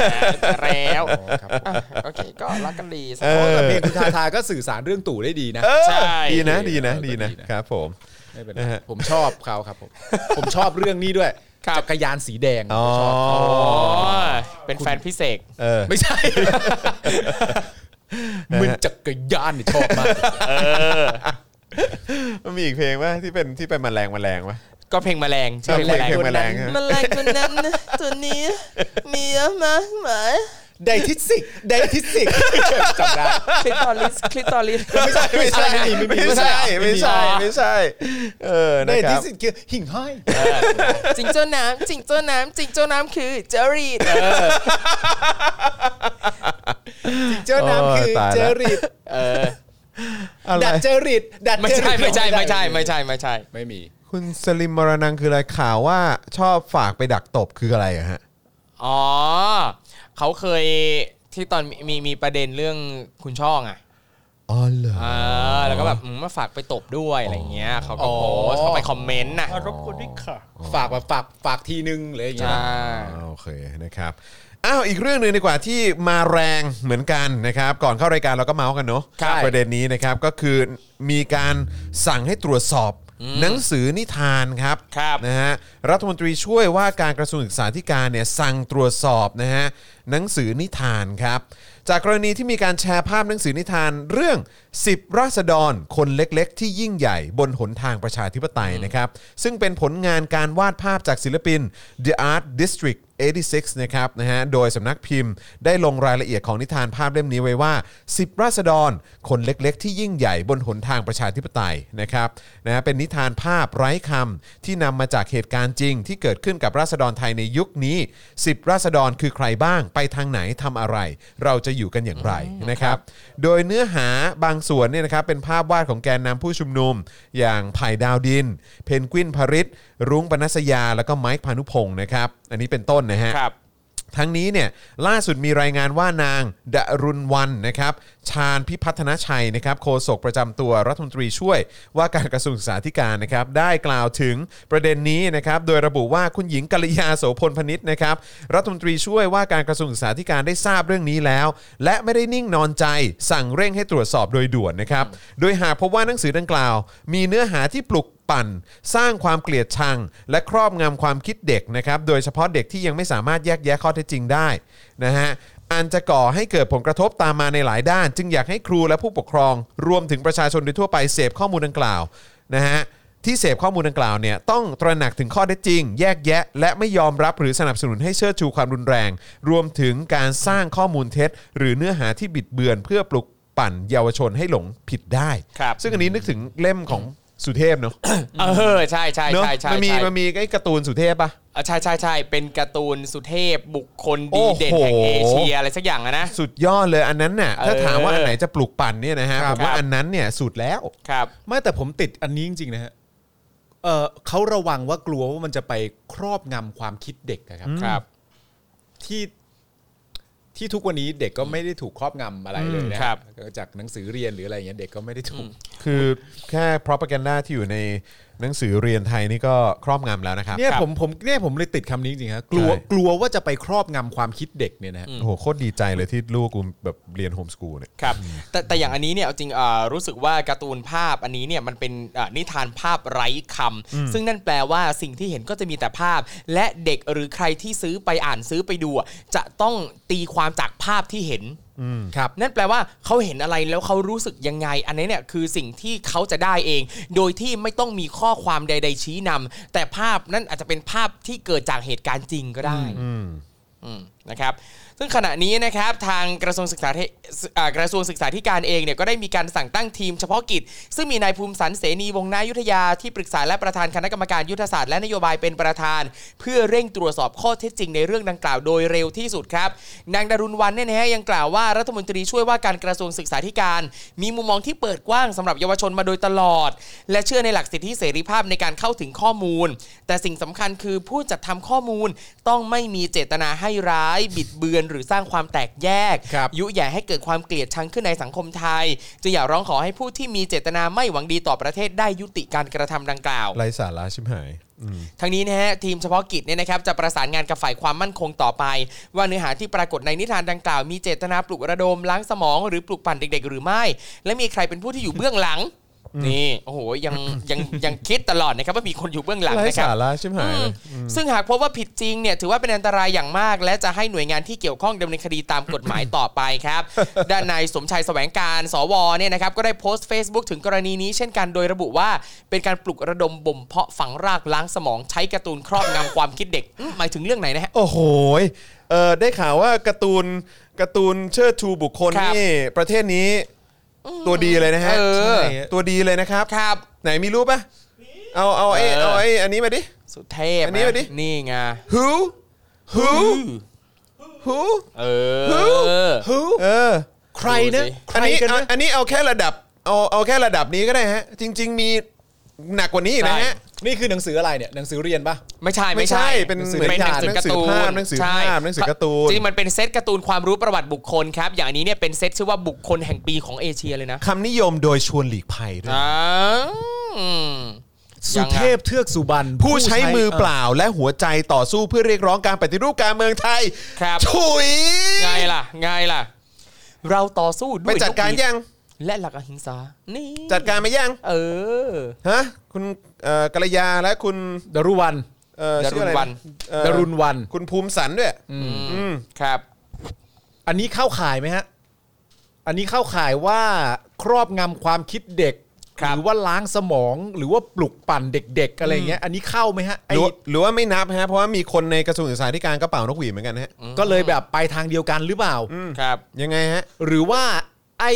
Speaker 2: แล้ว
Speaker 3: อ๋อครับ
Speaker 2: อ่ะโอเค ก็รักกันดีสัก
Speaker 1: เอ
Speaker 2: คน
Speaker 1: อ
Speaker 3: แต่เพลงคุณทาทาก็สื่อสารเรื่องตู่ได้ดีนะ
Speaker 2: ใช่
Speaker 1: ดีนะดีนะ
Speaker 3: เออ
Speaker 1: ดีนะ
Speaker 3: ก็ดีนะ
Speaker 1: ครับผม
Speaker 3: ไม่เป็นไร
Speaker 1: นะฮะ
Speaker 3: ผมชอบเขาครับผม ผมชอบเรื่องนี้ด้วย
Speaker 2: ครับ
Speaker 3: จักรยานสีแดง
Speaker 1: อ๋อ
Speaker 3: ชอบเขา
Speaker 2: โอ้เป็นแฟนพิเศษ
Speaker 1: เออ
Speaker 3: ไม่ใช่ มึนจักรยานเนี่ยชอบ มาก
Speaker 1: มันมีอีกเพลงว่าที่เป็นที่เป็นแมลงแมลงวะ
Speaker 2: ก็เพลงแมลงชื่อเพลง
Speaker 1: เพล
Speaker 2: แม
Speaker 1: ง
Speaker 2: ล
Speaker 1: เพ
Speaker 2: ง
Speaker 1: ลงแมลง
Speaker 2: ตัว
Speaker 1: ฮะ
Speaker 2: นั้น
Speaker 6: แมลงตัวนั้น นะตัวนี้มีเยอะมากมาย
Speaker 3: ไดทิสิกไดทิสิกจำได้
Speaker 2: คลิตอลิสคลิตอลิส
Speaker 1: ไม่ใช่ไม่ใช่ไม่ใช่ไม่ใช่ไม่ใช่ เออ
Speaker 3: ได
Speaker 1: นะค
Speaker 3: ทิ
Speaker 1: รับ
Speaker 3: สิกคือหิ่งห้อย
Speaker 6: จิงโจ้น้ำจิงโจ้น้ำจิงโจ้น้ำคือเจอรีด
Speaker 3: เจ้าน้ำคือ
Speaker 1: โตาย
Speaker 3: เจ
Speaker 1: แล้ว
Speaker 3: อริต
Speaker 1: อะไร
Speaker 3: ดัดเจอริตดัด
Speaker 2: ไม่
Speaker 3: เจอ
Speaker 2: ใช่
Speaker 3: ริต
Speaker 2: ไม่ใช่ไม่ใช่ไม่ใช่ไม่ใช่
Speaker 3: ไม่มี
Speaker 1: คุณสลิมมรนังคืออะไรข่าวว่าชอบฝากไปดักตบคืออะไรอะฮะ
Speaker 2: อ๋อ เขาเคยที่ตอนมีมีมีประเด็นเรื่องคุณช่องอ่ะ
Speaker 1: อ๋อเหรอ
Speaker 2: เออแล้วก็แบบอืมมาฝากไปตบด้วยอะไรเงี้ยเขาก็โพสต์เขาไปคอมเมนต์น่ะ
Speaker 5: มารบกวนด้วยค่ะ
Speaker 3: ฝากแบบฝากฝากทีนึงเลยอย่าง
Speaker 2: ใช
Speaker 3: เงี้ย่
Speaker 1: อ่าโอเคนะครับอ้าวอีกเรื่องหนึ่งดีกว่าที่มาแรงเหมือนกันนะครับ ก่อนเข้ารายการเราก็เมาส์กันเนาะ
Speaker 2: ครับ
Speaker 1: ประเด็นนี้นะครับก็คือมีการสั่งให้ตรวจสอบหนังสือนิทานครับ
Speaker 2: ครับ
Speaker 1: นะฮะรัฐมนตรีช่วยว่าการกระทรวงศึกษาธิการเนี่ยสั่งตรวจสอบนะฮะหนังสือนิทานครับจากกรณีที่มีการแชร์ภาพหนังสือนิทานเรื่อง 10 ราษฎร คนเล็กๆ ที่ยิ่งใหญ่บนหนทางประชาธิปไตยนะครับซึ่งเป็นผลงานการวาดภาพจากศิลปิน The Art District 86 นะครับนะฮะ โดยสำนักพิมพ์ได้ลงรายละเอียดของนิทานภาพเล่มนี้ไว้ว่า 10 ราษฎร คนเล็กๆ ที่ยิ่งใหญ่บนหนทางประชาธิปไตยนะครับนะฮะเป็นนิทานภาพไร้คำที่นำมาจากเหตุการณ์จริง ที่เกิดขึ้นกับราษฎรไทยในยุคนี้ 10 ราษฎรคือใครบ้าง ไปทางไหนทำอะไร เราจะอยู่กันอย่างไรนะครับ โดยเนื้อหาบางส่วนเนี่ยนะครับเป็นภาพวาดของแกนนำผู้ชุมนุม อย่างไผ่ดาวดิน เพนกวินพริตรุ้งปนัสยาแล้วก็ไมค์พานุพงศ์นะครับ อันนี้เป็นต้นนะฮะ
Speaker 2: ครับ
Speaker 1: ทั้งนี้เนี่ยล่าสุดมีรายงานว่านางดรุณวันนะครับชาญพิพัฒนชัยนะครับโฆษกประจำตัวรัฐมนตรีช่วยว่าการกระทรวงศึกษาธิการนะครับได้กล่าวถึงประเด็นนี้นะครับโดยระบุว่าคุณหญิงกัลยาโสพลพนิษฐ์นะครับรัฐมนตรีช่วยว่าการกระทรวงศึกษาธิการได้ทราบเรื่องนี้แล้ว และไม่ได้นิ่งนอนใจ สั่งเร่งให้ตรวจสอบโดยด่วนนะครับโดยหากพบว่าหนังสือดังกล่าว มีเนื้อหาที่ปลุก ปั่นสร้างความเกลียดชัง และครอบงำความคิดเด็กนะครับ โดยเฉพาะเด็กที่ยังไม่สามารถแยกแยะข้อเท็จจริงได้นะฮะอันจะก่อให้เกิดผลกระทบตามมาในหลายด้าน จึงอยากให้ครูและผู้ปกครอง รวมถึงประชาชนโดยทั่วไปเสพข้อมูลดังกล่าวนะฮะที่เสพข้อมูลดังกล่าวเนี่ยต้องตระหนักถึงข้อเท็จจริง แยกแยะ และไม่ยอมรับหรือสนับสนุนให้เชิดชูความรุนแรง รวมถึงการสร้างข้อมูลเท็จ หรือเนื้อหาที่บิดเบือน เพื่อปลุกปั่นเยาวชนให้หลงผิดได้
Speaker 2: ครับ
Speaker 1: ซึ่งอันนี้นึกถึงเล่มของสุเทพเนอะ
Speaker 2: เออใช่ใช่
Speaker 1: เนอะ
Speaker 2: ใช่ใช่
Speaker 1: มันมี
Speaker 2: ใช่
Speaker 1: มันมีไอ้การ์ตูนสุเทพปะ
Speaker 2: เออใช่ใช่ใช่เป็นการ์ตูนสุเทพบุคคล
Speaker 1: โอ้
Speaker 2: ดี
Speaker 1: โห
Speaker 2: เด่นแห่งเอเชียอะไรสักอย่างอะนะ
Speaker 1: สุดยอดเลยอันนั้นน่ะ ถ้า
Speaker 2: เออ
Speaker 1: ถามว่าอันไหนจะปลุกปั่นเนี่ยนะฮะ
Speaker 2: ค
Speaker 1: ผ
Speaker 2: รับ
Speaker 1: มว่า
Speaker 2: ครับ
Speaker 1: อันนั้นเนี่ยสุดแล้ว
Speaker 2: ครับ
Speaker 3: ไม่แต่ผมติดอันนี้จริงๆนะฮะเออเขาระวังว่ากลัวว่ามันจะไปครอบงำความคิดเด็กอะครับ
Speaker 2: ครับ
Speaker 3: ที่ที่ทุกวันนี้เด็กก็ไม่ได้ถูกครอบงำอะไรเลยนะ
Speaker 2: อืมครับ
Speaker 3: ก็จากหนังสือเรียนหรืออะไรอย่างเงี้ยเด็กก็ไม่ได้ถูก
Speaker 1: คือแค่ propaganda ที่อยู่ในหนังสือเรียนไทยนี่ก็ครอบงำแล้วนะครับ
Speaker 3: เนี่ย
Speaker 2: ครับ
Speaker 3: ผมผมเนี่ยผมเลยติดคำนี้จริงๆฮะกลัว
Speaker 1: ใช่
Speaker 3: กลัวว่าจะไปครอบงำความคิดเด็กเนี่ยนะฮะ
Speaker 1: โอ้โหโคตรดีใจเลยที่ลูกกูแบบเรียนโฮมสกูลเนี่ย
Speaker 2: ครับแต่แต่อย่างอันนี้เนี่ยเอาจริงเอ่อรู้สึกว่าการ์ตูนภาพอันนี้เนี่ยมันเป็นเอ่อนิทานภาพไร้คำซึ่งนั่นแปลว่าสิ่งที่เห็นก็จะมีแต่ภาพ และเด็กหรือใครที่ซื้อไปอ่านซื้อไปดูอ่ะจะต้องตีความจากภาพที่เห็น
Speaker 3: ครับ
Speaker 2: นั่นแปลว่าเขาเห็นอะไรแล้วเขารู้สึกยังไง อันนี้เนี่ยคือสิ่งที่เขาจะได้เอง โดยที่ไม่ต้องมีข้อความใด ๆ ชี้นำแต่ภาพนั่นอาจจะเป็นภาพที่เกิดจากเหตุการณ์จริงก็ได้
Speaker 1: อืม
Speaker 2: อืม นะครับซึ่งขณะนี้นะครับทางกระทรวงศึกษาธิอ่ากระทรวงศึกษาธิการเองเนี่ยก็ได้มีการสั่งตั้งทีมเฉพาะกิจ ซึ่งมีนายภูมิสันเสนีวงศ์นายุทธยาที่ปรึกษาและประธานคณะกรรมการยุทธศาสตร์และนโยบายเป็นประธาน เพื่อเร่งตรวจสอบข้อเท็จจริงในเรื่องดังกล่าวโดยเร็วที่สุดครับ นางดารุณวันเนี่ยนะฮะยังกล่าวว่ารัฐมนตรีช่วยว่าการกระทรวงศึกษาธิการ มีมุมมองที่เปิดกว้างสำหรับเยาวชนมาโดยตลอด และเชื่อในหลักสิทธิเสรีภาพในการเข้าถึงข้อมูล แต่สิ่งสำคัญคือผู้จัดทำข้อมูลต้องไม่มีเจตนาให้ร้าย บิดเบือน หรือสร้างความแตกแยก
Speaker 1: ครับ
Speaker 2: ยุแย่ให้เกิดความเกลียดชังขึ้นในสังคมไทยจะอยากร้องขอให้ผู้ที่มีเจตนาไม่หวังดีต่อประเทศได้ยุติการกระทำดังกล่าว
Speaker 1: ไรสาระชิบหาย
Speaker 2: ทั้งนี้นะฮะทีมเฉพาะกิจเนี่ยนะครับจะประสานงานกับฝ่ายความมั่นคงต่อไป ว่าเนื้อหาที่ปรากฏในนิทานดังกล่าว มีเจตนาปลุกระดมล้างสมองหรือปลุกปั่นเด็ก ๆ หรือไม่ และมีใครเป็นผู้ที่อยู่เบื้องหลัง นี่โอ้โหยังยังยังคิดตลอดนะครับว่ามีคนอยู่เบื้องหลัง
Speaker 1: ไร
Speaker 2: นะครับ
Speaker 1: สาระชิบหายเลย
Speaker 2: ซึ่งหากพบว่าผิดจริงเนี่ยถือว่าเป็นอันตรายอย่างมาก และจะให้หน่วยงานที่เกี่ยวข้องดำเนินคดีตามกฎหมายต่อไปครับ ด้านนายสมชัยแสวงการสวเนี่ยนะครับก็ได้โพสต์ Facebook ถึงกรณีนี้เช่นกันโดยระบุว่าเป็นการปลุกระดมบ่มเพาะฝังรากล้างสมองใช้การ์ตูนครอบงำความคิดเด็กอืมหมายถึงเรื่องไหนนะฮะ
Speaker 1: โอ้โหยเออได้ข่าวว่าการ์ตูนการ์ตูนเชิดชูบุคคล
Speaker 2: ครับ
Speaker 1: นี่ประเทศนี้ตัวดีเลยนะฮะ
Speaker 2: เออ
Speaker 1: ใช่ตัวดีเลยนะครับ
Speaker 2: ครับ
Speaker 1: ไหนมีรูปปะเอาเอาไอ้
Speaker 2: เออ
Speaker 1: เอาไอ้อันนี้มาดิ
Speaker 2: สุดเทพ
Speaker 1: อันนี้มาดิ
Speaker 2: นี่ไง
Speaker 1: who who who
Speaker 2: เออ
Speaker 1: who เออ
Speaker 3: ใครนะ
Speaker 2: ดูสิ
Speaker 1: อันนี้เอาอันนี้เอาแค่ระดับเอาเอาแค่ระดับนี้ก็ได้ฮะ จริง ๆ มีหนักกว่านี้อีกนะฮะ
Speaker 3: นี่คือหนังสืออะไรเนี่ยหนังสือเรียนปะ
Speaker 2: ไม่ใช่
Speaker 1: ไม่
Speaker 2: ไม่
Speaker 1: ใช่
Speaker 2: ใช่
Speaker 1: เป็น
Speaker 2: หนังสือ
Speaker 1: เหมือน
Speaker 2: เป็นหนังสือการ์ตูน
Speaker 1: หนังสือภาพหนังสือภาพหนังสือการ์ตูน
Speaker 2: จริงมันเป็นเซตการ์ตูนความรู้ประวัติบุคคลครับ อย่างอันนี้เนี่ยเป็นเซตชื่อว่าบุคคลแห่งปีของเอเชียเลยนะ
Speaker 1: คำนิยมโดยชวนหลีกภัยด้วย
Speaker 2: อ้าว
Speaker 3: สุเทพเทือกสุบรรณ
Speaker 1: ผู้ใช้มือเปล่าและหัวใจต่อสู้เพื่อเรียกร้องการปฏิรูปการเมืองไทย
Speaker 2: ครับ
Speaker 1: ถุย
Speaker 2: ไงล่ะไงล่ะ เราต่อสู้ด้
Speaker 1: ไป
Speaker 2: วย
Speaker 1: จัดการ
Speaker 2: นหวี
Speaker 1: ยัง
Speaker 2: และหลักอหิงสา นี่
Speaker 1: จัดการไปยัง
Speaker 2: เออ
Speaker 1: ฮะคุณเอ่อกัลยาและคุณ
Speaker 3: ดารุวัน
Speaker 1: เอ่อชื่ออะไร
Speaker 2: ดารุณวัน
Speaker 1: เอ่อ
Speaker 3: ดารุณวัน
Speaker 1: คุณภูมิสันด้วย
Speaker 2: อืมครับ
Speaker 3: อันนี้เข้าข่ายไหมฮะ อันนี้เข้าข่ายว่าครอบงำความคิดเด็ก
Speaker 2: ครับ
Speaker 3: หรือว่าล้างสมองหรือว่าปลุกปั่นเด็ก ๆ อะไรเงี้ย อันนี้เข้าไหมฮะ
Speaker 1: ห
Speaker 3: ไอ้
Speaker 1: รือหรือว่าไม่นับฮะเพราะว่ามีคนในกระทรวงศึกษาธิการกระเป๋านกหวีดเหมือนกันฮะ
Speaker 3: ก็เลยแบบไปทางเดียวกันหรือเปล่า
Speaker 2: ครับ
Speaker 1: ยังไงฮะ
Speaker 3: หรือว่าไอ้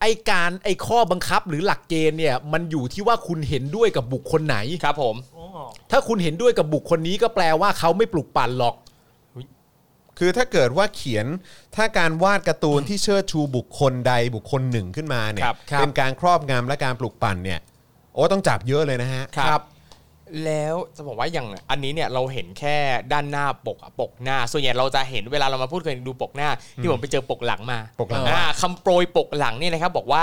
Speaker 3: ไอ้การไอ้ข้อบังคับหรือหลักเกณฑ์เนี่ย มันอยู่ที่ว่าคุณเห็นด้วยกับบุคคลไหน
Speaker 2: ครับผม
Speaker 5: โอ้
Speaker 3: ถ้าคุณเห็นด้วยกับบุคคลนี้ก็แปลว่าเขาไม่ปลุกปั่นหรอก
Speaker 1: คือถ้าเกิดว่าเขียนถ้าการวาดการ์ตูนที่เชิดชูบุคคลใดบุคคลหนึ่งขึ้นมาเนี่
Speaker 2: ค
Speaker 1: ย
Speaker 2: รับครับ
Speaker 1: เป็นการครอบงำและการปลุกปั่นเนี่ยโอ้ต้องจับเยอะเลยนะฮะ
Speaker 2: ครับ แล้วจะบอกว่าอย่างอันนี้เนี่ยเราเห็นแค่ด้านหน้าปกอะปกหน้า ส่วนใหญ่เราจะเห็นเวลาเรามาพูดกันดูปกหน้า ที่ผมไปเจอปกหลังมา
Speaker 1: ปกหลัง
Speaker 2: อ่าคำโปรยปกหลังเนี่ยนะครับบอกว่า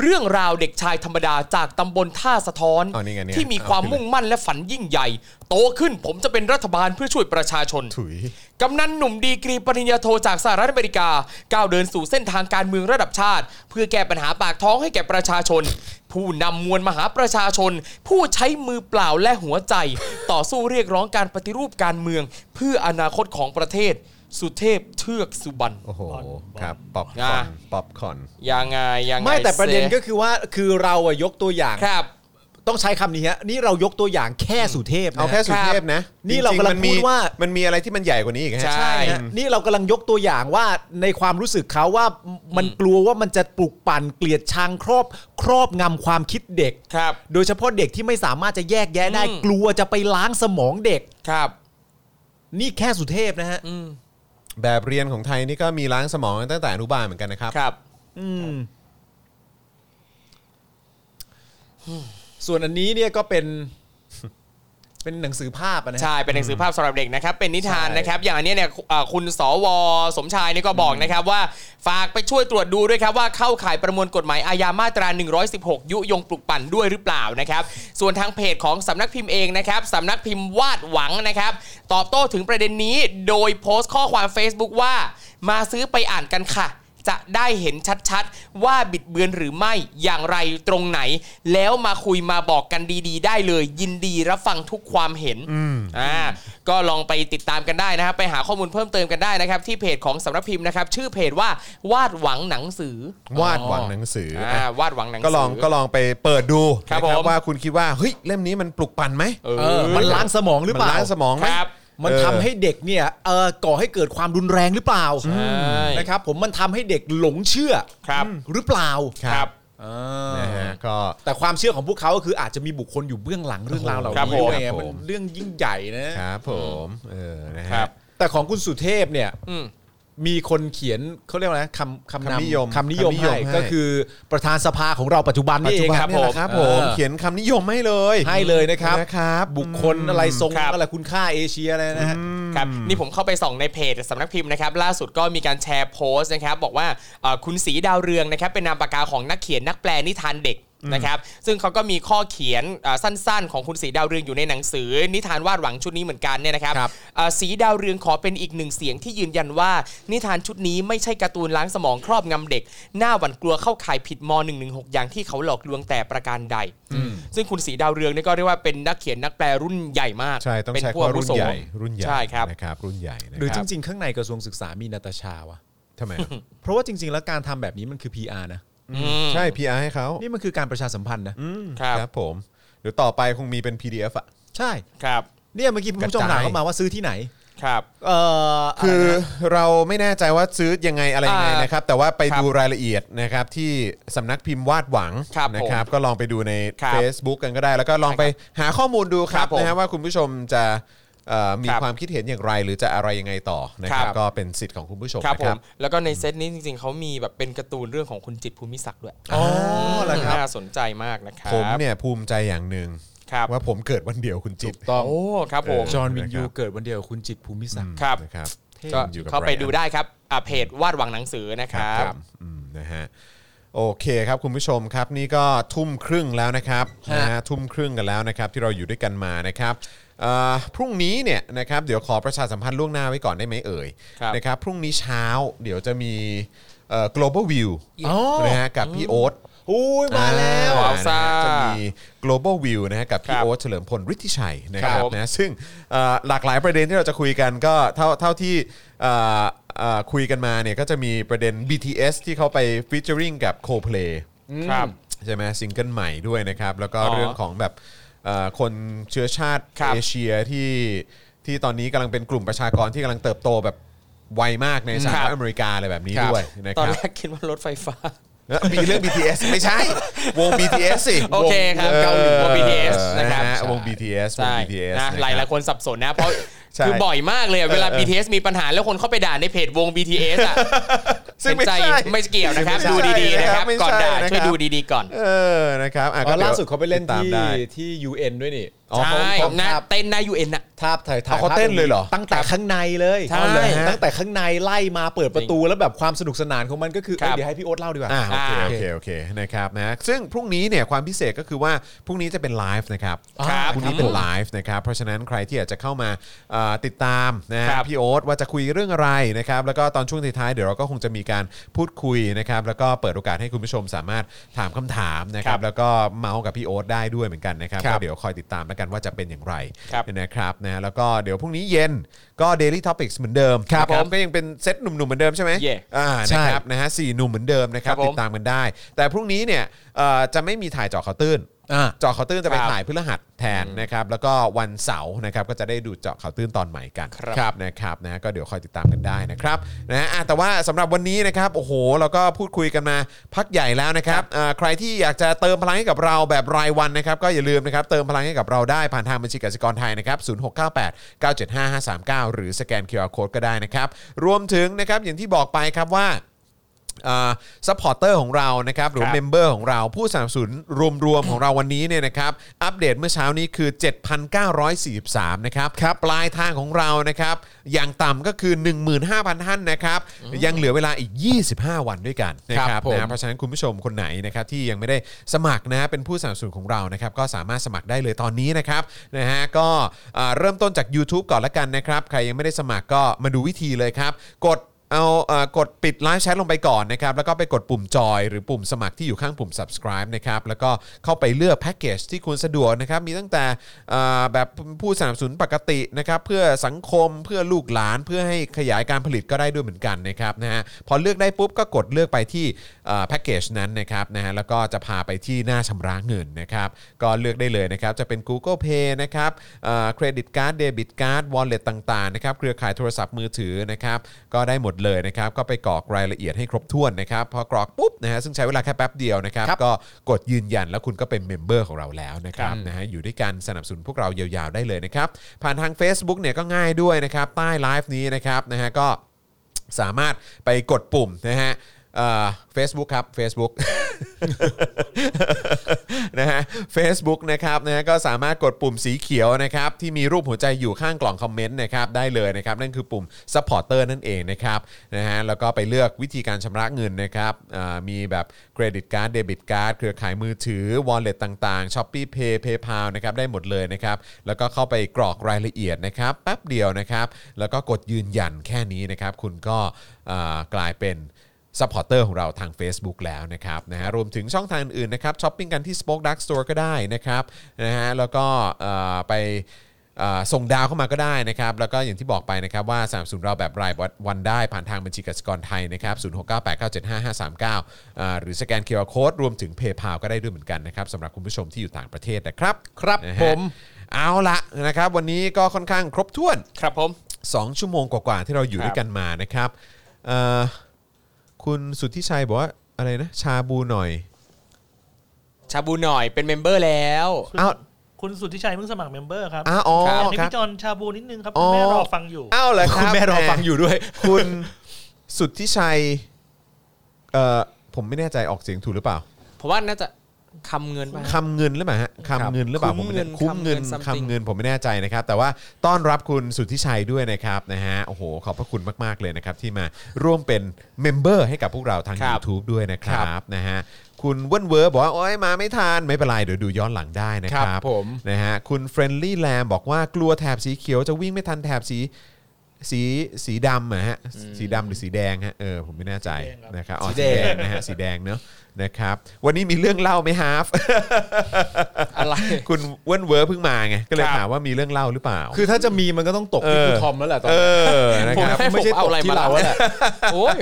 Speaker 2: เรื่องราวเด็กชายธรรมดาจากตำบลท่าสะท้อน
Speaker 1: อ๋อนี่ไงเนี่ย
Speaker 2: ที่มีความมุ่งมั่นและฝันยิ่งใหญ่ โตขึ้นผมจะเป็นรัฐบาลเพื่อช่วยประชาชน
Speaker 1: ถุย
Speaker 2: กำนันหนุ่มดีกรีปริญญาโทจากสหรัฐอเมริกา ก้าวเดินสู่เส้นทางการเมืองระดับชาติ เพื่อแก้ปัญหาปากท้องให้แก่ประชาชน ผู้นำมวลมหาประชาชน ผู้ใช้มือเปล่าและหัวใจ ต่อสู้เรียกร้องการปฏิรูปการเมือง เพื่ออนาคตของประเทศ สุเทพเทือกสุบรรณ
Speaker 1: โอ้โหครับป๊อปคอ
Speaker 2: อ่า
Speaker 1: ร์นป๊อปคอร์น
Speaker 2: ยังไงยังไง
Speaker 3: ไม่แต่ประเด็น
Speaker 2: ซ
Speaker 3: ก็คือว่าคือเราอะยกตัวอย่าง
Speaker 2: ครับ
Speaker 3: ต้องใช้คำนี้ฮะนี่เรายกตัวอย่างแค่สุเทพนะฮะ
Speaker 1: เอาแค่สุเทพนะ
Speaker 3: นี่เรากำลัง
Speaker 1: จๆมันมี
Speaker 3: พูดว่า
Speaker 1: นมีอะไรที่มันใหญ่กว่านี้อีกฮะ
Speaker 2: ใช่
Speaker 3: ฮะนี่เรากำลังยกตัวอย่างว่าในความรู้สึกเขาว่ามันกลัวว่ามันจะปลุกปั่นเกลียดชังครอบ ครอบงำความคิดเด็ก
Speaker 2: ครับ
Speaker 3: โดยเฉพาะเด็กที่ไม่สามารถจะแยกแยะได้
Speaker 2: อืม
Speaker 3: กลัวจะไปล้างสมองเด็ก
Speaker 2: ครับ
Speaker 3: นี่แค่สุเทพนะฮะ
Speaker 2: อืม
Speaker 1: แบบเรียนของไทยนี่ก็มีล้างสมองตั้งแต่อนุบาลเหมือนกันนะครับ
Speaker 2: ครับ
Speaker 3: อืมส่วนอันนี้เนี่ยก็เป็น เป็นหนังสือภาพอะนะฮะ
Speaker 2: ใช่ เป็นหนังสือภาพสำหรับเด็กนะครับ เป็นนิทาน
Speaker 3: ใช่
Speaker 2: นะครับ อย่างอันเนี้ยเนี่ยเอ่อคุณสวสมชายเนี่ยก็บอกนะครับว่าฝากไปช่วยตรวจดูด้วยครับว่าเข้าข่ายประมวลกฎหมายอาญามาตรา 116 ยุยงปลุกปั่นด้วยหรือเปล่านะครับ ส่วนทางเพจของสำนักพิมพ์เองนะครับสำนักพิมพ์วาดหวังนะครับ ตอบโต้ถึงประเด็นนี้โดยโพสต์ข้อความ Facebook ว่า มาซื้อไปอ่านกันค่ะ จะได้เห็นชัดๆ ว่าบิดเบือนหรือไม่อย่างไรตรงไหน แล้วมาคุยมาบอกกันดีๆ ได้เลย ยินดีรับฟังทุกความเห็นอ่าก็ลองไปติดตามกันได้นะครับ ไปหาข้อมูลเพิ่มเติมกันได้นะครับ ที่เพจของสำนักพิมพ์นะครับ ชื่อเพจว่าวาดหวังหนังสือ
Speaker 1: วาดหวังหนังสืออ่ะ
Speaker 2: อ่าวาดหวังหนังสื
Speaker 1: ก็ลองก็ลองไปเปิดดู
Speaker 2: ครับ
Speaker 1: นะ
Speaker 2: ผม
Speaker 1: ว่าคุณคิดว่าเฮ้ยเล่มนี้มันปลุกปั่นไหม
Speaker 2: เอ
Speaker 3: เออ
Speaker 2: อ
Speaker 3: มันล้างสมองหรือ
Speaker 1: มั
Speaker 3: เปล่า
Speaker 1: ล้างสมองไหม
Speaker 2: ครับ
Speaker 3: มันทำให้เด็กเนี่ยเออก่อให้เกิดความรุนแรงหรือเปล่า
Speaker 2: นะ
Speaker 3: นะครับ ครับ ผมมันทำให้เด็กหลงเชื่อ
Speaker 2: ครับ
Speaker 3: หรือเปล่า
Speaker 2: ครับ
Speaker 3: อ่าน
Speaker 1: นะฮะก็
Speaker 3: แต่ความเชื่อของพวกเขาก็คืออาจจะมีบุคคลอยู่เบื้องหลังเรื่องราวเหล่า
Speaker 1: ครับผม
Speaker 3: นี้ด้วยไง
Speaker 1: ครับผม
Speaker 3: มันเรื่องยิ่งใหญ่นะ
Speaker 1: ครับผมเออนะฮะ
Speaker 2: ครับ
Speaker 3: แต่ของคุณสุเทพเนี่ย
Speaker 2: อืม
Speaker 3: มีคนเขียนเขาเรียกว่าอะไรคำ
Speaker 1: คำนิยม
Speaker 3: คำนิยม
Speaker 1: คำนิยม
Speaker 3: ให้
Speaker 1: ให้
Speaker 3: ก็คือประธานสภาของเราปัจจุบัน
Speaker 1: ปัจ
Speaker 3: นี่เอ
Speaker 1: จุ
Speaker 3: ง
Speaker 1: บัน
Speaker 3: ครับ
Speaker 1: เนี่ยแหละครับผมเขียนคำนิยมให้เลย
Speaker 3: ให้เลยนะครับ
Speaker 1: นะครับ
Speaker 3: บุคคลอะไรทรง
Speaker 2: ครับ
Speaker 3: อะไรคุณค่าเอเชียอะไรนะฮะ
Speaker 2: ครับนี่ผมเข้าไปส่องในเพจสำนักพิมพ์นะครับ ล่าสุดก็มีการแชร์โพสต์นะครับ บอกว่าเอ่อคุณสีดาวเรืองนะครับ เป็นนามปากกาของนักเขียนนักแปลนิทานเด็กนะครับ ซึ่งเขาก็มีข้อเขียนเอ่อสั้นๆ ของคุณสีดาวเรืองอยู่ในหนังสือ นิทานวาดหวังชุดนี้เหมือนกันเนี่ยนะครับ
Speaker 3: ครับ
Speaker 2: เอ่อสีดาวเรืองขอเป็นอีกหนึ่งเสียงที่ยืนยันว่า นิทานชุดนี้ไม่ใช่การ์ตูนล้างสมองครอบงำเด็ก หน้าหวั่นกลัวเข้าข่ายผิดม .116 อย่างที่เขาหลอกลวงแต่ประการใด ซึ่งคุณสีดาวเรืองเนี่ยก็เรียกว่าเป็นนักเขียนนักแปลรุ่นใหญ่มาก
Speaker 1: ใช่ ต้อง
Speaker 2: เป็น
Speaker 1: ใช้
Speaker 2: ผู้
Speaker 1: คำว่า
Speaker 2: อาวุ
Speaker 1: รุ่น
Speaker 2: โส
Speaker 1: ใหญ่รุ่นใหญ่
Speaker 2: ใช่ครับ
Speaker 1: นะครับ รุ่นใหญ่นะ
Speaker 3: หรือ
Speaker 1: ค
Speaker 3: จ
Speaker 1: รับ
Speaker 3: ริง ๆ ข้างในกระทรวงศึกษามีนาตาชาวะ
Speaker 1: ทำไมอ่ะ
Speaker 3: เพราะว่าจริง ๆ แล้วการทำแบบนี้มันคือ PR นะ
Speaker 2: อืม
Speaker 1: ใช่ PR ให้เขา
Speaker 3: นี่มันคือการประชาสัมพันธ์นะ
Speaker 2: ครับ
Speaker 1: ครับผมเดี๋ยวต่อไปคงมีเป็น PDF อ่ะ
Speaker 3: ใช่
Speaker 2: ครับ
Speaker 3: เนี่ยเมื่อกี้คุณผู้ชม
Speaker 1: กระจาย
Speaker 3: ถามเข้ามาว่าซื้อที่ไหน
Speaker 2: ครับ
Speaker 3: เอ่ออะไรนะ
Speaker 1: คือเราไม่แน่ใจว่าซื้อยังไงอะไรยังไง
Speaker 2: อ่าน
Speaker 1: นะครับ แต่ว่าไป
Speaker 2: ครับ
Speaker 1: ดูรายละเอียดนะครับที่สำนักพิมพ์วาดหวัง
Speaker 2: ครับผม
Speaker 1: นะครับ ก็ลองไปดูใน
Speaker 2: ครับ
Speaker 1: Facebook กันก็ได้ แล้วก็ลองไปหาข้อมูลดูค
Speaker 2: ค
Speaker 1: รั
Speaker 2: รั
Speaker 1: บบ
Speaker 2: ผม
Speaker 1: นะฮะว่าคุณผู้ชมจะเอ่อมี
Speaker 2: ครับ
Speaker 1: ความคิดเห็นอย่างไร หรือจะอะไรยังไงต่อนะครับ
Speaker 2: ครับ
Speaker 1: ก็เป็นสิทธิ์ของคุณผู้ชม
Speaker 2: ครับ
Speaker 1: นะ
Speaker 2: ผ
Speaker 1: ครั
Speaker 2: ม
Speaker 1: บ
Speaker 2: แล้วก็ในเซตนี้จริงๆเขามีแบบเป็นการ์ตูนเรื่องของคุณจิตรภูมิศักดิ์ด้วย
Speaker 1: อ๋อเหรอครับ
Speaker 2: น่าสนใจมากนะครับ
Speaker 1: ผมเนี่ยภูมิใจอย่างหนึ่ง
Speaker 2: ครับ
Speaker 1: ว่าผมเกิดวันเดียวคุณจิต
Speaker 2: โอ้ครับผม
Speaker 3: จอห์นวินยู
Speaker 1: นะครับ
Speaker 3: เกิดวันเดียวกับคุณจิตรภูมิศักดิ์
Speaker 2: ครับ
Speaker 1: นะครับ
Speaker 2: ก็
Speaker 1: อยู่บ
Speaker 2: เข้า
Speaker 1: แบ
Speaker 2: ไป
Speaker 1: รน
Speaker 2: ดูได้ครับอ่ะเพจวาดหวังหนังสือนะค
Speaker 1: ครั
Speaker 2: รั
Speaker 1: บบ ผมอืมนะฮะโอเคครับคุณผู้ชมครับนี่ก็ทุ่มครึ่งแล้วนะครับ
Speaker 3: ฮะ
Speaker 1: นะฮะทุ่มครึ่งกันแล้วนะครับที่เราอยู่ด้วยกันมานะครับเอ่อพรุ่งนี้เนี่ยนะครับเดี๋ยวขอประชาสัมพันธ์ล่วงหน้าไว้ก่อนได้ไหมเอ่ย
Speaker 2: ครับ
Speaker 1: นะครับพรุ่งนี้เช้าเดี๋ยวจะมีเอ่อ global view
Speaker 3: อ๋อ
Speaker 1: นะฮะกับพี่โอ๊ต
Speaker 3: อุ้ยมาแล้ว
Speaker 1: อ่
Speaker 2: ว้าวซ่า
Speaker 1: นะฮะจะมี global view นะฮะกับ
Speaker 2: ค
Speaker 1: พี่
Speaker 2: รับ
Speaker 1: โอ๊ตเฉลิมพลฤทธิชัยนะครับ
Speaker 2: ครับผม
Speaker 1: นะซึ่งเอ่อหลากหลายประเด็นที่เราจะคุยกันก็เท่าเท่าที่เอ่อเอ่อคุยกันมาเนี่ยก็จะมีประเด็น BTS ที่เขาไปฟีเจอริงกับ Coldplay
Speaker 2: ครับ
Speaker 1: ใช่ไหมซิงเกิลใหม่ด้วยนะครับ แล้วก็
Speaker 2: อ๋อ
Speaker 1: เรื่องของแบบเอ่อคนเชื้อชาติ
Speaker 2: ครับ
Speaker 1: เอเชียที่ที่ตอนนี้กำลังเป็นกลุ่มประชากรที่กำลังเติบโตแบบไวมากในสห
Speaker 2: ครั
Speaker 1: รับ ฐอเมริกาอะไรแบบนี้
Speaker 3: ครับ
Speaker 1: ด้วยนะ
Speaker 2: ตอน
Speaker 1: ครับ
Speaker 2: แรกคิดว่ารถไฟฟ้า
Speaker 1: เอ้อมีเรื่อง BTS ไม่ใช่ วง BTS สิ
Speaker 2: โอเคครับเกาหลีวง BTS นะครับ
Speaker 1: ฮวง BTS วง
Speaker 2: ใช่
Speaker 1: BTS
Speaker 2: นะ
Speaker 1: รับ
Speaker 2: หลายหลายๆคนสับสนนะ เพราะ
Speaker 1: ใช่
Speaker 2: คือบ่อยมากเลยอะเวลา
Speaker 1: เออเออ
Speaker 2: BTS มีปัญหาแล้วคนเข้าไปด่าในเพจวง BTS อ่ะ
Speaker 1: ซึ่งไม่
Speaker 2: เห็นใจ
Speaker 1: ใช่
Speaker 2: ไม่เกี่ยวนะครับ
Speaker 1: ไม่ใช่
Speaker 2: ดูดีๆนะครับ
Speaker 1: ไม่ใช่
Speaker 2: ก่อนด่า
Speaker 1: นะครับ
Speaker 2: ช่วยดูดีๆก่อน
Speaker 1: เออนะครับอ่ะ
Speaker 3: อ๋อ
Speaker 1: ดี๋ยว
Speaker 3: ล่าสุดเขาไปเล่น
Speaker 1: ติดตาม
Speaker 3: ที่
Speaker 1: ได้
Speaker 3: ที่ UN ด้วยนี่
Speaker 1: อ๋อเขา
Speaker 2: ใช่
Speaker 1: เขา
Speaker 2: หนะเต้นหน้า UN น่ะ
Speaker 3: ทาบถ่ายถ่าย
Speaker 1: อ๋อเขาเต้นเลยเหรอ
Speaker 3: ตั้งแต่ข้างในเลย
Speaker 2: ใช่อ๋อเหรอฮะ
Speaker 3: ตั้งแต่ข้างในไล่มาเปิดประตูแล้วแบบความสนุกสนานของมันก็คือ
Speaker 2: ครับ
Speaker 3: เอ้ยเดี๋ยวให้พี่โอ๊ตเล่าดีกว่า
Speaker 1: อ่าโอเค
Speaker 2: อ่า
Speaker 1: โอเคโอเคนะครับนะซึ่งพรุ่งนี้เนี่ยความพิเศษก็คือว่าพรุ่งนี้จะเป็นไลฟ์นะครับ
Speaker 2: ครับ
Speaker 1: พรุ่งนี้เป็นไลฟ์นะครับเพราะฉะนั้นใครที่อยากจะเข้ามาเอ่อติดตามนะฮะ
Speaker 2: ครับ
Speaker 1: พี่โอ๊ตว่าจะคุยเรื่องอะไรนะครับแล้วก็ตอนช่วงท้ายๆเดี๋ยวเราก็คงจะมีการพูดคุยนะครับแล้วก็เปิดโอกาสให้คุณผู้ชมสามารถถามคำถามนะครั
Speaker 2: ครับ บ
Speaker 1: แล้วก็เมาส์กับพี่โอ๊ตได้ด้วยเหมือนกันนะครับ
Speaker 2: ครั
Speaker 1: ก็
Speaker 2: บ
Speaker 1: เดี๋ยวคอยติดตามแล้วกันว่าจะเป็นอย่างไร
Speaker 2: ครับ
Speaker 1: นะครับนะแล้วก็เดี๋ยวพรุ่งนี้เย็นก็ Daily Topics เหมือนเดิม
Speaker 2: ครับ
Speaker 1: นะ
Speaker 2: ผม
Speaker 1: ก็ยังเป็นเซตหนุ่มๆเหมือนเดิมใช่ไหม
Speaker 2: เย่
Speaker 1: อ่านะ
Speaker 3: ใช่
Speaker 1: ครับนะฮะสี่หนุ่มเหมือนเดิมนะครับ
Speaker 2: ครับผม
Speaker 1: ติดตามกันได้ แต่พรุ่งนี้เนี่ยเอ่อจะไม่มีถ่ายเจาะข่าวตื้น
Speaker 3: อ่า
Speaker 1: เจาะข่าวตื้นจะไป
Speaker 2: ครับ
Speaker 1: ถ่ายพฤหัสแทนนะครับแล้วก็วันเสาร์นะครับก็จะได้ดูเจาะข่าวตื้นตอนใหม่กัน
Speaker 2: ครับ
Speaker 1: นะครับนะก็เดี๋ยวคอยติดตามกันได้นะครับนะฮะอ่ะแต่ว่าสำหรับวันนี้นะครับโอ้โหเราก็พูดคุยกันมาพักใหญ่แล้วนะครับอ่าใครที่อยากจะเติมพลังให้กับเราแบบรายวันนะครับก็อย่าลืมนะครับเติมพลังให้กับเราได้ผ่านทางบัญชีกสิกรไทยนะครับ0698 975 539 หรือสแกน QR Code ก็ได้นะครับรวมถึงนะครับอย่างที่บอกไปครับว่า ซัพพอร์เตอร์ของเรานะครับหรือ
Speaker 2: ครับ
Speaker 1: เมมเบอร์ของเราผู้สนับสนุนรวมๆของเราวันนี้เนี่ยนะครับอัปเดตเมื่อเช้านี้คือ 7,943 นะครับครับปลายทางของเรานะครับอย่างต่ำก็คือ 15,000ท่านนะครับยังเหลือเวลาอีก 25 วันด้วยกันนะค
Speaker 3: ครั
Speaker 1: รับบ
Speaker 3: ผม
Speaker 1: นะเพราะฉะนั้นคุณผู้ชมคนไหนนะครับที่ยังไม่ได้สมัครนะฮะเป็นผู้สนับสนุนของเรานะครับก็สามารถสมัครได้เลยตอนนี้นะครับนะฮะก็เอ่อเริ่มต้นจาก YouTube ก่อนละกันนะครับใครยังไม่ได้สมัครก็มาดูวิธีเลยครับกด เ เอาเอ่อกดปิดไลฟ์แชทลงไปก่อนนะครับ แล้วก็ไปกดปุ่มจอยหรือปุ่มสมัครที่อยู่ข้างปุ่ม subscribe นะครับ แล้วก็เข้าไปเลือกแพ็กเกจที่คุณสะดวกนะครับ มีตั้งแต่เอ่อแบบผู้สนับสนุนปกตินะครับ เพื่อสังคมเพื่อลูกหลานเพื่อให้ขยายการผลิตก็ได้ด้วยเหมือนกันนะครับนะฮะพอเลือกได้ปุ๊บก็กดเลือกไปที่เอ่อแพ็กเกจนั้นนะครับนะฮะแล้วก็จะพาไปที่หน้าชำระเงินนะครับ ก็เลือกได้เลยนะครับ จะเป็น Google Pay นะครับเครดิตการ์ดเดบิตการ์ดวอลเล็ตต่างๆนะครับเครือข่ายโทรศัพท์มือถือนะครับ ก็ได้หมดเลยนะครับ ก็ไปกรอกรายละเอียดให้ครบถ้วนนะครับ พอกรอกปุ๊บนะฮะซึ่งใช้เวลาแค่แป๊บเดียวนะครับ ก็กดยืนยันแล้วคุณก็เป็นเมมเบอร์ของเราแล้วนะครับนะฮะอยู่ด้วยกันสนับสนุนพวกเรายาวๆได้เลยนะครับ ผ่านทาง Facebook เนี่ยก็ง่ายด้วยนะครับ ใต้ไลฟ์นี้นะครับนะฮะก็สามารถไปกดปุ่มนะฮะเฟซบุ๊กครับ Facebook นะฮะ Facebook นะครับนะฮะก็สามารถกดปุ่มสีเขียวนะครับ ที่มีรูปหัวใจอยู่ข้างกล่องคอมเมนต์นะครับ ได้เลยนะครับ นั่นคือปุ่ม Supporter นั่นเองนะครับนะฮะแล้วก็ไปเลือกวิธีการชำระเงินนะครับอ่ามีแบบเครดิตการ์ดเดบิตการ์ดเครือข่ายมือถือ Wallet ต่างๆ s h o p e e Pay PayPal นะครับได้หมดเลยนะครับ แล้วก็เข้าไปกรอกรายละเอียดนะครับแป๊บเดียวนะครับ แล้วก็กดยืนยันแค่นี้นะครับ คุณก็อ่ากลายเป็น ซัพพอร์เตอร์ของเราทาง Facebook แล้วนะครับนะฮะรวมถึงช่องทางอื่นๆนะครับช้อปปิ้งกันที่ Spoke Dark Store ก็ได้นะครับนะฮะแล้วก็เอ่อไปเอ่อส่งดาวเข้ามาก็ได้นะครับ แล้วก็อย่างที่บอกไปนะครับว่าสามสูนเราแบบรายวันได้ผ่านทางบัญชีกสิกรไทยนะครับศูนย์หกเก้าแปดเก้าเจ็ดห้าห้าสามเก้าหรือสแกนเคอร์โคดรวมถึงเพย์พาก็ได้ด้วยเหมือนกันนะครับสำหรับคุณผู้ชมที่อยู่ต่างประเทศนะครับ
Speaker 3: ครับ
Speaker 1: นะฮะ
Speaker 3: ผม
Speaker 1: เอาละนะครับวันนี้ก็ค่อนข้างครบถ้วน
Speaker 2: ครับผม
Speaker 1: 2 ชั่วโมงกว่าๆที่เราอยู่ด้วยกันมานะครับเอ่อคุณสุทธิชัยบอกว่าอะไรนะ ชาบูหน่อย
Speaker 2: ชาบูหน่อยเป็นเมมเบอร์แล้ว
Speaker 1: อ้าว
Speaker 5: คุณสุทธิชัยเพิ่งสมัครเมมเบอร์ครับ
Speaker 1: อ้าวอ๋อ
Speaker 5: อยาก
Speaker 1: ครับ
Speaker 5: ให้พี่จอนชาบูนิดนึงครับ
Speaker 1: อ๋อ
Speaker 5: คุณแม่รอฟังอยู่
Speaker 1: อ้าวเหรอครับ
Speaker 3: คุณแม่รอ
Speaker 1: ห
Speaker 3: ฟังอยู่ด้วย
Speaker 1: คุณสุทธิชัยเอ่อผมไม่แน่ใจออกเสียงถูกหรือเปล่า
Speaker 2: ผมว่าน่าจะคำเงินป่ะ
Speaker 1: คำเงินหรือเปล่าฮะคำเงินหรือเปล่าผมไม่แน่
Speaker 2: คุ้
Speaker 1: คุ้ม
Speaker 2: มเงิ
Speaker 1: เงิน
Speaker 2: นคำเงิน
Speaker 1: คำเงินผมไม่แน่ใจนะครับ แต่ว่าต้อนรับคุณสุทธิชัยด้วยนะครับนะฮะโอ้โหขอบพระคุณมากๆเลยนะครับที่มาร่วมเป็นเมมเบอร์ให้กับพวกเราทาง
Speaker 2: ครับ
Speaker 1: YouTube ด้วยนะครับนะฮะคุณเวันเวอร์บอกว่า โอ้ยมาไม่ทันไม่เป็นไร เดี๋ยวดูย้อนหลังได้นะค
Speaker 3: ค
Speaker 1: รั
Speaker 3: รั
Speaker 1: บบ
Speaker 3: ผม
Speaker 1: นะฮะคุณเฟรนลี่แลมบอกว่ากลัวแถบสีเขียวจะวิ่งไม่ทันแถบสีสีสีดำอะฮะสีดำหรือสีแดงฮะเออผมไม่แน่ใจ
Speaker 5: สีแดงครับ
Speaker 1: นะครับอ๋อสี
Speaker 3: สีแด
Speaker 1: แด
Speaker 3: ง
Speaker 1: งนะฮะสีแดงเนอะนะครับวันนี้มีเรื่องเล่าไหมฮาร์ฟ
Speaker 2: อะไร
Speaker 1: คุณเวันเวอร์เพิ่งมาไงก็เลย
Speaker 2: ครับ
Speaker 1: ถามว่ามีเรื่องเล่าหรือเปล่า
Speaker 3: คือถ้าจะมีมันก็ต้องตกที่
Speaker 1: เออ
Speaker 3: ครูทอมแล้วแหละตอน
Speaker 1: เอ
Speaker 3: นี้
Speaker 1: อนะ
Speaker 2: ผ
Speaker 1: ค
Speaker 2: ม
Speaker 1: รับ
Speaker 2: ให้ผ
Speaker 3: ไม่
Speaker 2: ม
Speaker 3: ใช่
Speaker 2: เอา
Speaker 3: ตก
Speaker 2: อะไร
Speaker 3: ที่
Speaker 2: มา
Speaker 3: เรา
Speaker 2: เรา
Speaker 3: แล้วแหละ
Speaker 2: โอ้ย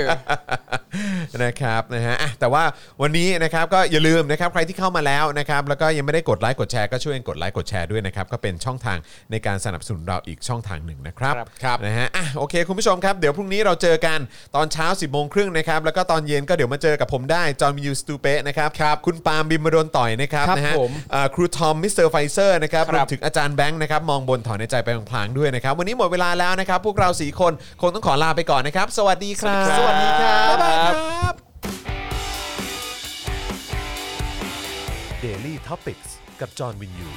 Speaker 1: นะครับนะฮะอ่ะแต่ว่าวันนี้นะครับก็อย่าลืมนะครับใครที่เข้ามาแล้วนะครับแล้วก็ยังไม่ได้กดไลค์กดแชร์ก็ช่วยกันกดไลค์กดแชร์ด้วยนะครับก็เป็นช่องทางในการสนับสนุนเราอีกช่องทางหนึ่งนะครับ
Speaker 3: ครับครับ
Speaker 1: นะฮะอ่ะโอเคคุณผู้ชมครับเดี๋ยวพรุ่งนี้เราเจอกันตอนเช้า 10บโมงครึ่งนะครับแล้วก็ตอนเย็นก็เดี๋ยวมาเจอกับผมได้จอห์นวิวสตูเปะนะครับครับคุณปาล์มบิมมาโดนต่อยนะครับ
Speaker 3: ครับ
Speaker 1: นะฮะ
Speaker 3: ผม
Speaker 1: อ่าครูทอมมิสเตอร์ไฟเซอร์นะครับ
Speaker 2: ครับ
Speaker 1: รวมถึงอาจารย์แบงค์นะครับมองบนถอนในใจไปพลางๆด้วยนะครับวันนี้หมดเวลาแล้วนะครับพวกเราสี่คนคงต้องขอลาไปก่อนนะครับสวัสดีครับ
Speaker 2: สวัสดีครับ
Speaker 1: บ๊ายบายครับ Daily Topics กับจอห์นวินยู